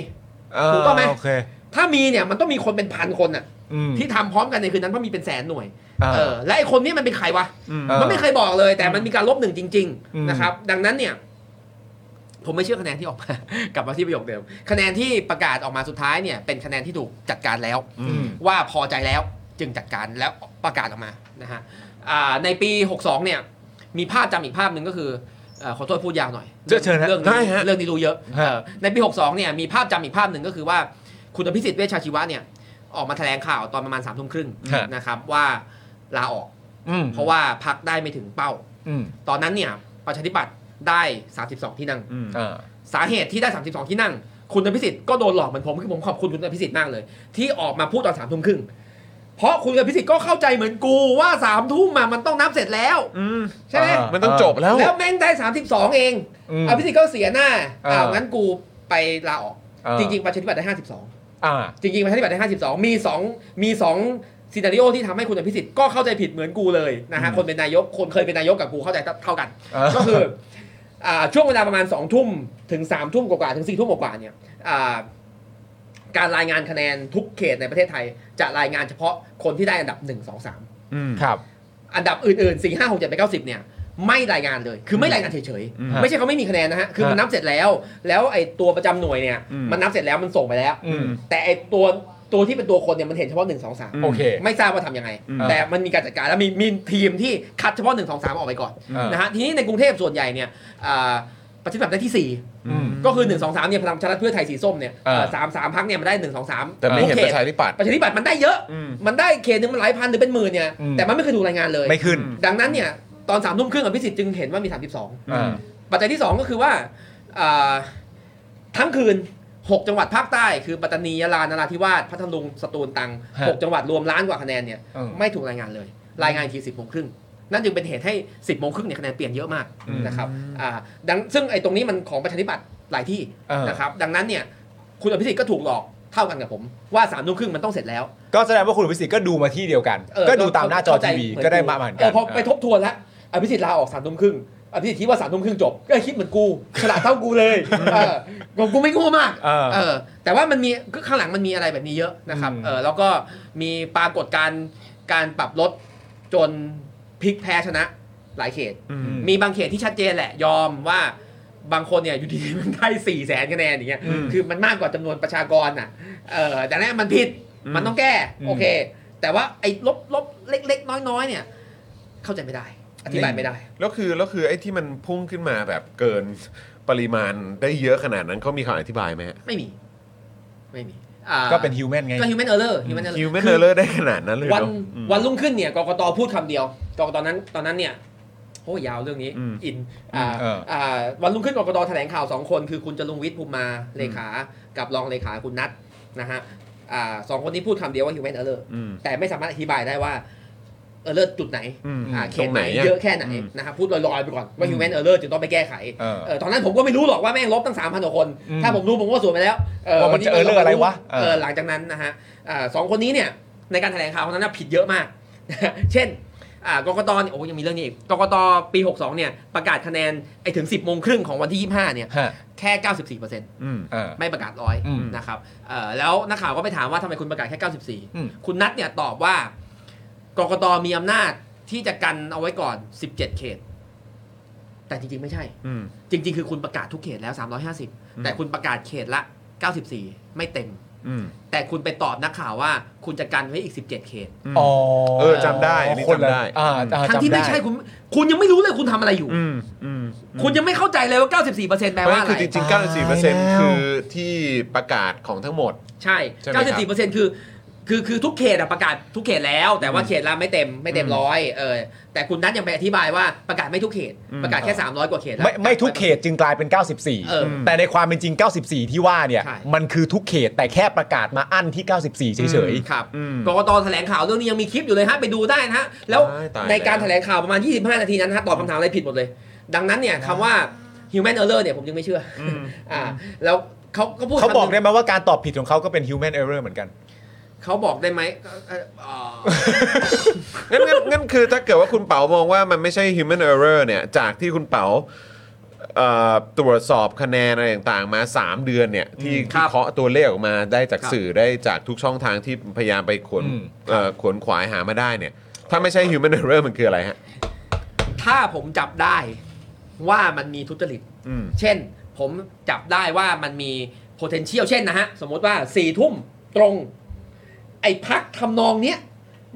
Speaker 2: ถูกต้องไหม
Speaker 3: โอเค
Speaker 2: ถ้ามีเนี่ยมันต้องมีคนเป็นพันคนอ่ะ
Speaker 3: อืม
Speaker 2: ที่ทำพร้อมกันในคืนนั้นเพราะมีเป็นแสนหน่วย
Speaker 3: า
Speaker 2: เออ และไอคนนี้มันเป็นใครวะ
Speaker 3: เออ
Speaker 2: มันไม่เคยบอกเลย แต่มันมีการลบหนึ่งจริง
Speaker 3: อืม
Speaker 2: ๆ นะครับ ดังนั้นเนี่ย ผมไม่เชื่อคะแนนที่ออกมา กลับมาที่ประโยคเดิม คะแนนที่ประกาศออกมาสุดท้ายเนี่ย เป็นคะแนนที่ถูกจัดการแล้ว
Speaker 3: อืม
Speaker 2: ว่าพอใจแล้วจึงจัดการแล้วประกาศออกมานะฮะอ่าในปี 62 เนี่ย มีภาพจำอีกภาพหนึ่งก็คือเอ่อขอโทษพูดยาวหน่อย
Speaker 3: เชิญเชิญฮะ
Speaker 2: เรื่อง
Speaker 1: ได้
Speaker 2: นี้
Speaker 1: ฮะ
Speaker 2: เรื่องนี้ดูเยอะ
Speaker 3: ฮะ
Speaker 2: เออในปี 62 เนี่ยมีภาพจำอีกภาพหนึ่งก็คือว่าคุณอภิสิทธิ์เวชชาชีวะเนี่ย ออกมาแถลงข่าวตอนประมาณ3ามทุ่มครึ่ง
Speaker 3: ฮะ
Speaker 2: นะครับว่าลาออก
Speaker 3: อืม
Speaker 2: เพราะว่าพักได้ไม่ถึงเป้า
Speaker 3: อืม
Speaker 2: ตอนนั้นเนี่ยประชาธิปัตย์ได้ 32 ที่นั่ง
Speaker 1: อืม
Speaker 3: อ่า
Speaker 2: สาเหตุที่ได้ 32 ที่นั่ง คุณอภิสิทธิ์ก็โดนหลอกเหมือนผมคือผมขอบคุณคุณอภิสิทธิ์มากเลย ที่ออกมาพูดตอนสามทุ่มครึ่งเพราะคุณอภิสิทธิ์ก็เข้าใจเหมือนกูว่าสามทุ่มอะมันต้องนับเสร็จแล้ว
Speaker 1: อืม
Speaker 2: ใช่ไหม
Speaker 3: อ่า
Speaker 1: มันต้องจบแล้ว
Speaker 2: แล้วแม่งได้ 32 เอง
Speaker 3: อืม
Speaker 2: อภิสิทธิ์ก็เสียหน้า
Speaker 3: อ่า
Speaker 2: อ้าวงั้นกูไปลาออก
Speaker 3: อ่า
Speaker 2: จริง ๆ ประชาธิปัตย์ได้ 52
Speaker 3: อ่า
Speaker 2: จริง ๆ ประชาธิปัตย์ได้ 52 มี 2 มี2ซีนาริโอที่ทำให้คุณอภิสิทธิ์ก็เข้าใจผิดเหมือนกูเลยนะฮะคนเป็นนายกคนเคยเป็นนายกกับกูเข้าใจเท่ากัน
Speaker 3: เออ
Speaker 2: ก็คืออ่าช่วงเวลาประมาณสองทุ่มถึงสามทุ่มกว่าๆถึงสี่ทุ่มกว่าๆเนี่ยอ่าการรายงานคะแนนทุกเขตในประเทศไทย จะรายงานเฉพาะคนที่ได้อันดับหนึ่งสองสาม
Speaker 1: อืม
Speaker 3: ครับ
Speaker 2: อันดับอื่นๆสี่ห้าหกเจ็ดแปดเก้าสิบเนี่ยไม่รายงานเลย คือไม่รายงานเฉย
Speaker 1: อืม
Speaker 2: ๆไม่ใช่เขาไม่มีคะแนนนะฮะคือมัน
Speaker 3: ฮะ
Speaker 2: นับเสร็จแล้ว แล้วไอ้ตัวประจำหน่วยเนี่ย
Speaker 1: อืม
Speaker 2: มันนับเสร็จแล้วมันส่งไปแล้ว
Speaker 3: อืม
Speaker 2: แต่ไอ้ตัวตัวที่เป็นตัวคนเนี่ยมันเห็นเฉพาะหนึ่งสองสาม
Speaker 1: อืม
Speaker 3: โอเค
Speaker 2: ไม่ทราบว่าทำยังไง
Speaker 1: อืม
Speaker 2: แต่มันมีการจัดการแล้วมีมีทีมที่คัดเฉพาะ1 2 3 ออกไปก่อน
Speaker 3: อ่าน
Speaker 2: นะฮะทีนี้ในกรุงเทพส่วนใหญ่เนี่ยอ่าปฏิบัติได้ที่
Speaker 3: อืม
Speaker 2: 4 ก็คือ 1 2 3เนี่ยพลังประชารัฐเพื่อไทยสีส้มเนี่ย
Speaker 3: อ่า
Speaker 2: สามสามพักเนี่ยมันได้ 1 2 3
Speaker 1: แต่ไม่เห็นป
Speaker 2: ทุก
Speaker 1: ระ
Speaker 2: ข
Speaker 1: ชา
Speaker 2: ต
Speaker 1: ธิปัตย์
Speaker 2: ประชาธิปัตย์มันได้เยอะ
Speaker 1: อืม
Speaker 2: มันได้เขตหนึ่งมันหลายพันหรือเป็นหมื่นเนี่ย
Speaker 3: อืม
Speaker 2: แต่มันไม่เคยถูกรายงานเลย
Speaker 3: ไม่ขึ้น
Speaker 2: ดังนั้นเนี่ยตอนสามทุ่มครึ่งอภิสิทธิ์จึงเห็นว่ามี 32
Speaker 3: อ่า
Speaker 2: ปัจจัยที่ 2 ก็คือว่าอ่าทั้งคืน 6 จังหวัดภาคใต้ คือปัตตานียะลานราธิวาสพัทลุงสตูลตรัง
Speaker 3: ฮะ
Speaker 2: หกจังหวัดรวมล้านกว่าคะแนนเนี่ย
Speaker 3: เออ
Speaker 2: ไม่ถูกรายงานเลย รายงานอีกทีสิบโมงครึ่งนั่นจึงเป็นเหตุให้ 10บโมงครึ่งเนี่ยคะแนนเปลี่ยนเยอะมาก
Speaker 3: อืม
Speaker 2: นะครับอ่าดังซึ่งไอ้ตรงนี้มันของประชาธิปัตย์หลายที่
Speaker 3: เออ
Speaker 2: นะครับดังนั้นเนี่ยคุณอภิสิทธิ์ก็ถูกหลอก เท่ากันกับผม ว่าสามทุ่มครึ่งมันต้องเสร็จแล้ว
Speaker 3: ก็แสดงว่าคุณอภิสิทธิ์ก็ดูมาที่เดียวกัน
Speaker 2: เออ
Speaker 3: ก็ดูตามหน้าจอ
Speaker 2: เข้ใจ
Speaker 3: ทีวี
Speaker 2: เหอน
Speaker 3: ก็ได้มาเหมือน
Speaker 2: เอ
Speaker 3: กั
Speaker 2: อพอไปทบทวนแล้วอภิสิทธิ์ลาออกสามทุ่มครึ่งอภิสิทธิ์คิดว่าสามทุ่มครึ่งจบก็คิดเหมือนกูฉลาดเท่ากูเลยเออของกูไม่โง่มาก
Speaker 3: เออ
Speaker 2: เออแต่ว่ามันมีคือข้างหลังมันมีอะไรแบบนี้เยอะนะครับ
Speaker 3: อืม
Speaker 2: เออแล้วก็มีปรากฏการณ์การปรับลดจนพลิกแพ้ชนะหลายเขต
Speaker 3: ม
Speaker 2: มีบางเขตที่ชัดเจนแหละ ยอมว่าบางคนเนี่ยอยู่ ดีๆมันได้4ี่แสนคะแนนอย่างเงี้ย
Speaker 3: อืม
Speaker 2: คือมันมากกว่าจำนวนประชากรน่ะเออแต่นั่นมันผิด
Speaker 1: อืม
Speaker 2: มันต้องแก้
Speaker 3: อืม
Speaker 2: โอเค แต่ว่าไอ้ลบลบเล็ก ๆ น้อยๆเนี่ย เข้าใจไม่ได้ อธิบายไม่ได้
Speaker 1: แล้วคือแล้วคือไอ้ที่มันพุ่งขึ้นมาแบบเกิน ปริมาณได้เยอะขนาดนั้นเขามีคำอธิบายไหมฮะ
Speaker 2: ไม่มี ไม่มีอ่า
Speaker 3: ก็เป็นฮิวแมนไง
Speaker 2: ก็ human error human error
Speaker 1: ฮิวแมน
Speaker 2: คื
Speaker 1: เน
Speaker 2: อ
Speaker 1: อร์ได้ขนาดนั้นเลยเหรอ
Speaker 2: วัน
Speaker 1: อืม
Speaker 2: วันรุ่งขึ้นเนี่ยกกตพูดคำเดียวกกตนั้นตอนนั้นเนี่ยโอ้ยาวเรื่องนี้
Speaker 1: อืม
Speaker 2: อินอ่า
Speaker 3: เอออ่
Speaker 2: ่าวันรุ่งขึ้นกกตแถลงข่าวสองคนคือคุณจรุงวิทย์ภูมิมาเลขากับรองเลขาคุณนัทนะฮะอ่าสองคนนี้พูดคำเดียวว่า human error
Speaker 1: อืม
Speaker 2: แต่ไม่สามารถอธิบายได้ว่า error จุดไหน
Speaker 1: อืม
Speaker 2: อ่าเข
Speaker 1: ตร
Speaker 2: ต
Speaker 1: ง
Speaker 2: ไห
Speaker 1: ไห
Speaker 2: น
Speaker 1: น
Speaker 2: เยอะแค่ไหน
Speaker 1: อืม
Speaker 2: นะครับพูดลอยๆไปก่อนว่า human error จึงต้องไปแก้ไข
Speaker 3: เออ
Speaker 2: เออตอนนั้นผมก็ไม่รู้หรอกว่าแม่งลบตั้ง3,000กว่าคน
Speaker 3: อืม
Speaker 2: ถ้าผมรู้ผมก็สวนไปแล้ว
Speaker 3: ว่ามันจะ error อะไรวะเออ
Speaker 2: เออหลังจากนั้นนะฮะเอ่อสองคนนี้เนี่ยในการแถลงข่าวคนนั้นนะผิดเยอะมาก เช่นอ่ากกตเนี่ยโอ้ยังมีเรื่องนี้อีกกกตปี 62เนี่ยประกาศคะแนนไอ้ถึง 10โมงครึ่งของวันที่ 25เนี่ย
Speaker 3: ฮะ
Speaker 2: แค่ 94%
Speaker 1: อืม
Speaker 3: เออ
Speaker 2: ไม่ประกาศร้อย
Speaker 3: อืม
Speaker 2: นะครับเอ่อแล้วนักข่าวก็ไปถามว่าทำไมคุณประกาศแค่
Speaker 3: อืม
Speaker 2: 94 คุณนัทเนี่ยตอบว่ากกตมีอำนาจที่จะกันเอาไว้ก่อน 17 เขต แต่จริงๆไม่ใช่
Speaker 1: อืม
Speaker 2: จริงๆ คือคุณประกาศทุกเขตแล้ว 350 แต่คุณประกาศเขตละ 94 ไม่เต็ม
Speaker 1: อืม
Speaker 2: แต่คุณไปตอบนักข่าวว่า คุณจะกันไว้อีก 17 เขต
Speaker 3: อ๋อ
Speaker 1: เออจำได้อันนี้
Speaker 3: คนละ
Speaker 1: จำได้
Speaker 3: อ่าอ่า
Speaker 2: ทั้งที่
Speaker 3: จำด้
Speaker 2: ไม่ใช่คุณ คุณยังไม่รู้เลยคุณทำอะไรอยู่
Speaker 1: อืมอืม
Speaker 2: คุณยังไม่เข้าใจเลยว่า 94%แปลว่า
Speaker 1: ไม่
Speaker 2: อะไร
Speaker 1: คือจริงๆ94%คือที่ประกาศของทั้งหมด
Speaker 2: ใช่
Speaker 1: ใช่ไหมครับ
Speaker 2: 94%คือคือคือทุกเขตอะประกาศทุกเขตแล้ว แต่ว่า
Speaker 1: อืม
Speaker 2: เขตละไม่เต็มไม่เต็ม
Speaker 1: อืม
Speaker 2: ร้อยเออแต่คุณนัทยังไปอธิบายว่าประกาศไม่ทุกเขต
Speaker 1: อืม
Speaker 2: ประกาศแค่ 300 กว่าเขตแล้ว
Speaker 3: ไม่ไม่ทุกเขตจึงกลายเป็น
Speaker 2: เออ
Speaker 3: 94 แต่ในความเป็นจริง 94 ที่ว่าเนี่ย
Speaker 2: ใช่
Speaker 3: มันคือทุกเขตแต่แค่ประกาศมาอั้นที่ 94 เฉย
Speaker 2: ครับ
Speaker 1: อืม
Speaker 2: กกตแถลงข่าวเรื่องนี้ยังมีคลิปอยู่เลยฮะไปดูได้นะฮะ แล้ว
Speaker 1: ตายตาย
Speaker 2: ในการ
Speaker 1: แล้ว
Speaker 2: แถลงข่าวประมาณ 25 นาทีนั้นนะฮะตอบคำถามอะไรผิดหมดเลย ดังนั้นเนี่ยคำว่า human error เนี่ยผมยังไม่เชื่ออ
Speaker 1: อืม
Speaker 2: อ่า แล้วเขาเขาพูด
Speaker 3: ๆ เขาบอก
Speaker 2: คำหนึ่
Speaker 3: ได้
Speaker 2: ง
Speaker 3: ไหมว่าการตอบผิดของเขาก็เป็น human error เหมือนกัน
Speaker 2: เขาบอกได้ไหมเอ่อเอ่อเอ่อ
Speaker 1: งั้นงั้น งั้นคือถ้าเกิดว่าคุณเป๋ามองว่ามันไม่ใช่ human error เนี่ย จากที่คุณเป๋าเอ่อตรวจสอบคะแนนอะไรต่างๆ มา 3 เดือนเนี่ยที่
Speaker 2: ครับ
Speaker 1: เคาะตัวเลขออกมาได้จาก
Speaker 2: ครับ
Speaker 1: สื่อได้จากทุกช่องทางที่พยายามไปขวน
Speaker 3: อืม
Speaker 1: เอ่อขวนขวายหามาได้เนี่ย ถ้าไม่ใช่ human error มันคืออะไรฮะ
Speaker 2: ถ้าผมจับได้ว่ามันมีทุจริต
Speaker 1: อืม
Speaker 2: เช่น ผมจับได้ว่ามันมี potential เช่นนะฮะ สมมติว่าสี่ทุ่มตรง ไอ้พักทำนองเนี้ย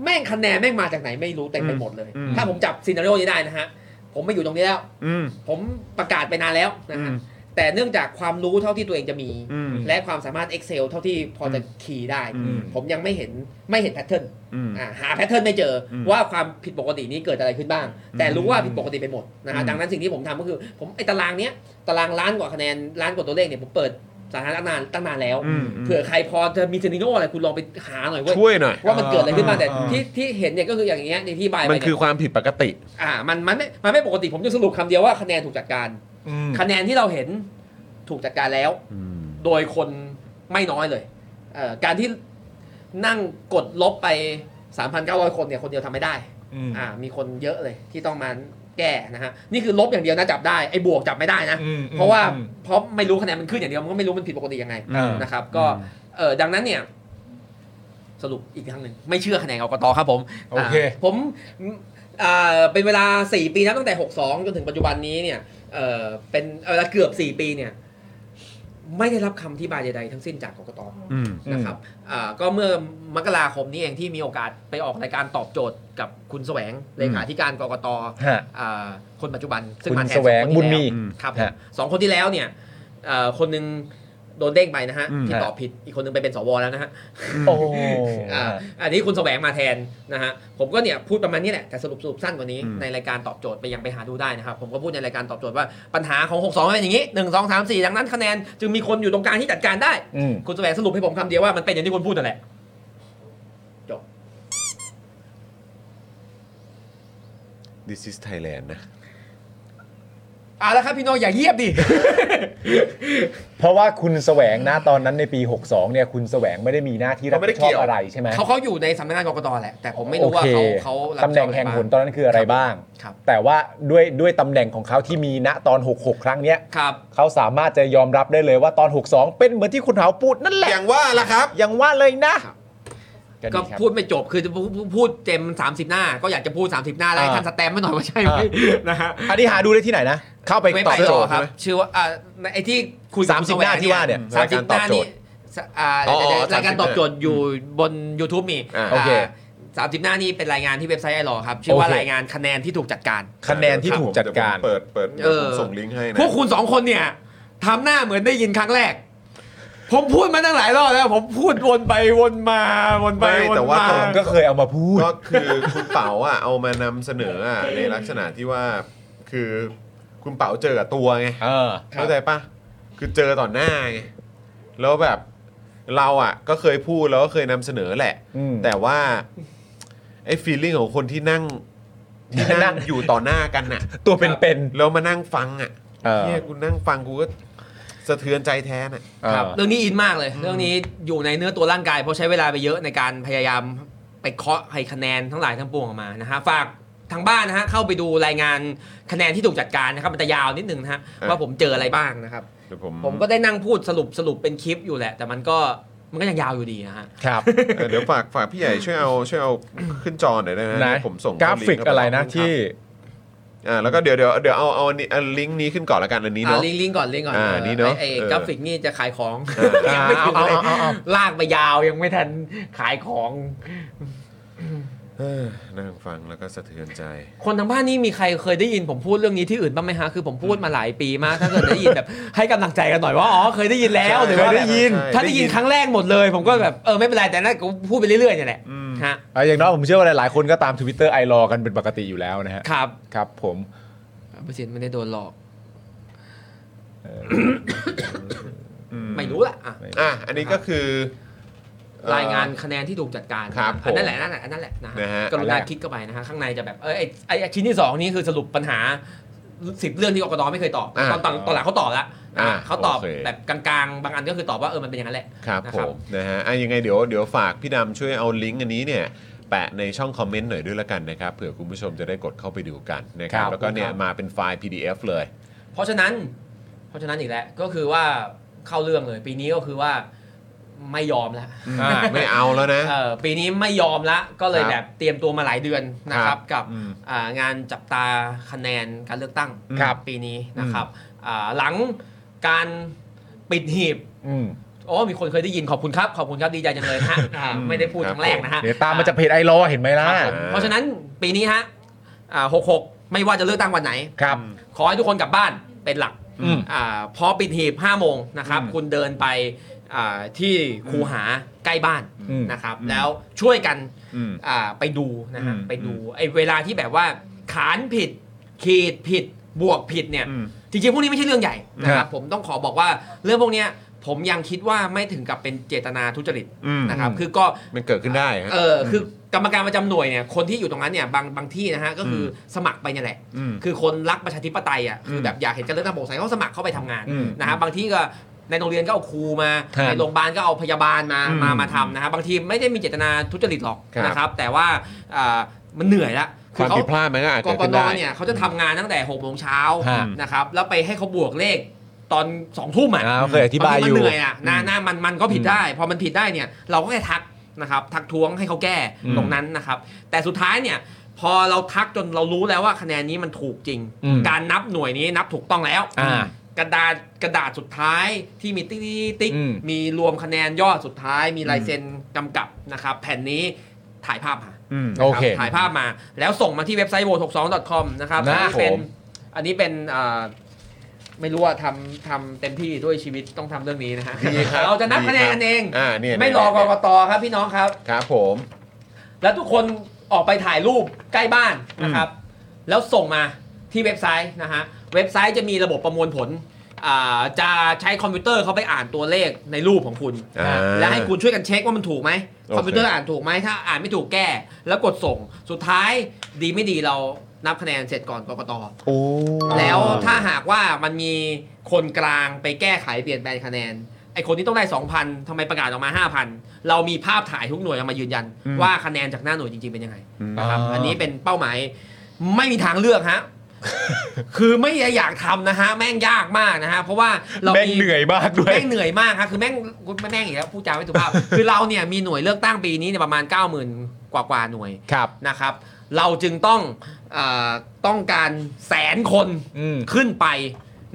Speaker 2: แม่งคะแนนแม่งมาจากไหนไม่รู้เต็มไปหมดเลย
Speaker 1: อืม
Speaker 2: ถ้าผมจับซีนารีโอนี้ได้นะฮะ ผมไม่อยู่ตรงนี้แล้ว
Speaker 1: อืม
Speaker 2: ผมประกาศไปนานแล้วนะฮะ
Speaker 1: อืม
Speaker 2: แต่เนื่องจากความรู้เท่าที่ตัวเองจะมี
Speaker 1: อืม
Speaker 2: และความสามารถ Excel เท่าที่พอจะขี่ได้
Speaker 1: อืม
Speaker 2: ผมยังไม่เห็นไม่เห็นแพทเทิร์น
Speaker 1: อืม
Speaker 2: อ่าหาแพทเทิร์นไม่เจออ
Speaker 1: ม
Speaker 2: ว่าความผิดปกตินี้เกิดอะไรขึ้นบ้าง แต่รู้ว่า
Speaker 1: อืม
Speaker 2: ผิดปกติไปหมดนะฮะ
Speaker 1: อืม
Speaker 2: ดังนั้นสิ่งที่ผมทำก็คือ ผมไอ้ตารางเนี้ยตารางล้านกว่าคะแนนล้านกว่าตัวเลขเนี่ยผมเปิดสาธารณะตั้งนานตั้งนานแล้ว
Speaker 1: อืม
Speaker 2: เผื่อใครพอจะมีเซนิโนอะไรคุณลองไปหาหน่อยเว้ย
Speaker 1: ช่วยหน่อย
Speaker 2: ว่ามันเกิดอะไรขึ้นบ้างแต่
Speaker 3: อ่า
Speaker 2: ที่ที่เห็นเนี่ยก็คืออย่างเงี้ยในที่บายไป
Speaker 1: มันคื
Speaker 2: เนี่
Speaker 1: อย ความผิดปกติ
Speaker 2: อ่ามันมันไม่มันไม่ปกติผมจะสรุปคำเดียวว่าคะแนนถูกจัดการ
Speaker 3: อืม
Speaker 2: คะแนนที่เราเห็นถูกจัดการแล้ว โดยคนไม่น้อยเลยเอ่อการที่นั่งกดลบไป 3,900 คนเนี่ยคนเดียวทำไม่ได้
Speaker 3: อืม
Speaker 2: อ่ามีคนเยอะเลยที่ต้องมาแก้นะฮะนี่คือลบอย่างเดียวนะจับได้ไอ้บวกจับไม่ได้นะ
Speaker 3: อืมอืม
Speaker 2: เพราะว่า
Speaker 3: อืม
Speaker 2: เพราะไม่รู้คะแนนมันขึ้นอย่างเดียวมันก็ไม่รู้มันผิดปกติยังไง
Speaker 3: อ่าน
Speaker 2: นะครับ ก็เออดังนั้นเนี่ยสรุปอีกครั้งหนึ่งไม่เชื่อคะแนนกกตครับผม
Speaker 3: โอเค
Speaker 2: าผมอ่าเป็นเวลา 4 ปีนะตั้งแต่ 62 จนถึงปัจจุบันนี้เนี่ยเออเป็นเวลาเกือบ 4 ปีเนี่ย ไม่ได้รับคำที่บายใดๆทั้งสิ้นจากกกต
Speaker 1: อืม
Speaker 2: นะครับอ่าก็เมื่อมกราคมนี้เองที่มีโอกาสไปออกรายการตอบโจทย์กับคุณแสวงเลขาธิการกกต
Speaker 3: ฮะ
Speaker 2: อ่าคนปัจจุบัน
Speaker 3: คุณ
Speaker 2: มาทน
Speaker 3: แสวง
Speaker 2: องคนที่
Speaker 3: บุญมี
Speaker 2: แล้ครับ
Speaker 3: ฮะ
Speaker 2: สองคนที่แล้วเนี่ยเอ่อคนหนึ่งโดนเด้งไปนะฮะ
Speaker 1: อืม
Speaker 2: ที่ตอบผิดอีกคนหนึงไปเป็นสวแล้วนะฮะ
Speaker 3: โอ้
Speaker 2: อ่าอันนี้คุณแสวงมาแทนนะฮะผมก็เนี่ยพูดประมาณนี้แหละแต่สรุปสรุปสั้นกว่านี้
Speaker 1: อืม
Speaker 2: ในรายการตอบโจทย์ไปยังไปหาดูได้นะครับผมก็พูดในรายการตอบโจทย์ว่าปัญหาของ 62มันเป็นอย่างนี้ 1 2 3 4 ดังนั้นคะแนนจึงมีคนอยู่ตรงกลางที่จัดการได้
Speaker 3: อืม
Speaker 2: คุณแสวงสรุปให้ผมคำเดียวว่ามันเป็นอย่างที่คุณพูดนั่นแหละ จบ
Speaker 1: This is Thailand นะ
Speaker 2: อ่ะแล้วครับพี่โนอย่าเยียบดิ
Speaker 3: เพราะว่าคุณแสวงนะตอนนั้นในปี 62 เนี่ยคุณแสวงไม่ได้มีหน้าที่รับ
Speaker 1: เขาไม่
Speaker 3: ผิ
Speaker 1: ได้
Speaker 3: ดชอ
Speaker 1: เกี่
Speaker 3: บ
Speaker 1: ยว
Speaker 3: อะไรใช่ไหม
Speaker 2: เขาเขาอยู่ในสำนักงานกกตแหละ แต่ผมไม่รู้ว่า
Speaker 3: โอค
Speaker 2: เขาเขารับ
Speaker 3: ตำแหน่งแห่งหนตอนนั้นคืออะไรบ้าง
Speaker 2: ครับ
Speaker 3: แต่ว่าด้วยด้วยตำแหน่งของเขาที่มีณตอน 66 ครั้งเนี้ย
Speaker 2: ครับ
Speaker 3: เขาสามารถจะยอมรับได้เลยว่าตอน 62 เป็นเหมือนที่คุณเหาพูดนั่นแหละ
Speaker 1: อย่างว่าล่ะครับ
Speaker 3: อย่างว่าเลยนะครับ ดีค
Speaker 2: ก็
Speaker 3: รับ
Speaker 2: พูดไม่จบคือพูดพูดเต็ม 30 หน้า ก็อยากจะพูด 30 หน้าแล้วให้
Speaker 3: อ่า
Speaker 2: ท่านสแตมป์ไม่หน่อยว่าใช่ไหมนะฮะ
Speaker 3: อันนี้หาดูได้ที่ไหนนะ เข้าไป
Speaker 2: ไป
Speaker 3: ต
Speaker 2: ไป
Speaker 3: อบโจ
Speaker 2: ต่อ
Speaker 3: ทย์
Speaker 2: ค
Speaker 3: ใช่
Speaker 2: รับ
Speaker 3: ไหม
Speaker 2: ชื่อว่าอ่าไอ้ที่คุยกับ
Speaker 3: สามสิบหน้าที่ว่าเนี่ย
Speaker 2: สามสิบหน้านี่อ่า
Speaker 1: อ๋ออ๋อ
Speaker 2: รายการตอบโจทย์อยู่บน YouTube มี
Speaker 1: อ่า
Speaker 3: โอเค
Speaker 2: สามสิบหน้านี่เป็นรายงานที่เว็บไซต์ไอรอครับชื่อว่า
Speaker 3: โอเค
Speaker 2: รายงานคะแนนที่ถูกจัดการ
Speaker 3: คะแนนที่ถูกจัดการ
Speaker 1: เดี๋ยวผมเปิดเปิด
Speaker 2: เอ
Speaker 1: ผ
Speaker 2: อ
Speaker 1: มส่งลิงก์ให้นะ
Speaker 2: พวกคุณสองคนเนี่ยทำหน้าเหมือนได้ยินครั้งแรก ผมพูดมาตั้งหลายรอบแล้ว ผมพูดวนไปวนมาวนไป
Speaker 1: ไม่
Speaker 2: วน
Speaker 1: แต่ว่า
Speaker 2: มา
Speaker 3: ผมก็เคยเอามาพูด
Speaker 1: ก็คือคุณเป๋าอ่ะเอามานำเสนออ่ะในลักษณะที่ว่าคือคุณเป๋าเจอกับตัวไง
Speaker 3: เออ
Speaker 2: ครับ
Speaker 1: เข้าใจปะคือเจอต่อหน้าไงแล้วแบบเราอ่ะก็เคยพูดแล้วก็เคยนำเสนอแหละ
Speaker 3: อืม
Speaker 1: แต่ว่าไอ้ฟีลลิ่งของคนที่นั่งที่
Speaker 3: นั่
Speaker 1: นั่
Speaker 3: ง
Speaker 1: งอยู่ต่อหน้ากันน่ะ
Speaker 3: ตัวเป็น
Speaker 1: แล้วมานั่งฟังอ่ะ
Speaker 3: ๆเออ
Speaker 1: เนี่ยกูนั่งฟังกูก็สะเทือนใจแท้น่ะ
Speaker 2: ครับ
Speaker 3: เออ
Speaker 2: เรื่องนี้อินมากเลย เรื่องนี้อยู่ในเนื้อตัวร่างกาย เพราะใช้เวลาไปเยอะในการพยายามไปเคาะให้คะแนนทั้งหลายทั้งปวงออกมานะฮะฝากทางบ้านนะฮะเข้าไปดูรายงานคะแนนที่ถูกจัดการนะครับมันจะยาวนิดนึงนะฮะ
Speaker 1: เออ
Speaker 2: ว่าผมเจออะไรบ้างนะครับ
Speaker 1: เดี๋ยวผม
Speaker 2: ผมก็ได้นั่งพูดสรุปสรุปเป็นคลิปอยู่แหละ แต่มันก็มันก็ยังยาวอยู่ดีนะฮะ
Speaker 3: ครับ
Speaker 1: เออเดี๋ยวฝากฝาก พี่ใหญ่ช่วยเอาช่วยเอาขึ้นจอหน่อยได้ไหม
Speaker 3: นะ
Speaker 1: เดี๋ยวผมส่ง
Speaker 3: กราฟิก
Speaker 1: เข้ป
Speaker 3: อะไรนะที่
Speaker 1: อ่าแล้วก็เดี๋ยวเดี๋ยวเดี๋ยวเอาเอาอันนี้อันลิงก์นี้ขึ้นก่อนละกันอันนี้
Speaker 2: อ่า
Speaker 1: เนาะ
Speaker 2: ลิงก์ลิงก์ก่อนลิงก์ก่อน
Speaker 1: อ่านี่เนอะ
Speaker 2: ไอ้ไอ้
Speaker 1: เออก
Speaker 2: ราฟิกนี่จะขายของ
Speaker 1: เออ
Speaker 2: ยังไม่ถึงเลย
Speaker 3: เอาเอาเอาเอา
Speaker 2: ลากไปยาวยังไม่ทันขายของ
Speaker 1: เออนั่งฟังแล้วก็สะเทือนใจ
Speaker 2: คนทางบ้านนี่มีใครเคยได้ยินผมพูดเรื่องนี้ที่อื่นบ้างไหมฮะ คือผมพูดมาหลายปีมาก ถ้าเกิดได้ยินแบบ ให้กำลังใจกันหน่อยว่า อ๋อ เคยได้ยินแล้ว
Speaker 1: ใช่
Speaker 2: หรือว่า
Speaker 1: เคยได้ยิน
Speaker 2: ถ้าได้ยินครั้งแรกหมดเลย ผมก็แบบ เออ ไม่เป็นไร แต่นั่นก็พูดไปเรื่อยๆเนี่ยแหละฮะ
Speaker 3: อ่ะอย่างน้อยผมเชื่อว่าหลายๆคนก็ตาม Twitter ไอรอกันเป็นปกติอยู่แล้วนะฮะ
Speaker 2: ครับ
Speaker 3: ครับผม
Speaker 2: เปอร์เซ็นต์ไม่ได้โดนหลอก ไม่รู้ละอ่ะ
Speaker 1: อ่ะอันนี้ก็คือเอ่อ
Speaker 2: รายงานคะแนนที่ถูกจัดการ
Speaker 1: ครับ
Speaker 2: อันนั่นแหละนั่นแหละอันนั่นแหละนะ
Speaker 1: นะฮะ
Speaker 2: กรุณาคลิกเข้าไปนะฮะข้างในจะแบบเออไอไอไอ้ชิ้นที่สองนี่คือสรุปปัญหาสิบเรื่องที่กกตไม่เคยตอบ
Speaker 1: อ่า
Speaker 2: ตอนตอนตอนหลังเขาตอบแล้วนะ
Speaker 1: อ่า
Speaker 2: ฮะเขาตอบ
Speaker 1: โอเค
Speaker 2: แบบกลางๆ บางอันก็คือตอบว่าเออมันเป็นอย่างนั้นแหละ
Speaker 1: ครับ
Speaker 2: นะ
Speaker 1: ผ
Speaker 2: ครับ
Speaker 1: มนะฮะอ่ะยังไงเดี๋ยวเดี๋ยวฝากพี่ดำช่วยเอาลิงก์อันนี้เนี่ยแปะในช่องคอมเมนต์หน่อยด้วยละกันนะครับเผื่อคุณผู้ชมจะได้กดเข้าไปดูกันนะครับแล้วก็เนี่ยมาเป็นไฟล์ PDF เลย
Speaker 2: เพราะฉะนั้น เพราะฉะนั้นอีกแล้วก็คือว่าเข้าเรื่องเลย ปีนี้ก็คือว่าไม่ยอมละ
Speaker 1: อ่ะไม่เอาแล้วนะ
Speaker 2: เออปีนี้ไม่ยอมละก็เลย
Speaker 1: ครับ
Speaker 2: แบบเตรียมตัวมาหลายเดือนนะครับ กับ
Speaker 1: อืม
Speaker 2: อ่างานจับตาคะแนนการเลือกตั้ง
Speaker 1: ครับ
Speaker 2: ปีนี้นะครับอ่าหลังการปิดหีบ
Speaker 3: อืม
Speaker 2: โอ้มีคนเคยได้ยินขอบคุณครับ ขอบคุณครับดีใจจังเลยนะฮะอ่าไม่ได้พูดครั้งแรกนะฮะ
Speaker 3: เดี๋ยวตามมาจากเพจไอรอเห็นไหมล่ะ
Speaker 2: ครับผมเพราะฉะนั้นปีนี้ฮะหกหกไม่ว่าจะเลือกตั้งวันไหน
Speaker 3: ครับ
Speaker 2: ขอให้ทุกคนกลับบ้านเป็นหลัก
Speaker 3: อืม
Speaker 2: อ่าพอปิดหีบ5โมงนะครับ
Speaker 1: อืม
Speaker 2: คุณเดินไปอ่าที่คูหาใกล้บ้าน
Speaker 3: อืม
Speaker 2: นะครับ
Speaker 1: อืม
Speaker 2: แล้วช่วยกัน
Speaker 1: อืม
Speaker 2: อ่าไปดูนะฮะ
Speaker 1: อืม
Speaker 2: ไปดูไอ้เวลาที่แบบว่า ขานผิด ขีดผิด บวกผิดเนี่ย
Speaker 1: อืม
Speaker 2: จริงๆ พวกนี้ไม่ใช่เรื่องใหญ่นะค
Speaker 3: ครั
Speaker 2: รับบ ผมต้องขอบอกว่าเรื่องพวกเนี้ยผมยังคิดว่าไม่ถึงกับเป็นเจตนาทุจริต
Speaker 1: อืม
Speaker 2: นะครับคือก็
Speaker 1: มันเกิดขึ้นได้ฮะ
Speaker 2: เออคือกรรมการประจำหน่วยเนี่ยคนที่อยู่ตรงนั้นเนี่ยบางบางที่นะฮะก็คืออสมัครไปเนี่ยแหละ
Speaker 1: อืม
Speaker 2: คือคนรักประชาธิปไตยอ่ะคืออ
Speaker 1: ม
Speaker 2: แบบอยากเห็นการเลือกตั้งโปร่งใสเขาสมัครเข้าไปทำงาน
Speaker 3: อืม
Speaker 2: นะฮะบางที่ก็ในโรงเรียนก็เอาครูมา
Speaker 3: ครับ
Speaker 2: ในโรงพยาบาลก็เอาพยาบาลมา
Speaker 1: อืม
Speaker 2: มามาทำนะฮะบางทีไม่ได้มีเจตนาทุจริตหรอก
Speaker 1: ครับ
Speaker 2: นะครับ แต่ว่าอ่ามันเหนื่อยละ
Speaker 1: ความ
Speaker 2: เขา
Speaker 1: ผิดพลาดมันก็อาจ
Speaker 2: ก
Speaker 1: จะ
Speaker 2: ก
Speaker 1: ขึ้น
Speaker 2: น
Speaker 1: ได้
Speaker 2: เนี่ยเขาจะทำงานตั้งแต่หกโมงเช้า
Speaker 3: ฮะ
Speaker 2: นะครับแล้วไปให้เขาบวกเลขตอนสองทุ่มอ่ะ
Speaker 3: อ่าเคยอธิบายอ
Speaker 2: บาง
Speaker 3: ยู่
Speaker 2: ทีมันเหนื่อยอ่ะหน้าหน้ามันมันก็ผิดได้ พอมันผิดได้เนี่ยเราก็แค่ทักนะครับ ทักท้วงให้เขาแก้
Speaker 3: อืม
Speaker 2: ตรงนั้นนะครับ แต่สุดท้ายเนี่ยพอเราทักจนเรารู้แล้วว่าคะแนนนี้มันถูกจริง
Speaker 3: อืม
Speaker 2: การนับหน่วยนี้นับถูกต้องแล้ว
Speaker 3: อ่าก
Speaker 2: ระดาษกระดาษสุดท้ายที่มีติ๊กติ๊กติ๊ก
Speaker 3: อืม
Speaker 2: มีรวมคะแนนยอดสุดท้าย มีลายเซ็นกำกับนะครับ แผ่นนี้ถ่ายภาพมา
Speaker 1: อืม
Speaker 3: โอเค
Speaker 2: ถ่ายภาพมาแล้วส่งมาที่เว็บไซต์ vote62.com นะครับ
Speaker 3: นะ
Speaker 2: อันนี้เป็น
Speaker 3: ผม
Speaker 2: อันนี้เป็นอ่าไม่รู้ว่าทำทำเต็มที่ด้วยชีวิตต้องทำเรื่องนี้นะฮะ
Speaker 1: ดีครับ
Speaker 2: เราจะนับ
Speaker 1: ดี
Speaker 2: คะแนน
Speaker 1: ครับ
Speaker 2: กันเอง
Speaker 1: อ่าเนี่ย
Speaker 2: ไม่รอก
Speaker 1: เนี่ย
Speaker 2: กตครับพี่น้องครับ
Speaker 1: ครับผม
Speaker 2: แล้วทุกคนออกไปถ่ายรูปใกล้บ้านนะครับ แล้วส่งมาที่เว็บไซต์นะฮะเว็บไซต์จะมีระบบประมวลผลอ่าจะใช้คอมพิวเตอร์เข้าไปอ่านตัวเลขในรูปของคุณ
Speaker 1: อ่า
Speaker 2: และให้คุณช่วยกันเช็คว่ามันถูกไหม
Speaker 1: โอเค
Speaker 2: คอมพิวเตอร์อ่านถูกไหมถ้าอ่านไม่ถูกแก้ แล้วกดส่งสุดท้ายดีไม่ดีเรา นับคะแนนเสร็จก่อนกกต
Speaker 3: โอ้
Speaker 2: แล้วถ้าหากว่ามันมีคนกลางไปแก้ไขเปลี่ยนแปลงคะแนน ไอคนนี้ต้องได้ 2,000ทำไมประกาศออกมา 5,000 เรามีภาพถ่ายทุกหน่วยเอามายืนยัน ว่าคะแนนจากหน้าหน่วยจริง ๆ เป็นยังไงนะครับอันนี้เป็นเป้าหมายไม่มีทางเลือก ฮะ คือไม่อยากทำนะฮะ แม่งยากมากนะฮะ เพราะว่าเรา
Speaker 3: แม่ง
Speaker 2: มี
Speaker 3: เหนื่อยมากด้วย
Speaker 2: แม่งเหนื่อยมากครับคือแม่งแม่งอีกแล้วพูดจาไม่ถูกภาพ คือ เราเนี่ยมีหน่วยเลือกตั้งปีนี้เนี่ยประมาณ 90,000 กว่ากว่าหน่วย
Speaker 3: ครับ
Speaker 2: นะครับ เราจึงต้องเออต้องการแสนคน
Speaker 3: อืม
Speaker 2: ขึ้นไป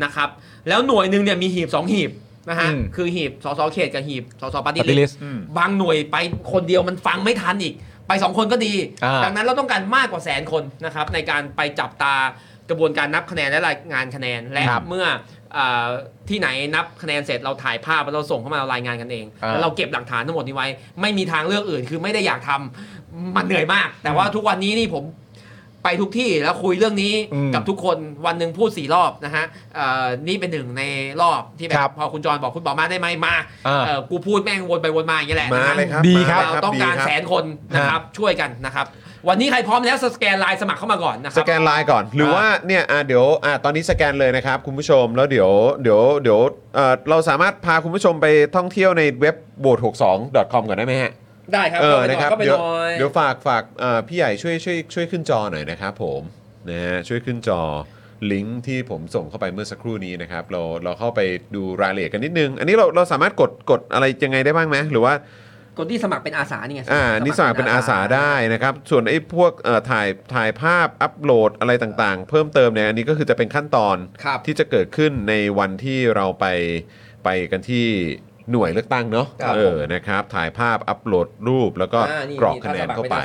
Speaker 2: นะครับ แล้วหน่วยหนึ่งเนี่ยมีหีบ 2 หีบนะฮะ
Speaker 3: อืม
Speaker 2: คือหีบสสเขตกับหีบสสปาร์ตี้
Speaker 3: ปฏิ
Speaker 2: ลิ
Speaker 3: ลิ
Speaker 2: ส
Speaker 3: ส
Speaker 1: อืม
Speaker 2: บางหน่วยไปคนเดียวมันฟังไม่ทันอีก ไปสองคนก็ดี
Speaker 3: อ่า
Speaker 2: ดังนั้นเราต้องการมากกว่าแสนคนนะครับในการไปจับตากระบวนการนับคะแนนและรายงานคะแนนและ
Speaker 3: ครับ
Speaker 2: เมื่อเอ่อที่ไหนนับคะแนนเสร็จเราถ่ายภาพแล้วเราส่งเข้ามาเรารายงานกันเอง
Speaker 3: อ่า
Speaker 2: แล้วเราเก็บหลักฐานทั้งหมดนี้ไว้ ไม่มีทางเลือกอื่นคือไม่ได้อยากทำมันเหนื่อยมาก แต่ว่าทุกวันนี้นี่ผมไปทุกที่แล้วคุยเรื่องนี้
Speaker 3: อืม
Speaker 2: กับทุกคนวันหนึ่งพูดสี่รอบนะฮะเอ่อนี่เป็นหนึ่งในรอบที่แบ
Speaker 3: ครับ
Speaker 2: บพอคุณจรบอกคุณบอกมาได้ไหมมา
Speaker 3: อ่า
Speaker 2: เอ่อกูพูดแม่งวนไปวนมาอย่างเงี้ยแหละ
Speaker 1: มา
Speaker 2: นะฮะ
Speaker 1: เลยครับ
Speaker 3: ดีครับ
Speaker 1: ม
Speaker 2: เรา
Speaker 1: เลย
Speaker 2: ต้องการ
Speaker 1: ดีคบ
Speaker 2: แสนคนนะครับช่วยกันนะครับ วันนี้ใครพร้อมแล้วสแกนไลน์สมัครเข้ามาก่อนนะค
Speaker 1: ส
Speaker 2: รับ
Speaker 1: แกนไลน์ก่อน หรือว่าเนี่ยอ่ะเดี๋ยวอ่ะตอนนี้สแกนเลยนะครับคุณผู้ชมแล้วเดี๋ยวเดี๋ยวเดี๋ยวเอ่อเราสามารถพาคุณผู้ชมไปท่องเที่ยวในเว็บ vote62.com ก่อนได้ไหมฮะ
Speaker 2: ได้ครับ
Speaker 1: เออ
Speaker 2: ข้า
Speaker 1: นะครับ
Speaker 2: ไปหน่อยเข้าไปห
Speaker 1: เดี๋ยว
Speaker 2: น่อย
Speaker 1: เดี๋ยวฝากฝากเอ่อพี่ใหญ่ช่วยช่วยช่วยขึ้นจอหน่อยนะครับผมนะฮะช่วยขึ้นจอลิงก์ที่ผมส่งเข้าไปเมื่อสักครู่นี้นะครับ เราเราเข้าไปดูรายละเอียดกันนิดนึง อันนี้เราเราสามารถกดกดอะไรยังไงได้บ้างไหมหรือว่า
Speaker 2: กดที่สมัครเป็นอาสานี่ไง
Speaker 1: อ่านี่สมัครเป็นอาสาได้นะครับ ส่วนไอ้พวกเอ่อถ่ายถ่ายภาพอัปโหลดอะไรต่างๆ เพิ่มเติมเนี่ยอันนี้ก็คือจะเป็นขั้นตอน
Speaker 2: ครับ
Speaker 1: ที่จะเกิดขึ้นในวันที่เราไปไปกันที่หน่วยเลือกตั้งเนาะ
Speaker 2: ครับ
Speaker 1: เออนะครับ ถ่ายภาพอัปโหลดรูปแล้วก็
Speaker 2: อ่านี่
Speaker 1: กรอกคะแนน
Speaker 2: ถ้สมั
Speaker 1: เข้า
Speaker 2: ป็
Speaker 1: ไป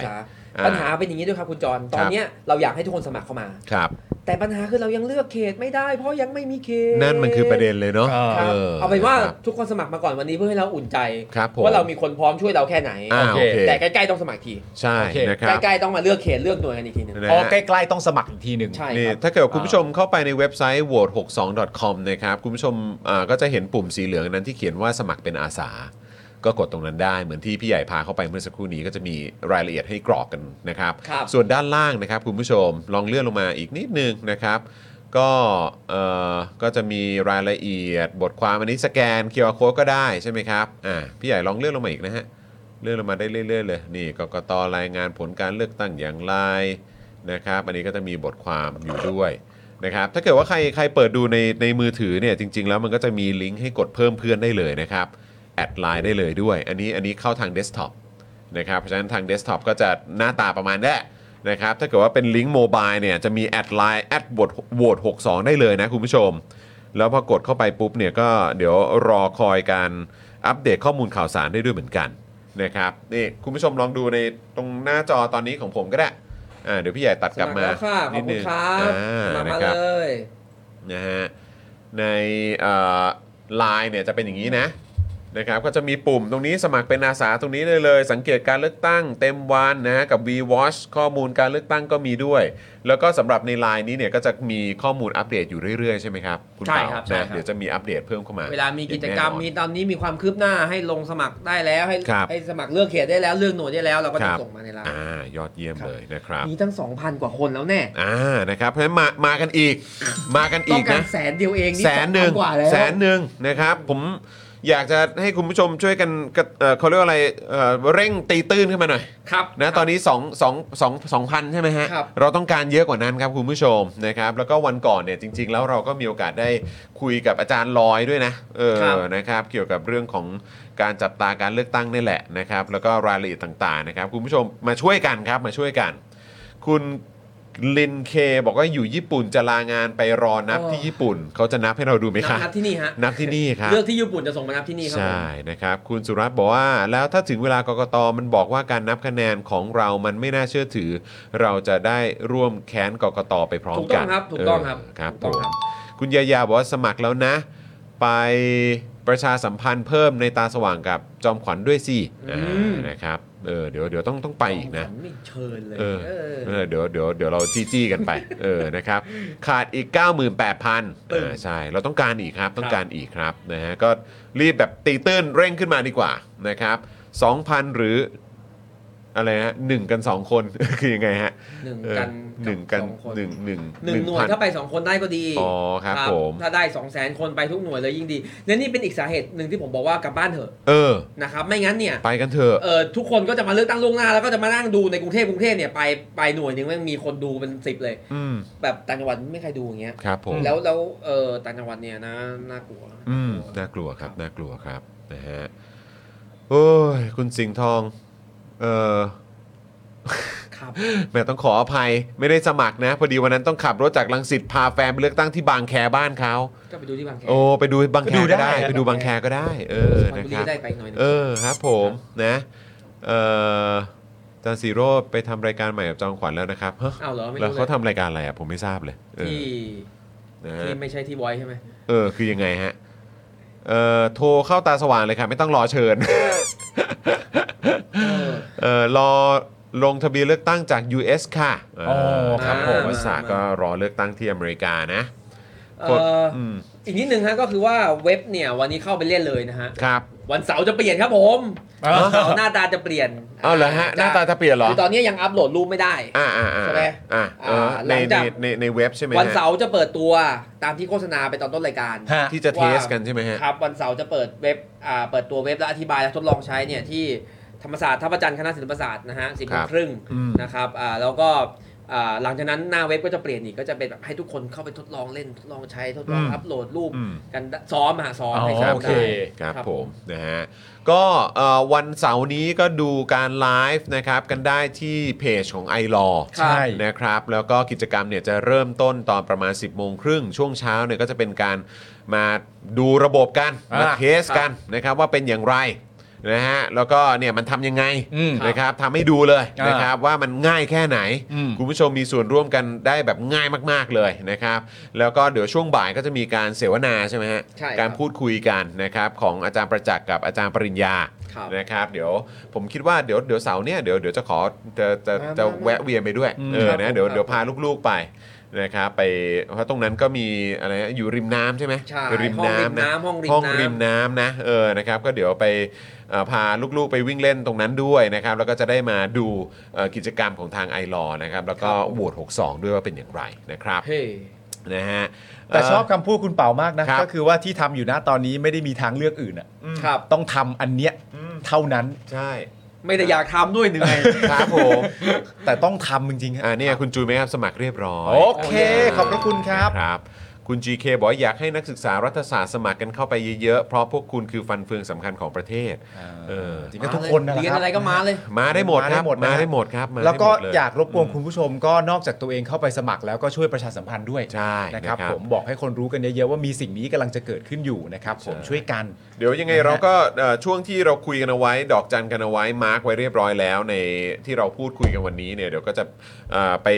Speaker 2: อส
Speaker 1: อ่า
Speaker 2: ปัญหาเป็นอย่างนี้ด้วยครับคุณจรตอ
Speaker 1: คน รับ
Speaker 2: เนี้ยเราอยากให้ทุกคนสมัครเข้ามา
Speaker 1: ครับ
Speaker 2: แต่ปัญหาคือเรายังเลือกเขตไม่ได้ เพราะยังไม่มีเขต
Speaker 1: นั่นมันคือประเด็นเลยเนาะ
Speaker 2: ครับเอาเป็นว่า
Speaker 1: ครับ
Speaker 2: ทุกคนสมัครมาก่อนวันนี้เพื่อให้เราอุ่นใจ
Speaker 1: ครับผม
Speaker 2: ว่าเรามีคนพร้อมช่วยเราแค่ไหน
Speaker 1: อ่าโอเค
Speaker 2: แต่ใกล้ๆต้องสมัครที
Speaker 1: ใช่
Speaker 3: โอเค
Speaker 1: นะครับ
Speaker 2: ใกล้ๆต้องมาเลือกเขตเลือกหน่วยกันอีกทีหนึง
Speaker 1: นะ
Speaker 3: อ๋อ
Speaker 1: ฮะ
Speaker 3: ใกล้ๆต้องสมัครอีกทีหนึ่ง
Speaker 2: ใช่
Speaker 1: นี่
Speaker 2: ครับ
Speaker 1: ถ้าเกิดคุณผู้ชมเข้าไปในเว็บไซต์ vote62.com นะครับ คุณผู้ชมอ่าก็จะเห็นปุ่มสีเหลืองนั้นที่เขียนว่าสมัครเป็นอาสา ก็กดตรงนั้นได้เหมือนที่พี่ใหญ่พาเข้าไปเมื่อสักครู่นี้ก็จะมีรายละเอียดให้กรอกกันนะครับ
Speaker 2: ครับ
Speaker 1: ส่วนด้านล่างนะครับคุณผู้ชมลองเลื่อนลงมาอีกนิดนึงนะครับ ก็เอ่อก็จะมีรายละเอียดบทความอันนี้สแกน QR code ก็ได้ใช่ไหมครับอ่าพี่ใหญ่ลองเลื่อนลงมาอีกนะฮะเลื่อนลงมาได้เรื่อยๆเลยนี่กกตรายงานผลการเลือกตั้งอย่างไร นะครับอันนี้ก็จะมีบทความอยู่ด้วยนะครับถ้าเกิดว่าใครใครเปิดดูในในมือถือเนี่ยจริง ๆ แล้วมันก็จะมีลิงก์ให้กดเพิ่มเพื่อนได้เลยนะครับแอดไลน์ได้เลยด้วย อันนี้อันนี้เข้าทางเดสก์ท็อปนะครับเพราะฉะนั้นทางเดสก์ท็อปก็จะหน้าตาประมาณนี้นะครับถ้าเกิดว่าเป็นลิงก์โมบายเนี่ยจะมีแอดไลน์แอดโหวต62 ได้เลยนะคุณผู้ชม แล้วพอกดเข้าไปปุ๊บเนี่ยก็เดี๋ยวรอคอยการอัปเดตข้อมูลข่าวสารได้ด้วยเหมือนกันนะครับนี่คุณผู้ชมลองดูในตรงหน้าจอตอนนี้ของผมก็ได้อ่าเดี๋ยวพี่ใหญ่ตัดกลับมา
Speaker 2: สครแล้วค่ะขอบ
Speaker 1: ด
Speaker 2: คุ
Speaker 1: นึ
Speaker 2: ณ
Speaker 1: ง
Speaker 2: ครับ
Speaker 1: อ่า
Speaker 2: สมั
Speaker 1: นะ
Speaker 2: ครมา
Speaker 1: ครับ
Speaker 2: เลย
Speaker 1: นะฮะในไลน์เนี่ยจะเป็นอย่างนี้นะนะครับก็จะมีปุ่มตรงนี้สมัครเป็นอาสาตรงนี้ได้เลย สังเกตการเลือกตั้งเต็มวันนะฮะกับ V Watch ข้อมูลการเลือกตั้งก็มีด้วย แล้วก็สำหรับในไลน์นี้เนี่ยก็จะมีข้อมูลอัปเดตอยู่เรื่อยๆใช่ไหมครับณ
Speaker 2: ใช่
Speaker 1: เปา
Speaker 2: ครับใช่
Speaker 1: นะครับ เดี๋ยวจะมีอัปเดตเพิ่มเข้ามา
Speaker 2: เวลามีกิจกรรมมี
Speaker 1: อย่างแน่นอน
Speaker 2: ตอนนี้มีความคืบหน้าให้ลงสมัครได้แล้ว ให้
Speaker 1: ครับ
Speaker 2: ให้สมัครเลือกเขตได้แล้วเลือกหน่วยได้แล้วเราก็
Speaker 1: ค
Speaker 2: จะ
Speaker 1: รับ
Speaker 2: ส่งมาในไลน์
Speaker 1: อ่ายอดเยี่ยมเลยนะครับ
Speaker 2: มีทั้ง 2,000 กว่าคนแล้วแน่
Speaker 1: อ่านะครับเพราะฉะนั้นมามากันอีกมากัน
Speaker 2: ต้อ
Speaker 1: อี
Speaker 2: ง
Speaker 1: ก
Speaker 2: การ
Speaker 1: นะ
Speaker 2: แสนเดียวเองนี่
Speaker 1: แสนหนึ่ง
Speaker 2: 2,000กว่าแล้ว
Speaker 1: แสนหนึ่งนะครับ ผมอยากจะให้คุณผู้ชมช่วยกันกระเอ่อเขาเรียกว่าอะไรเอ่อเร่งตีตื้นขึ้นมาหน่อย
Speaker 2: ครับ
Speaker 1: นะตอนนี้2 2 2 2 0 0 ใช่ไหมฮะ
Speaker 2: ครับ
Speaker 1: เราต้องการเยอะกว่านั้นครับคุณผู้ชมนะครับแล้วก็วันก่อนเนี่ยจริง ๆ แล้วเราก็มีโอกาสได้คุยกับอาจารย์ลอยด้วยนะเออ
Speaker 2: ครับ
Speaker 1: นะครับเกี่ยวกับเรื่องของการจับตาการเลือกตั้งนี่แหละนะครับแล้วก็รายละเอียดต่างๆนะครับคุณผู้ชมมาช่วยกันครับมาช่วยกัน คุณลินเคบอกว่าอยู่ญี่ปุ่นจะลางานไปรอนับที่ญี่ปุ่น เขาจะนับให้เราดูไหม
Speaker 2: นั
Speaker 1: ค
Speaker 2: บ
Speaker 1: รับ
Speaker 2: นับที่นี่ฮะ
Speaker 1: นับที่นี่ครับ
Speaker 2: เลือกที่ญี่ปุ่นจะส่งมานับที่นี่ครับผม
Speaker 1: ใช่นะครับ คุณสุรัตน์บอกว่า แล้วถ้าถึงเวลากกตมันบอกว่าการนับคะแนนของเรามันไม่น่าเชื่อถือ เราจะได้ร่วมแค้นกกตไปพร้อม
Speaker 2: ถูก
Speaker 1: กั
Speaker 2: ต้อน งครับถูกต้องครับ
Speaker 1: เครับผ
Speaker 2: ถูกต้อ
Speaker 1: ม
Speaker 2: งครับ
Speaker 1: คุณยายาบอกว่าสมัครแล้วนะ ไปประชาสัมพันธ์เพิ่มในตาสว่างกับจอมขวัญด้วยสิ
Speaker 2: อืม
Speaker 1: อ่านะครับเออเดี๋ยวเดี๋ยวต้องต้องไปอีกนะ
Speaker 2: ผมไม่เชิญเลย
Speaker 1: เออ
Speaker 2: เออ
Speaker 1: เออเดี๋ยวเดี๋ยวเดี๋ยวเราจี้ๆกันไป เออนะครับ ขาดอีก 98,000อ่าใช่ เราต้องการอีกครับต้องการอีกครับนะฮะก็รีบแบบตีตื้นเร่งขึ้นมาดีกว่านะครับ 2,000 หรือ อะไรฮะหนึ่งกันสองคน คือยังไงฮะ
Speaker 2: หนึ่ง
Speaker 1: เออ
Speaker 2: กัน
Speaker 1: หนึ่งกัน
Speaker 2: สอค
Speaker 1: หนึ่งหนึ่ง
Speaker 2: หนึ่งหน่วย
Speaker 1: พั
Speaker 2: ถ้าไปสองคนได้ก็ดี
Speaker 1: อ๋อครับผม
Speaker 2: ถ้าได้สองแสนคนไปทุกหน่วยเลยยิ่งดีและนี่เป็นอีกสาเหตุหนึ่งที่ผมบอกว่ากลับบ้านเถอะ
Speaker 1: เออ
Speaker 2: นะครับไม่งั้นเนี่ย
Speaker 1: ไปกันเถอะ
Speaker 2: เออทุกคนก็จะมาเลือกตั้งล่วงหน้าแล้วก็จะมานั่งดูในกรุงเทพกรุงเทพเนี่ยไปไปหน่วยหนึ่งแมันมีคนดูเป็นสิบเลย
Speaker 1: อืม
Speaker 2: แบบต่างจังหวัดไม่ใครดูอย่างเงี้ย
Speaker 1: ครับผม
Speaker 2: แล้วแล้วเออต่างจังหวัดเนี่ยนะน่ากลัว
Speaker 1: อืมน่ากลัวครับน่ากลัวครับนะฮะโอ้ยคุณสิงห์ทอง เออ
Speaker 2: ครับ
Speaker 1: แหม่ต้องขออภัยไม่ได้สมัครนะ พอดีวันนั้นต้องขับรถจากลังสิตพาแฟนไปเลือกตั้งที่บางแคบ้านเขา
Speaker 2: ก็ไปดูที่บางแค
Speaker 1: โอ้ไปดูบางแค
Speaker 3: ไปดู
Speaker 1: ก็
Speaker 3: ได้
Speaker 1: ได้ไปดูบางแคก็ได้ เออ
Speaker 2: สุ
Speaker 1: นะค
Speaker 2: พรรณบุรี
Speaker 1: รับ
Speaker 2: ได้ไปหน่อยหนึง
Speaker 1: เออครับผมนะเอออาจารย์สีโรดไปทำรายการใหม่กับจองขวัญแล้วนะครับฮะ
Speaker 2: เอาเหรอไม่
Speaker 1: แล้ว
Speaker 2: รู้เล
Speaker 1: เขา
Speaker 2: ย
Speaker 1: ทำรายการอะไรอ่ะผมไม่ทราบเลยเออ
Speaker 2: ที่
Speaker 1: นะ
Speaker 2: ที่
Speaker 1: ฮะ
Speaker 2: ไม่ใช่ที่บอยใช่ไหม
Speaker 1: เออคือยังไงฮะเออโทรเข้าตาสว่างเลยค่ะ ไม่ต้องรอเชิญ
Speaker 2: เออ
Speaker 1: เอ่อรอลงทะเบียนเลือกตั้งจาก US ค่ะ
Speaker 3: อ๋อ
Speaker 2: ครับ
Speaker 1: อ่า
Speaker 2: ผม
Speaker 1: วสาก็รอเลือกตั้งที่อเมริกานะ
Speaker 2: เอ่
Speaker 1: กด
Speaker 2: อ
Speaker 1: อืม
Speaker 2: อีกนิดนึงฮะก็คือว่าเว็บเนี่ยวันนี้เข้าไปเล่นเลยนะฮะ
Speaker 1: ครับ
Speaker 2: วันเสาร์จะเปลี่ยนครับผม
Speaker 3: เออ
Speaker 2: วันเสาร์หน้าตาจะเปลี่ยน
Speaker 1: เอาเหรอฮะ หน้าตาจะเปลี่ยนเหรอ
Speaker 2: คือตอนนี้ยังอัปโหลดรูปไม่ได้
Speaker 1: อ่าอ่าอ่า
Speaker 2: ใช่ไหม
Speaker 1: อ่าเออ
Speaker 2: อ่า
Speaker 1: ในใน
Speaker 2: หลังจาก
Speaker 1: ในในเว็บใช่ไหมฮะ
Speaker 2: วันเสาร์จะเปิดตัวตามที่โฆษณาไปตอนต้นรายการ
Speaker 3: ฮะ
Speaker 1: ที่จะเทสกันใช่ไหมฮะ
Speaker 2: ครับวันเสาร์จะเปิดเว็บอ่าเปิดตัวเว็บและอธิบายและทดลองใช้เนี่ยที่ธรรมศาสตร์ท่าประจันทร์คณะศิลปศาสตร์นะฮะสิบ
Speaker 1: ครั
Speaker 2: โมง
Speaker 1: บ
Speaker 2: ครึ่ง
Speaker 1: อืม
Speaker 2: นะครับอ่าแล้วก็อ่าหลังจากนั้นหน้าเว็บก็จะเปลี่ยนอีกก็จะเป็นแบบให้ทุกคนเข้าไปทดลองเล่นทดลองใช้ทดลอง
Speaker 3: อืม
Speaker 2: อัพโหลดรูป
Speaker 1: อืม
Speaker 2: กันซ้อมหาซ้อม
Speaker 3: อ๋อ
Speaker 2: ให้ซ้อม
Speaker 3: โอเค
Speaker 2: ได้
Speaker 1: ครับ
Speaker 2: ครับ
Speaker 1: ผม นะฮะ ก็เอ่อวันเสาร์นี้ก็ดูการไลฟ์นะครับ กันได้ที่เพจของ i l a w
Speaker 2: ใช่
Speaker 1: นะครับ แล้วก็กิจกรรมเนี่ยจะเริ่มต้นตอนประมาณ 10บโมงครึ่งช่วงเช้าเนี่ยก็จะเป็นการมาดูระบบกัน
Speaker 3: อ่าม
Speaker 1: มาเทสกันนะครับว่าเป็นอย่างไรนะฮะแล้วก็เนี่ยมันทำยังไง
Speaker 3: อืม
Speaker 1: นะครับทำให้ดูเลย
Speaker 3: อ่าน
Speaker 1: นะครับว่ามันง่ายแค่ไหน
Speaker 3: อืม
Speaker 1: คุณผู้ชมมีส่วนร่วมกันได้แบบง่ายมาก ๆ เลยนะครับ แล้วก็เดี๋ยวช่วงบ่ายก็จะมีการเสวนาใช่ไหมฮะ
Speaker 2: ใช่ครับ
Speaker 1: การพูดคุยกันนะครับของอาจารย์ประจักษ์กับอาจารย์ปริญญา
Speaker 2: ครับ
Speaker 1: นะครับ เดี๋ยวผมคิดว่าเดี๋ยวเดี๋ยวเสาร์เนี่ยเดี๋ยวเดี๋ยวจะขอจะจะ
Speaker 2: มา
Speaker 1: จะ
Speaker 2: มามา
Speaker 1: แวะเวียนไปด้วย
Speaker 3: อืม
Speaker 1: เออ
Speaker 2: ครั
Speaker 1: นะ
Speaker 2: บ
Speaker 1: เดี๋ยว
Speaker 2: ผม
Speaker 1: เดี๋ยวพาลูกๆไปนะครับไป เพราะตรงนั้นก็มีอะไรนะอยู่ริมน้ำใช่ไหม
Speaker 2: ใช่
Speaker 1: ริมน้ำนะ
Speaker 2: ห้องริมน้ำห้
Speaker 1: ห้อ
Speaker 2: อง งริ
Speaker 1: ริม
Speaker 2: มน้ำ
Speaker 1: น้ำนะ เออ นะครับ ก็เดี๋ยวไป เอ่อพาลูกๆไปวิ่งเล่นตรงนั้นด้วยนะครับ แล้วก็จะได้มาดูเอ่อกิจกรรมของทางไอรอนะครับ แล้วก็โหวต62 ด้วยว่าเป็นอย่างไรนะครับ
Speaker 2: เฮ้ย
Speaker 1: นะฮะ
Speaker 3: แต่ชอบคำพูดคุณเป่ามากนะครับ ก็คือว่าที่ทำอยู่นะตอนนี้ไม่ได้มีทางเลือกอื่นอ่ะ
Speaker 2: ครับ
Speaker 3: ต้องทำอันเนี้ย
Speaker 1: อืม
Speaker 3: เท่านั้น
Speaker 1: ใช่
Speaker 2: ไม่ได้อยากทำด้วยเหนื่อย
Speaker 1: ครับผม
Speaker 3: แต่ต้องทำจริงๆฮะ
Speaker 1: อ่าเนี่ยคุณจูนไหมครับสมัครเรียบร้อย
Speaker 3: โอเคขอบพระคุณครับ
Speaker 1: นะครับ คุณ GK บอกว่าอยากให้นักศึกษารัฐศาสตร์สมัครกันเข้าไปเยอะๆ เพราะพวกคุณคือฟันเฟืองสำคัญของประเทศ เออ
Speaker 3: จริงก็ทุกคนนะคบ
Speaker 2: เรียนอะไรก็มาเลย
Speaker 1: มาได้หมดครับ มา
Speaker 3: มาได้
Speaker 1: ได้ห
Speaker 3: ห
Speaker 1: ม
Speaker 3: ม
Speaker 1: ด
Speaker 3: ด
Speaker 1: ค
Speaker 3: นะ
Speaker 1: รับ
Speaker 3: ฮะ
Speaker 1: มได้หมด
Speaker 3: แล้วก็
Speaker 1: เ
Speaker 3: อยากรบกวนคุณผู้ชมก็นอกจากตัวเองเข้าไปสมัครแล้วก็ช่วยประชาสัมพันธ์ด้วย
Speaker 1: ใช่นะค
Speaker 3: นะค
Speaker 1: รั
Speaker 3: รับ บผมบอกให้คนรู้กันเยอะๆว่ามีสิ่งนี้กำลังจะเกิดขึ้นอยู่นะครับผม
Speaker 1: ใช่
Speaker 3: ช่วยกัน
Speaker 1: เดี๋ยวยังไงเราก็เอ่อช่วงที่เราคุยกันเอาไว้ ดอกจันกันเอาไว้มาร์กไว้เรียบร้อยแล้ว ในที่เราพูดคุยกันวันนี้เนี่ยเดี๋ยวก็จะเอ่อไป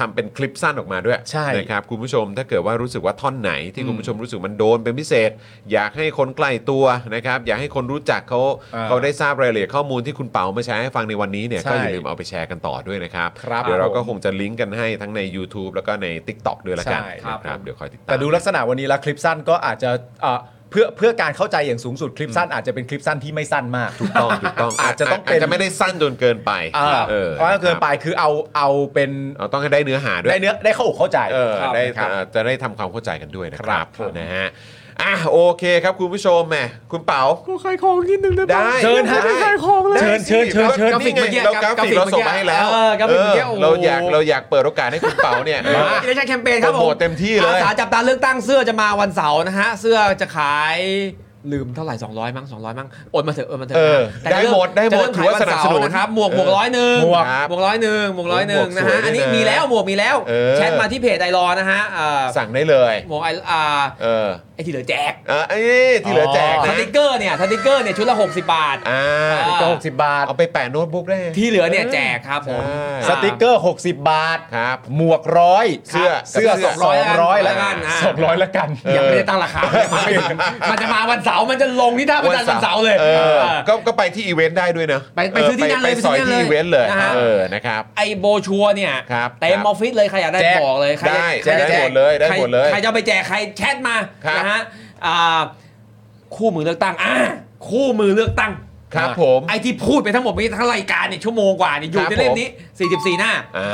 Speaker 1: ทำเป็นคลิปสั้นออกมาด้วย
Speaker 3: ใช่
Speaker 1: นะครับคุณผู้ชมถ้าเกิดว่ารู้สึกว่าท่อนไหนที่
Speaker 3: อืม
Speaker 1: คุณผู้ชมรู้สึกมันโดนเป็นพิเศษ อยากให้คนใกล้ตัวนะครับอยากให้คนรู้จักเขา
Speaker 3: อ่า
Speaker 1: เขาได้ทราบรายละเอียดข้อมูลที่คุณเปามาแชร์ให้ฟังในวันนี้เนี่ย
Speaker 3: ใช่
Speaker 1: ก็อย่าลืมเอาไปแชร์กันต่อด้วยนะครับ
Speaker 3: ครับ
Speaker 1: เดี๋ยวเราก็
Speaker 3: ผม
Speaker 1: คงจะลิงก์กันให้ทั้งใน YouTube แล้วก็ใน Tik t o อกด้วยละกัน
Speaker 3: ใช่
Speaker 1: นะค
Speaker 2: ครั
Speaker 1: รับบ เดี๋ยวคอยติดตาม
Speaker 3: แต่ดูลักษณะวันนี้แล้วคลิปสั้นก็อาจจะเอ่อเพื่อเพื่อการเข้าใจอย่างสูงสุดคลิปสั้นอาจจะเป็นคลิปสั้นที่ไม่สั้นมาก
Speaker 1: ถูกต้องถูกต้อง
Speaker 3: อาจจะต้องเป็น
Speaker 1: าจจะไม่ได้สั้นจนเกินไป
Speaker 3: อ่า
Speaker 1: เออ
Speaker 3: เพราะว่าเกินไปคือเอาเอาเป็น
Speaker 1: เราต้องให้ได้เนื้อหาด้วย
Speaker 3: ได้เนื้อได้เข้าอกเข้าใจ
Speaker 1: เออ
Speaker 3: ครับ
Speaker 1: ได้
Speaker 3: ครับ
Speaker 1: เอ่อจะได้ทำความเข้าใจกันด้วยนะค
Speaker 3: ครั
Speaker 1: รับบ
Speaker 3: ผม
Speaker 1: นะฮะอ่ะโอเคครับคุณผู้ชมแหมคุณเป๋า
Speaker 4: ก็ขายของนิดนึงได้ปะ
Speaker 1: ได้
Speaker 3: เชิญฮะ
Speaker 1: ได้
Speaker 4: ขายของเลย
Speaker 3: เชิญเชิญเชิญเชิญ
Speaker 1: กราฟิก
Speaker 2: นี่ไง
Speaker 1: เรากราฟิกเราส่งมาให้แล้ว
Speaker 2: เออกราฟิกเมื่อกี้
Speaker 1: เอ
Speaker 2: โอ้
Speaker 1: อ
Speaker 2: โห
Speaker 1: เราอยากเราอยากเปิดโอกาสให้คุณเป๋าเนี่ย
Speaker 2: อิเล็กชันแคมเปญครับผ
Speaker 1: โปรโมท
Speaker 2: ม
Speaker 1: เต็มที่เลย
Speaker 2: อาสาจับตาเลือกตั้งเสื้อจะมาวันเสาร์นะฮะ เสื้อจะขายลืมเท่าไหร่ 200 มั้ง200 มั้งโอนมาเถอะโอนมาเถอะ
Speaker 1: เออ
Speaker 2: แต่จะ
Speaker 1: ได้
Speaker 2: เริ่
Speaker 1: หมดได้หมด
Speaker 2: จะเริ่ขย
Speaker 1: ถือว่าสนับสนุน
Speaker 2: เาร์นะครับหมวกหมวก
Speaker 1: เออ
Speaker 2: ร้อยหนึ่ง
Speaker 1: หมวกครับ
Speaker 2: หมวกร้อยหนึ่งหมวกร้อยหนึ่งนะ
Speaker 1: หมวกสวย
Speaker 2: ฮะอันนี้
Speaker 1: ด้วยนะ
Speaker 2: มีแล้วหมวกมีแล้ว
Speaker 1: เออ
Speaker 2: แชทมาที่เพจไอรอนะฮะเอ่อ
Speaker 1: สั่งได้เลย
Speaker 2: หมวกไออ่า
Speaker 1: เออ
Speaker 2: ไอที่เหลือแจก
Speaker 1: เออเอ้ยที่เหลือแจก
Speaker 2: ส
Speaker 1: นะ
Speaker 2: ติกเกอร์เนี่ยสติกเกอร์เนี่ยชุดละ 60 บาท
Speaker 1: อ่า
Speaker 2: อ่า
Speaker 3: ก็หกสิบบาท
Speaker 1: เอาไปแปะโน้ตบุ๊กได้
Speaker 2: ที่เหลือเนี่ยแจกครับผม
Speaker 1: ใช่
Speaker 3: สติกเกอร์ 60 บาท
Speaker 1: ครับ
Speaker 3: หมวกร้อย
Speaker 1: เสื้อ
Speaker 3: เสื้อ
Speaker 1: เสื้อ
Speaker 3: 200
Speaker 2: แล้
Speaker 3: แล้ว ว
Speaker 2: กั
Speaker 3: กัน น
Speaker 2: นะ
Speaker 3: สองร้อยแล้วกัน
Speaker 2: ยังไม่ได้ตั้งราคา เลยมันไม่ถึงมันจะมาวันเสาร์มันจะลงที่ท่าพระจันทร์วันเสาร์เลย
Speaker 1: ออก็ก็ไปที่อีเวนต์ได้ด้วยนะ
Speaker 2: ไปไปซื้อที่นั่นเลย
Speaker 1: ไปซอย
Speaker 2: ไปซื้อที่นั่น
Speaker 1: ที่
Speaker 2: เลย
Speaker 1: อีเวนต์เลย
Speaker 2: นะฮะ
Speaker 1: เออนะครับ
Speaker 2: ไอโบชัวร์เนี่ย
Speaker 1: ครับ
Speaker 2: เต็
Speaker 1: ค
Speaker 2: ม
Speaker 1: รับ
Speaker 2: ออฟฟิศเลยใครอยากได้
Speaker 1: แจก
Speaker 2: บอกเลยใครอยาก
Speaker 1: ได้
Speaker 2: ใครอยาก
Speaker 1: ได้หมดเลยได้
Speaker 2: ใคร
Speaker 1: หมดเลย
Speaker 2: ใครจะไปแจกใครแชทมา
Speaker 1: ครับ
Speaker 2: นะฮะอ่าคู่มือเลือกตั้งอ่าคู่มือเลือกตั้ง
Speaker 1: ครับผม
Speaker 2: ไอ้ที่พูดไปทั้งหมดนี้ทั้งรายการเนี่ยชั่วโมงกว่าเนี่ยอยู่
Speaker 1: ครับ
Speaker 2: ในเล่มนี้ 44 หน้า
Speaker 1: อ่า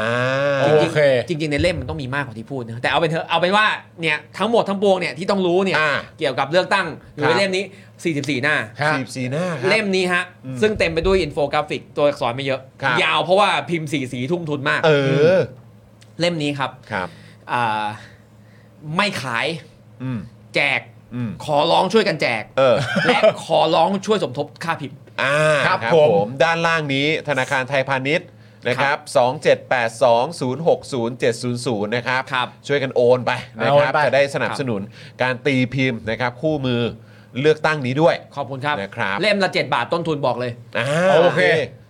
Speaker 3: โอเค
Speaker 2: จริงๆในเล่มมันต้องมีมากกว่าที่พูดนะแต่เอาเป็นเถอะเอาเป็นว่าเนี่ยทั้งหมดทั้งปวงเนี่ยที่ต้องรู้เนี่ย
Speaker 1: อ่า
Speaker 2: เกี่ยวกับเลือกตั้งอยู่ในเล่มนี้ 44 หน้า
Speaker 3: ฮะ
Speaker 1: สีบสีหน้าครับ
Speaker 2: เล่มนี้ฮะ
Speaker 1: อืม
Speaker 2: ซึ่งเต็มไปด้วยอินโฟกราฟิกตัวอักษรไม่เยอะ
Speaker 1: ครับ
Speaker 2: ยาวเพราะว่าพิมพ์สีสีทุ่มทุนมาก
Speaker 1: เออ
Speaker 2: เล่มนี้ครับ
Speaker 1: ครับ
Speaker 2: อ่าไม่ขาย
Speaker 1: อืม
Speaker 2: แจก
Speaker 1: อืม
Speaker 2: ขอร้องช่วยกันแจก
Speaker 1: เออ
Speaker 2: และ ขอร้องช่วยสมทบค่าพิมพ์
Speaker 1: อ่า
Speaker 3: ครับผม
Speaker 1: ด้านล่างนี้ธนาคารไทยพาณิชย์นะครับ 2782060700 นะครับ
Speaker 2: ครับ
Speaker 1: ช่วยกันโอนไปนะครับ
Speaker 3: เอาไป
Speaker 1: จะได้สนับสนุนการตีพิมพ์นะครับ คู่มือเลือกตั้งนี้ด้วย
Speaker 2: ขอบคุณครับ
Speaker 1: นะครับ
Speaker 2: เล่มละ 7 บาทต้นทุนบอกเลย
Speaker 1: อ่า
Speaker 3: โอเค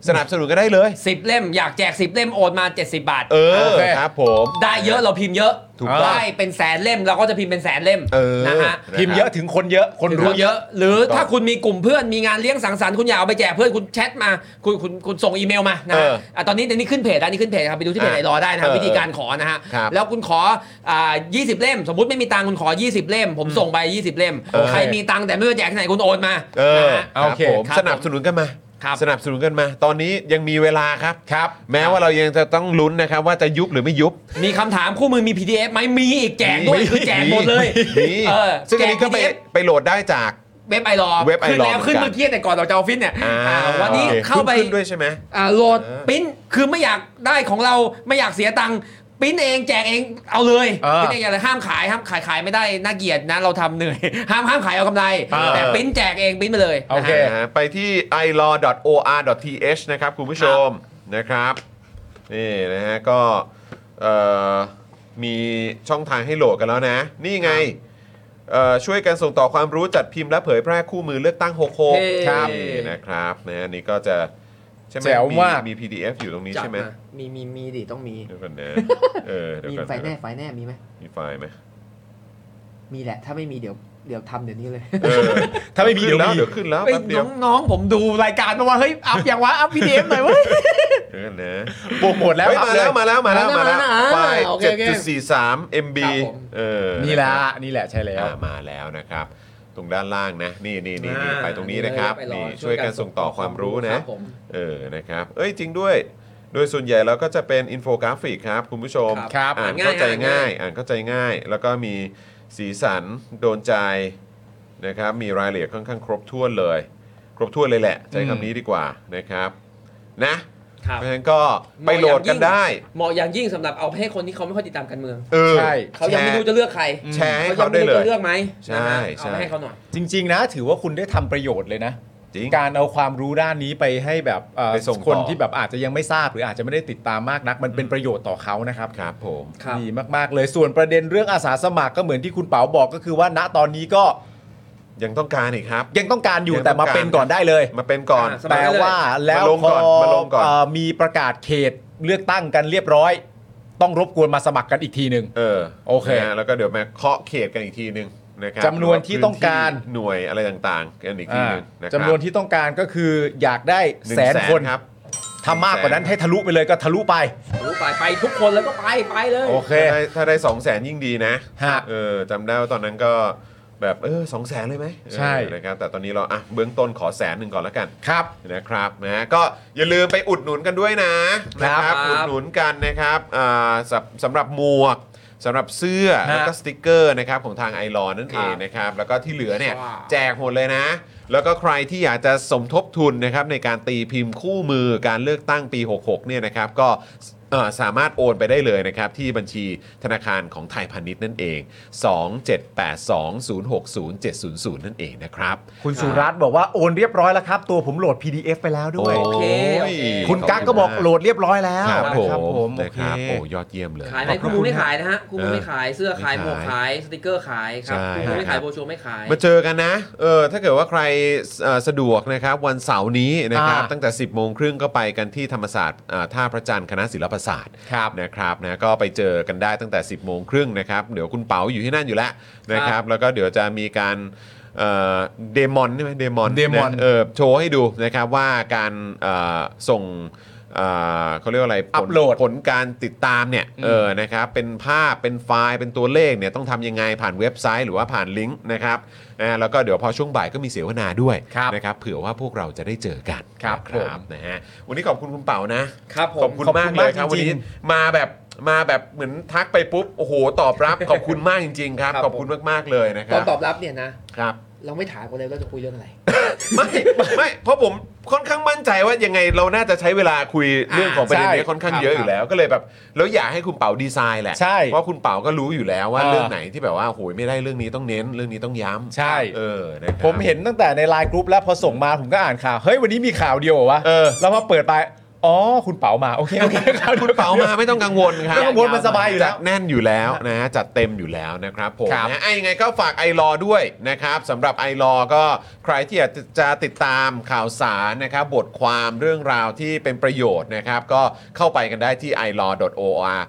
Speaker 1: สนับสนุนก็ได้เลย
Speaker 2: 10 เล่มอยากแจก 10 เล่มโอนมา 70 บาท
Speaker 1: เอ
Speaker 3: โอ
Speaker 1: อ
Speaker 3: เค
Speaker 1: ครับผม
Speaker 2: ได้เยอะเราพิมพ์เยอะ
Speaker 1: ถูกต้อง
Speaker 2: ได้เป็นแสนเล่มเราก็จะพิมพ์เป็นแสนเล่ม
Speaker 1: เออ
Speaker 2: นะฮะ
Speaker 3: พิมพ์เยอะถึงคนเยอะ คน
Speaker 2: รู้
Speaker 3: รู้เย
Speaker 2: เย
Speaker 3: อะ
Speaker 2: อะ หรือถ้าคุณมีกลุ่มเพื่อนมีงานเลี้ยงสังสรรค์คุณอยากเอาไปแจกเพื่อนคุณแชทมา คุณคุณคุณส่งอีเมลมานะฮะ
Speaker 1: เอออ่
Speaker 2: ะตอนนี้เดี๋ยวนี้ขึ้นเพจแล้วนี่ขึ้นเพจครับไปดูที่เพจ
Speaker 1: อ่ะ
Speaker 2: ไอรอได้นะฮะ
Speaker 1: เออ
Speaker 2: วิธีการขอนะฮะ
Speaker 1: ครับ
Speaker 2: แล้วคุณขออ่า20 เล่ม สมมุติไม่มีตังค์คุณขอ 20 เล่ม ผมส่งไป 20 เล่ม
Speaker 1: เออ
Speaker 2: ใครมีตังค์แต่ไม่รู้จะแจกที่ไหนคุณโอนมา
Speaker 1: เอ
Speaker 2: นะ
Speaker 1: อ
Speaker 2: ฮะ
Speaker 1: ครับ
Speaker 3: โอเค
Speaker 1: ผม
Speaker 2: ครับ
Speaker 1: สนับสนุนกันมา
Speaker 2: ครับ
Speaker 1: สนับสนุนกันมา ตอนนี้ยังมีเวลาครับ
Speaker 3: ครับ
Speaker 1: แม้ว่าเรายังจะต้องลุ้นนะครับ ว่าจะยุบหรือไม่ยุบ
Speaker 2: มีคำถามคู่มือมี PDF ไหมมีอีกแจกด้วย
Speaker 1: มี
Speaker 2: คือแจกหมด เลย
Speaker 1: นี่
Speaker 2: เออ
Speaker 1: ซึ่งอันนี้ก็ไป
Speaker 2: แจ PDF
Speaker 1: ไปโหลดได้จาก
Speaker 2: เว็บไอรอ
Speaker 1: เว็บ iLaw
Speaker 2: ขึ้นแล้วขึ้น
Speaker 1: เหมือ
Speaker 2: เมื่
Speaker 1: นกัน
Speaker 2: อกี้แต่ก่อนเราจะเอาฟิตเนี่ย
Speaker 1: อ่า
Speaker 2: อ่าวันนี้
Speaker 1: โอค
Speaker 2: เข้าไป
Speaker 1: ขึ้นด้วยใช่ไหม
Speaker 2: อ่าโหลด
Speaker 1: เออ
Speaker 2: ปิ้นคือไม่อยากได้ของเราไม่อยากเสียตังค์ปิ้นเองแจกเองเอาเลย
Speaker 3: เออ
Speaker 2: ปิ้นเองอย่างไรห้ามขายห้ามขายขายไม่ได้น่าเกลียดนะเราทำเหนื่อย ห้ามห้ามขายเอากำไร
Speaker 3: เออ
Speaker 2: แต่ปิ้นแจกเองปิ้นไปเลย
Speaker 3: โอ
Speaker 2: นะ
Speaker 3: เค
Speaker 2: ฮะ
Speaker 1: นะฮะไปที่ ilaw.or.th นะครับคุณผู้ชมนะครับนี่นะฮะก็เอ่อมีช่องทางให้โหลดกันแล้วนะ นี่ไงเอ่อช่วยกันส่งต่อความรู้จัดพิมพ์และเผยแพร่คู่มือเลือกตั้ง
Speaker 2: เฮ้
Speaker 1: 66
Speaker 2: ครับ
Speaker 1: นี่นะครับนะฮะนี่ก็จะใช่ไหม
Speaker 3: แจ๋วมาก
Speaker 1: มี PDF อยู่ตรงนี้
Speaker 2: จับ
Speaker 1: ใช่ไหม
Speaker 2: มามีมีมีดิต้องมี
Speaker 1: เดี๋ยวก่อนนะ เออเดี๋ยว
Speaker 2: มี
Speaker 1: ก่อน
Speaker 2: ไฟแน่ไฟแน่มีไหม
Speaker 1: มีไฟล์ไหม
Speaker 2: มีแหละถ้าไม่มีเดี๋ยวเดี๋ยวทำเดี๋ยวนี้เลย
Speaker 1: เออ
Speaker 3: ถ้าไม่มี
Speaker 1: ขึ้
Speaker 3: เดี๋ย
Speaker 1: น
Speaker 3: ว
Speaker 1: แล้ว
Speaker 3: มี
Speaker 1: เดี๋ยวขึ้นแล้ว
Speaker 2: ไอ้
Speaker 1: แป๊บเดียว
Speaker 2: น้องๆผมดูรายการมาว่าเฮ้ยอัพอย่างวะอัพพีดีเอฟหน่อยเว้ย
Speaker 1: เดี๋ยวก่อนนะ
Speaker 3: โปรโมทแล้ว
Speaker 1: เฮ้ย
Speaker 3: อัพ
Speaker 1: มา
Speaker 3: เย
Speaker 1: แล้วมาแล้วมาแล้วมาแล้ว
Speaker 2: มาแล้วนะ
Speaker 1: ไฟล์
Speaker 2: โอเค
Speaker 1: เจ็ด
Speaker 2: โอเค
Speaker 1: จุดสี่สาม MB
Speaker 2: ครับผม
Speaker 1: เออ
Speaker 3: นี่แหละ นี่แหละใช่แล้ว
Speaker 1: อ่ามาแล้วนะครับ ตรงด้านล่างนะ นี่นี่นี่นี่
Speaker 2: อ่า
Speaker 1: ไปตรงนี้นะครับ
Speaker 2: ไปรอ
Speaker 1: นี่ช่วยกันส่งต่อความรู้
Speaker 2: ค
Speaker 1: นะ
Speaker 2: บผม
Speaker 1: เออนะครับ เอ้ยจริงด้วย โดยส่วนใหญ่เราก็จะเป็นอินโฟกราฟิกครับคุณผู้ชม
Speaker 3: ครับ
Speaker 1: อ่าน
Speaker 2: อ่านง่าย
Speaker 1: เข้าใจ
Speaker 2: อ่าน
Speaker 1: ง่า
Speaker 2: ง่าย ย
Speaker 1: อ่านเข้าใจง่าย แล้วก็มีสีสันโดนใจนะครับ มีรายละเอียดค่อนข้างครบถ้วนเลย ครบถ้วนเลยแหละ ใช้คำนี้ดีกว่านะครับนะ
Speaker 2: ครับ
Speaker 1: เพราะฉะนั้นก็ไปโหลดกันได้
Speaker 2: เหมาะอย่างยิ่งสำหรับเอาไปให้คนที่เขาไม่ค่อยติดตามการเมือง
Speaker 1: เออ
Speaker 3: ใช่
Speaker 2: เขายังไม่รู้จะเลือกใคร
Speaker 1: แชร์ให้
Speaker 2: ยั
Speaker 1: เขาได้
Speaker 2: รู้
Speaker 1: เล
Speaker 2: จะ
Speaker 1: ย
Speaker 2: เลือกไหม
Speaker 1: ใช่
Speaker 2: นะฮะ
Speaker 1: ใช่
Speaker 2: เอาไปให้เขาหน่อย
Speaker 3: จริง ๆ นะ ถือว่าคุณได้ทำประโยชน์เลยนะ
Speaker 1: จริง
Speaker 3: การเอาความรู้ด้านนี้ไปให้แบบเอ่อ
Speaker 1: ไปส่งต่อ
Speaker 3: คนที่แบบอาจจะยังไม่ทราบหรืออาจจะไม่ได้ติดตามมากนัก มันเป็นประโยชน์ต่อเขานะครับ
Speaker 1: ครับผม
Speaker 2: ครับ
Speaker 3: ดีมาก ๆ เลยส่วนประเด็นเรื่องอาสาสมัครก็เหมือนที่คุณเป๋าบอกก็คือว่าณตอนนี้ก็
Speaker 1: ยังต้องการอีกครับ
Speaker 3: ยังต้องการอยู่
Speaker 1: ยังต้
Speaker 3: แต่
Speaker 1: อง
Speaker 3: มา
Speaker 1: การ
Speaker 3: เป็นก่อนได้เลย
Speaker 1: มาเป็นก่อน
Speaker 2: อ่ะสมัคร
Speaker 3: แต่ว่าแล้ว
Speaker 1: มาลง
Speaker 3: พ
Speaker 1: ก่อนมาลงก่อน
Speaker 3: เอ่อมีประกาศเขตเลือกตั้งกันเรียบร้อย ต้องรบกวนมาสมัครกันอีกทีหนึ่ง
Speaker 1: เออ
Speaker 3: โอเค
Speaker 1: นะฮะแล้วก็เดี๋ยวมาเคาะเขตกันอีกทีหนึ่งนะครับ
Speaker 3: จำนวนที่ต้องการ
Speaker 1: พื้นที่หน่วยอะไรต่างๆกันอีกที
Speaker 3: อ่า
Speaker 1: หนึงะครับ
Speaker 3: จำนวนที่ต้องการก็คืออยากได้
Speaker 1: หง
Speaker 3: แสนคน
Speaker 1: ครับ
Speaker 3: ถ้ามากกว่านั้นให้ทะลุไปเลยก็ทะลุไป
Speaker 2: รู้ไปไปทุกคนแล้วก็ไปไปเลย
Speaker 3: โอเค
Speaker 1: ถ้าได้ถ้าได้สองแสนยิ่งดีนะ
Speaker 3: ฮะ
Speaker 1: เออจำได้ว่าตอนนั้นก็แบบเออสองแสนเลยไหม
Speaker 3: ใช่
Speaker 1: เออนะครับแต่ตอนนี้เราอ่ะเบื้องต้นขอแสนหนึ่งก่อนแล้วกัน
Speaker 3: ครับ
Speaker 1: นะครับนะก็อย่าลืมไปอุดหนุนกันด้วยนะนะครับอุดหนุนกันนะครับอ่าสำสำหรับหมวกสำหรับเสื้อ
Speaker 3: ฮะ
Speaker 1: แล้วก็สติกเกอร์นะครับของทางไอรอนนั่นเองนะครับ แล้วก็ที่เหลือเนี่ย
Speaker 2: ว้าว
Speaker 1: แจกหมดเลยนะ แล้วก็ใครที่อยากจะสมทบทุนนะครับในการตีพิมพ์คู่มือการเลือกตั้งปี 66เนี่ยนะครับก็เอ่อสามารถโอนไปได้เลยนะครับ ที่บัญชีธนาคารของไทยพาณิชย์นั่นเอง 2782060700 นั่นเองนะครับ
Speaker 3: คุณสุรัตน์บอกว่าโอนเรียบร้อยแล้วครับ ตัวผมโหลด PDF ไปแล้วด้วย
Speaker 1: โอ้ย
Speaker 2: โอเค
Speaker 3: คุณกั๊กก็บอกโหลดเรียบร้อยแล้ว
Speaker 1: ครับ
Speaker 3: นะ
Speaker 1: ผม
Speaker 3: ครับผมโอ
Speaker 1: นะ
Speaker 3: เค
Speaker 1: ครับโอ้ยอดเยี่ยมเลย
Speaker 2: ขายไหมคุณมูไม่ขายนะฮะคุณ
Speaker 1: เอ
Speaker 2: มู
Speaker 1: อ
Speaker 2: ไม่ขายเสื้อขาย
Speaker 1: ไม่
Speaker 2: ห
Speaker 1: ขาย
Speaker 2: มวกขายสติกเกอร์ขายครับ
Speaker 1: ใช่
Speaker 2: คุณมูไม่
Speaker 1: ครั
Speaker 2: ขา
Speaker 1: บ
Speaker 2: ยโบรชัวร์ไม่ขาย
Speaker 1: มาเจอกันนะ เออ ถ้าเกิดว่าใครเอ่อสะดวกนะครับ วันเสาร์นี้นะครับ
Speaker 3: อ่า
Speaker 1: ตั้งแต่ 10 โมงครึ่งก็ไปกันที่ธรรมศาสตร์อ่าท่าพระจันทร์คณะศิลปศาสตร์
Speaker 3: ครับ
Speaker 1: นะครับนะ ก็ไปเจอกันได้ตั้งแต่ 10 โมงครึ่งนะครับ เดี๋ยวคุณเป๋าอยู่ที่นั่นอยู่แล้วนะครับ แล้วก็เดี๋ยวจะมีการเอ่อเดมอนใช่ไหมเดมอน
Speaker 3: Demon
Speaker 1: เออ โชว์ให้ดูนะครับว่าการเอ่อส่ง อ่าเขาเรียกว่าอะไรผล
Speaker 3: Upload
Speaker 1: ผลการติดตามเนี่ยเออนะครับเป็นภาพเป็นไฟล์เป็นตัวเลขเนี่ยต้องทำยังไงผ่านเว็บไซต์หรือว่าผ่านลิงก์นะครับนะฮะแล้วก็เดี๋ยวพอช่วงบ่ายก็มีเสวนาด้วย
Speaker 3: ครับ
Speaker 1: นะครับเผื่อว่าพวกเราจะได้เจอกัน
Speaker 3: ครับ
Speaker 1: นะ
Speaker 3: ผม
Speaker 1: นะฮะวันนี้ขอบคุณคุณเป๋านะ
Speaker 2: ครับผม
Speaker 1: ขอบคุณมากเลยครับ
Speaker 3: ขอบคุณมากจริ
Speaker 1: วันนี้
Speaker 3: งๆ
Speaker 1: มาแบบมาแบบเหมือนทักไปปุ๊บโอ้โหตอบ รับ ขอบคุณมากจริง ๆ ครับ
Speaker 2: ครับ
Speaker 1: ขอบคุณมากๆเลยนะค
Speaker 2: ตอ
Speaker 1: รั
Speaker 2: น
Speaker 1: บ
Speaker 2: ตอบรับเนี่ยนะ
Speaker 1: ครับ
Speaker 2: เราไม่ถามกันเลยว่าจะคุยเรื่องอะไร
Speaker 1: ไม่ไม่เพราะผมค่อนข้างมั่นใจว่ายังไงเราน่าจะใช้เวลาคุยเรื่องของประเด็นนี้
Speaker 3: ใช่
Speaker 1: ค่อนข้าง
Speaker 3: ครับ
Speaker 1: เยอะอยู่แล้วก็เลยแบบแล้วอยากให้คุณเป๋าดีไซน์แหละ
Speaker 3: ใช่
Speaker 1: เพราะคุณเป๋าก็รู้อยู่แล้วว่า
Speaker 3: เออ
Speaker 1: เรื่องไหนที่แบบว่าโอ้ยไม่ได้เรื่องนี้ต้องเน้นเรื่องนี้ต้องย้ำ
Speaker 3: ใช่
Speaker 1: เออนะครับ
Speaker 3: ผมเห็นตั้งแต่ในไลน์กรุ๊ปแล้วพอส่งมาผมก็อ่านข่าว เฮ้ย วันนี้มีข่าวเดียวเหรอวะ
Speaker 1: เออ
Speaker 3: แล้วพอเปิดไป อ๋อ คุณเป๋ามา โอเค โอเคข่าวดียว
Speaker 1: คุณเป๋า มาไม่ต้องกังวลครับ
Speaker 3: ไม่ต้องกังวลมันสบายอยู่แล้ว
Speaker 1: จัดแน่นอยู่แล้วนะฮะจัดเต็มอยู่แล้วนะครับผม
Speaker 3: ครับ
Speaker 1: นะไอ้ยังไงก็ฝากไอรอด้วยนะครับสำหรับไอรอก็ใครที่อยากจะติดตามข่าวสารนะครับบทความเรื่องราวที่เป็นประโยชน์นะครับก็เข้าไปกันได้ที่ i l a w o r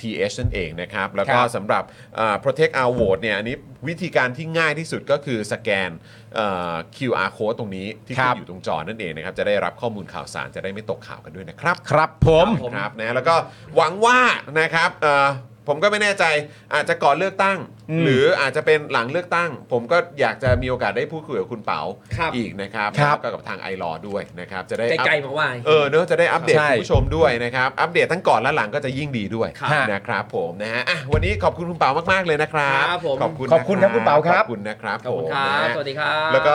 Speaker 1: t h นั่นเองนะครับแล้วก็
Speaker 3: ครับ
Speaker 1: สำหรับเอ่อ protect our vote เนี่ยอันนี้วิธีการที่ง่ายที่สุดก็คือสแกนเอ่อ QR code ตรงนี้ที่
Speaker 3: ครั
Speaker 1: ขึ้
Speaker 3: บ
Speaker 1: นอยู่ตรงจอนั่นเองนะครับจะได้รับข้อมูลข่าวสารจะได้ไม่ตกข่าวกันด้วยนะครับ
Speaker 3: ครับผม
Speaker 2: ผม
Speaker 1: ครับนะแล้วก็หวังว่านะครับเอ่อผมก็ไม่แน่ใจอาจจะก่อนเลือกตั้ง
Speaker 3: อืม
Speaker 1: หรืออาจจะเป็นหลังเลือกตั้ง ผมก็อยากจะมีโอกาสได้พูดคุยกับคุณเปา
Speaker 2: ครับ
Speaker 1: อีกนะครับ
Speaker 3: ครับ
Speaker 1: แล้วก็กับทางไอรอด้วยนะครับจะได้
Speaker 2: ใกล้
Speaker 1: อัป
Speaker 2: ๆมาว่า
Speaker 1: เออเนอะจะได้อัปเดต
Speaker 3: ใช่
Speaker 1: คุณผู้ชมด้วยนะครับอัปเดตทั้งก่อนและหลังก็จะยิ่งดีด้วย
Speaker 3: ครับ
Speaker 1: นะครับผมนะฮะอ่ะวันนี้ขอบคุณคุณเปามากๆเลยนะครับ
Speaker 2: ครับผม
Speaker 1: ขอบคุณ
Speaker 3: ขอบคุณครับคุณเปาครับ
Speaker 1: ขอบคุณนะครับ
Speaker 2: ขอบคุณครั
Speaker 1: ผมนะ
Speaker 2: บ
Speaker 1: ฮะ
Speaker 2: สวัสดีครับ
Speaker 1: แล้วก็